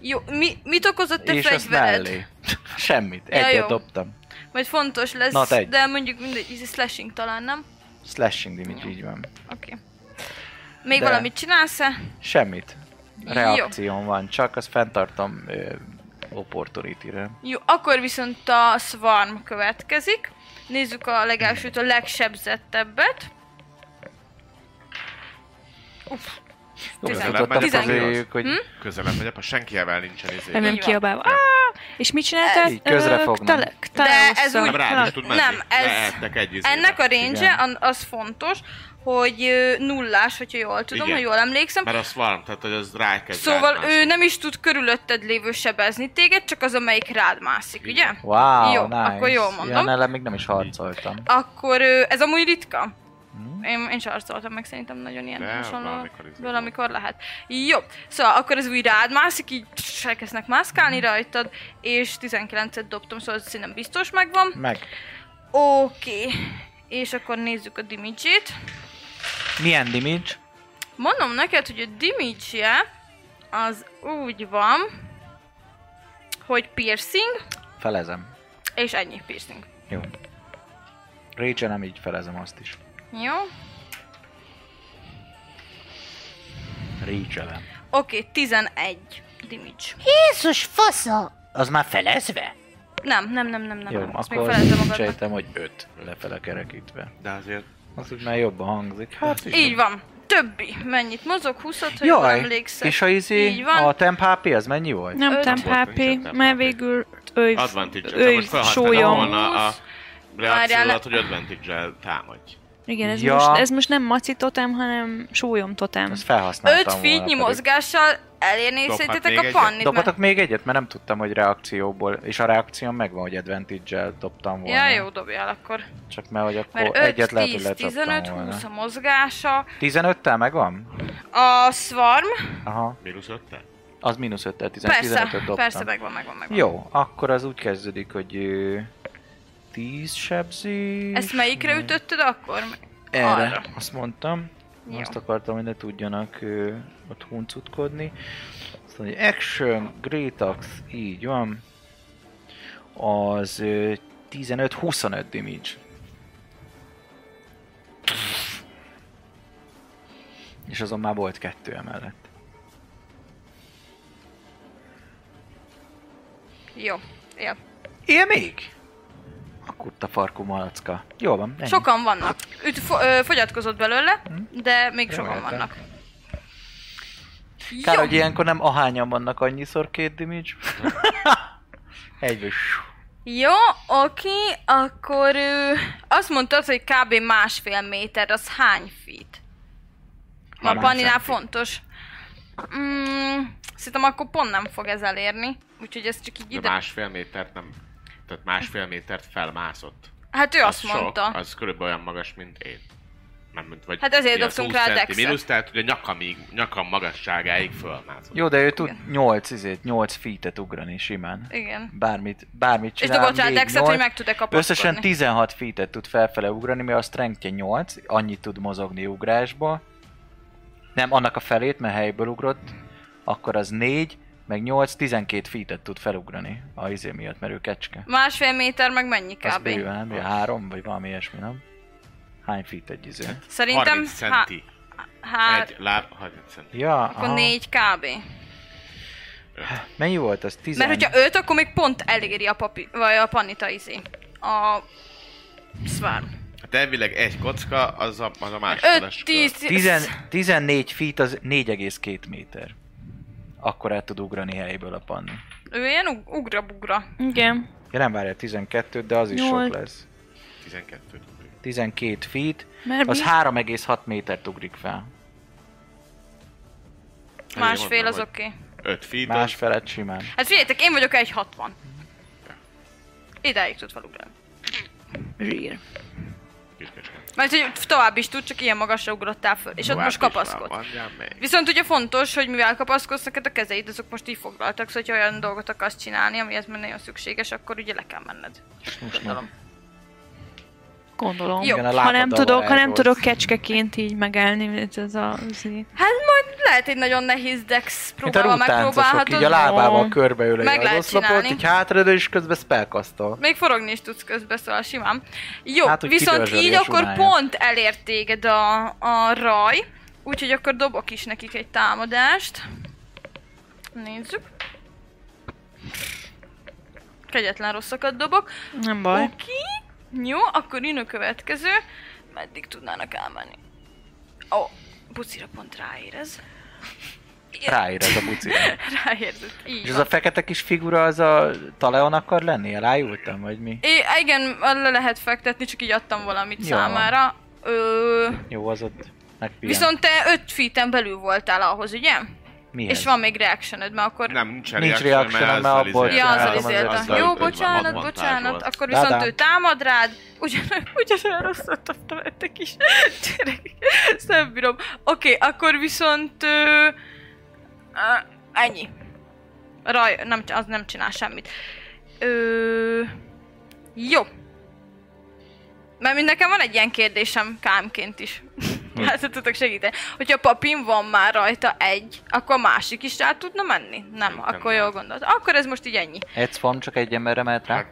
[SPEAKER 2] Jó, mi, mit okozott a
[SPEAKER 5] és azt
[SPEAKER 2] fegyvered?
[SPEAKER 5] mellé. [laughs] Semmit,
[SPEAKER 2] Ja,
[SPEAKER 5] egyet
[SPEAKER 2] jó.
[SPEAKER 5] dobtam.
[SPEAKER 2] Majd fontos lesz,
[SPEAKER 5] Na, te egy.
[SPEAKER 2] de mondjuk mindegy, ez slashing talán, nem?
[SPEAKER 5] Slashing damage, így van.
[SPEAKER 2] Oké. Okay. Még
[SPEAKER 5] De.
[SPEAKER 2] valamit csinálsz-e?
[SPEAKER 5] Semmit.
[SPEAKER 2] Jó.
[SPEAKER 5] Reakción van, csak azt fenntartom ö, opportunity-re.
[SPEAKER 2] Jó, akkor viszont a Swarm következik. Nézzük a legelsőt, a legsebzettebbet.
[SPEAKER 5] Jó,
[SPEAKER 6] Tizenkilenc.
[SPEAKER 5] jutottam
[SPEAKER 2] Tizenkilenc.
[SPEAKER 5] közéjük, hogy
[SPEAKER 2] Hm?
[SPEAKER 6] Közelebb megyek, ha senkivel nincsen izé.
[SPEAKER 3] Nem
[SPEAKER 2] Így van.
[SPEAKER 3] kiabálva. Á, és mit csináltál?
[SPEAKER 5] Így közre
[SPEAKER 3] Ö,
[SPEAKER 5] fognom.
[SPEAKER 3] Ktale-
[SPEAKER 2] De ez
[SPEAKER 3] Ktaleosszal.
[SPEAKER 2] úgy-
[SPEAKER 6] Nem, rád is tud menni.
[SPEAKER 2] Nem, ez-
[SPEAKER 6] Lehetnek egy izébe.
[SPEAKER 2] Ennek a range
[SPEAKER 5] Igen.
[SPEAKER 2] an- az fontos, hogy ö, nullás, hogyha jól tudom,
[SPEAKER 6] Igen.
[SPEAKER 2] ha jól emlékszem.
[SPEAKER 6] Mert az farm, tehát hogy az rákezd
[SPEAKER 2] Szóval ő nem is tud körülötted lévő sebezni téged, csak az, amelyik rád mászik, ugye?
[SPEAKER 5] Wow,
[SPEAKER 2] Jó,
[SPEAKER 5] nice.
[SPEAKER 2] akkor jól mondom.
[SPEAKER 5] Ilyen ellen még nem is harcoltam.
[SPEAKER 2] Akkor ö, ez amúgy ritka. Én, én sem harcoltam meg, szerintem nagyon ilyen
[SPEAKER 6] De,
[SPEAKER 2] hasonló.
[SPEAKER 6] valamikor izé
[SPEAKER 2] valamikor lehet. Jó, szóval akkor ez úgy rád mászik, így tss, elkezdnek mászkálni rajtad, és 19-et dobtam, szóval ez szerintem biztos megvan.
[SPEAKER 5] Meg.
[SPEAKER 2] Oké, és akkor nézzük a damage-ét.
[SPEAKER 5] Milyen damage?
[SPEAKER 2] Mondom neked, hogy a damage az úgy van, hogy piercing,
[SPEAKER 5] Felezem.
[SPEAKER 2] és ennyi piercing.
[SPEAKER 5] Jó. Rage nem így felezem azt is.
[SPEAKER 2] Jó?
[SPEAKER 5] rage
[SPEAKER 2] Oké, 11 damage.
[SPEAKER 9] Jézus fasza!
[SPEAKER 5] Az már felezve?
[SPEAKER 2] Nem, nem, nem, nem, nem.
[SPEAKER 5] Jó,
[SPEAKER 2] nem. Azt még
[SPEAKER 5] akkor
[SPEAKER 2] felejtem magadnak.
[SPEAKER 5] sejtem, hogy öt lefele kerekítve.
[SPEAKER 6] De azért
[SPEAKER 5] Az úgy már jobban hangzik. Hát
[SPEAKER 2] Így van. Többi. Mennyit mozog? 20 ha jól
[SPEAKER 5] Jaj,
[SPEAKER 2] emlékszem.
[SPEAKER 5] és a izé,
[SPEAKER 2] Így van.
[SPEAKER 5] a temp HP az mennyi volt?
[SPEAKER 3] Nem
[SPEAKER 2] Öt.
[SPEAKER 3] temp
[SPEAKER 6] Nem volt, nincs
[SPEAKER 3] HP,
[SPEAKER 6] temp
[SPEAKER 3] mert
[SPEAKER 6] HP.
[SPEAKER 3] végül ő,
[SPEAKER 6] advantage-et,
[SPEAKER 3] ő
[SPEAKER 6] most felhasználtad
[SPEAKER 3] sólyom.
[SPEAKER 6] volna a
[SPEAKER 2] Várjál,
[SPEAKER 6] reakciódat,
[SPEAKER 2] le-
[SPEAKER 6] hogy advantage-el támadj.
[SPEAKER 3] Igen, ez,
[SPEAKER 5] Ja.
[SPEAKER 3] most, ez most nem maci totem, hanem sólyom totem.
[SPEAKER 5] Azt
[SPEAKER 2] Öt
[SPEAKER 5] felhasználtam volna.
[SPEAKER 2] fitnyi
[SPEAKER 5] pedig.
[SPEAKER 2] mozgással elérni
[SPEAKER 6] Dobhat
[SPEAKER 2] szerintetek
[SPEAKER 6] még
[SPEAKER 2] a
[SPEAKER 6] egyet?
[SPEAKER 2] pannit.
[SPEAKER 5] Dobhatok még egyet, mert nem tudtam, hogy reakcióból, és a reakción megvan, hogy advantage-el dobtam volna.
[SPEAKER 2] Ja, jó, dobjál akkor.
[SPEAKER 5] Csak mert hogy akkor
[SPEAKER 2] Mert
[SPEAKER 5] egyet
[SPEAKER 2] 5,
[SPEAKER 5] lehet, hogy
[SPEAKER 2] 10,
[SPEAKER 5] lecsaptam
[SPEAKER 2] 15,
[SPEAKER 5] volna.
[SPEAKER 2] 20 a mozgása.
[SPEAKER 5] 15-tel megvan?
[SPEAKER 2] A swarm,
[SPEAKER 5] Aha,
[SPEAKER 6] Mínusz 5
[SPEAKER 5] az mínusz 5-tel, 15
[SPEAKER 2] persze,
[SPEAKER 5] 15-öt dobtam.
[SPEAKER 2] persze, megvan, megvan, megvan.
[SPEAKER 5] Jó, akkor az úgy kezdődik, hogy ö, 10 sebzés.
[SPEAKER 2] Ezt melyikre ütötted akkor?
[SPEAKER 5] Erre,
[SPEAKER 2] Arra.
[SPEAKER 5] azt mondtam.
[SPEAKER 2] Jó.
[SPEAKER 5] Azt akartam, hogy ne tudjanak ö, ott huncutkodni. Azt mondja, action, great axe, így van. Az ö, 15-25 damage. És azon már volt kettő emellett.
[SPEAKER 2] Jó. Jó.
[SPEAKER 5] Él még? Akkor a farkú malacka. Jól van, ennyi.
[SPEAKER 2] Sokan vannak. Üt, fo- ö, fogyatkozott belőle, de még
[SPEAKER 5] Hm? Jó,
[SPEAKER 2] sokan
[SPEAKER 5] értem.
[SPEAKER 2] vannak.
[SPEAKER 5] Kár,
[SPEAKER 2] Jó.
[SPEAKER 5] hogy ilyenkor nem ahányan vannak annyiszor két
[SPEAKER 2] [laughs]
[SPEAKER 5] damage. Egyből.
[SPEAKER 2] Jó, oké, akkor ő, azt mondtad, hogy kb. másfél méter, az hány feet? Ma
[SPEAKER 5] Harminc
[SPEAKER 2] Paninál
[SPEAKER 5] centi.
[SPEAKER 2] fontos. Mm, szerintem akkor pont nem fog ez elérni, úgyhogy ez csak így
[SPEAKER 6] De
[SPEAKER 2] ide...
[SPEAKER 6] másfél métert nem... Tehát másfél métert felmászott.
[SPEAKER 2] Hát ő
[SPEAKER 6] Az
[SPEAKER 2] azt
[SPEAKER 6] sok,
[SPEAKER 2] mondta.
[SPEAKER 6] Az körülbelül olyan magas, mint én. Nem, mint vagy
[SPEAKER 2] Hát ezért
[SPEAKER 6] ilyen
[SPEAKER 2] dobtunk
[SPEAKER 6] 20
[SPEAKER 2] rá a
[SPEAKER 6] centi
[SPEAKER 2] dexet.
[SPEAKER 6] Mínusz, tehát ugye nyakamig, nyakam magasságáig fölmászott.
[SPEAKER 5] Jó, de ő tud 8 izét, 8 feet ugrani simán.
[SPEAKER 2] Igen.
[SPEAKER 5] Bármit, bármit
[SPEAKER 2] És
[SPEAKER 5] csinál.
[SPEAKER 2] dobott rá
[SPEAKER 5] még
[SPEAKER 2] dexet,
[SPEAKER 5] nyolc.
[SPEAKER 2] hogy meg tud-e kapaszkodni.
[SPEAKER 5] Összesen 16 feet tud felfele ugrani, mert a strengthje 8, annyit tud mozogni ugrásba. Nem, annak a felét, mert helyből ugrott, akkor az 4, meg 8, 12 feet tud felugrani a izé miatt, mert ő kecske.
[SPEAKER 2] Másfél méter meg mennyi
[SPEAKER 5] Az
[SPEAKER 2] kb?
[SPEAKER 5] bőven, nem? Három, vagy valami ilyesmi, nem? Hány feet egy izé?
[SPEAKER 2] Szerintem
[SPEAKER 6] 30 centi.
[SPEAKER 2] há-
[SPEAKER 6] Egy láb, 30 centi.
[SPEAKER 5] Ja,
[SPEAKER 2] akkor
[SPEAKER 5] aha.
[SPEAKER 2] négy kb.
[SPEAKER 5] Mennyi volt ez? 10.
[SPEAKER 2] Mert hogyha őt, akkor még pont eléri a, papi, vagy a panita izé. A... Swarm.
[SPEAKER 6] Hát elvileg egy kocka, az a, az a másodás.
[SPEAKER 2] 5, 10,
[SPEAKER 5] 10, 14 feet az 4,2 méter. Akkor át tud ugrani helyből a panni.
[SPEAKER 2] Ő ilyen ug- ugra-bugra.
[SPEAKER 3] Igen.
[SPEAKER 5] Ja, nem várja 12 de az is
[SPEAKER 3] Nyolc.
[SPEAKER 5] sok lesz.
[SPEAKER 6] 12.
[SPEAKER 5] 12 feet,
[SPEAKER 3] Mert
[SPEAKER 5] az
[SPEAKER 3] mi?
[SPEAKER 5] 3,6 métert ugrik fel.
[SPEAKER 2] Másfél az
[SPEAKER 6] hogy
[SPEAKER 2] oké.
[SPEAKER 6] 5 feet,
[SPEAKER 5] Más
[SPEAKER 6] Más...
[SPEAKER 5] felett simán.
[SPEAKER 2] Hát figyeljetek, én vagyok egy 60. Ideig tud felugrani.
[SPEAKER 3] Zsír.
[SPEAKER 6] kiskecske.
[SPEAKER 2] Mert hogy tovább is tud, csak ilyen magasra ugrottál föl. És ott most kapaszkodsz. Viszont ugye fontos, hogy mivel kapaszkodsz, neked a kezeid azok most így foglaltak, szóval hogyha olyan dolgot akarsz csinálni, amihez már nagyon szükséges, akkor ugye le kell menned. Gondolom.
[SPEAKER 3] Gondolom.
[SPEAKER 2] Jó.
[SPEAKER 5] Igen, a
[SPEAKER 3] Ha nem
[SPEAKER 5] lábad, ahol
[SPEAKER 3] tudok, ha nem
[SPEAKER 5] elrugod.
[SPEAKER 3] tudok kecskeként így megállni, ez az a... Az így.
[SPEAKER 2] Hát majd lehet egy nagyon nehéz dex
[SPEAKER 5] Mint a
[SPEAKER 2] próbálva
[SPEAKER 5] rútáncosok, így a
[SPEAKER 2] megpróbálhatod.
[SPEAKER 5] lábával
[SPEAKER 3] Ó.
[SPEAKER 5] körbeül
[SPEAKER 2] Meg
[SPEAKER 5] egy
[SPEAKER 2] lehet
[SPEAKER 5] oszlopot,
[SPEAKER 2] csinálni.
[SPEAKER 5] így hátradő, és közben spellkasztol.
[SPEAKER 2] Még forogni is tudsz közben, szóval simán. Jó,
[SPEAKER 5] Hát,
[SPEAKER 2] hát,
[SPEAKER 5] hogy
[SPEAKER 2] viszont
[SPEAKER 5] kidörzsöli
[SPEAKER 2] így
[SPEAKER 5] a
[SPEAKER 2] akkor
[SPEAKER 5] sunáját.
[SPEAKER 2] pont elért téged a, a raj, úgyhogy akkor dobok is nekik egy támadást. Nézzük. Kegyetlen rosszakat dobok.
[SPEAKER 3] Nem baj.
[SPEAKER 2] Oké. Jó, akkor jön a következő. Meddig tudnának elmenni? Ó, oh, bucira pont ráérez. [laughs]
[SPEAKER 5] Ráír ez a buci.
[SPEAKER 2] Ráérzett, így
[SPEAKER 5] És az
[SPEAKER 2] van.
[SPEAKER 5] a fekete kis figura, az a Taleon akar lenni? Elájultam, vagy mi?
[SPEAKER 2] É, igen, le lehet fektetni, csak így adtam valamit
[SPEAKER 5] Jó.
[SPEAKER 2] számára. Ö,
[SPEAKER 5] Jó, az ott megpihen.
[SPEAKER 2] viszont te 5 feet belül voltál ahhoz, ugye?
[SPEAKER 5] Mihez?
[SPEAKER 2] És van még reactioned, mert akkor...
[SPEAKER 6] Nem, nincs
[SPEAKER 5] Nincs reaction,
[SPEAKER 6] reaction, mert izé-
[SPEAKER 5] mert
[SPEAKER 6] azzal
[SPEAKER 5] abból
[SPEAKER 6] izélt.
[SPEAKER 2] Ja,
[SPEAKER 5] Azzal
[SPEAKER 2] azzal
[SPEAKER 5] az
[SPEAKER 2] izéltem.
[SPEAKER 5] azzal
[SPEAKER 2] Jó,
[SPEAKER 6] öt-
[SPEAKER 2] bocsánat,
[SPEAKER 6] advantage
[SPEAKER 2] bocsánat.
[SPEAKER 6] volt.
[SPEAKER 2] Akkor viszont
[SPEAKER 5] Dádám.
[SPEAKER 2] ő támad rád. Ugyan, ugyanolyan rosszat adtam a kis [laughs] gyerek. Ezt nem bírom. Oké, okay, akkor viszont... Ö, ö, ennyi. Raj, nem, az nem csinál semmit. Ö, jó. Mert mind nekem van egy ilyen kérdésem KM-ként is. Hát ha tudok segíteni. Hogyha papín van már rajta egy, akkor a másik is rá tudna menni? Nem,
[SPEAKER 6] Szerintem
[SPEAKER 2] akkor
[SPEAKER 6] nem.
[SPEAKER 2] jól gondolod. Akkor ez most így ennyi.
[SPEAKER 5] Egy spam csak egy emberre mehet rá?
[SPEAKER 6] Hát,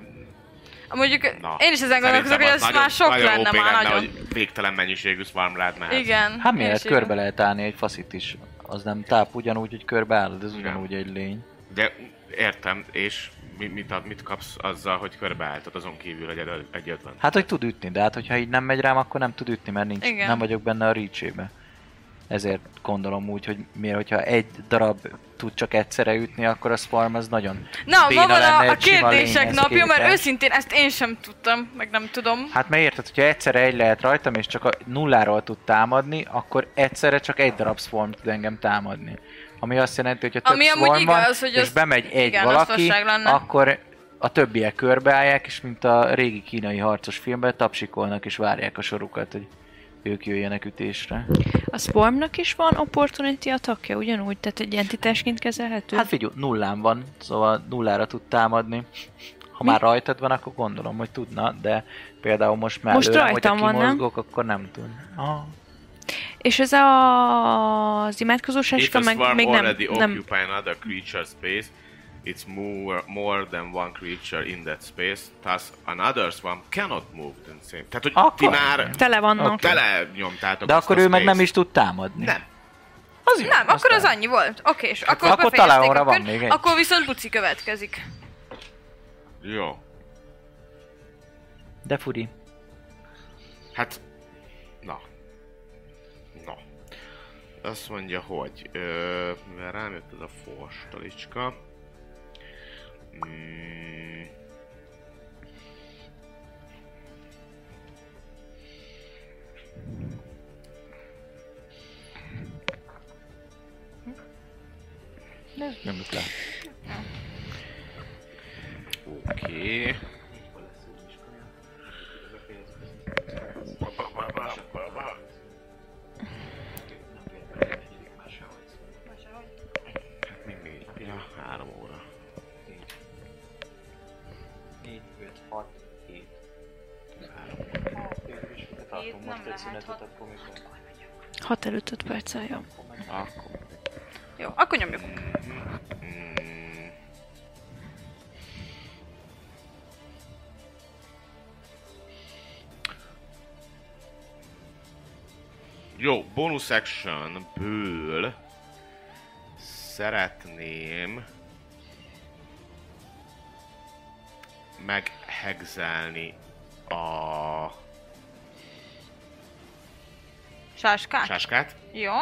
[SPEAKER 2] Mondjuk
[SPEAKER 6] Na,
[SPEAKER 2] Na, én is ezen gondolkozok, hogy ez már sok
[SPEAKER 6] nagyon
[SPEAKER 2] lenne
[SPEAKER 6] OP
[SPEAKER 2] már
[SPEAKER 6] lenne,
[SPEAKER 2] nagyon.
[SPEAKER 6] Hogy végtelen mennyiségű spam rád mehet.
[SPEAKER 2] Igen.
[SPEAKER 5] Hát
[SPEAKER 2] én
[SPEAKER 5] miért
[SPEAKER 2] is így
[SPEAKER 5] körbe lehet állni egy faszit is? Az nem táp ugyanúgy, hogy körbe áll, de ez ugyanúgy egy lény.
[SPEAKER 6] De értem, és mi, mit, ad- mit kapsz azzal, hogy körbeálltad azon kívül, hogy egy, egy ötven?
[SPEAKER 5] Hát, hogy tud ütni, de hát, hogyha így nem megy rám, akkor nem tud ütni, mert nincs,
[SPEAKER 2] Igen.
[SPEAKER 5] nem vagyok benne a reachébe. Ezért gondolom úgy, hogy miért, hogyha egy darab tud csak egyszerre ütni, akkor a swarm az nagyon
[SPEAKER 2] Na,
[SPEAKER 5] béna
[SPEAKER 2] ma van a,
[SPEAKER 5] lenne
[SPEAKER 2] a
[SPEAKER 5] egy sima
[SPEAKER 2] kérdések
[SPEAKER 5] lényhez
[SPEAKER 2] napja, mert
[SPEAKER 5] képest.
[SPEAKER 2] őszintén ezt én sem tudtam, meg nem tudom.
[SPEAKER 5] Hát mert érted, hogyha egyszerre egy lehet rajtam, és csak a nulláról tud támadni, akkor egyszerre csak egy darab swarm tud engem támadni. Ami azt jelenti, hogy ha több
[SPEAKER 2] Ami amúgy
[SPEAKER 5] swarm van,
[SPEAKER 2] igaz, hogy
[SPEAKER 5] és
[SPEAKER 2] az-
[SPEAKER 5] bemegy egy
[SPEAKER 2] igen, az
[SPEAKER 5] valaki,
[SPEAKER 2] fasság lenne.
[SPEAKER 5] akkor a többiek körbeállják, és mint a régi kínai harcos filmben, tapsikolnak és várják a sorukat, hogy ők jöjjenek ütésre.
[SPEAKER 3] A Swarmnak is van opportunity attackja, ugyanúgy, tehát egy entitásként kezelhető.
[SPEAKER 5] Hát figyelj, nullán van, szóval nullára tud támadni. Ha már rajtad van, akkor gondolom, hogy tudna, de például most már
[SPEAKER 3] Most
[SPEAKER 5] előlem,
[SPEAKER 3] rajtam
[SPEAKER 5] hogyha
[SPEAKER 3] van, nem?
[SPEAKER 5] kimozgok, akkor nem tud. Aha.
[SPEAKER 3] És ez a... az imádkozós
[SPEAKER 6] If
[SPEAKER 3] eska
[SPEAKER 6] a
[SPEAKER 3] meg
[SPEAKER 6] swarm
[SPEAKER 3] még nem,
[SPEAKER 6] already
[SPEAKER 3] nem...
[SPEAKER 6] occupy another creature space, it's more, more than one creature in that space, thus another swarm cannot move the same. Tehát, hogy
[SPEAKER 5] Akkor-
[SPEAKER 6] ti már
[SPEAKER 3] Tele vannak.
[SPEAKER 6] tele nyomtátok
[SPEAKER 5] De
[SPEAKER 6] azt
[SPEAKER 5] akkor
[SPEAKER 6] a
[SPEAKER 5] ő meg
[SPEAKER 6] space-t.
[SPEAKER 5] nem is tud támadni.
[SPEAKER 6] Nem.
[SPEAKER 5] Az jó,
[SPEAKER 2] Nem, akkor az
[SPEAKER 5] aztán. Hát
[SPEAKER 2] annyi volt. Oké, és akkor,
[SPEAKER 5] akkor
[SPEAKER 2] befejezték
[SPEAKER 5] talán arra
[SPEAKER 2] a
[SPEAKER 5] van
[SPEAKER 2] kört,
[SPEAKER 5] még egy.
[SPEAKER 2] Akkor viszont Buci következik.
[SPEAKER 6] Jó.
[SPEAKER 5] De furi.
[SPEAKER 6] Hát, na. Na. Azt mondja, hogy ö, mivel rám jött ez a forstalicska. Mm.
[SPEAKER 5] Nem jut le.
[SPEAKER 6] Oké. Hát még négy. Ja, három óra.
[SPEAKER 7] 4, 5, 6, 7.
[SPEAKER 2] Tartom most egy szünetet,
[SPEAKER 7] akkor még
[SPEAKER 3] Hat előtt öt perccel, jó.
[SPEAKER 6] Akkor.
[SPEAKER 2] Jó, akkor nyomjuk.
[SPEAKER 6] Mm. Jó, bonus actionből szeretném meghegzelni a
[SPEAKER 2] Sáskát?
[SPEAKER 6] sáskát,
[SPEAKER 2] Jó.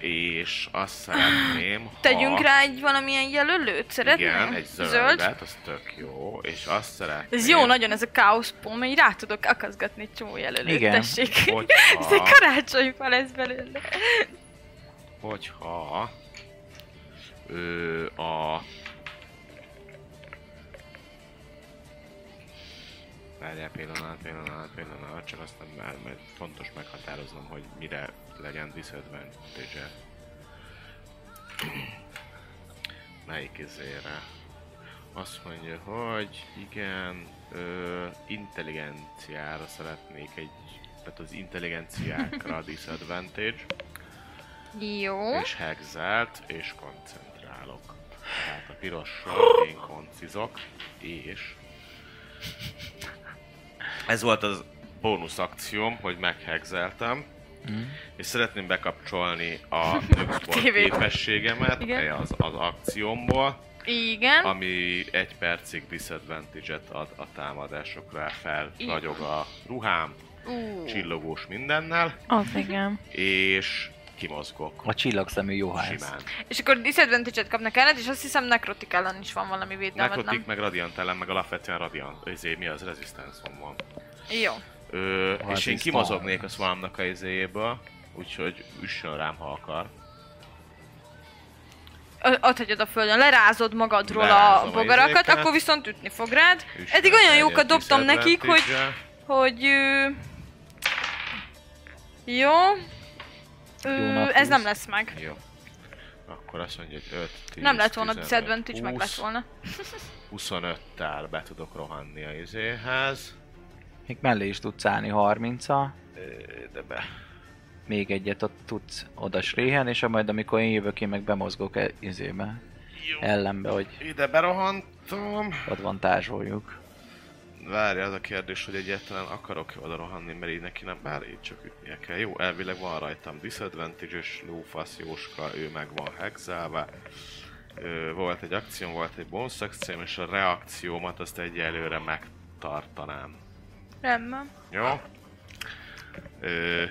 [SPEAKER 6] és azt szeretném, ha...
[SPEAKER 2] Tegyünk rá egy valamilyen jelölőt, szeretnél?
[SPEAKER 6] Igen, egy zöldet, zöld. az tök jó, és azt szeretném...
[SPEAKER 2] Ez jó, nagyon ez a káosz pom, így rá tudok akaszgatni egy csomó jelölőt,
[SPEAKER 5] Igen.
[SPEAKER 2] tessék. [laughs]
[SPEAKER 3] [laughs]
[SPEAKER 2] Ez egy
[SPEAKER 6] Hogyha,
[SPEAKER 2] karácsonyfa lesz belőle.
[SPEAKER 6] hogyha ö, a Várjál pillanat, pillanat, pillanat, csak aztán már majd fontos meghatároznom, hogy mire legyen disadvantage -e. Melyik izére? Azt mondja, hogy igen, ö, intelligenciára szeretnék egy, tehát az intelligenciákra disadvantage,
[SPEAKER 2] Jó.
[SPEAKER 6] és hexelt, és koncentrálok. Tehát a pirossal én koncizok, és ez volt az bónusz akcióm, hogy meghegzeltem, és szeretném bekapcsolni a nősport
[SPEAKER 2] Tévét.
[SPEAKER 6] képességemet
[SPEAKER 8] Igen.
[SPEAKER 6] az, az akciómból,
[SPEAKER 8] Igen.
[SPEAKER 6] ami egy percig disadvantage-et ad a támadásokra, fel ragyog a ruhám,
[SPEAKER 2] Ú.
[SPEAKER 6] csillogós mindennel,
[SPEAKER 3] Az igen.
[SPEAKER 6] és kimozgok
[SPEAKER 5] A csillagszemű juhász.
[SPEAKER 6] simán.
[SPEAKER 2] És akkor disadvantage-et kapnak ellent, és azt hiszem nekrotik ellen is van valami védelmet,
[SPEAKER 6] Nekrotik
[SPEAKER 2] nem?
[SPEAKER 6] meg radiant ellen, meg alapvetően radiant, ezért mi az resistance van.
[SPEAKER 2] Jó.
[SPEAKER 6] Ö, és én
[SPEAKER 5] Resistance.
[SPEAKER 6] kimozognék a swarmnak a izéjéből, úgyhogy üssön rám, ha akar.
[SPEAKER 2] Ö, Ott hagyod a földön, lerázod magadról
[SPEAKER 6] Lerázom
[SPEAKER 2] a
[SPEAKER 6] a
[SPEAKER 2] bogarakat,
[SPEAKER 6] izéket.
[SPEAKER 2] akkor viszont ütni fog rád.
[SPEAKER 6] Üssön
[SPEAKER 2] Eddig olyan
[SPEAKER 6] egyet
[SPEAKER 2] jókat dobtam nekik, hogy,
[SPEAKER 6] disadvantage-el.
[SPEAKER 2] hogy... ö, Jó. Ö,
[SPEAKER 5] Jónak
[SPEAKER 2] ez nem
[SPEAKER 5] húz.
[SPEAKER 2] lesz meg.
[SPEAKER 6] Jó. Akkor azt mondja, hogy 5, 10,
[SPEAKER 2] Nem lett volna
[SPEAKER 6] 15,
[SPEAKER 2] disadvantage, meg
[SPEAKER 6] 20,
[SPEAKER 2] lett volna.
[SPEAKER 6] 25-tel be tudok rohanni a izéhez.
[SPEAKER 5] Még mellé is tudsz állni 30 -a.
[SPEAKER 6] Ö, De be.
[SPEAKER 5] Még egyet ott tudsz oda sréhen, és majd amikor én jövök, én meg bemozgok e- izébe.
[SPEAKER 6] Jó.
[SPEAKER 5] Ellenbe, hogy
[SPEAKER 6] Ide berohantam.
[SPEAKER 5] advantázsoljuk.
[SPEAKER 6] Várja, az a kérdés, hogy egyáltalán akarok oda rohanni, mert így neki nem, bár így csak ütnie kell. Jó, elvileg van rajtam disadvantage és lófasz Jóska, ő meg van hexelve. Ö, volt egy akcióm, volt egy bonus akcióm, és a reakciómat azt egyelőre megtartanám.
[SPEAKER 2] Rendben.
[SPEAKER 6] Jó? Ö,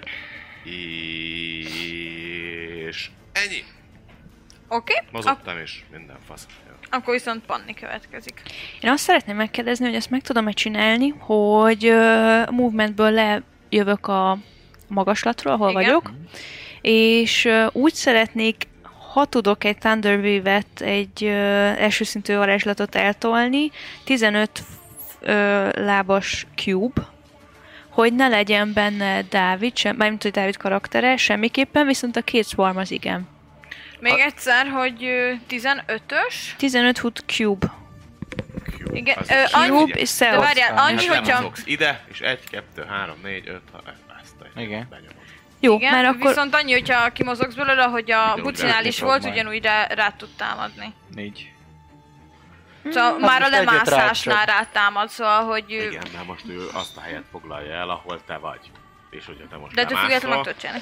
[SPEAKER 6] és ennyi!
[SPEAKER 2] Oké, ak-
[SPEAKER 6] Mozogtam is, minden fasz. Jó.
[SPEAKER 2] akkor viszont Panni következik.
[SPEAKER 3] Én azt szeretném megkérdezni, hogy ezt meg tudom-e csinálni, hogy uh, movementből lejövök a magaslatról, ahol
[SPEAKER 2] Igen.
[SPEAKER 3] vagyok, és uh, úgy szeretnék, ha tudok egy Thunder Wave-et, egy uh, első szintű varázslatot eltolni, 15 uh, lábas cube, hogy ne legyen benne Dávid, sem, mármint, hogy Dávid karaktere, semmiképpen, viszont a két swarm az igen.
[SPEAKER 2] Még egyszer, hogy ö, 15-ös.
[SPEAKER 3] 15 foot cube.
[SPEAKER 6] Jó,
[SPEAKER 2] Igen,
[SPEAKER 6] az
[SPEAKER 2] ö,
[SPEAKER 6] is
[SPEAKER 2] annyi-
[SPEAKER 6] figyelj.
[SPEAKER 3] Cube és
[SPEAKER 2] De
[SPEAKER 3] Szeosz.
[SPEAKER 2] várjál, annyi,
[SPEAKER 6] Hát nem
[SPEAKER 2] hogyha...
[SPEAKER 6] mozogsz ide, és egy, kettő, három, négy, öt, ha ezt a
[SPEAKER 5] Igen.
[SPEAKER 6] benyomod.
[SPEAKER 3] Jó,
[SPEAKER 2] Igen,
[SPEAKER 3] mert akkor...
[SPEAKER 2] viszont annyi, hogyha kimozogsz belőle, hogy a
[SPEAKER 6] Ugyanúgy
[SPEAKER 2] bucinál is
[SPEAKER 5] rátni
[SPEAKER 2] volt,
[SPEAKER 5] fog majd.
[SPEAKER 2] ugyanúgy rá, rá tud támadni.
[SPEAKER 5] Négy.
[SPEAKER 3] Mm.
[SPEAKER 2] Szóval már a
[SPEAKER 5] most egyet rád
[SPEAKER 2] lemászásnál
[SPEAKER 5] csak.
[SPEAKER 2] rátámad, szóval, hogy... ö,
[SPEAKER 6] Igen, mert most ő azt a helyet foglalja el, ahol te vagy. És hogyha te most
[SPEAKER 2] De ettől függetlenül meg
[SPEAKER 6] lemászol,
[SPEAKER 2] tudod csinálni.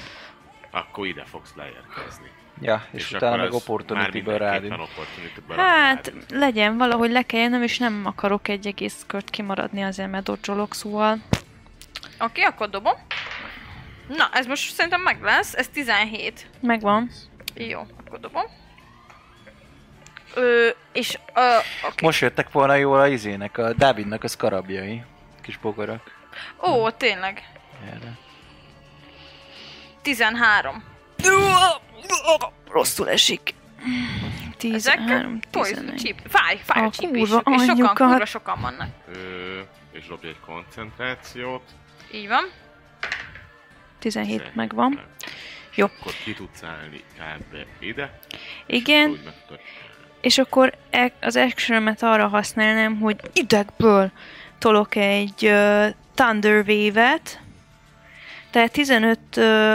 [SPEAKER 6] akkor ide fogsz leérkezni.
[SPEAKER 5] Ja, és, és utána
[SPEAKER 6] akkor
[SPEAKER 5] meg
[SPEAKER 6] ez
[SPEAKER 5] opportunity-ből
[SPEAKER 6] már
[SPEAKER 5] rád.
[SPEAKER 6] mindenképpen opportunity-ből
[SPEAKER 3] Hát,
[SPEAKER 6] rád.
[SPEAKER 3] legyen, valahogy le kell jönnöm, és nem akarok egy egész kört kimaradni azért, mert dodzsolok, szóval...
[SPEAKER 2] Oké, akkor dobom. Na, ez most szerintem meg lesz, ez 17.
[SPEAKER 3] Megvan.
[SPEAKER 2] Jó, akkor dobom. Ö, és ö, oké.
[SPEAKER 5] Most jöttek volna jól a izének, a Dávidnak a szkarabjai. Kis bogarak.
[SPEAKER 2] Ó, tényleg.
[SPEAKER 5] Erre.
[SPEAKER 2] 13.
[SPEAKER 3] Rosszul esik. 13,
[SPEAKER 2] Ezek poison
[SPEAKER 3] 11.
[SPEAKER 2] chip. Fáj, fáj a
[SPEAKER 3] A
[SPEAKER 2] chip
[SPEAKER 3] kurva
[SPEAKER 2] is. És sokan,
[SPEAKER 3] anyjukat.
[SPEAKER 2] kurva sokan vannak.
[SPEAKER 6] Ö, és dobj egy koncentrációt.
[SPEAKER 2] Így van.
[SPEAKER 3] 17 megvan. Jó.
[SPEAKER 6] Akkor ki tudsz állni kb. ide.
[SPEAKER 3] Igen,
[SPEAKER 6] Úgy meg tudod.
[SPEAKER 3] És akkor e- az actionemet arra használnám, hogy idegből tolok egy uh, Thunder Wave-et, tehát 15 uh,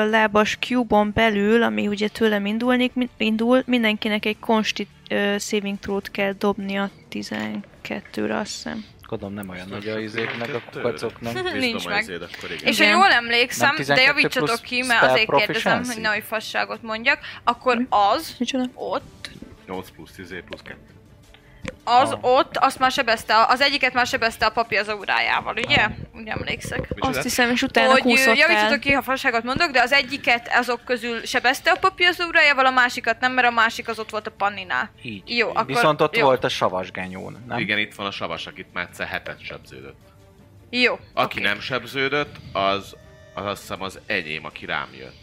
[SPEAKER 3] lábas cube-on belül, ami ugye tőlem indulnik, min- indul, mindenkinek egy konsti uh, saving throw-t kell dobnia 12-re, azt hiszem.
[SPEAKER 5] Gondolom nem olyan nagy a izéknek, a
[SPEAKER 6] Kettőre.
[SPEAKER 5] kukacoknak.
[SPEAKER 2] Nincs
[SPEAKER 6] Biztom,
[SPEAKER 2] meg.
[SPEAKER 6] ezért Akkor igen.
[SPEAKER 2] És ha jól emlékszem,
[SPEAKER 5] Nem 12
[SPEAKER 2] de javítsatok
[SPEAKER 5] plusz
[SPEAKER 2] ki, mert
[SPEAKER 5] spell
[SPEAKER 2] azért kérdezem, hogy
[SPEAKER 5] proficiency?
[SPEAKER 2] nehogy fasságot mondjak,
[SPEAKER 3] Hm?
[SPEAKER 2] akkor az
[SPEAKER 3] Micsoda?
[SPEAKER 2] ott,
[SPEAKER 6] 8 plusz 10 plusz 2.
[SPEAKER 2] az
[SPEAKER 5] Ah.
[SPEAKER 2] ott, azt már sebezte, az egyiket már sebezte a papi az órájával, ugye?
[SPEAKER 5] Ah.
[SPEAKER 2] Úgy emlékszek.
[SPEAKER 3] Azt hiszem, és utána
[SPEAKER 2] hogy ö,
[SPEAKER 3] kúszott el.
[SPEAKER 2] javítsatok ki, ha fasságot mondok, de az egyiket azok közül sebezte a papi az órájával, a másikat nem, mert a másik az ott volt a panninál.
[SPEAKER 5] Így.
[SPEAKER 2] Jó, akkor...
[SPEAKER 5] Viszont ott
[SPEAKER 2] jó.
[SPEAKER 5] volt a savasgenyón, nem?
[SPEAKER 6] Igen, itt van a savas, akit már egyszer hetet sebződött.
[SPEAKER 2] Jó.
[SPEAKER 6] Aki
[SPEAKER 2] oké.
[SPEAKER 6] nem sebződött, az, az azt hiszem az enyém, aki rám jött.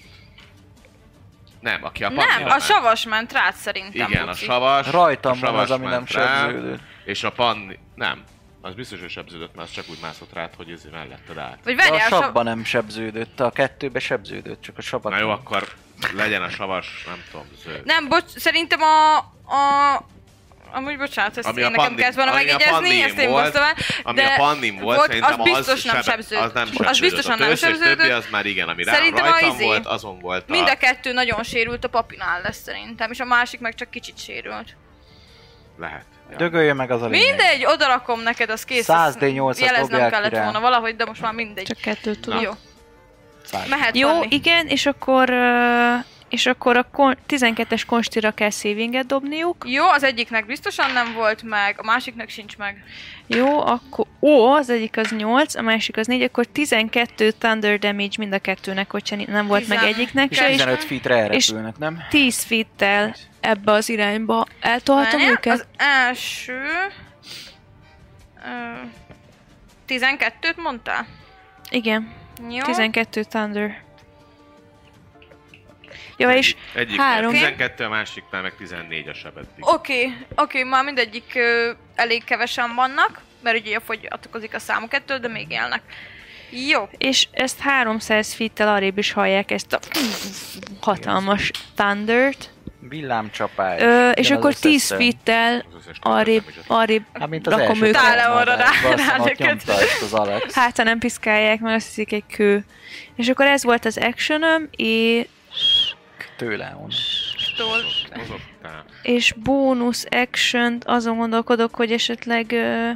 [SPEAKER 6] Nem, aki a
[SPEAKER 2] Nem,
[SPEAKER 6] panninál
[SPEAKER 2] a
[SPEAKER 6] ment.
[SPEAKER 2] savas ment rád szerintem.
[SPEAKER 6] Igen, a
[SPEAKER 2] Buci.
[SPEAKER 6] savas.
[SPEAKER 5] Rajtam
[SPEAKER 6] a
[SPEAKER 5] van
[SPEAKER 6] savas
[SPEAKER 5] az, ami nem
[SPEAKER 6] ment rám,
[SPEAKER 5] sebződött.
[SPEAKER 6] És a panni... Nem. Az biztos, hogy sebződött, mert az csak úgy mászott rád, hogy ezért melletted állt.
[SPEAKER 2] Vagy
[SPEAKER 5] De a
[SPEAKER 2] várjál, a
[SPEAKER 5] sabban nem sebződött, a kettőbe sebződött, csak a sabban.
[SPEAKER 6] Na jó, akkor legyen a savas, nem tudom, zöld.
[SPEAKER 2] Nem, bocs, szerintem a... a... Amúgy bocsánat, ezt
[SPEAKER 6] Ami
[SPEAKER 2] én
[SPEAKER 6] a
[SPEAKER 2] nekem
[SPEAKER 6] pandi-
[SPEAKER 2] kellett volna
[SPEAKER 6] ami a
[SPEAKER 2] megjegyezni,
[SPEAKER 6] pandin
[SPEAKER 2] ezt én
[SPEAKER 6] volt,
[SPEAKER 2] boztam el.
[SPEAKER 6] Ami
[SPEAKER 2] de
[SPEAKER 6] a pannim volt,
[SPEAKER 2] volt, az
[SPEAKER 6] szerintem
[SPEAKER 2] biztos
[SPEAKER 6] az,
[SPEAKER 2] nem
[SPEAKER 6] sebe-
[SPEAKER 2] sebződött.
[SPEAKER 6] Az nem
[SPEAKER 2] Az
[SPEAKER 6] sebződött.
[SPEAKER 2] biztosan
[SPEAKER 6] a
[SPEAKER 2] nem
[SPEAKER 6] törzs és
[SPEAKER 2] sebződött.
[SPEAKER 6] többi az már igen, ami
[SPEAKER 2] Szerintem
[SPEAKER 6] szerintem
[SPEAKER 2] a
[SPEAKER 6] rajtam
[SPEAKER 2] izé-
[SPEAKER 6] volt, azon volt
[SPEAKER 2] Mind
[SPEAKER 6] a...
[SPEAKER 2] a kettő nagyon sérült, a papinál lesz szerintem, és a másik meg csak kicsit sérült.
[SPEAKER 6] Lehet. Ja.
[SPEAKER 5] Dögöljön meg az a lényeg.
[SPEAKER 2] Mindegy, odarakom neked, az kész.
[SPEAKER 5] 100
[SPEAKER 2] azt
[SPEAKER 5] D8-at
[SPEAKER 2] Jeleznem
[SPEAKER 5] dobják
[SPEAKER 2] kellett
[SPEAKER 5] rá.
[SPEAKER 2] volna valahogy, de most már mindegy.
[SPEAKER 3] Csak kettőt
[SPEAKER 6] Na.
[SPEAKER 3] tudok.
[SPEAKER 2] Jó,
[SPEAKER 5] Száz.
[SPEAKER 2] mehet
[SPEAKER 3] Jó,
[SPEAKER 2] Fanni.
[SPEAKER 3] igen, és akkor... ö, és akkor a kon- 12-es konstira kell savinget dobniuk.
[SPEAKER 2] Jó, az egyiknek biztosan nem volt meg, a másiknak sincs meg.
[SPEAKER 3] Jó, akkor... Ó, az egyik az 8, a másik az 4, akkor 12 thunder damage mind a kettőnek, hogyha ni- nem volt meg
[SPEAKER 2] Tizen-
[SPEAKER 3] egyiknek
[SPEAKER 5] És
[SPEAKER 3] se, és
[SPEAKER 5] 15 feetre elrepülnek, nem?
[SPEAKER 3] 10 feet-tel ebbe az irányba eltolhatom
[SPEAKER 2] Várjál,
[SPEAKER 3] őket?
[SPEAKER 2] Az első... Ö, 12-t mondtál?
[SPEAKER 3] Igen,
[SPEAKER 2] Jó.
[SPEAKER 3] 12 thunder. Jó, és
[SPEAKER 6] Egyik
[SPEAKER 3] Három.
[SPEAKER 6] 12, a másiknál meg 14 a sebed.
[SPEAKER 2] Oké, okay, oké, okay, már mindegyik ö, elég kevesen vannak, mert ugye fogyatkozik a számuk ettől, de még élnek. Jó,
[SPEAKER 3] és ezt 300 feet-tel arrébb is hallják ezt a hatalmas thundert.
[SPEAKER 5] Villámcsapás.
[SPEAKER 3] Ö, és
[SPEAKER 5] Ugyanaz
[SPEAKER 3] akkor 10
[SPEAKER 5] össze-össze.
[SPEAKER 3] feet-tel
[SPEAKER 6] Az összes
[SPEAKER 3] arrébb,
[SPEAKER 6] többet nem is-
[SPEAKER 3] arrébb
[SPEAKER 5] Hát, mint az
[SPEAKER 3] rakom
[SPEAKER 5] első
[SPEAKER 3] őket.
[SPEAKER 2] Tál- Tále orra rá-
[SPEAKER 5] Basszom,
[SPEAKER 2] rá
[SPEAKER 5] ott
[SPEAKER 2] neked.
[SPEAKER 5] nyomta ezt az Alex.
[SPEAKER 3] Hát, ha nem piszkálják, mert azt hiszik egy kő. És akkor ez volt az actionöm, és,
[SPEAKER 5] Tőle on.
[SPEAKER 2] tól.
[SPEAKER 6] Mozog, tehát.
[SPEAKER 3] és bónusz action azon gondolkodok, hogy esetleg ö,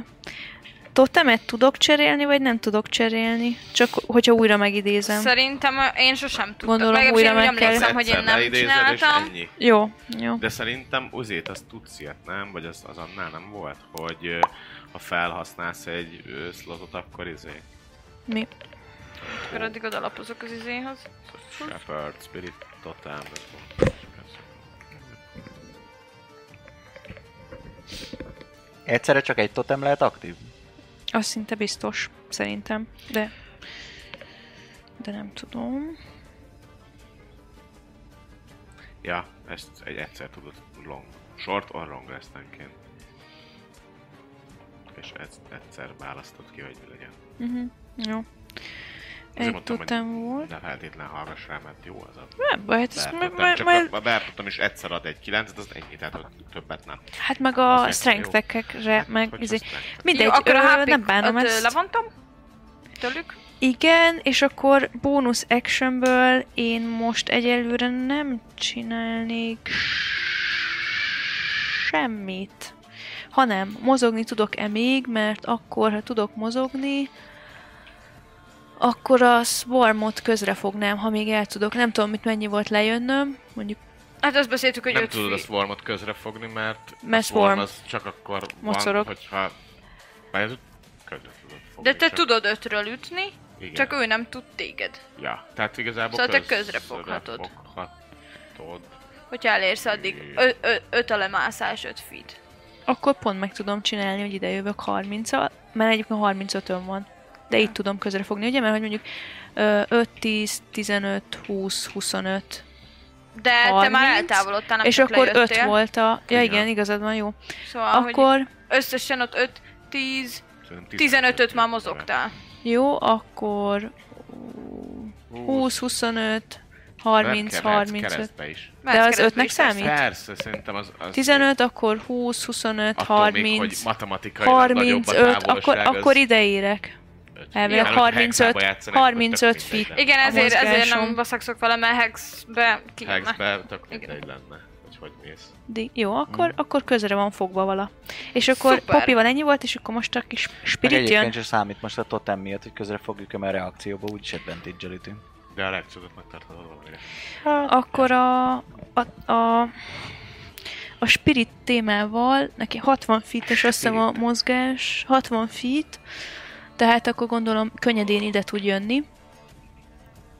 [SPEAKER 3] totemet tudok cserélni, vagy nem tudok cserélni. Csak hogyha újra megidézem.
[SPEAKER 2] Szerintem ö, én sosem tudtam.
[SPEAKER 3] Gondolom,
[SPEAKER 2] Legalábbis
[SPEAKER 3] újra
[SPEAKER 2] én
[SPEAKER 3] meg
[SPEAKER 2] úgy
[SPEAKER 3] kell-
[SPEAKER 2] emlékszem, hogy én
[SPEAKER 6] Egyszer
[SPEAKER 2] nem
[SPEAKER 6] leidézed, és
[SPEAKER 2] csináltam.
[SPEAKER 6] ennyi.
[SPEAKER 3] Jó, jó.
[SPEAKER 6] De szerintem azért azt tudsz ilyet, nem? Vagy az, az annál nem volt, hogy ö, ha felhasználsz egy ö, slotot, akkor izé...
[SPEAKER 3] Mi?
[SPEAKER 2] Akkor addig odalapozok az izéhoz.
[SPEAKER 6] Shepherd, Spirit, Totem, ez volt.
[SPEAKER 5] Egyszerre csak egy totem lehet aktív?
[SPEAKER 3] Az szinte biztos, szerintem. De... De nem tudom.
[SPEAKER 6] Ja, ezt egy egyszer tudod long. Short or long restenként. És ezt egyszer választod ki, hogy mi legyen.
[SPEAKER 3] Uh-huh. Jó.
[SPEAKER 6] Azért
[SPEAKER 3] Egy
[SPEAKER 6] mondtam, hogy
[SPEAKER 3] totem volt.
[SPEAKER 6] Ne feltétlen hallgass rá, mert jó az a
[SPEAKER 3] Nem, baj, hát, ezt meg,
[SPEAKER 6] Bertottam.
[SPEAKER 3] majd,
[SPEAKER 6] Csak
[SPEAKER 3] majd,
[SPEAKER 6] a, a Bertottam is egyszer ad egy 9-et, az ennyi, tehát hogy többet nem.
[SPEAKER 3] hát meg
[SPEAKER 6] az
[SPEAKER 3] a
[SPEAKER 6] egyszer jó. Hát,
[SPEAKER 3] strength-ekre, meg...
[SPEAKER 6] Hogy
[SPEAKER 3] Izé.
[SPEAKER 6] azt meg-
[SPEAKER 3] Mindegy,
[SPEAKER 2] Jó, akkor a
[SPEAKER 3] ö,
[SPEAKER 2] HP-t
[SPEAKER 3] nem bánom
[SPEAKER 2] ott, ö,
[SPEAKER 3] ezt.
[SPEAKER 2] levontam tőlük.
[SPEAKER 3] Igen, és akkor bónusz actionből én most egyelőre nem csinálnék semmit. Hanem mozogni tudok-e még, mert akkor, ha tudok mozogni, akkor a swarmot közre fognám, ha még el tudok. Nem tudom, mit mennyi volt lejönnöm, mondjuk
[SPEAKER 2] Hát azt beszéltük, hogy
[SPEAKER 6] Nem
[SPEAKER 2] öt
[SPEAKER 6] tudod a
[SPEAKER 2] fi-
[SPEAKER 6] swarmot közre fogni, mert
[SPEAKER 3] Mert
[SPEAKER 6] a swarm
[SPEAKER 3] swarm.
[SPEAKER 6] az csak akkor
[SPEAKER 3] Mocorog.
[SPEAKER 6] van, hogyha... Bár ez közre tudod fogni. hát-
[SPEAKER 2] De te
[SPEAKER 6] csak-
[SPEAKER 2] tudod ötről ütni,
[SPEAKER 6] Igen.
[SPEAKER 2] csak ő nem tud téged.
[SPEAKER 6] Ja, tehát igazából
[SPEAKER 2] Szóval te közre foghatod.
[SPEAKER 6] foghatod.
[SPEAKER 2] Hogyha elérsz addig ö- ö- öt a lemászás, öt feet.
[SPEAKER 3] akkor pont meg tudom csinálni, hogy ide jövök 30 al mert egyébként 35-ön van. De itt tudom közre fogni, ugye? Mert hogy mondjuk ö, 5, 10, 15, 20, 25,
[SPEAKER 2] De te már
[SPEAKER 3] 30,
[SPEAKER 2] eltávolodtál, nem
[SPEAKER 3] és
[SPEAKER 2] csak
[SPEAKER 3] akkor
[SPEAKER 2] lejöttél.
[SPEAKER 3] 5 volt a... Ja
[SPEAKER 6] Igen.
[SPEAKER 3] igen, igazad van, jó.
[SPEAKER 2] Szóval, akkor...
[SPEAKER 3] Akkor,
[SPEAKER 2] összesen ott 5, 10, 15-öt már mozogtál.
[SPEAKER 3] jó, akkor 20, 25, 30, 35.
[SPEAKER 6] Keresztbe is.
[SPEAKER 3] De az
[SPEAKER 2] Keresztbe
[SPEAKER 3] 5-nek
[SPEAKER 2] is tesz.
[SPEAKER 3] számít?
[SPEAKER 6] Persze, szerintem az... az
[SPEAKER 3] 15, akkor 20, 25,
[SPEAKER 6] attól még, hogy
[SPEAKER 3] 30,
[SPEAKER 6] matematikailag nagyobb a
[SPEAKER 3] 35,
[SPEAKER 6] távolság,
[SPEAKER 3] akkor,
[SPEAKER 6] az
[SPEAKER 3] akkor ide érek.
[SPEAKER 6] öt.
[SPEAKER 3] Elvileg
[SPEAKER 6] Mert hogyha
[SPEAKER 3] 35,
[SPEAKER 6] hexába játszanak, akkor tök
[SPEAKER 3] 35
[SPEAKER 6] mindegy
[SPEAKER 3] feet.
[SPEAKER 6] lenne.
[SPEAKER 2] Igen,
[SPEAKER 3] A
[SPEAKER 2] ezért, ezért
[SPEAKER 3] mozgásom.
[SPEAKER 2] nem baszakszok vele, mert Hexbe kijönne.
[SPEAKER 6] Hexbe tök
[SPEAKER 2] Igen.
[SPEAKER 6] mindegy lenne, hogy hogy mész.
[SPEAKER 3] Di- Jó, akkor, akkor közre van fogva vala. És akkor
[SPEAKER 2] Mm. Szuper.
[SPEAKER 3] Popival ennyi volt, és akkor most a kis
[SPEAKER 5] Meg
[SPEAKER 3] spirit jön.
[SPEAKER 5] egyébként se számít most a totem miatt, hogy közre fogjuk-e mert reakcióba, úgyis advantage ütünk.
[SPEAKER 6] De a reakciódat megtartod valamire.
[SPEAKER 2] Hát-
[SPEAKER 3] Akkor a, a, a, a spirit témával, neki 60 feet-es azt hiszem a mozgás, 60 feet, tehát akkor gondolom könnyedén ide tud jönni.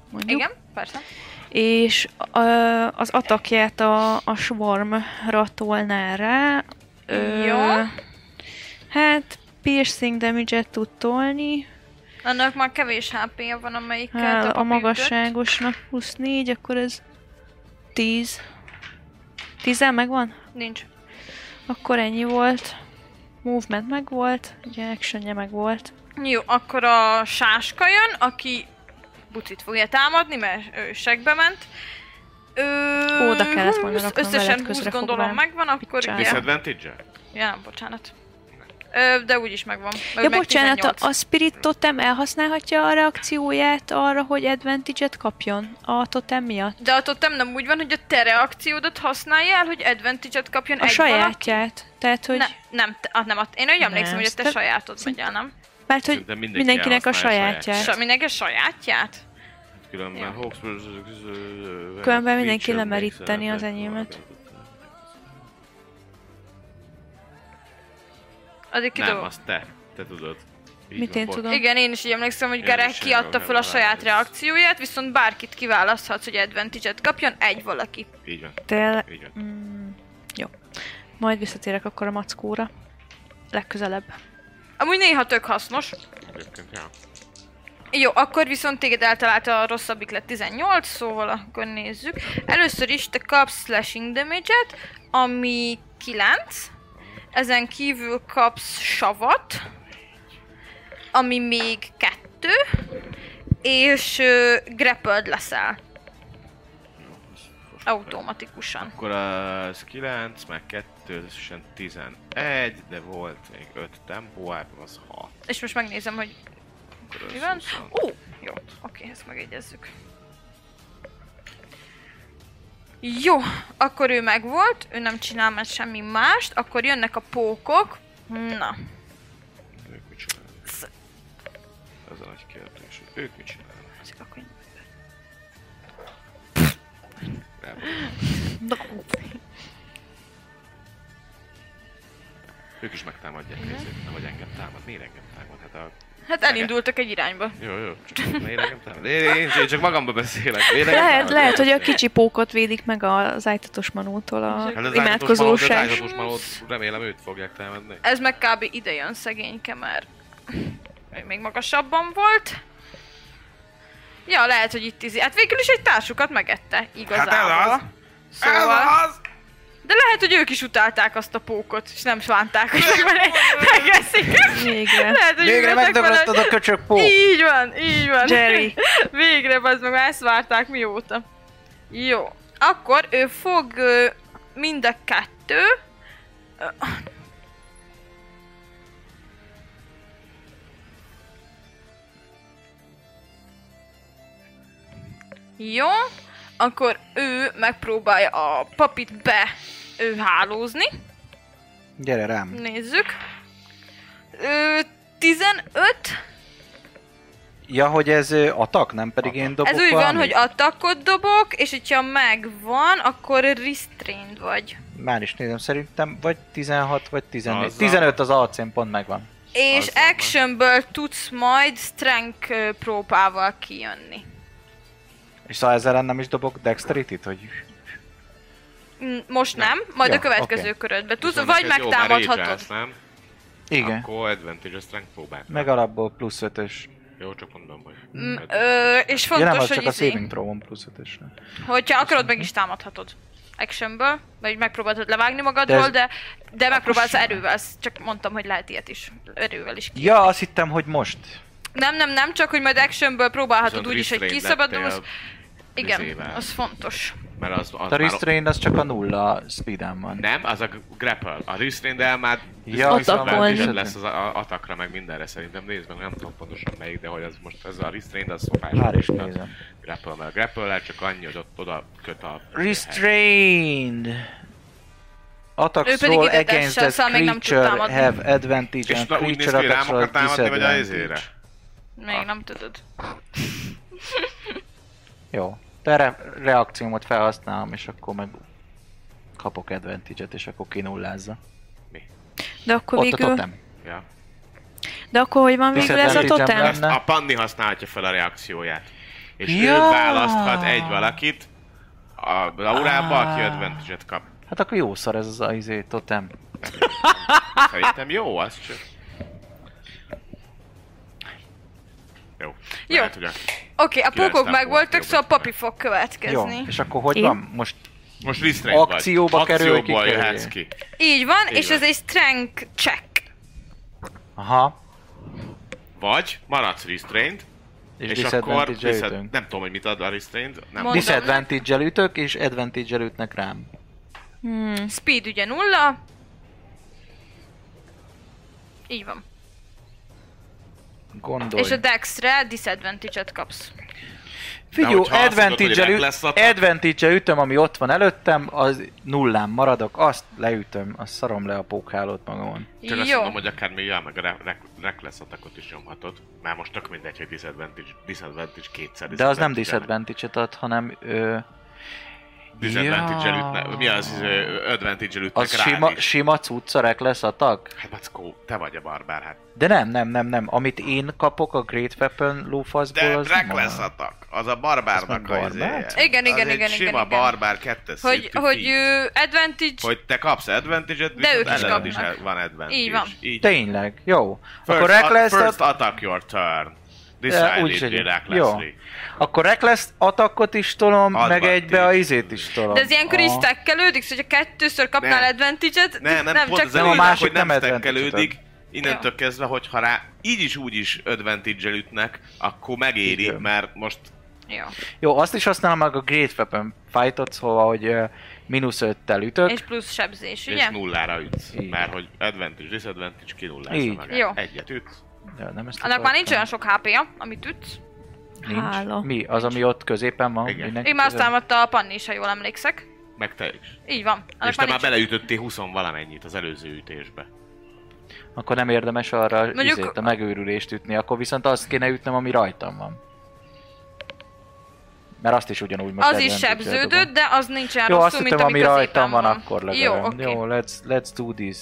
[SPEAKER 3] Mondjuk.
[SPEAKER 2] Igen, persze.
[SPEAKER 3] És ö, az atakját a, a swarmra tolná rá.
[SPEAKER 2] Jó.
[SPEAKER 3] Hát, piercing damage-et tud tolni.
[SPEAKER 2] Annak már kevés HP-ja van, amelyikkel
[SPEAKER 3] Hál,
[SPEAKER 2] dob
[SPEAKER 3] a
[SPEAKER 2] papi ütött.
[SPEAKER 3] magasságosnak plusz 4, akkor ez 10. 10 megvan?
[SPEAKER 2] Nincs.
[SPEAKER 3] Akkor ennyi volt. Movement megvolt, ugye actionje megvolt.
[SPEAKER 2] Jó, akkor a sáska jön, aki bucit fogja támadni, mert ő segbe ment. Ö,
[SPEAKER 3] Oda kellett volna
[SPEAKER 2] 20,
[SPEAKER 3] raknom,
[SPEAKER 2] Összesen
[SPEAKER 3] veled
[SPEAKER 2] 20
[SPEAKER 3] közre
[SPEAKER 2] gondolom
[SPEAKER 3] fogvám.
[SPEAKER 2] megvan, akkor
[SPEAKER 3] Picsán.
[SPEAKER 2] ugye...
[SPEAKER 6] Disadvantage-e?
[SPEAKER 2] Ja, nem, bocsánat. Ö, de úgyis megvan. Ö,
[SPEAKER 3] ja,
[SPEAKER 2] meg
[SPEAKER 3] bocsánat, a,
[SPEAKER 2] 18.
[SPEAKER 3] a Spirit Totem elhasználhatja a reakcióját arra, hogy advantage-et kapjon a totem miatt?
[SPEAKER 2] De attól nem, nem úgy van, hogy a te reakciódat használja el, hogy advantage-et kapjon
[SPEAKER 3] A
[SPEAKER 2] egy valaki?
[SPEAKER 3] sajátját. Tehát, hogy...
[SPEAKER 2] Ne, nem, te, ah, nem, a, én úgy emlékszem,
[SPEAKER 3] Nem,
[SPEAKER 2] hogy a te
[SPEAKER 3] te-
[SPEAKER 2] sajátod megy el, nem?
[SPEAKER 3] Mert, hogy
[SPEAKER 6] De mindenki
[SPEAKER 3] mindenkinek a
[SPEAKER 6] elhasználja a
[SPEAKER 3] sajátját.
[SPEAKER 2] Sa, mindenki a sajátját?
[SPEAKER 6] Különben
[SPEAKER 2] Ja.
[SPEAKER 6] Hawks...
[SPEAKER 3] Különben mindenki lemeríteni az enyémet.
[SPEAKER 2] Azért
[SPEAKER 6] Nem,
[SPEAKER 2] kidobom.
[SPEAKER 6] azt te. Te tudod. Így
[SPEAKER 3] Mit
[SPEAKER 6] van,
[SPEAKER 3] én
[SPEAKER 6] bocs.
[SPEAKER 3] tudom?
[SPEAKER 2] Igen, én is így emlékszem, hogy
[SPEAKER 6] Én
[SPEAKER 2] Gerek
[SPEAKER 6] is
[SPEAKER 2] kiadta
[SPEAKER 6] erről
[SPEAKER 2] fel a saját
[SPEAKER 6] emlékszem.
[SPEAKER 2] reakcióját, viszont bárkit kiválaszthatsz, hogy advantage-et kapjon, egy valaki.
[SPEAKER 6] Így van,
[SPEAKER 3] Tél...
[SPEAKER 6] így van.
[SPEAKER 3] Mm, jó. Majd visszatérek akkor a mackóra. Legközelebb.
[SPEAKER 2] Amúgy néha tök hasznos.
[SPEAKER 6] Egyébként, ja.
[SPEAKER 2] Jó, akkor viszont téged eltalálta a rosszabbik lett 18, szóval akkor nézzük. Először is te kapsz slashing damage-et, ami 9. Ezen kívül kapsz savat, ami még 2. És ö, grappled leszel. Automatikusan.
[SPEAKER 6] Akkor az 9, meg 2, összesen 11, de volt még 5 tempó, három az 6.
[SPEAKER 2] És most megnézem, hogy
[SPEAKER 6] Akkor az
[SPEAKER 2] mi van.
[SPEAKER 6] 20.
[SPEAKER 2] Ó, jó, oké, ezt megegyezzük. Jó, akkor ő megvolt, ő nem csinál már semmi mást, akkor jönnek a pókok. Na,
[SPEAKER 6] Ők mit csinálnak?
[SPEAKER 2] Sz-
[SPEAKER 6] Ez a nagy kérdés, hogy ők mit csinálnak?
[SPEAKER 2] ezek a könyv.
[SPEAKER 6] Rá- Ők is megtámadják nézzék, nem vagy engem támad. Miért engem támad? Hát a...
[SPEAKER 2] Hát elindultak egy irányba.
[SPEAKER 6] Jó, jó, csak miért engem támad? Én, én, én csak magamba beszélek. Miért engem
[SPEAKER 3] Lehet,
[SPEAKER 6] támad?
[SPEAKER 3] lehet, hogy a kicsi pókot védik meg az ájtatos manótól a
[SPEAKER 6] Hát az állatos malót-
[SPEAKER 3] imádkozóság.
[SPEAKER 6] az állatos malót, remélem őt fogják támadni.
[SPEAKER 2] Ez meg kb. ide jön szegényke, mert ő még magasabban volt. Ja, lehet, hogy itt izi. Hát végül is egy társukat megette, igazából.
[SPEAKER 6] Hát ez az.
[SPEAKER 2] Szóval...
[SPEAKER 6] Ez az!
[SPEAKER 2] De lehet, hogy ők is utálták azt a pókot, és nem sánták,
[SPEAKER 6] [laughs]
[SPEAKER 2] hogy meg- megeszik.
[SPEAKER 3] Végre.
[SPEAKER 2] Lehet, hogy
[SPEAKER 5] Végre
[SPEAKER 2] ültek
[SPEAKER 5] megdagarodtad a
[SPEAKER 2] valahogy-
[SPEAKER 5] köcsök pó!
[SPEAKER 2] Így van, így van.
[SPEAKER 3] Jerry.
[SPEAKER 2] [laughs] Végre, az meg már ezt várták mióta. Jó. Akkor ő fog ö, mind a kettő. Ö, Jó, akkor ő megpróbálja a papit be ő hálózni.
[SPEAKER 5] Gyere rám!
[SPEAKER 2] Nézzük. Ö, 15.
[SPEAKER 5] Ja, hogy ez ö, atak, nem pedig én dobok
[SPEAKER 2] Ez úgy van,
[SPEAKER 5] valamit?
[SPEAKER 2] hogy attakot dobok, és hogyha megvan, akkor restrained vagy.
[SPEAKER 5] Már is nézem, szerintem vagy 16, vagy 14.
[SPEAKER 6] Azzal-
[SPEAKER 5] 15 az arcén pont megvan.
[SPEAKER 2] És
[SPEAKER 6] Az van,
[SPEAKER 2] actionből tudsz majd strength ö, próbával kijönni.
[SPEAKER 5] És szóval ezzel nem is dobok dexterity hogy
[SPEAKER 2] N- Hm, Most nem, majd
[SPEAKER 5] Ja,
[SPEAKER 2] a következő
[SPEAKER 5] oké.
[SPEAKER 2] körödbe tudsz,
[SPEAKER 6] Viszont
[SPEAKER 2] vagy
[SPEAKER 6] neked jó, már rage
[SPEAKER 2] megtámadhatod.
[SPEAKER 6] állsz, nem?
[SPEAKER 5] igen.
[SPEAKER 6] Akkor advantage a strength próbált.
[SPEAKER 5] Meg alapból plusz 5-ös.
[SPEAKER 6] Jó, csak mondom, hogy...
[SPEAKER 2] Mm,
[SPEAKER 6] Hát,
[SPEAKER 2] Ö, és
[SPEAKER 5] Ja,
[SPEAKER 2] fontos,
[SPEAKER 5] nem, az
[SPEAKER 2] hogy
[SPEAKER 5] csak a
[SPEAKER 2] izé,
[SPEAKER 5] saving throw plusz 5-ös.
[SPEAKER 2] hogyha akarod, meg is támadhatod. Actionből, vagy megpróbáltad levágni magadról,
[SPEAKER 5] ez-
[SPEAKER 2] de, de megpróbálsz erővel, csak mondtam, hogy lehet ilyet is. Erővel is
[SPEAKER 5] Ja, azt hittem, hogy most.
[SPEAKER 2] Nem, nem, nem, csak hogy majd actionből próbálhatod
[SPEAKER 6] viszont
[SPEAKER 2] úgyis, hogy
[SPEAKER 6] restrained
[SPEAKER 2] kiszabadulsz.
[SPEAKER 6] lettél,
[SPEAKER 2] Igen,
[SPEAKER 6] izével.
[SPEAKER 2] az fontos.
[SPEAKER 6] Mert az, az
[SPEAKER 5] Hát A
[SPEAKER 6] már-
[SPEAKER 5] restrain az csak a nulla speeden van.
[SPEAKER 6] Nem, az a grapple. A restrained el már
[SPEAKER 5] Ja,
[SPEAKER 3] Atakolni.
[SPEAKER 6] biztos lesz az a, a, atakra, meg mindenre szerintem. Nézd meg, nem tudom pontosan melyik, de hogy az most ez a restrained, az szokás.
[SPEAKER 5] Már is
[SPEAKER 6] A
[SPEAKER 5] nézem.
[SPEAKER 6] Grapple, mert a grapple csak annyi, hogy ott oda köt a...
[SPEAKER 5] Restrained.
[SPEAKER 2] Ő
[SPEAKER 5] Attacks
[SPEAKER 2] pedig
[SPEAKER 5] roll
[SPEAKER 2] ide
[SPEAKER 5] against
[SPEAKER 2] tesse,
[SPEAKER 5] a
[SPEAKER 2] szóval még nem tud
[SPEAKER 5] creature
[SPEAKER 2] támadni.
[SPEAKER 5] have advantage
[SPEAKER 6] És
[SPEAKER 5] and
[SPEAKER 6] na, úgy néz ki,
[SPEAKER 5] creature
[SPEAKER 6] hogy
[SPEAKER 5] attacks
[SPEAKER 6] rám
[SPEAKER 5] roll
[SPEAKER 6] akar támadni, vagy a izére.
[SPEAKER 5] disadvantage.
[SPEAKER 2] Még nem tudod.
[SPEAKER 5] Jó. Te re- reakciómat felhasználom, és akkor meg kapok advantage-et, és akkor kinullázza.
[SPEAKER 3] De akkor
[SPEAKER 5] Ott a
[SPEAKER 3] végül...
[SPEAKER 5] totem.
[SPEAKER 6] Ja.
[SPEAKER 3] De akkor hogy van végül ez a
[SPEAKER 5] Disadvantage-em
[SPEAKER 3] totem?
[SPEAKER 5] lenne.
[SPEAKER 6] Ezt a Panni használhatja fel a reakcióját. És ő
[SPEAKER 5] Ja.
[SPEAKER 6] választhat egy valakit a Laurába, aki
[SPEAKER 5] Ah.
[SPEAKER 6] advantage kap.
[SPEAKER 5] Hát akkor jó szar ez az a izé totem.
[SPEAKER 6] Szerintem jó, az csak... Jó.
[SPEAKER 2] Jó.
[SPEAKER 6] Lehet, hogy a...
[SPEAKER 2] Oké, a
[SPEAKER 6] Kilenc
[SPEAKER 2] pókok
[SPEAKER 6] tempó,
[SPEAKER 2] megvoltak,
[SPEAKER 6] jobbot
[SPEAKER 2] szóval a papi
[SPEAKER 6] meg.
[SPEAKER 2] fog következni.
[SPEAKER 5] Jó, és akkor hogy
[SPEAKER 3] Én?
[SPEAKER 5] van? Most
[SPEAKER 6] Most restrained
[SPEAKER 5] Akcióba
[SPEAKER 6] vagy.
[SPEAKER 5] kerül,
[SPEAKER 6] Akcióból
[SPEAKER 5] ki kerül.
[SPEAKER 6] jöhetsz ki.
[SPEAKER 2] Így van,
[SPEAKER 6] Így
[SPEAKER 2] és
[SPEAKER 6] van.
[SPEAKER 2] ez egy strength check.
[SPEAKER 5] Aha.
[SPEAKER 6] Vagy maradsz restrained,
[SPEAKER 5] És,
[SPEAKER 6] és, akkor
[SPEAKER 5] disadvantage-el
[SPEAKER 6] viszed-
[SPEAKER 5] ütünk.
[SPEAKER 6] nem tudom, hogy mit ad a restrained, nem.
[SPEAKER 2] Mond- Mondom.
[SPEAKER 5] Disadvantage-el ütök, és advantage-el ütnek rám.
[SPEAKER 3] Hmm.
[SPEAKER 2] Speed ugye nulla. Így van.
[SPEAKER 5] Gondolj.
[SPEAKER 2] És a dexre disadvantage-et kapsz.
[SPEAKER 5] Figyú,
[SPEAKER 6] hogyha azt mondod, hogy
[SPEAKER 5] advantage-el,
[SPEAKER 6] rend
[SPEAKER 5] üt,
[SPEAKER 6] lesz, akkor-
[SPEAKER 5] advantage-el ütöm, ami ott van előttem, az nullán maradok, azt leütöm, azt szarom le a pókhálót magamon.
[SPEAKER 6] Csak azt
[SPEAKER 2] Jó.
[SPEAKER 6] mondom, hogy akár még jel, meg a re- re- reckless attackot is nyomhatod. Már most tök mindegy, hogy disadvantage, disadvantage kétszer
[SPEAKER 5] De az nem
[SPEAKER 6] disadvantage-el
[SPEAKER 5] disadvantage-et ad, hanem ö,
[SPEAKER 6] megy. Disadvantage-el
[SPEAKER 5] Ja.
[SPEAKER 6] ütne, mi az, ö, advantage-el ütnek
[SPEAKER 5] az
[SPEAKER 6] rád
[SPEAKER 5] sima,
[SPEAKER 6] is.
[SPEAKER 5] sima cuccarek lesz a tag?
[SPEAKER 6] Hát Mackó, te vagy a barbár, hát.
[SPEAKER 5] De nem, nem, nem, nem. Amit én kapok a Great Weapon lófaszból,
[SPEAKER 6] De
[SPEAKER 5] az nem
[SPEAKER 6] reckless
[SPEAKER 5] a...
[SPEAKER 6] attack, az a barbárnak
[SPEAKER 5] meg
[SPEAKER 6] a
[SPEAKER 5] barbár?
[SPEAKER 6] izéje.
[SPEAKER 2] Igen, igen,
[SPEAKER 6] Az egy
[SPEAKER 2] igen,
[SPEAKER 6] sima
[SPEAKER 2] igen, igen.
[SPEAKER 6] barbár kettes
[SPEAKER 2] Hogy,
[SPEAKER 6] szintű
[SPEAKER 2] hogy
[SPEAKER 6] feat.
[SPEAKER 2] ö, advantage...
[SPEAKER 6] Hogy te kapsz advantage-et,
[SPEAKER 2] De ők
[SPEAKER 6] viszont
[SPEAKER 2] is
[SPEAKER 6] ellened is
[SPEAKER 2] kapnak.
[SPEAKER 6] van advantage.
[SPEAKER 2] Így van.
[SPEAKER 6] Így.
[SPEAKER 5] Tényleg, jó.
[SPEAKER 6] First,
[SPEAKER 5] akkor reckless,
[SPEAKER 6] a,
[SPEAKER 5] at-
[SPEAKER 6] first attack your turn. This
[SPEAKER 5] Ja,
[SPEAKER 6] yeah,
[SPEAKER 5] úgyis
[SPEAKER 6] úgy
[SPEAKER 5] egy-
[SPEAKER 6] recklessly.
[SPEAKER 5] akkor reckless attackot is tolom, meg
[SPEAKER 6] Advantage.
[SPEAKER 5] egybe a izét is tolom.
[SPEAKER 2] De ez ilyenkor is
[SPEAKER 5] A-
[SPEAKER 2] stackelődik, szóval ha kettőször kapnál
[SPEAKER 6] Nem.
[SPEAKER 2] advantage-et,
[SPEAKER 6] Nem, nem, nem pont
[SPEAKER 2] csak
[SPEAKER 6] az
[SPEAKER 5] Nem, a
[SPEAKER 6] előbb,
[SPEAKER 5] másik
[SPEAKER 6] hogy nem
[SPEAKER 5] nem
[SPEAKER 6] stackelődik.
[SPEAKER 5] advantage-et
[SPEAKER 6] Innentől kezdve, hogyha rá így is úgy is advantage ütnek, akkor megéri,
[SPEAKER 5] Igen.
[SPEAKER 6] mert most
[SPEAKER 2] Jó.
[SPEAKER 5] Jó, azt is használom meg a Great Weapon fightot, szóval, hogy ö, mínusz öttel ütök.
[SPEAKER 2] És plusz sebzés,
[SPEAKER 6] és
[SPEAKER 2] ugye?
[SPEAKER 6] nullára ütsz.
[SPEAKER 5] Igen.
[SPEAKER 6] Mert hogy advantage, disadvantage kinullázza
[SPEAKER 5] Így.
[SPEAKER 6] meg.
[SPEAKER 2] Jó.
[SPEAKER 6] Egyet ütsz.
[SPEAKER 5] Ja, nem ezt
[SPEAKER 2] Annak már nincs olyan
[SPEAKER 5] akartam.
[SPEAKER 2] sok HP-ja, amit ütsz.
[SPEAKER 5] Nincs.
[SPEAKER 3] Hála.
[SPEAKER 5] Mi? Az, ami ott középen van?
[SPEAKER 6] Igen.
[SPEAKER 5] Mindenki
[SPEAKER 2] Ő már azt
[SPEAKER 5] között?
[SPEAKER 2] támadta a Panni is, ha jól emlékszek.
[SPEAKER 6] Meg te is.
[SPEAKER 2] Így van. Annak
[SPEAKER 6] és te már
[SPEAKER 2] nincs-
[SPEAKER 6] beleütöttél 20 valamennyit az előző ütésbe.
[SPEAKER 5] Akkor nem érdemes arra
[SPEAKER 2] Mondjuk-
[SPEAKER 5] Mondjuk... izét, a megőrülést ütni, akkor viszont azt kéne ütnöm, ami rajtam van. Mert azt is ugyanúgy most
[SPEAKER 2] Az is
[SPEAKER 5] advantage-el
[SPEAKER 2] sebződött,
[SPEAKER 5] dobom.
[SPEAKER 2] de az nincs olyan
[SPEAKER 5] Jó,
[SPEAKER 2] rosszul,
[SPEAKER 5] azt
[SPEAKER 2] mint
[SPEAKER 5] hittem,
[SPEAKER 2] ami
[SPEAKER 5] ami
[SPEAKER 2] középen
[SPEAKER 5] rajtam van, akkor
[SPEAKER 2] Jó,
[SPEAKER 5] legalább.
[SPEAKER 2] oké.
[SPEAKER 5] Jó, let's, let's do this.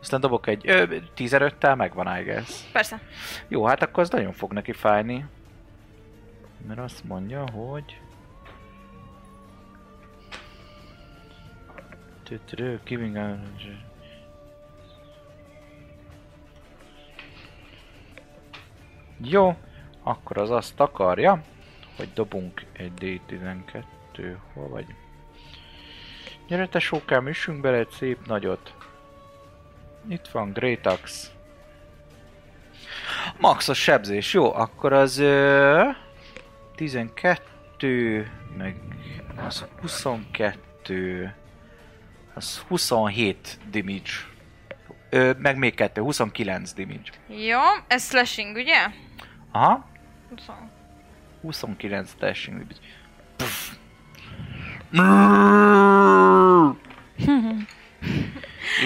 [SPEAKER 5] Aztán dobok egy ö, 15-tel, megvan, I guess.
[SPEAKER 2] Persze.
[SPEAKER 5] Jó, hát akkor az nagyon fog neki fájni. Mert azt mondja, hogy... Tütrő, giving a... Jó, akkor az azt akarja, hogy dobunk egy D12, hol vagy? Gyere te sókám, üssünk bele egy szép nagyot. Itt van Great Axe. Maxos sebzés, jó, akkor az ö, 12, meg az 22, az 27 damage. Ö, meg még kettő, 29 damage.
[SPEAKER 2] Jó, ez slashing, ugye?
[SPEAKER 5] Aha,
[SPEAKER 2] Huszon-
[SPEAKER 5] 29 dashing damage. Puff.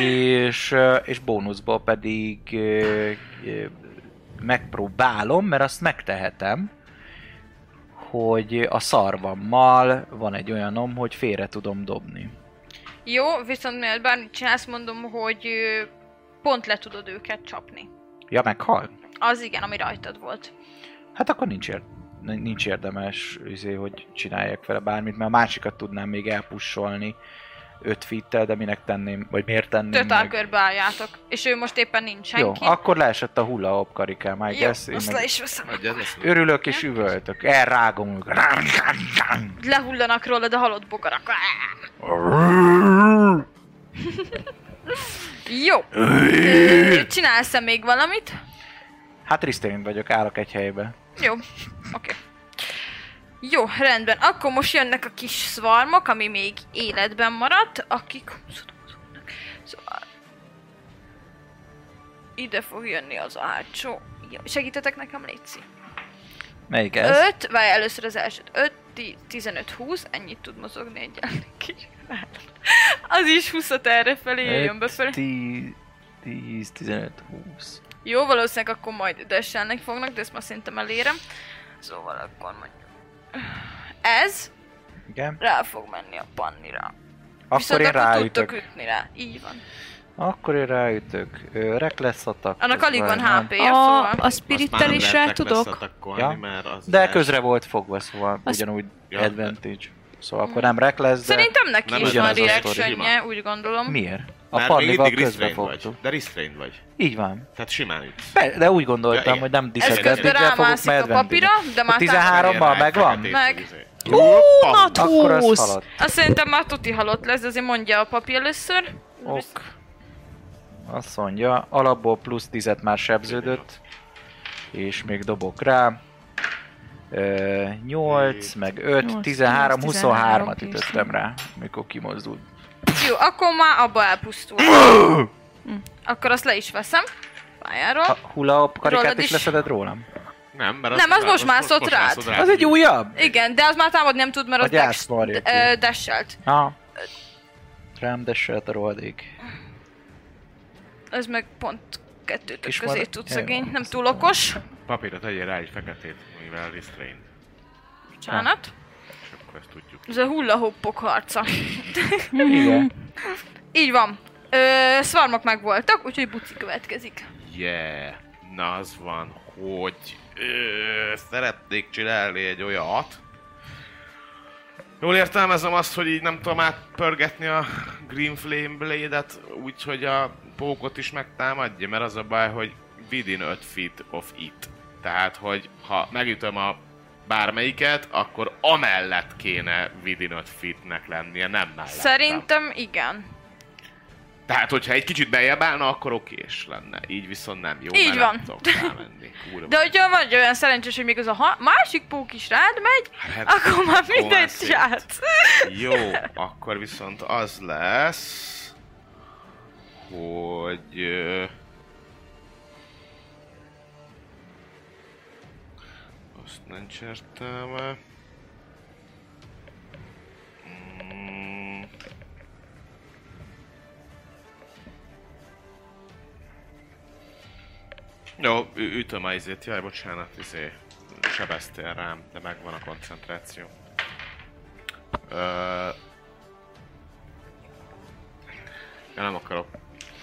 [SPEAKER 5] és, ö, és bónuszból pedig ö, ö, megpróbálom, mert azt megtehetem, hogy a szarvammal van egy olyanom, hogy félre tudom dobni.
[SPEAKER 2] Jó, viszont mielőtt bármit csinálsz, mondom, hogy ö, pont le tudod őket csapni.
[SPEAKER 5] Ja, meghal?
[SPEAKER 2] Az igen, ami rajtad volt.
[SPEAKER 5] Hát akkor nincs, ér- nincs érdemes, izé, hogy csináljak vele bármit, mert a másikat tudnám még elpussolni 5 fittel, de minek tenném, vagy miért tenném
[SPEAKER 2] Totál
[SPEAKER 5] meg.
[SPEAKER 2] körbe álljátok, és ő most éppen nincs
[SPEAKER 5] Jó,
[SPEAKER 2] senki.
[SPEAKER 5] akkor leesett a hulla hop karikám, I
[SPEAKER 2] Jó,
[SPEAKER 5] guess. Én
[SPEAKER 2] azt le
[SPEAKER 5] meg
[SPEAKER 2] is veszem.
[SPEAKER 6] Vagy ez lesz.
[SPEAKER 5] örülök és üvöltök, elrágom ők.
[SPEAKER 2] Lehullanak rólad a halott
[SPEAKER 5] [laughs]
[SPEAKER 2] bogarak. Áh! Jó. Ö, Csinálsz-e még valamit?
[SPEAKER 5] Hát Risztén vagyok, állok egy helybe.
[SPEAKER 2] Jó, oké. Okay. Jó, rendben. Akkor most jönnek a kis szvarmok, ami még életben maradt, akik... Szóval... Ide fog jönni az a hátsó. Jó, segítetek nekem, Léci.
[SPEAKER 5] Melyik ez?
[SPEAKER 2] 5, vagy először az elsőt. 5, 10, 15, 20, ennyit tud mozogni egy kis [laughs] Az is 20 erre felé jön befelé.
[SPEAKER 5] 10, 15, 20.
[SPEAKER 2] Jó, valószínűleg akkor majd üdesselnek fognak, de ezt már szerintem elérem. Szóval akkor mondjuk... Ez
[SPEAKER 5] Igen.
[SPEAKER 2] rá fog menni a pannira.
[SPEAKER 5] Akkor én
[SPEAKER 2] tudtok
[SPEAKER 5] ráütök.
[SPEAKER 2] ütni rá. Így van.
[SPEAKER 5] Akkor én ráütök. Ö, Reckless attack.
[SPEAKER 2] Annak
[SPEAKER 5] az
[SPEAKER 2] alig van
[SPEAKER 5] nem.
[SPEAKER 2] HP-ja,
[SPEAKER 3] A,
[SPEAKER 2] szóval...
[SPEAKER 3] a spirittel is rá tudok?
[SPEAKER 5] Ja.
[SPEAKER 6] Ja. Mert az
[SPEAKER 5] De
[SPEAKER 6] más-
[SPEAKER 5] közre volt fogva, szóval
[SPEAKER 3] Az-
[SPEAKER 5] ugyanúgy
[SPEAKER 6] Ja.
[SPEAKER 5] advantage. Szóval akkor nem reckless, de...
[SPEAKER 2] Szerintem neki
[SPEAKER 6] Nem
[SPEAKER 2] is van
[SPEAKER 5] ugyanaz a
[SPEAKER 2] reactionje, úgy gondolom.
[SPEAKER 5] Miért? Hm? A
[SPEAKER 6] Mert még
[SPEAKER 5] parlival
[SPEAKER 6] mindig
[SPEAKER 5] közbe
[SPEAKER 6] restrained vagy.
[SPEAKER 5] fogtuk.
[SPEAKER 6] De restrained vagy.
[SPEAKER 5] Így van.
[SPEAKER 6] Tehát simán ütsz.
[SPEAKER 5] Be- De úgy gondoltam,
[SPEAKER 6] Ja, igen.
[SPEAKER 5] hogy nem
[SPEAKER 2] Ez közben
[SPEAKER 5] disadvantage-el fogok,
[SPEAKER 2] rámászik
[SPEAKER 5] mert
[SPEAKER 2] a papíra,
[SPEAKER 5] advantage-el.
[SPEAKER 2] de már
[SPEAKER 5] 13
[SPEAKER 2] támadni.
[SPEAKER 5] Hárommal megvan?
[SPEAKER 2] Meg.
[SPEAKER 6] Ú,
[SPEAKER 5] Akkor az
[SPEAKER 3] 20.
[SPEAKER 5] halott.
[SPEAKER 2] Azt szerintem már tuti halott lesz, de azért mondja a papír először.
[SPEAKER 5] Ok. Azt mondja, alapból plusz 10 már sebződött, és még dobok rá. 8, meg 5,
[SPEAKER 3] Nyolc,
[SPEAKER 5] 13,
[SPEAKER 3] tizenhárom, tizenhárom,
[SPEAKER 5] 23-at ütöttem rá, mikor kimozdult.
[SPEAKER 2] Jó, akkor már abba
[SPEAKER 5] [coughs]
[SPEAKER 2] elpusztul. akkor azt le is veszem. Pályáról.
[SPEAKER 5] A hula hoop karikát
[SPEAKER 2] Rólad
[SPEAKER 5] is
[SPEAKER 2] is.
[SPEAKER 5] leszeded rólam?
[SPEAKER 6] Nem, mert
[SPEAKER 2] Nem, az most mászott rád.
[SPEAKER 6] mászott
[SPEAKER 5] Az egy újabb?
[SPEAKER 2] Igen, de az már támad nem tud, mert
[SPEAKER 5] A
[SPEAKER 2] az dash,
[SPEAKER 5] gyászmarja
[SPEAKER 2] d-
[SPEAKER 5] ki.
[SPEAKER 2] ö, dasselt.
[SPEAKER 5] Aha. Rám desselt a rohadék.
[SPEAKER 2] Ez meg pont kettőtök
[SPEAKER 5] Kis
[SPEAKER 2] közé
[SPEAKER 5] mar-
[SPEAKER 2] tud
[SPEAKER 5] Jó,
[SPEAKER 2] szegény, nem
[SPEAKER 5] azt
[SPEAKER 2] túl okos.
[SPEAKER 6] Papírra tegyél rá egy feketét, mivel restraint.
[SPEAKER 2] Bocsánat.
[SPEAKER 6] És akkor ezt tudjuk.
[SPEAKER 2] Ez a hullahoppok harca. Mhm.
[SPEAKER 5] Igen.
[SPEAKER 2] Így van. Ö, szvarmok meg voltak, úgyhogy buci következik.
[SPEAKER 6] Yeah. Na az van, hogy ö, szeretnék csinálni egy olyat. Jól értelmezem azt, hogy így nem tudom átpörgetni a Green Flame Blade-et, úgyhogy a pókot is megtámadja, mert az a baj, hogy within 5 feet of it. Tehát, hogy ha megütöm a bármelyiket, akkor amellett kéne within 5 feetnek lennie, nem mellett.
[SPEAKER 2] Szerintem igen.
[SPEAKER 6] Tehát, hogyha egy kicsit beljebb állna, akkor okés lenne. Így viszont nem jó,
[SPEAKER 2] Így
[SPEAKER 6] mert
[SPEAKER 2] van.
[SPEAKER 6] nem tudok rámenni. Kurva.
[SPEAKER 2] De hogyha vagy olyan szerencsés, hogy még az a ha- másik pók is rád megy,
[SPEAKER 6] Hát,
[SPEAKER 2] akkor már
[SPEAKER 6] már
[SPEAKER 2] mindent
[SPEAKER 6] szép.
[SPEAKER 2] játsz.
[SPEAKER 6] Jó, akkor viszont az lesz, hogy... ö, Azt nincs értelme. Mm. Jó, ü- ütöm a izét, jaj, bocsánat, izé, sebeztél rám, de megvan a koncentráció. Ö... Ja, nem akarok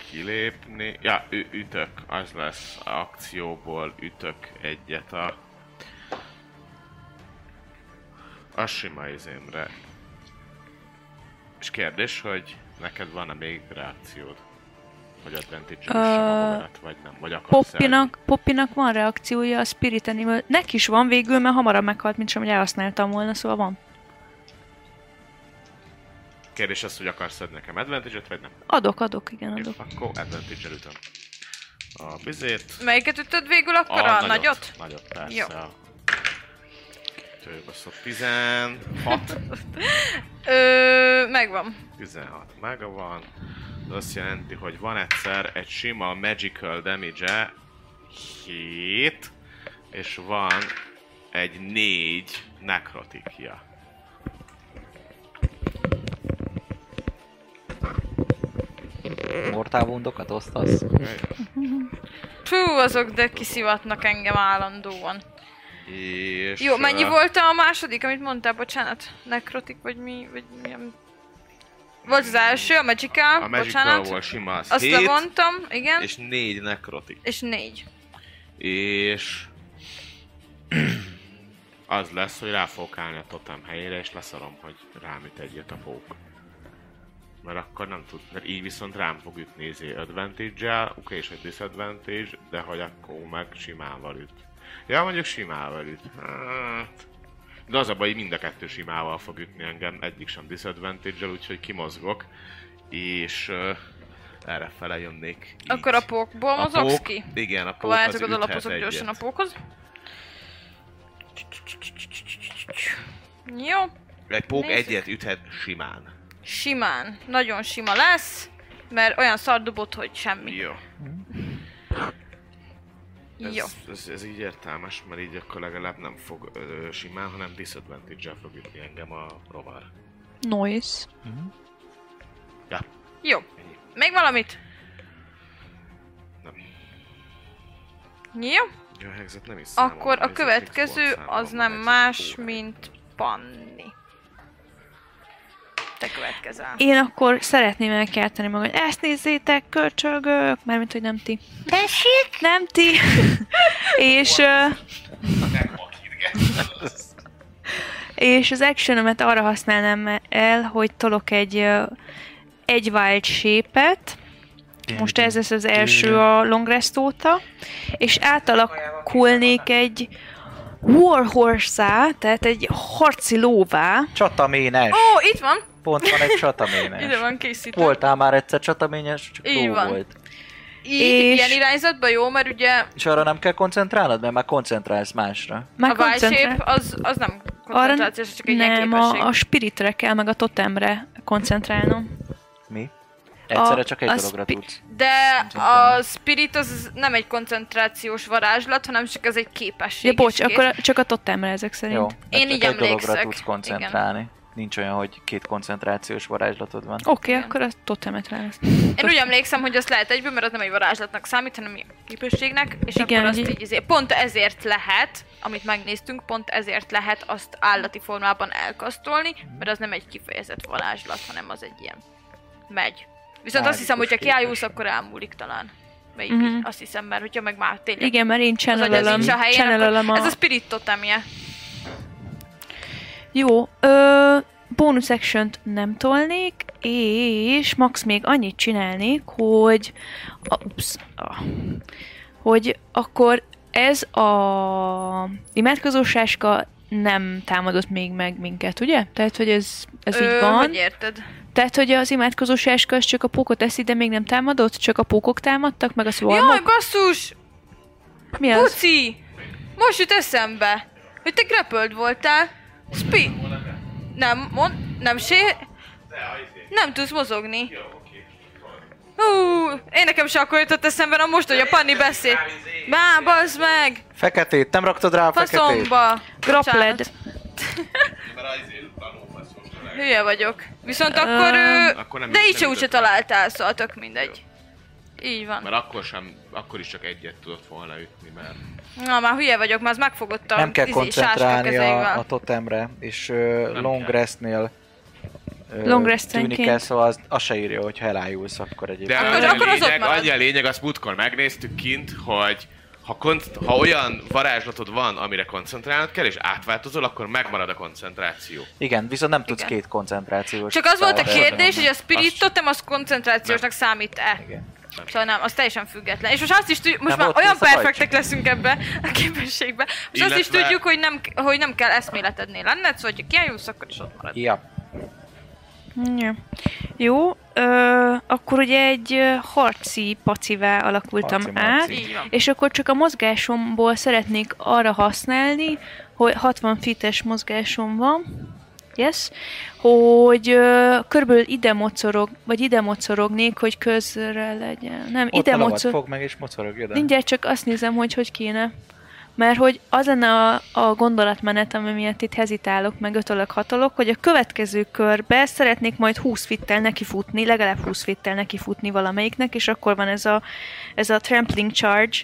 [SPEAKER 6] kilépni. Ja, ü- ütök, az lesz. Akcióból ütök egyet a... A sima izémre. És kérdés, hogy neked van-e még reakciód? Hogy advantage
[SPEAKER 3] Ö,
[SPEAKER 6] uh, vagy nem? Vagy akarsz
[SPEAKER 3] Poppinak, Poppinak van reakciója a Spirit Animal. Neki is van végül, mert hamarabb meghalt, mint sem, hogy elhasználtam volna, szóval van.
[SPEAKER 6] el- Kérdés az, hogy akarsz adni nekem advantage vagy nem?
[SPEAKER 3] Adok, adok, igen,
[SPEAKER 6] Jó,
[SPEAKER 3] adok.
[SPEAKER 6] akkor advantage ütöm. A bizét.
[SPEAKER 2] Melyiket ütöd végül akkor a, nagyot?
[SPEAKER 6] Ah, Nagyot, persze.
[SPEAKER 2] Jó.
[SPEAKER 6] Jó. Baszott 16.
[SPEAKER 2] Ö, megvan.
[SPEAKER 6] 16 mega van. Ez azt jelenti, hogy van egyszer egy sima magical damage 7, és van egy 4 nekrotikja.
[SPEAKER 5] Mortal Woundokat osztasz?
[SPEAKER 2] Fú, azok de kiszivatnak engem állandóan.
[SPEAKER 6] És
[SPEAKER 2] Jó, mennyi
[SPEAKER 6] ö,
[SPEAKER 2] volt a második, amit mondtál, bocsánat? Nekrotik, vagy mi, vagy milyen... Volt az első, a Magical,
[SPEAKER 6] A magical
[SPEAKER 2] bocsánat.
[SPEAKER 6] volt sima, az
[SPEAKER 2] Azt
[SPEAKER 6] 7,
[SPEAKER 2] levontam, igen, és,
[SPEAKER 6] és 4 nekrotik.
[SPEAKER 2] és négy.
[SPEAKER 6] És [clears throat] az lesz, hogy rá fogok állni a totem helyére, és leszarom, hogy rám üt egyet a pók. Mert akkor nem tud, mert így viszont rám fog ütni izé advantage-el, oké, és egy disadvantage, de hogy akkor meg simával üt. Ja, mondjuk simával üt. Hát. De az a baj, hogy mind a kettő simával fog ütni engem, egyik sem disadvantage-el, úgyhogy kimozgok, és uh, erre fele jönnék. így.
[SPEAKER 2] Akkor a pókból mozogsz ki?
[SPEAKER 6] Igen, a pók az
[SPEAKER 2] Várjátok, oda
[SPEAKER 6] üthet
[SPEAKER 2] lapozok
[SPEAKER 6] egyet.
[SPEAKER 2] gyorsan a pókhoz. Jó,
[SPEAKER 6] Egy pók
[SPEAKER 2] Nézzük.
[SPEAKER 6] egyet üthet simán.
[SPEAKER 2] simán, nagyon sima lesz, mert olyan szar dobott, hogy semmi.
[SPEAKER 6] Jó. Ez,
[SPEAKER 2] Jó.
[SPEAKER 6] Ez, ez, így értelmes, mert így akkor legalább nem fog ö, simán, hanem disadvantage fog ütni engem a rovar.
[SPEAKER 3] Noise.
[SPEAKER 6] Ja,
[SPEAKER 2] Jó. Még valamit?
[SPEAKER 6] nem.
[SPEAKER 2] Jó.
[SPEAKER 6] Jó, hegzet nem is számolom,
[SPEAKER 2] Akkor a
[SPEAKER 6] nézzük,
[SPEAKER 2] következő
[SPEAKER 6] Xbox számolom,
[SPEAKER 2] az nem
[SPEAKER 6] hexet,
[SPEAKER 2] más,
[SPEAKER 6] óráig.
[SPEAKER 2] mint Panni. Te következel.
[SPEAKER 3] Én akkor szeretném elkelteni magam, hogy ezt nézzétek, kölcsögök, mármint, hogy nem ti.
[SPEAKER 9] Tessék?
[SPEAKER 3] Nem
[SPEAKER 2] [laughs]
[SPEAKER 3] ti! és... ö, és az actionömet arra használnám el, hogy tolok egy, ö, egy wild shape-et. Most ez lesz az első a long rest óta. És átalakulnék egy war horse tehát egy harci lóvá.
[SPEAKER 5] Csataménes!
[SPEAKER 2] Ó, itt van!
[SPEAKER 5] Pont van egy
[SPEAKER 2] Ide
[SPEAKER 5] csataménes.
[SPEAKER 2] van készítve.
[SPEAKER 5] Voltál már egyszer csataménes, csak
[SPEAKER 2] Így
[SPEAKER 5] ló
[SPEAKER 2] van.
[SPEAKER 5] volt.
[SPEAKER 2] Így,
[SPEAKER 3] És-
[SPEAKER 2] ilyen irányzatba jó, mert ugye
[SPEAKER 5] És arra nem kell koncentrálnod, mert már koncentrálsz másra.
[SPEAKER 3] Már
[SPEAKER 2] a
[SPEAKER 3] koncentrál-
[SPEAKER 2] válsép az, az nem koncentrációs, csak egy ilyen
[SPEAKER 3] nem,
[SPEAKER 2] képesség.
[SPEAKER 3] a, a spiritre kell, meg a totemre koncentrálnom.
[SPEAKER 5] Mi? Egyszerre
[SPEAKER 3] A-
[SPEAKER 5] csak egy
[SPEAKER 3] a
[SPEAKER 5] dologra
[SPEAKER 3] spi-
[SPEAKER 5] tudsz.
[SPEAKER 2] De
[SPEAKER 5] Koncentrálni.
[SPEAKER 2] a spirit az nem egy koncentrációs varázslat, hanem csak ez egy képesség.
[SPEAKER 3] Ja, bocs,
[SPEAKER 2] és kész.
[SPEAKER 3] akkor a- csak a totemre ezek szerint.
[SPEAKER 5] Jó.
[SPEAKER 3] Jó.
[SPEAKER 5] tehát
[SPEAKER 2] Én
[SPEAKER 5] csak
[SPEAKER 2] így
[SPEAKER 5] egy dologra
[SPEAKER 2] emlékszek.
[SPEAKER 5] tudsz koncentrálni. Nincs olyan, hogy két koncentrációs varázslatod van.
[SPEAKER 3] Oké, okay, akkor a totemet választom.
[SPEAKER 2] Én úgy emlékszem, hogy azt lehet egyben, mert az nem egy varázslatnak számít, hanem ilyen képességnek, és
[SPEAKER 3] Igen,
[SPEAKER 2] Igen, akkor azt
[SPEAKER 3] így-
[SPEAKER 2] így, izé- pont ezért lehet, amit megnéztünk, pont ezért lehet azt állati formában elkasztolni, mert az nem egy kifejezett varázslat, hanem az egy ilyen megy. Viszont azt hiszem, hogyha
[SPEAKER 5] Mágikus
[SPEAKER 2] kiájulsz, akkor elmúlik talán. Vagy
[SPEAKER 3] Mhm.
[SPEAKER 2] így, azt hiszem, mert hogyha meg már tényleg
[SPEAKER 3] Igen, mert én
[SPEAKER 2] az agyad
[SPEAKER 3] channelölöm,
[SPEAKER 2] nincs a helyén,
[SPEAKER 3] channelölöm
[SPEAKER 2] akkor
[SPEAKER 3] a...
[SPEAKER 2] ez a spirit totemje.
[SPEAKER 3] Jó, ö, bónusz action nem tolnék, és max még annyit csinálnék, hogy... A, ups, a, hogy akkor ez a imádkozó sáska nem támadott még meg minket, ugye? Tehát, hogy ez, ez
[SPEAKER 2] Ö,
[SPEAKER 3] így van.
[SPEAKER 2] Hogy érted?
[SPEAKER 3] Tehát, hogy az imádkozó sáska az csak a pókot eszi, de még nem támadott? Csak a pókok támadtak, meg a szvormok?
[SPEAKER 2] Jaj, basszus!
[SPEAKER 3] Mi az?
[SPEAKER 2] Puci! Most jut eszembe, hogy te grappled voltál. Spi... Nem, mond... Nem sé... Nem tudsz mozogni. Hú, én nekem se akkor jutott eszembe, na most, hogy a Panni beszél. Bá, bazd meg!
[SPEAKER 5] Feketét, nem raktad rá a feketét?
[SPEAKER 2] Faszomba!
[SPEAKER 3] Grappled.
[SPEAKER 2] Bocsánat, Hülye vagyok. Viszont akkor...
[SPEAKER 3] Ö,
[SPEAKER 2] Ő...
[SPEAKER 6] Akkor nem
[SPEAKER 2] De
[SPEAKER 6] jut-
[SPEAKER 2] így se
[SPEAKER 6] nem
[SPEAKER 2] úgyse
[SPEAKER 6] jutott rá.
[SPEAKER 2] találtál, szóval tök mindegy. Így van.
[SPEAKER 6] Mert akkor sem, akkor is csak egyet tudott volna ütni, mert...
[SPEAKER 2] Na, már hülye vagyok, már az megfogott a
[SPEAKER 5] Nem kell
[SPEAKER 2] izé, sáska
[SPEAKER 5] koncentrálni
[SPEAKER 2] kezeivel.
[SPEAKER 5] a, a totemre, és uh,
[SPEAKER 6] Nem
[SPEAKER 5] long
[SPEAKER 6] kell.
[SPEAKER 5] restnél uh,
[SPEAKER 3] Long restenként.
[SPEAKER 5] tűnik el, szóval az, az se írja, hogy ha elájulsz, akkor egyébként.
[SPEAKER 6] De
[SPEAKER 2] Akkor-
[SPEAKER 6] annyi,
[SPEAKER 2] akkor
[SPEAKER 6] a
[SPEAKER 2] az ott
[SPEAKER 6] lényeg,
[SPEAKER 2] marad.
[SPEAKER 6] annyi a lényeg, azt múltkor megnéztük kint, hogy ha, konc- ha olyan varázslatod van, amire koncentrálnod kell, és átváltozol, akkor megmarad a koncentráció.
[SPEAKER 5] Igen, viszont nem tudsz
[SPEAKER 2] Igen.
[SPEAKER 5] két koncentrációs.
[SPEAKER 2] Csak az volt a
[SPEAKER 5] feladatot.
[SPEAKER 2] kérdés, hogy a spirit
[SPEAKER 6] Azt-
[SPEAKER 2] totem az koncentrációsnak számít-e.
[SPEAKER 5] Igen.
[SPEAKER 2] Szóval nem, az teljesen független. És most azt is tudjuk, most
[SPEAKER 5] Nem,
[SPEAKER 2] már
[SPEAKER 5] ott
[SPEAKER 2] olyan
[SPEAKER 5] lesz a
[SPEAKER 2] perfektek leszünk ebbe a képességbe. Most azt is
[SPEAKER 6] Illetve-
[SPEAKER 2] tudjuk, hogy nem, hogy nem kell eszméletednél lenned, szóval ha kiállulsz, akkor is ott marad.
[SPEAKER 5] Ja,
[SPEAKER 3] Ja. Jó, ö, akkor ugye egy ö, harci pacivá alakultam
[SPEAKER 5] Harci
[SPEAKER 3] át,
[SPEAKER 5] marci.
[SPEAKER 2] Így van.
[SPEAKER 3] és akkor csak a mozgásomból szeretnék arra használni, hogy 60 fites mozgásom van, yes, hogy ö, körülbelül ide mocorog, vagy ide mocorognék, hogy közre legyen. Nem,
[SPEAKER 5] ott
[SPEAKER 3] ide
[SPEAKER 5] a lovat
[SPEAKER 3] mocor...
[SPEAKER 5] fog meg és mocorog, jön.
[SPEAKER 3] Mindjárt csak azt nézem, hogy hogy kéne. Mert hogy az lenne a, a gondolatmenet, ami miatt itt hezitálok, meg ötölök, hatolok, hogy a következő körbe szeretnék majd 20 fittel nekifutni, legalább 20 fittel nekifutni valamelyiknek, és akkor van ez a, ez a trampling charge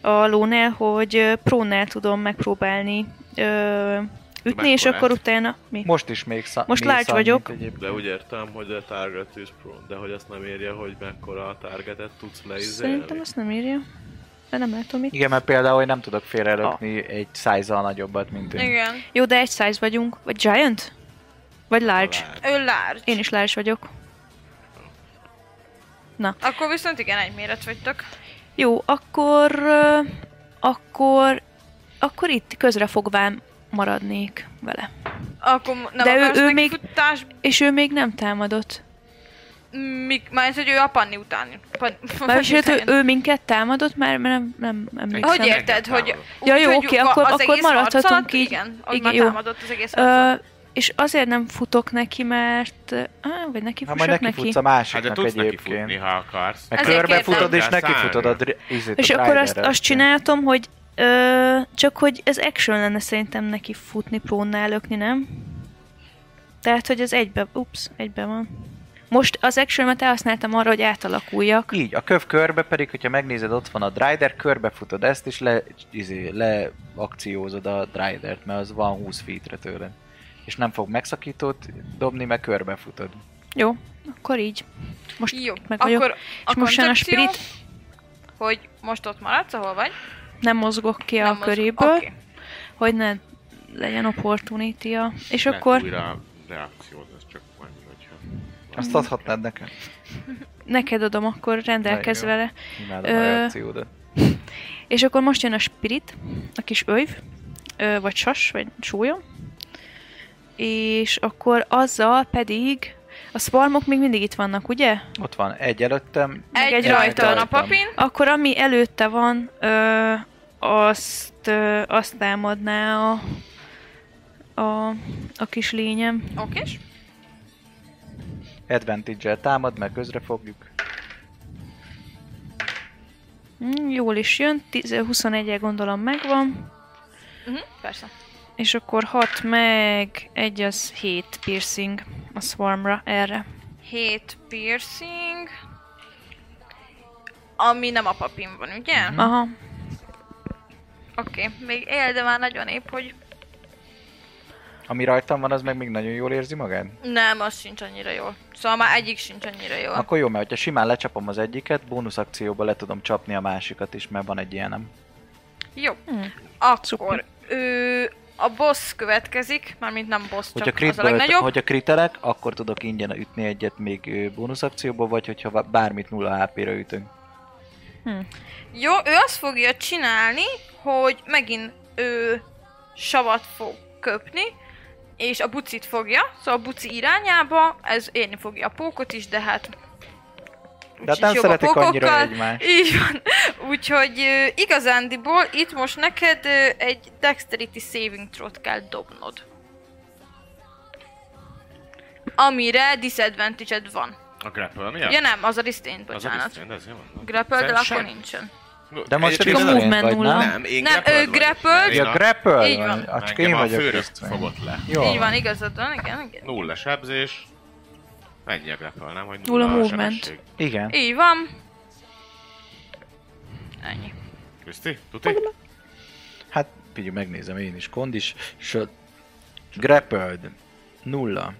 [SPEAKER 3] a lónál, hogy ö, prónál tudom megpróbálni ö, ütni, és
[SPEAKER 6] Mekkorát?
[SPEAKER 3] akkor utána... Mi?
[SPEAKER 5] Most is még szá-
[SPEAKER 3] Most
[SPEAKER 5] még
[SPEAKER 3] large
[SPEAKER 5] számít
[SPEAKER 3] vagyok.
[SPEAKER 5] egyébként.
[SPEAKER 10] De úgy értem, hogy a target is prone, de hogy azt nem érje, hogy mekkora a targetet tudsz
[SPEAKER 6] izé-
[SPEAKER 10] leizelni.
[SPEAKER 3] Szerintem azt nem írja. De nem látom itt.
[SPEAKER 5] Igen, mert például, hogy nem tudok félrelökni
[SPEAKER 3] Ah.
[SPEAKER 5] egy szájzal nagyobbat, mint ő.
[SPEAKER 2] Igen.
[SPEAKER 3] Jó, de egy size vagyunk. Vagy giant? Vagy large?
[SPEAKER 2] Ő large.
[SPEAKER 3] Én is large vagyok.
[SPEAKER 2] Akkor viszont igen, egy méret vagytok.
[SPEAKER 3] Jó, akkor... ö, Akkor... Akkor itt közrefogván maradnék vele.
[SPEAKER 2] Akkor m- nem
[SPEAKER 3] De ő-
[SPEAKER 2] akarsz
[SPEAKER 3] ő
[SPEAKER 2] neki
[SPEAKER 3] még-
[SPEAKER 2] futás...
[SPEAKER 3] És ő még nem támadott.
[SPEAKER 2] Mik... Már ez, hogy ő a panni után. Pan... [laughs]
[SPEAKER 3] Már sőt, ő,
[SPEAKER 2] után jön.
[SPEAKER 3] ő minket támadott, már mert nem, nem emlékszem.
[SPEAKER 2] Hogy érted,
[SPEAKER 6] Engem
[SPEAKER 2] hogy...
[SPEAKER 6] támadott.
[SPEAKER 2] úgy,
[SPEAKER 3] Ja, jó,
[SPEAKER 2] hogy
[SPEAKER 3] oké,
[SPEAKER 2] va-
[SPEAKER 3] akkor-
[SPEAKER 2] az
[SPEAKER 3] akkor
[SPEAKER 2] egész
[SPEAKER 3] maradhatunk
[SPEAKER 2] harcot-
[SPEAKER 3] így.
[SPEAKER 2] Igen, hogy
[SPEAKER 3] Igen,
[SPEAKER 2] már
[SPEAKER 3] jó.
[SPEAKER 2] támadott az egész harcot.
[SPEAKER 3] Ö, és azért nem futok neki, mert... Á, vagy neki
[SPEAKER 5] Ha
[SPEAKER 3] fussok
[SPEAKER 5] majd neki,
[SPEAKER 3] neki.
[SPEAKER 5] futsz a
[SPEAKER 6] Hát de
[SPEAKER 5] másiknak
[SPEAKER 6] tudsz neki futni,
[SPEAKER 5] egyébként.
[SPEAKER 6] ha akarsz.
[SPEAKER 5] Meg
[SPEAKER 2] Ezért
[SPEAKER 5] körbe futod
[SPEAKER 2] kérdem.
[SPEAKER 5] és neki futod a
[SPEAKER 6] Szállni.
[SPEAKER 5] dri- izét,
[SPEAKER 3] és
[SPEAKER 5] a
[SPEAKER 3] akkor azt,
[SPEAKER 5] riderrel.
[SPEAKER 3] azt csináltam, hogy... Ö, csak hogy ez action lenne szerintem neki futni, prónál lökni, nem? Tehát, hogy ez egybe... Ups, egybe van. Most az action-met elhasználtam arra, hogy átalakuljak.
[SPEAKER 5] Így, a köv körbe pedig, hogyha megnézed, ott van a Drider, körbe futod ezt, és le, izé, leakciózod a Dridert, mert az van 20 feetre tőled. És nem fog megszakítót dobni, mert körbe futod.
[SPEAKER 3] Jó, akkor így. Most
[SPEAKER 2] Jó,
[SPEAKER 3] meg vagyok.
[SPEAKER 2] akkor a
[SPEAKER 3] És most jön a
[SPEAKER 2] koncepció,
[SPEAKER 3] spirit,
[SPEAKER 2] hogy most ott maradsz, ahol vagy.
[SPEAKER 3] nem mozgok ki a
[SPEAKER 2] nem mozg-
[SPEAKER 3] köréből,
[SPEAKER 2] Oké.
[SPEAKER 3] hogy ne legyen opportunity -a. És
[SPEAKER 6] Lehet
[SPEAKER 3] akkor
[SPEAKER 6] Újra reakciód, az csak majd, hogyha...
[SPEAKER 3] Mm.
[SPEAKER 5] Azt adhatnád nekem.
[SPEAKER 3] neked adom, akkor rendelkezz
[SPEAKER 5] jó.
[SPEAKER 3] vele.
[SPEAKER 5] Imádom
[SPEAKER 3] Ö,
[SPEAKER 5] a reakciódat.
[SPEAKER 3] És akkor most jön a spirit, a kis öjv, ö, vagy sas, vagy súlyom. És akkor azzal pedig A swarmok még mindig itt vannak, ugye?
[SPEAKER 5] Ott van egy előttem.
[SPEAKER 2] Egy, egy rajta van a papin.
[SPEAKER 3] Akkor ami előtte van, ö, azt, ö, azt támadná a, a, a kis lényem.
[SPEAKER 2] Oké.
[SPEAKER 5] Advantage-el támad, mert közre fogjuk.
[SPEAKER 3] Mm, Jól is jön, 21-el gondolom megvan.
[SPEAKER 2] Mhm, persze.
[SPEAKER 3] És akkor 6 meg 1 az 7 piercing a swarmra erre.
[SPEAKER 2] 7 piercing. Ami nem a papin van, ugye?
[SPEAKER 3] Aha.
[SPEAKER 2] Oké, okay. még él, de már nagyon épp, hogy
[SPEAKER 5] Ami rajtam van, az meg még nagyon jól érzi magát?
[SPEAKER 2] nem, az sincs annyira jól. Szóval már egyik sincs annyira jól.
[SPEAKER 5] Akkor jó, mert ha simán lecsapom az egyiket, bónusz akcióba le tudom csapni a másikat is, mert van egy ilyenem.
[SPEAKER 2] Jó.
[SPEAKER 3] Hmm.
[SPEAKER 2] Akkor ő a boss következik, mármint nem boss,
[SPEAKER 5] Hogyha
[SPEAKER 2] csak az a
[SPEAKER 5] kritből,
[SPEAKER 2] legnagyobb.
[SPEAKER 5] hogyha kritelek, akkor tudok ingyen ütni egyet még ö, bónusz akcióba, vagy hogyha va- bármit nulla HP-ra ütünk.
[SPEAKER 2] Jó, ő azt fogja csinálni, hogy megint ő savat fog köpni, és a bucit fogja, szóval a buci irányába, ez érni fogja a pókot is, de hát...
[SPEAKER 5] De hát
[SPEAKER 2] úgyis
[SPEAKER 5] nem
[SPEAKER 2] jobb a
[SPEAKER 5] szeretik annyira
[SPEAKER 2] pókokkal.
[SPEAKER 5] egymást.
[SPEAKER 2] Így van. Úgyhogy ö, igazándiból itt most neked ö, egy dexterity saving throw-t kell dobnod. Amire disadvantage van.
[SPEAKER 6] A grapple, mi?
[SPEAKER 2] Ja. ja nem, az a restraint,
[SPEAKER 6] Az a
[SPEAKER 2] bocsánat.
[SPEAKER 6] restraint, ez jó van.
[SPEAKER 2] Grapple, de
[SPEAKER 6] Szerintem
[SPEAKER 2] akkor
[SPEAKER 6] sem.
[SPEAKER 2] nincsen.
[SPEAKER 5] De most
[SPEAKER 6] Egy-
[SPEAKER 5] a
[SPEAKER 6] egy-
[SPEAKER 5] restraint vagy,
[SPEAKER 6] nulla.
[SPEAKER 5] nem?
[SPEAKER 6] Nem, én
[SPEAKER 2] Nem,
[SPEAKER 6] grappled
[SPEAKER 2] ő
[SPEAKER 6] vagyok.
[SPEAKER 2] grappled.
[SPEAKER 6] Én
[SPEAKER 5] Ja, grapple
[SPEAKER 2] Így van.
[SPEAKER 5] vagy. Csak
[SPEAKER 6] Engem
[SPEAKER 5] én
[SPEAKER 6] a
[SPEAKER 5] vagyok
[SPEAKER 6] főnök
[SPEAKER 5] restraint.
[SPEAKER 6] fogott le.
[SPEAKER 5] Jó.
[SPEAKER 2] Így van, igazad van, igen, igen.
[SPEAKER 6] Nulla sebzés. Ennyi a grapple, nem? Hogy
[SPEAKER 3] Nulla
[SPEAKER 6] nulla, a
[SPEAKER 3] movement.
[SPEAKER 6] sebesség.
[SPEAKER 5] Igen.
[SPEAKER 2] Így van. Ennyi.
[SPEAKER 6] Kriszti, tuti?
[SPEAKER 5] Hát, figyelj, megnézem én is. Kondis, sőt, grappled. Nulla.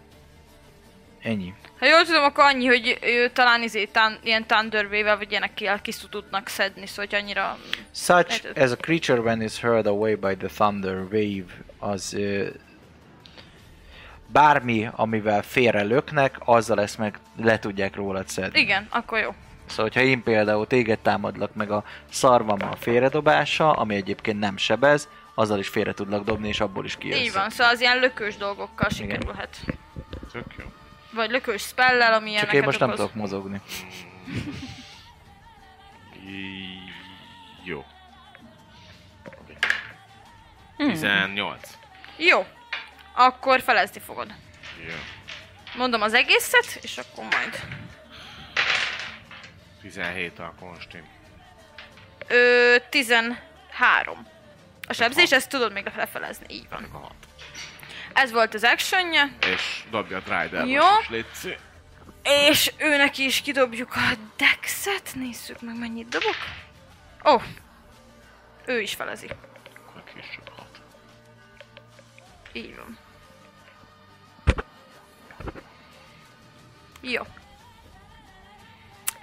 [SPEAKER 5] Ennyi.
[SPEAKER 2] Ha jól tudom, akkor annyi, hogy ő talán izé, tán, ilyen Thunderwave-vel vagy ilyenekkel ki tudnak szedni, szóval hogy annyira...
[SPEAKER 5] Such
[SPEAKER 2] Érted?
[SPEAKER 5] as a creature when it's hurled away by the thunder wave, az ö, bármi, amivel félre löknek, azzal ezt meg le tudják rólad szedni.
[SPEAKER 2] Igen, akkor jó.
[SPEAKER 5] Szóval, hogyha én például téged támadlak meg a szarvammal félredobása, ami egyébként nem sebez, azzal is félre tudlak dobni, és abból is kijössz.
[SPEAKER 2] Így van, szóval az ilyen lökős dolgokkal sikerülhet.
[SPEAKER 6] Tök jó.
[SPEAKER 2] Vagy lökős spellel, ami
[SPEAKER 5] Csak
[SPEAKER 2] ilyeneket
[SPEAKER 5] én most nem
[SPEAKER 2] okoz.
[SPEAKER 5] tudok mozogni.
[SPEAKER 6] Í- Jó. Oké. 18.
[SPEAKER 2] Jó. Akkor felezni fogod.
[SPEAKER 6] Jó.
[SPEAKER 2] Mondom az egészet, és akkor majd.
[SPEAKER 6] 17 a konstim.
[SPEAKER 2] Ö, 13. A sebzés, ezt tudod még lefelezni, így van.
[SPEAKER 6] Meg a 6.
[SPEAKER 2] Ez volt az actionja,
[SPEAKER 6] És dobja a Drider
[SPEAKER 2] Jó.
[SPEAKER 6] most is, légy
[SPEAKER 2] és őnek is kidobjuk a dexet, nézzük meg mennyit dobok. Ó, oh. ő is felezik,
[SPEAKER 6] Akkor később 6.
[SPEAKER 2] így van. Jó.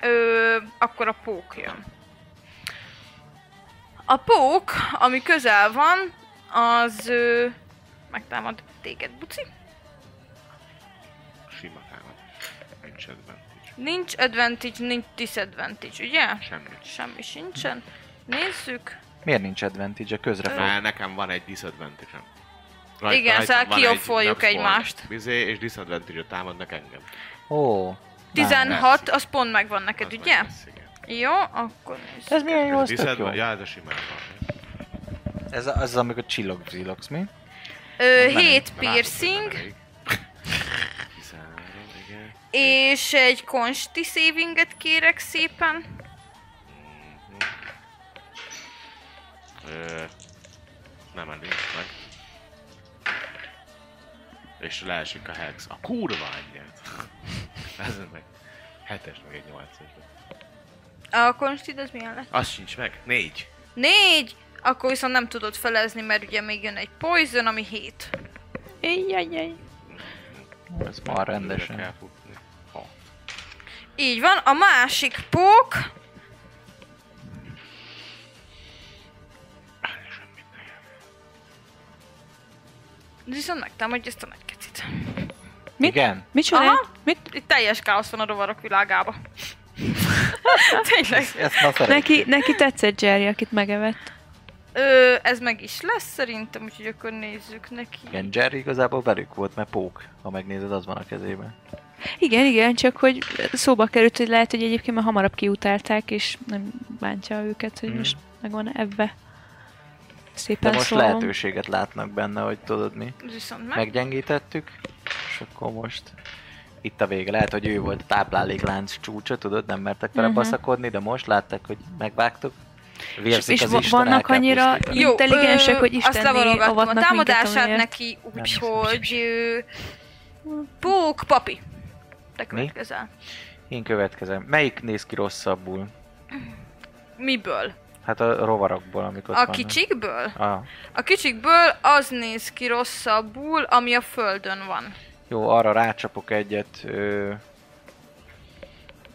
[SPEAKER 2] Ö, akkor a pók jön. A pók, ami közel van, az ö, megtámad téged, buci.
[SPEAKER 6] Sima támad. Nincs advantage.
[SPEAKER 2] Nincs advantage, nincs disadvantage, ugye?
[SPEAKER 6] Semmi.
[SPEAKER 2] Semmi sincsen. Nézzük.
[SPEAKER 5] Miért nincs advantage közre fog?
[SPEAKER 6] Már nekem van egy disadvantage-em.
[SPEAKER 2] Igen, szóval
[SPEAKER 6] van egy
[SPEAKER 2] kioffoljuk
[SPEAKER 6] nem szólnak.
[SPEAKER 2] egymást. Hát
[SPEAKER 6] Izé, és disadvantage-ot támadnak engem.
[SPEAKER 5] Ó,
[SPEAKER 2] 16, az pont megvan neked,
[SPEAKER 6] Az meg
[SPEAKER 2] ugye?
[SPEAKER 6] lesz, igen.
[SPEAKER 2] Jó, akkor nézzük.
[SPEAKER 5] ez milyen jó,
[SPEAKER 6] Ez
[SPEAKER 5] ez tök jó.
[SPEAKER 6] disadvantage, ja, ez a simán van.
[SPEAKER 5] Ez a- az, amikor csillog villogsz, mi?
[SPEAKER 2] Ö, 7
[SPEAKER 5] nem,
[SPEAKER 6] De látom, hogy nem
[SPEAKER 2] piercing,
[SPEAKER 6] elég. 13, igen.
[SPEAKER 2] és egy consti savinget kérek szépen.
[SPEAKER 6] Ö, nem elég meg. És leesik a hex. A kurva anyját. [laughs] Ez meg. Hetes meg egy nyolcas.
[SPEAKER 2] A consti az milyen lett?
[SPEAKER 6] Az sincs meg. Négy.
[SPEAKER 2] 4, akkor viszont nem tudod felezni, mert ugye még jön egy poison, ami 7.
[SPEAKER 3] Ijjajjaj.
[SPEAKER 5] Ez van
[SPEAKER 6] Ide kell
[SPEAKER 5] rendesen.
[SPEAKER 6] futni. Hat.
[SPEAKER 2] Így van, a másik pók, viszont megtámadja ezt a nagy kecit.
[SPEAKER 3] Mit?
[SPEAKER 5] Igen?
[SPEAKER 3] Mit csinál?
[SPEAKER 2] Aha.
[SPEAKER 3] Mit?
[SPEAKER 2] Itt teljes káosz van a rovarok világába. Tényleg.
[SPEAKER 5] Ezt ma szeretem.
[SPEAKER 3] Neki, neki tetszett Jerry, akit megevett.
[SPEAKER 2] Ö, ez meg is lesz szerintem, úgyhogy akkor nézzük neki.
[SPEAKER 5] Igen, Jerry igazából velük volt, mert pók, ha megnézed, az van a kezében.
[SPEAKER 3] Igen, igen, csak hogy szóba került, hogy lehet, hogy egyébként már hamarabb kiutálták, és nem bántja őket, hogy
[SPEAKER 5] Mm.
[SPEAKER 3] most megvan ebbe.
[SPEAKER 5] De
[SPEAKER 3] Szépen
[SPEAKER 5] most
[SPEAKER 3] szólom.
[SPEAKER 5] lehetőséget látnak benne, hogy tudod mi.
[SPEAKER 2] Viszont meg.
[SPEAKER 5] Meggyengítettük, és akkor most itt a vége. Lehet, hogy ő volt a tápláléklánc csúcsa, tudod, nem mertek vele
[SPEAKER 3] Mhm.
[SPEAKER 5] baszakodni, de most látták, hogy megvágtuk. Vérzik
[SPEAKER 3] És
[SPEAKER 5] az
[SPEAKER 3] va-
[SPEAKER 5] Isten, el
[SPEAKER 3] vannak
[SPEAKER 5] kell
[SPEAKER 3] annyira
[SPEAKER 5] pusztítani.
[SPEAKER 3] intelligensek, hogy
[SPEAKER 2] azt
[SPEAKER 3] istenné
[SPEAKER 2] levarogattam a
[SPEAKER 3] avatnak minket,
[SPEAKER 2] támadását
[SPEAKER 3] amiért.
[SPEAKER 2] neki, úgyhogy... ö, Pók, papi. Te következel.
[SPEAKER 5] Én következem. Melyik néz ki rosszabbul?
[SPEAKER 2] Miből?
[SPEAKER 5] Hát a rovarokból, amikor
[SPEAKER 2] A kicsikből?
[SPEAKER 5] Ah,
[SPEAKER 2] A kicsikből az néz ki rosszabbul, ami a földön van.
[SPEAKER 5] jó, arra rácsapok egyet. Ö...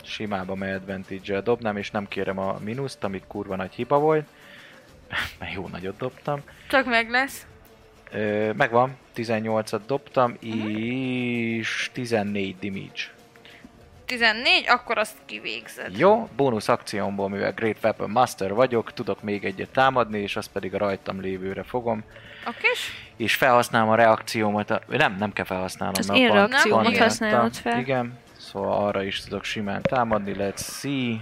[SPEAKER 5] Simába megy advantage dobnám, és nem kérem a mínuszt, amit kurva nagy hiba volt. [laughs] Mert jó nagyot dobtam.
[SPEAKER 2] Csak meg lesz.
[SPEAKER 5] Ö, megvan, 18-at dobtam, és 14 damage.
[SPEAKER 2] 14, akkor azt kivégzed.
[SPEAKER 5] Jó, bónusz akciómból, mivel Great Weapon Master vagyok, tudok még egyet támadni, és azt pedig a rajtam lévőre fogom.
[SPEAKER 2] Oké, és
[SPEAKER 5] És felhasználom a reakciómat, a... nem, nem kell felhasználnom.
[SPEAKER 3] Az
[SPEAKER 5] mert
[SPEAKER 3] én
[SPEAKER 5] van-
[SPEAKER 3] reakciómat
[SPEAKER 5] van
[SPEAKER 3] használod
[SPEAKER 5] rajta.
[SPEAKER 3] fel.
[SPEAKER 5] Igen, szóval arra is tudok simán támadni, let's see.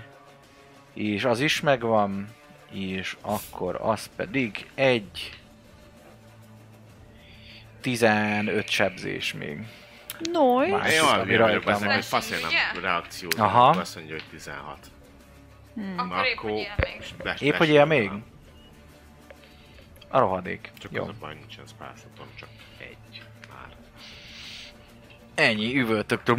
[SPEAKER 5] És az is megvan, és akkor az pedig egy 15 sebzés még.
[SPEAKER 3] Nois.
[SPEAKER 5] Más,
[SPEAKER 6] Én olyan
[SPEAKER 5] ami
[SPEAKER 6] vagyok
[SPEAKER 5] rajtam
[SPEAKER 6] ezek,
[SPEAKER 5] van.
[SPEAKER 6] hogy faszén nem reakciót.
[SPEAKER 5] Aha.
[SPEAKER 6] Aha. Azt mondja, hogy 16.
[SPEAKER 3] Hmm.
[SPEAKER 6] Na,
[SPEAKER 2] Akkor épp, hogy él még.
[SPEAKER 6] des-
[SPEAKER 5] Épp
[SPEAKER 6] des-
[SPEAKER 5] hogy él még? A rohadék.
[SPEAKER 6] Csak
[SPEAKER 5] Jó.
[SPEAKER 6] az a baj, nincsen spászatom, csak egy már.
[SPEAKER 5] Ennyi, üvöltöktől.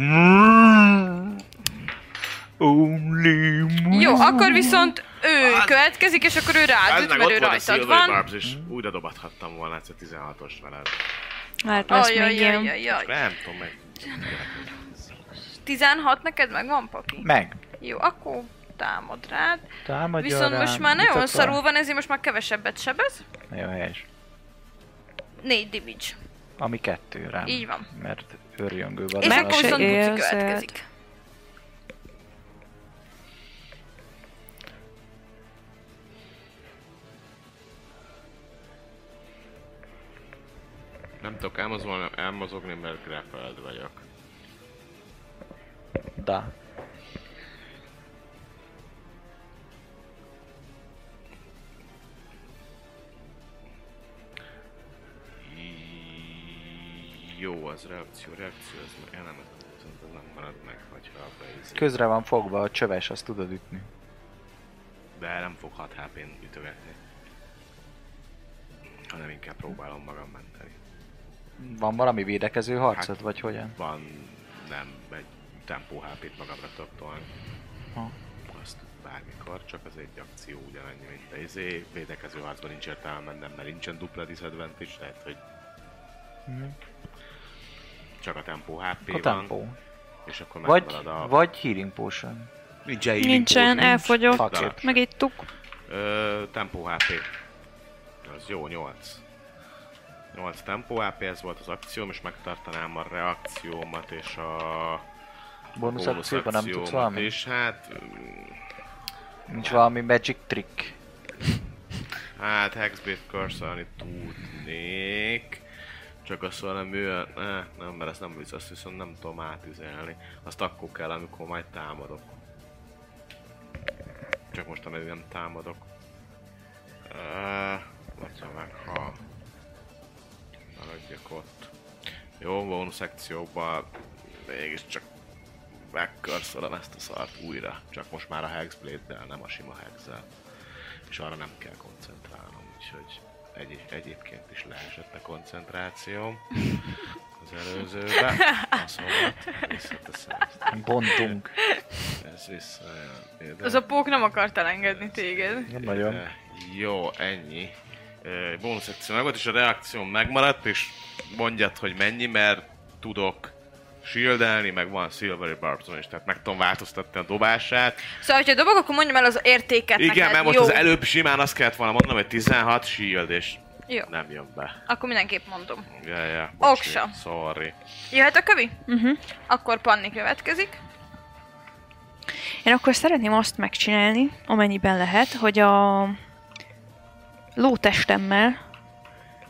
[SPEAKER 5] Only me.
[SPEAKER 2] Jó, akkor viszont ő következik, és akkor ő rád
[SPEAKER 6] Ez
[SPEAKER 2] üt,
[SPEAKER 6] meg
[SPEAKER 2] mert
[SPEAKER 6] ott
[SPEAKER 2] ő
[SPEAKER 6] volt a
[SPEAKER 2] Hát rajtad
[SPEAKER 6] Silver
[SPEAKER 2] van.
[SPEAKER 6] Barbs, és
[SPEAKER 5] Mhm.
[SPEAKER 6] újra dobathattam volna ezt a 16-ost veled.
[SPEAKER 3] Már hát lesz még ilyen.
[SPEAKER 2] Ajajajajaj.
[SPEAKER 6] Nem tudom, meg...
[SPEAKER 2] 16 neked megvan, papi?
[SPEAKER 5] Meg.
[SPEAKER 2] Jó, akkor támad rád.
[SPEAKER 5] Támadjon
[SPEAKER 2] Viszont
[SPEAKER 5] rám.
[SPEAKER 2] most már
[SPEAKER 5] Mit
[SPEAKER 2] nagyon
[SPEAKER 5] akar?
[SPEAKER 2] szarul van, ezért most már kevesebbet sebez.
[SPEAKER 5] Nagyon helyes.
[SPEAKER 2] 4 damage.
[SPEAKER 5] Ami kettő rám.
[SPEAKER 2] Így van.
[SPEAKER 5] Mert örjöngő van.
[SPEAKER 2] És
[SPEAKER 5] rá.
[SPEAKER 2] akkor viszont
[SPEAKER 3] él.
[SPEAKER 2] Guci
[SPEAKER 3] érzed.
[SPEAKER 2] következik.
[SPEAKER 6] Nem tudok elmozogni, elmozogni mert grappled vagyok.
[SPEAKER 5] Da.
[SPEAKER 6] Jó, az reakció, reakció, az meg elemet, viszont az nem marad meg, hogyha beizé.
[SPEAKER 5] Közre van fogva a csöves, azt tudod ütni.
[SPEAKER 6] De nem fog 6 HP-n ütögetni. Hanem inkább próbálom magam menteni.
[SPEAKER 5] Van valami védekező harcod,
[SPEAKER 6] Hát,
[SPEAKER 5] vagy hogyan?
[SPEAKER 6] Van, nem, egy tempó HP-t magamra tudok tolni.
[SPEAKER 5] Ha.
[SPEAKER 6] Azt bármikor, csak az egy akció ugyanannyi, mint a izé. Védekező harcban nincs értelme mennem, mert nincsen dupla disadvantage, tehát hogy
[SPEAKER 5] Mhm.
[SPEAKER 6] csak a tempó HP
[SPEAKER 5] A
[SPEAKER 6] van.
[SPEAKER 5] tempó.
[SPEAKER 6] És akkor
[SPEAKER 5] Vagy,
[SPEAKER 6] megmarad a...
[SPEAKER 5] vagy healing potion.
[SPEAKER 6] Nincs healing
[SPEAKER 3] Nincsen,
[SPEAKER 6] potion.
[SPEAKER 3] elfogyott.
[SPEAKER 5] Fuck it.
[SPEAKER 3] Megittuk.
[SPEAKER 6] Ö, tempó HP. Az jó, 8. 8 tempó HP, ez volt az akcióm, és megtartanám a reakciómat és a...
[SPEAKER 5] Bónusz akcióban nem tudsz
[SPEAKER 6] akciómat
[SPEAKER 5] valami?
[SPEAKER 6] is, hát... mm,
[SPEAKER 5] Nincs valami magic trick.
[SPEAKER 6] Hát Hexbeat curszolni tudnék. Csak szóval azt valami olyan... Ne, Eh, nem, mert ezt nem visz, azt viszont nem tudom átüzelni. Azt akkor kell, amikor majd támadok. Csak most ameddig nem támadok. Uh, Bacsa meg, ha... Maradjak ott. Jó, bónusz szekcióban mégiscsak megkörszolom ezt a szart újra. Csak most már a Hexblade-del, nem a sima hexel. És arra nem kell koncentrálnom, úgyhogy egy, egyébként is leesett a koncentrációm. Az előzőbe. Az volt, visszateszem ezt. [laughs]
[SPEAKER 5] Bontunk.
[SPEAKER 6] Ez vissza. ide.
[SPEAKER 2] Az a pók nem akart elengedni téged.
[SPEAKER 5] Nem nagyon.
[SPEAKER 6] Eh, Jó, ennyi. Eh, Bónusz akció meg volt, és a reakcióm megmaradt, és mondjad, hogy mennyi, mert tudok shieldelni, meg van Silvery Barbson is, tehát meg tudom változtatni a dobását.
[SPEAKER 2] Szóval, hogyha dobok, akkor mondjam el az értéket
[SPEAKER 6] Igen,
[SPEAKER 2] neked.
[SPEAKER 6] mert most
[SPEAKER 2] Hát Jó.
[SPEAKER 6] az előbb simán azt kellett volna mondanom, hogy 16 shield, és
[SPEAKER 2] Jó,
[SPEAKER 6] nem jön be.
[SPEAKER 2] akkor mindenképp mondom.
[SPEAKER 6] Ja, ja, bocs,
[SPEAKER 2] Oksa.
[SPEAKER 6] Sorry.
[SPEAKER 2] Jöhet a kövi?
[SPEAKER 3] Uh-huh.
[SPEAKER 2] Akkor Panni következik.
[SPEAKER 3] Én akkor szeretném azt megcsinálni, amennyiben lehet, hogy a lótestemmel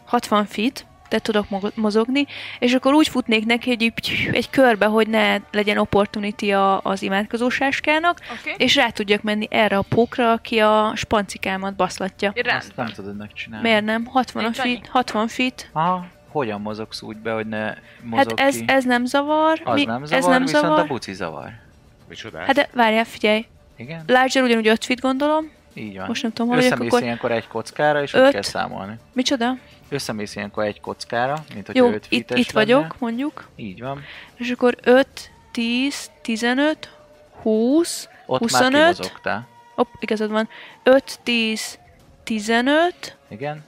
[SPEAKER 3] 60 feet, de tudok mogo- mozogni, és akkor úgy futnék neki, hogy így egy körbe, hogy ne legyen opportunity a, az imádkozó sáskának,
[SPEAKER 2] Oké.
[SPEAKER 3] és rá tudjak menni erre a pókra, aki a spancikámat baszlatja.
[SPEAKER 5] Azt nem tudod megcsinálni.
[SPEAKER 3] Miért nem? 60
[SPEAKER 2] Nincs
[SPEAKER 3] feet, 60 feet.
[SPEAKER 5] Aha, hogyan mozogsz úgy be, hogy ne mozog
[SPEAKER 3] Hát ez,
[SPEAKER 5] ki?
[SPEAKER 3] ez nem zavar.
[SPEAKER 5] Az
[SPEAKER 3] mi-
[SPEAKER 5] nem zavar,
[SPEAKER 3] ez nem
[SPEAKER 5] viszont
[SPEAKER 3] zavar.
[SPEAKER 5] a buci zavar.
[SPEAKER 6] Micsoda?
[SPEAKER 3] Hát de várjál, figyelj.
[SPEAKER 5] Igen?
[SPEAKER 3] Larger ugyanúgy 5 feet gondolom.
[SPEAKER 5] Így van.
[SPEAKER 3] Most nem tudom, hol vagyok,
[SPEAKER 5] Összemész
[SPEAKER 3] akkor...
[SPEAKER 5] akkor... ilyenkor egy kockára, és
[SPEAKER 3] Öt.
[SPEAKER 5] öt... kell számolni.
[SPEAKER 3] Micsoda?
[SPEAKER 5] Összemész ilyenkor egy kockára, mint hogy
[SPEAKER 3] Jó,
[SPEAKER 5] öt
[SPEAKER 3] itt,
[SPEAKER 5] feet-es
[SPEAKER 3] itt vagyok, mondjuk.
[SPEAKER 5] Lenne. Így van.
[SPEAKER 3] És akkor 5, 10, 15, 20,
[SPEAKER 5] Ott 25... már
[SPEAKER 3] 25.
[SPEAKER 5] kimozogtál.
[SPEAKER 3] Op, igazad van. 5, 10, 15,
[SPEAKER 5] Igen.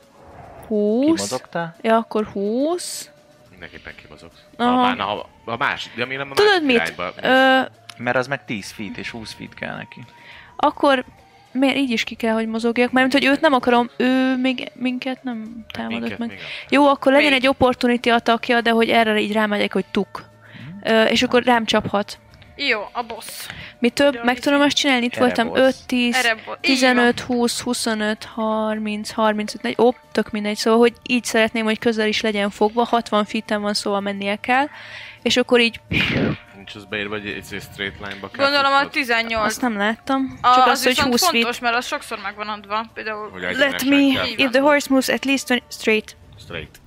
[SPEAKER 3] 20.
[SPEAKER 5] Kimozogtál.
[SPEAKER 3] Ja, akkor 20.
[SPEAKER 6] Mindenképpen kimozogsz.
[SPEAKER 3] Aha.
[SPEAKER 6] Ha, már- na, ha, ha más, de miért nem a
[SPEAKER 3] Tudod
[SPEAKER 6] másik
[SPEAKER 3] mit?
[SPEAKER 6] irányba mész?
[SPEAKER 3] Ö,
[SPEAKER 5] Mert az meg 10 feet és 20 feet kell neki.
[SPEAKER 3] akkor miért így is ki kell, hogy mozogjak? Mert hogy őt nem akarom, ő még minket nem támadott
[SPEAKER 6] Hát minket
[SPEAKER 3] meg.
[SPEAKER 6] még
[SPEAKER 3] Jó, akkor legyen
[SPEAKER 2] Még.
[SPEAKER 3] egy opportunity atakja, de hogy erre így rámegyek, hogy tuk.
[SPEAKER 6] Mhm.
[SPEAKER 3] Ö, és akkor rám csaphat.
[SPEAKER 2] Jó, a boss.
[SPEAKER 3] Mi több, meg tudom azt csinálni, itt
[SPEAKER 5] Erre
[SPEAKER 3] voltam
[SPEAKER 5] boss.
[SPEAKER 3] 5, 10,
[SPEAKER 2] Erre bo- így
[SPEAKER 3] 15, 20, 25, 30, 35, 40, ó, tök mindegy, szóval, hogy így szeretném, hogy közel is legyen fogva, 60 feet van, szóval mennie kell, és akkor így,
[SPEAKER 6] Nincs az beírva, hogy egy egy straight line-ba kell
[SPEAKER 2] Gondolom a
[SPEAKER 6] futnod?
[SPEAKER 2] 18.
[SPEAKER 3] azt nem láttam,
[SPEAKER 2] A,
[SPEAKER 3] csak
[SPEAKER 2] az,
[SPEAKER 3] az, hogy
[SPEAKER 2] viszont
[SPEAKER 3] 20 feet.
[SPEAKER 2] fontos, mert az sokszor meg van adva. Például
[SPEAKER 6] Hogy egyenesen
[SPEAKER 3] Let me,
[SPEAKER 6] kell.
[SPEAKER 3] if the horse moves at least 20, straight,
[SPEAKER 6] Straight.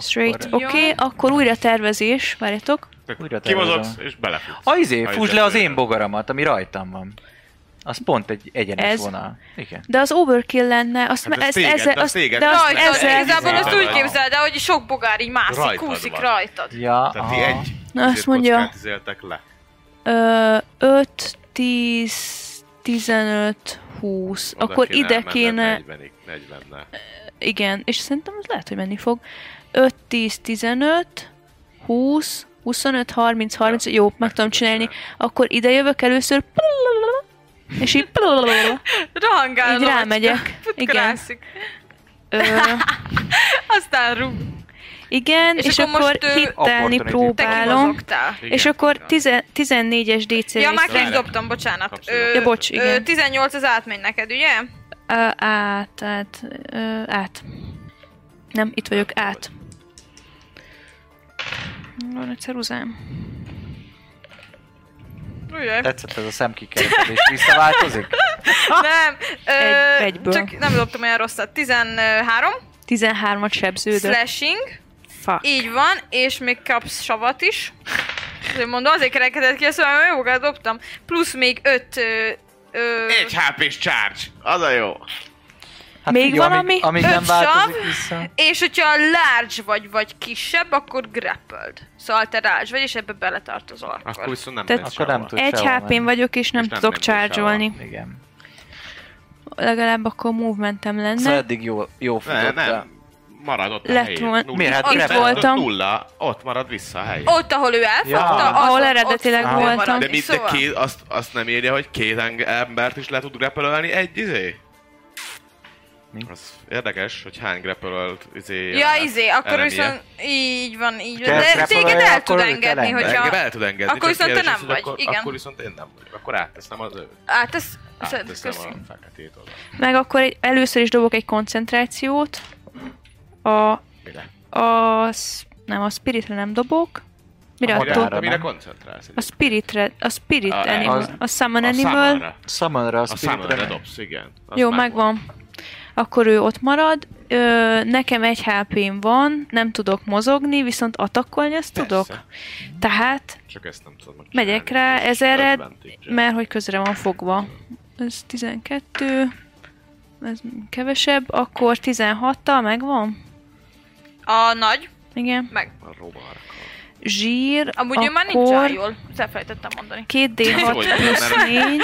[SPEAKER 3] straight,
[SPEAKER 2] Jó.
[SPEAKER 3] oké, okay, akkor újra tervezés, várjatok,
[SPEAKER 5] Újra
[SPEAKER 6] Kimozogsz,
[SPEAKER 5] tervezem.
[SPEAKER 6] és belefutsz.
[SPEAKER 5] A izé,
[SPEAKER 6] Ha
[SPEAKER 5] fúzd
[SPEAKER 6] izé
[SPEAKER 5] le az én
[SPEAKER 6] fújtál.
[SPEAKER 5] bogaramat, ami rajtam van. Az pont egy egyenes
[SPEAKER 3] Ez?
[SPEAKER 5] vonal. Igen.
[SPEAKER 3] de az overkill lenne, azt,
[SPEAKER 6] Hát
[SPEAKER 3] hát
[SPEAKER 6] ez
[SPEAKER 3] ez,
[SPEAKER 6] téged,
[SPEAKER 3] ezzel,
[SPEAKER 6] de az
[SPEAKER 3] azt,
[SPEAKER 6] téged.
[SPEAKER 3] de azt
[SPEAKER 2] Rajtad,
[SPEAKER 3] ezzel,
[SPEAKER 2] igazából azt úgy
[SPEAKER 6] Rajtad.
[SPEAKER 2] képzeld el, hogy sok bogár így mászik,
[SPEAKER 6] Rajtad
[SPEAKER 2] kúszik
[SPEAKER 6] van.
[SPEAKER 2] rajtad.
[SPEAKER 3] [laughs]
[SPEAKER 5] Ja,
[SPEAKER 6] Tehát ti
[SPEAKER 5] aha.
[SPEAKER 6] egy
[SPEAKER 3] Na, azt
[SPEAKER 6] ezért
[SPEAKER 3] mondja.
[SPEAKER 6] kockát izéltek le.
[SPEAKER 3] Ö, 5, 10, 15, 20.
[SPEAKER 6] Oda
[SPEAKER 3] akkor ide
[SPEAKER 6] elmenned
[SPEAKER 3] kéne...
[SPEAKER 6] 40-ig, 40-nel.
[SPEAKER 3] Igen, és szerintem az lehet, hogy menni fog. 5, 10, 15, 20, 25, 30, 30.
[SPEAKER 6] Ja,
[SPEAKER 3] jó, meg
[SPEAKER 6] meg
[SPEAKER 3] tudom
[SPEAKER 6] tudod
[SPEAKER 3] csinálni.
[SPEAKER 6] csinálni.
[SPEAKER 3] Akkor ide jövök először. És így,
[SPEAKER 2] Rohangálod.
[SPEAKER 3] Így [laughs] rámegyek.
[SPEAKER 2] Futkörászik.
[SPEAKER 3] ö,
[SPEAKER 2] Aztán rúg.
[SPEAKER 3] igen, és,
[SPEAKER 2] És
[SPEAKER 3] akkor,
[SPEAKER 2] akkor most, ö,
[SPEAKER 3] hittelni
[SPEAKER 5] opportunity.
[SPEAKER 2] Te
[SPEAKER 3] próbálom.
[SPEAKER 2] kimozogtál.
[SPEAKER 6] Igen,
[SPEAKER 3] És akkor
[SPEAKER 6] igen.
[SPEAKER 3] tize- 14-es DC
[SPEAKER 2] Ja, már ki is
[SPEAKER 6] Várj.
[SPEAKER 2] dobtam, bocsánat.
[SPEAKER 6] Kapsz
[SPEAKER 2] Ö,
[SPEAKER 6] egy
[SPEAKER 3] Ja, bocs,
[SPEAKER 2] ö,
[SPEAKER 3] igen.
[SPEAKER 2] 18 az átmegy neked, ugye?
[SPEAKER 3] Ö, át, át, ö, át. Nem, itt vagyok, át. Van egy ceruzám.
[SPEAKER 2] Ugye?
[SPEAKER 5] Tetszett ez a szemkikerekedés, visszaváltozik?
[SPEAKER 2] Nem, ö,
[SPEAKER 3] Egy- egyből.
[SPEAKER 2] csak nem dobtam olyan rosszat. 13
[SPEAKER 3] 13-at sebződött.
[SPEAKER 2] slashing,
[SPEAKER 3] Fuck.
[SPEAKER 2] így van, és még kapsz savat is. Azért mondom, azért kerekedett ki, azt mondom, jó, hát dobtam. Plusz még 5 ö, ö,
[SPEAKER 6] Egy HP-s charge! Az a jó!
[SPEAKER 5] Hát
[SPEAKER 3] Még
[SPEAKER 5] figyelj,
[SPEAKER 3] valami?
[SPEAKER 5] Amíg, amíg nem
[SPEAKER 2] Öt
[SPEAKER 5] változik
[SPEAKER 2] sav.
[SPEAKER 5] vissza.
[SPEAKER 2] és hogyha large vagy, vagy kisebb, akkor grappled. Szóval te large vagy, és ebbe beletartozol akkor.
[SPEAKER 6] Akkor viszont nem
[SPEAKER 3] Tehát-
[SPEAKER 6] mehetsz
[SPEAKER 5] Akkor nem
[SPEAKER 6] sehova.
[SPEAKER 5] tud
[SPEAKER 3] Egy
[SPEAKER 5] sehova
[SPEAKER 3] HP-n
[SPEAKER 5] menni.
[SPEAKER 3] vagyok, és nem
[SPEAKER 6] És nem
[SPEAKER 3] tudok
[SPEAKER 6] megy sehova.
[SPEAKER 3] charge
[SPEAKER 5] Igen.
[SPEAKER 3] Legalább akkor movementem
[SPEAKER 5] Szóval
[SPEAKER 3] lenne.
[SPEAKER 5] eddig jó, jó
[SPEAKER 6] Ne,
[SPEAKER 5] futottál.
[SPEAKER 6] nem. Marad ott
[SPEAKER 3] Lett
[SPEAKER 6] a helyén.
[SPEAKER 3] volna.
[SPEAKER 6] Nulla.
[SPEAKER 5] Miért? Hát
[SPEAKER 6] Ott
[SPEAKER 5] itt
[SPEAKER 6] marad,
[SPEAKER 3] voltam.
[SPEAKER 6] Nulla. Ott marad vissza a helyén.
[SPEAKER 2] Ott, ahol ő elfogta,
[SPEAKER 5] Ja.
[SPEAKER 2] az
[SPEAKER 3] Ahol
[SPEAKER 2] ott-
[SPEAKER 3] eredetileg
[SPEAKER 2] ott fog
[SPEAKER 3] voltam.
[SPEAKER 2] maradni.
[SPEAKER 6] De, mit, de
[SPEAKER 2] Szóval-
[SPEAKER 6] két, azt, azt nem írja, hogy két eng- embert is le tud grappelölni egy izé?
[SPEAKER 5] Mi?
[SPEAKER 6] Az érdekes, hogy hány grappelölt izé...
[SPEAKER 2] Ja,
[SPEAKER 6] jelenet
[SPEAKER 2] izé, akkor
[SPEAKER 6] elemje.
[SPEAKER 2] viszont így van, így van.
[SPEAKER 5] Ha
[SPEAKER 2] De
[SPEAKER 5] eltrapolja,
[SPEAKER 2] téged el
[SPEAKER 5] akkor
[SPEAKER 2] tud
[SPEAKER 5] őt
[SPEAKER 2] engedni,
[SPEAKER 5] elenged.
[SPEAKER 6] Engem
[SPEAKER 2] hogyha...
[SPEAKER 6] el tud engedni,
[SPEAKER 2] Akkor
[SPEAKER 6] csak
[SPEAKER 2] viszont te
[SPEAKER 6] kérdés
[SPEAKER 2] nem
[SPEAKER 6] az,
[SPEAKER 2] vagy,
[SPEAKER 6] akkor,
[SPEAKER 2] igen.
[SPEAKER 6] Akkor viszont én nem vagyok. Akkor átteszem az ő.
[SPEAKER 2] Hát ez... ez-
[SPEAKER 6] Átteszem
[SPEAKER 2] Köszi.
[SPEAKER 6] a feketét oda.
[SPEAKER 3] Meg akkor egy, először is dobok egy koncentrációt. A...
[SPEAKER 6] Mire?
[SPEAKER 3] a s- nem, a spiritre nem dobok. Mire
[SPEAKER 5] A
[SPEAKER 3] attól?
[SPEAKER 6] Mire,
[SPEAKER 5] magára.
[SPEAKER 6] mire koncentrálsz?
[SPEAKER 3] A spiritre, a spirit
[SPEAKER 6] A-
[SPEAKER 3] animal,
[SPEAKER 5] az-
[SPEAKER 3] a summon
[SPEAKER 6] A
[SPEAKER 3] animal.
[SPEAKER 6] számlára.
[SPEAKER 5] Summonra,
[SPEAKER 6] A
[SPEAKER 5] spiritre
[SPEAKER 6] számlára
[SPEAKER 5] megy.
[SPEAKER 6] dobsz, igen. Az
[SPEAKER 3] Jó, megvan. Akkor ő ott marad. Ö, nekem egy HP-m van, nem tudok mozogni, viszont atakolni azt
[SPEAKER 6] Persze.
[SPEAKER 3] tudok. Tehát
[SPEAKER 6] Csak ezt nem tudom megcsinálni.
[SPEAKER 3] megyek rá
[SPEAKER 6] Ez
[SPEAKER 3] ezerre,
[SPEAKER 6] advantage-e.
[SPEAKER 3] mert hogy közre van fogva. Ez 12, ez kevesebb, akkor 16-tal megvan?
[SPEAKER 2] A nagy,
[SPEAKER 3] Igen.
[SPEAKER 2] meg.
[SPEAKER 6] A rovarka.
[SPEAKER 3] Zsír,
[SPEAKER 2] Amúgy
[SPEAKER 3] akkor
[SPEAKER 2] ő már nincs áll jól. Ezt elfelejtettem mondani.
[SPEAKER 3] 2D6
[SPEAKER 6] Hogy
[SPEAKER 3] plusz
[SPEAKER 6] nem.
[SPEAKER 3] 4,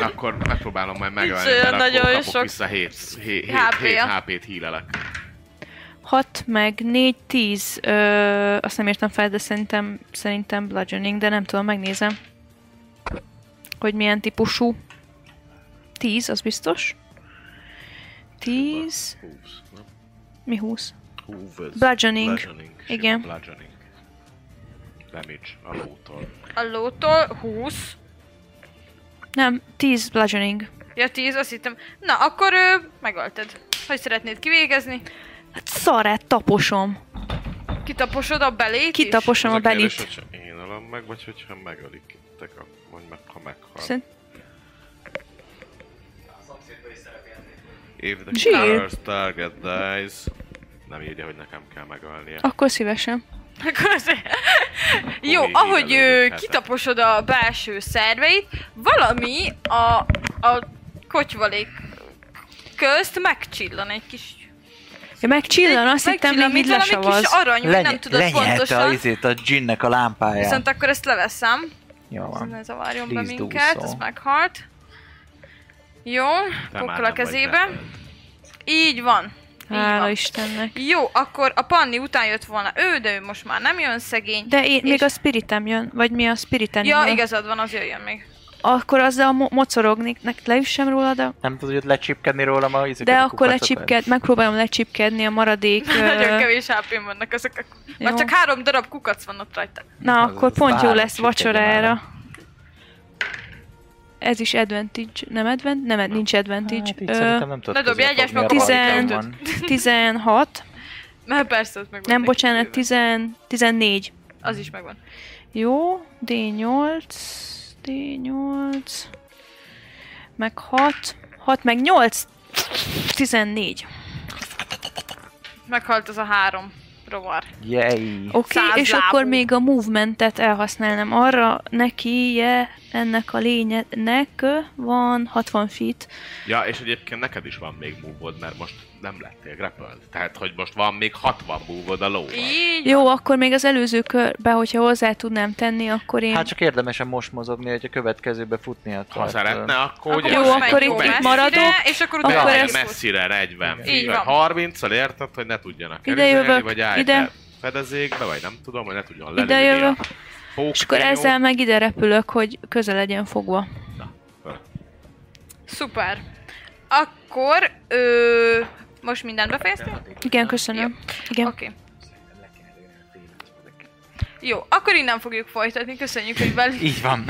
[SPEAKER 6] Akkor megpróbálom majd megölni,
[SPEAKER 2] Nincs
[SPEAKER 6] mert
[SPEAKER 2] olyan
[SPEAKER 6] akkor
[SPEAKER 2] nagyon
[SPEAKER 6] kapok
[SPEAKER 2] sok
[SPEAKER 6] vissza 7, 7, 7,
[SPEAKER 2] HP-ja.
[SPEAKER 6] 7 HP-t hílelek.
[SPEAKER 3] 6 meg 4, 10. Ö, azt nem írtam fel, de szerintem, szerintem bludgeoning, de nem tudom, megnézem, hogy milyen típusú. 10, az biztos. 10,
[SPEAKER 6] Húsz, nem?
[SPEAKER 3] mi 20?
[SPEAKER 6] Húsz, ez
[SPEAKER 3] Bludgeoning.
[SPEAKER 6] bludgeoning, sima
[SPEAKER 3] Igen.
[SPEAKER 6] Bludgeoning. Damage a lótól.
[SPEAKER 2] A lótól 20.
[SPEAKER 3] Nem, 10 bludgeoning.
[SPEAKER 2] Ja, 10, azt hittem. Na, akkor ő megölted. Hogy szeretnéd kivégezni?
[SPEAKER 3] Hát szarát taposom.
[SPEAKER 2] Kitaposod a belét is?
[SPEAKER 3] Kitaposom a
[SPEAKER 6] Az kérdés,
[SPEAKER 3] belit.
[SPEAKER 6] hogyha én ölöm meg, vagy hogyha megölik te, vagy meg, ha meghal.
[SPEAKER 3] Szerint-
[SPEAKER 6] If the
[SPEAKER 3] Zsír.
[SPEAKER 6] first target dies... Nem írja, hogy nekem kell megölnie.
[SPEAKER 3] Akkor szívesen.
[SPEAKER 2] [laughs] Akkor az- Jó,
[SPEAKER 6] így
[SPEAKER 2] ahogy ö,
[SPEAKER 6] előbb,
[SPEAKER 2] kitaposod a belső szerveit, valami a, a kocsvalék közt megcsillan egy kis...
[SPEAKER 3] Ja, meg csillan, azt hittem,
[SPEAKER 2] megcsillan,
[SPEAKER 3] még így
[SPEAKER 2] mint valami
[SPEAKER 3] lesavaz.
[SPEAKER 2] kis arany, vagy nem tudod
[SPEAKER 5] a,
[SPEAKER 2] pontosan.
[SPEAKER 5] izét, a ginnek a lámpáját.
[SPEAKER 2] Viszont akkor ezt leveszem.
[SPEAKER 5] Jó
[SPEAKER 2] Ne
[SPEAKER 5] van.
[SPEAKER 2] zavarjon be
[SPEAKER 5] Please do
[SPEAKER 2] minket,
[SPEAKER 5] so.
[SPEAKER 2] ez meghalt. Jó, pokkal a kezébe. Így van. Így
[SPEAKER 3] Hála
[SPEAKER 2] van.
[SPEAKER 3] Istennek.
[SPEAKER 2] Jó, akkor a Panni után jött volna ő, de ő most már nem jön szegény.
[SPEAKER 3] De én, még
[SPEAKER 2] És-
[SPEAKER 3] a spiritem jön, vagy mi a spiritem
[SPEAKER 2] Ja,
[SPEAKER 3] jön.
[SPEAKER 2] igazad van, az jöjjön még.
[SPEAKER 3] Akkor azzal mo- mocorogni, nek leüssem róla, de,
[SPEAKER 5] Nem tudod, hogy lecsipkedni rólam a izéket
[SPEAKER 3] de
[SPEAKER 5] a
[SPEAKER 3] akkor
[SPEAKER 5] kukacokat?
[SPEAKER 3] lecsipked, megpróbálom lecsipkedni a
[SPEAKER 5] [laughs]
[SPEAKER 3] maradék. ö,
[SPEAKER 2] [laughs] Nagyon kevés hp vannak ezek. A... Már
[SPEAKER 3] Jó.
[SPEAKER 2] csak három darab kukac van ott rajta.
[SPEAKER 3] Na,
[SPEAKER 5] Az-
[SPEAKER 3] akkor
[SPEAKER 5] az
[SPEAKER 3] pont jó
[SPEAKER 5] bár-
[SPEAKER 3] lesz
[SPEAKER 5] csipkedjen
[SPEAKER 3] vacsorára.
[SPEAKER 5] már.
[SPEAKER 3] Ez is advantage, nem advent? Nem, nincs advantage.
[SPEAKER 5] Hát így
[SPEAKER 3] Ö,
[SPEAKER 5] szerintem nem tudod
[SPEAKER 2] ne dobj
[SPEAKER 5] közre
[SPEAKER 2] egyes
[SPEAKER 5] fogni, a
[SPEAKER 2] magamra,
[SPEAKER 5] rajtam
[SPEAKER 3] tizen-
[SPEAKER 5] [laughs] van.
[SPEAKER 3] 16,
[SPEAKER 2] Mert persze, az megvan.
[SPEAKER 3] nem
[SPEAKER 2] neki
[SPEAKER 3] bocsánat,
[SPEAKER 2] kivéve.
[SPEAKER 3] 10, 14.
[SPEAKER 2] Az is megvan.
[SPEAKER 3] Jó, D8, D8, meg 6, 6 meg 8, 14.
[SPEAKER 2] Meghalt az a három rovar.
[SPEAKER 5] Jej.
[SPEAKER 3] Oké,
[SPEAKER 2] Száz
[SPEAKER 3] okay, és
[SPEAKER 2] lábú.
[SPEAKER 3] akkor még a movementet elhasználnám. Arra neki ennek a lénynek ö, van 60 feet.
[SPEAKER 6] Ja, és egyébként neked is van még move mert most nem lettél grappled. Tehát, hogy most van még 60 move a lóval.
[SPEAKER 2] Így.
[SPEAKER 3] Jó, akkor még az előző körbe, hogyha hozzá tudnám tenni, akkor én...
[SPEAKER 5] Hát csak érdemesen most mozogni, hogy a következőbe futni akar.
[SPEAKER 6] Ha szeretne, akkor ugye...
[SPEAKER 3] Jó,
[SPEAKER 6] menj
[SPEAKER 3] akkor
[SPEAKER 2] menjünk
[SPEAKER 3] itt- itt
[SPEAKER 6] messzire,
[SPEAKER 2] messzire,
[SPEAKER 3] maradok,
[SPEAKER 2] És akkor
[SPEAKER 3] akkor
[SPEAKER 2] utána
[SPEAKER 6] Menjél
[SPEAKER 3] ez-
[SPEAKER 6] messzire, 40
[SPEAKER 2] Így
[SPEAKER 6] feet, vagy
[SPEAKER 2] van.
[SPEAKER 6] 30 al érted, hogy ne tudjanak
[SPEAKER 3] Ide
[SPEAKER 6] elüzelni,
[SPEAKER 3] jövök,
[SPEAKER 6] vagy állj
[SPEAKER 3] ide.
[SPEAKER 6] ide. fedezékbe, vagy nem tudom, hogy ne tudjon
[SPEAKER 3] Ide
[SPEAKER 6] lelőni
[SPEAKER 3] jövök.
[SPEAKER 6] a pók
[SPEAKER 3] És akkor
[SPEAKER 6] fiú.
[SPEAKER 3] ezzel meg ide repülök, hogy közel legyen fogva.
[SPEAKER 2] Szuper. Akkor ö, most mindent befejeztél?
[SPEAKER 3] Igen, köszönöm. Igen.
[SPEAKER 2] Oké. Jó, akkor innen fogjuk folytatni. Köszönjük, hogy vel-
[SPEAKER 5] Így van.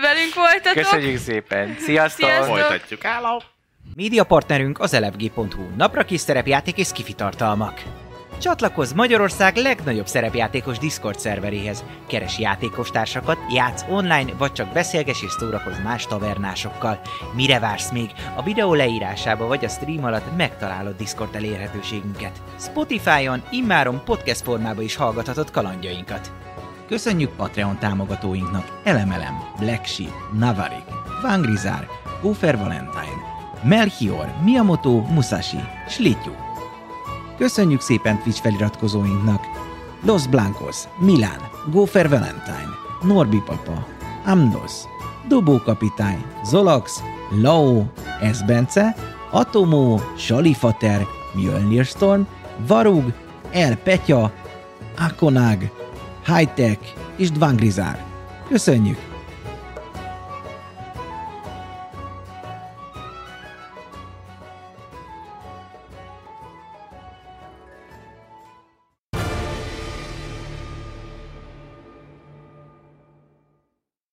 [SPEAKER 2] velünk voltatok.
[SPEAKER 5] Köszönjük szépen. Sziasztok!
[SPEAKER 2] Sziasztok!
[SPEAKER 6] Folytatjuk. Hello!
[SPEAKER 1] Média partnerünk az elefg.hu, napra kis szerepjáték és kifi tartalmak. Csatlakozz Magyarország legnagyobb szerepjátékos Discord szerveréhez. Keres játékostársakat, játsz online, vagy csak beszélges és szórakozz más tavernásokkal. Mire vársz még? A videó leírásába vagy a stream alatt megtalálod Discord elérhetőségünket. Spotify-on immáron podcast formában is hallgathatod kalandjainkat. Köszönjük Patreon támogatóinknak Elemelem, Black Sheep, Navarik, Vangrizár, Ufer Valentine, Melchior, Miyamoto, Musashi, Slityu. Köszönjük szépen Twitch feliratkozóinknak! Los Blancos, Milán, Gófer Valentine, Norbi Papa, Amnos, Dobó Kapitány, Zolax, Lao, Esbence, Atomó, Salifater, Mjölnir Storm, Varug, El Petya, Akonag, Hightech és Dvangrizár. Köszönjük!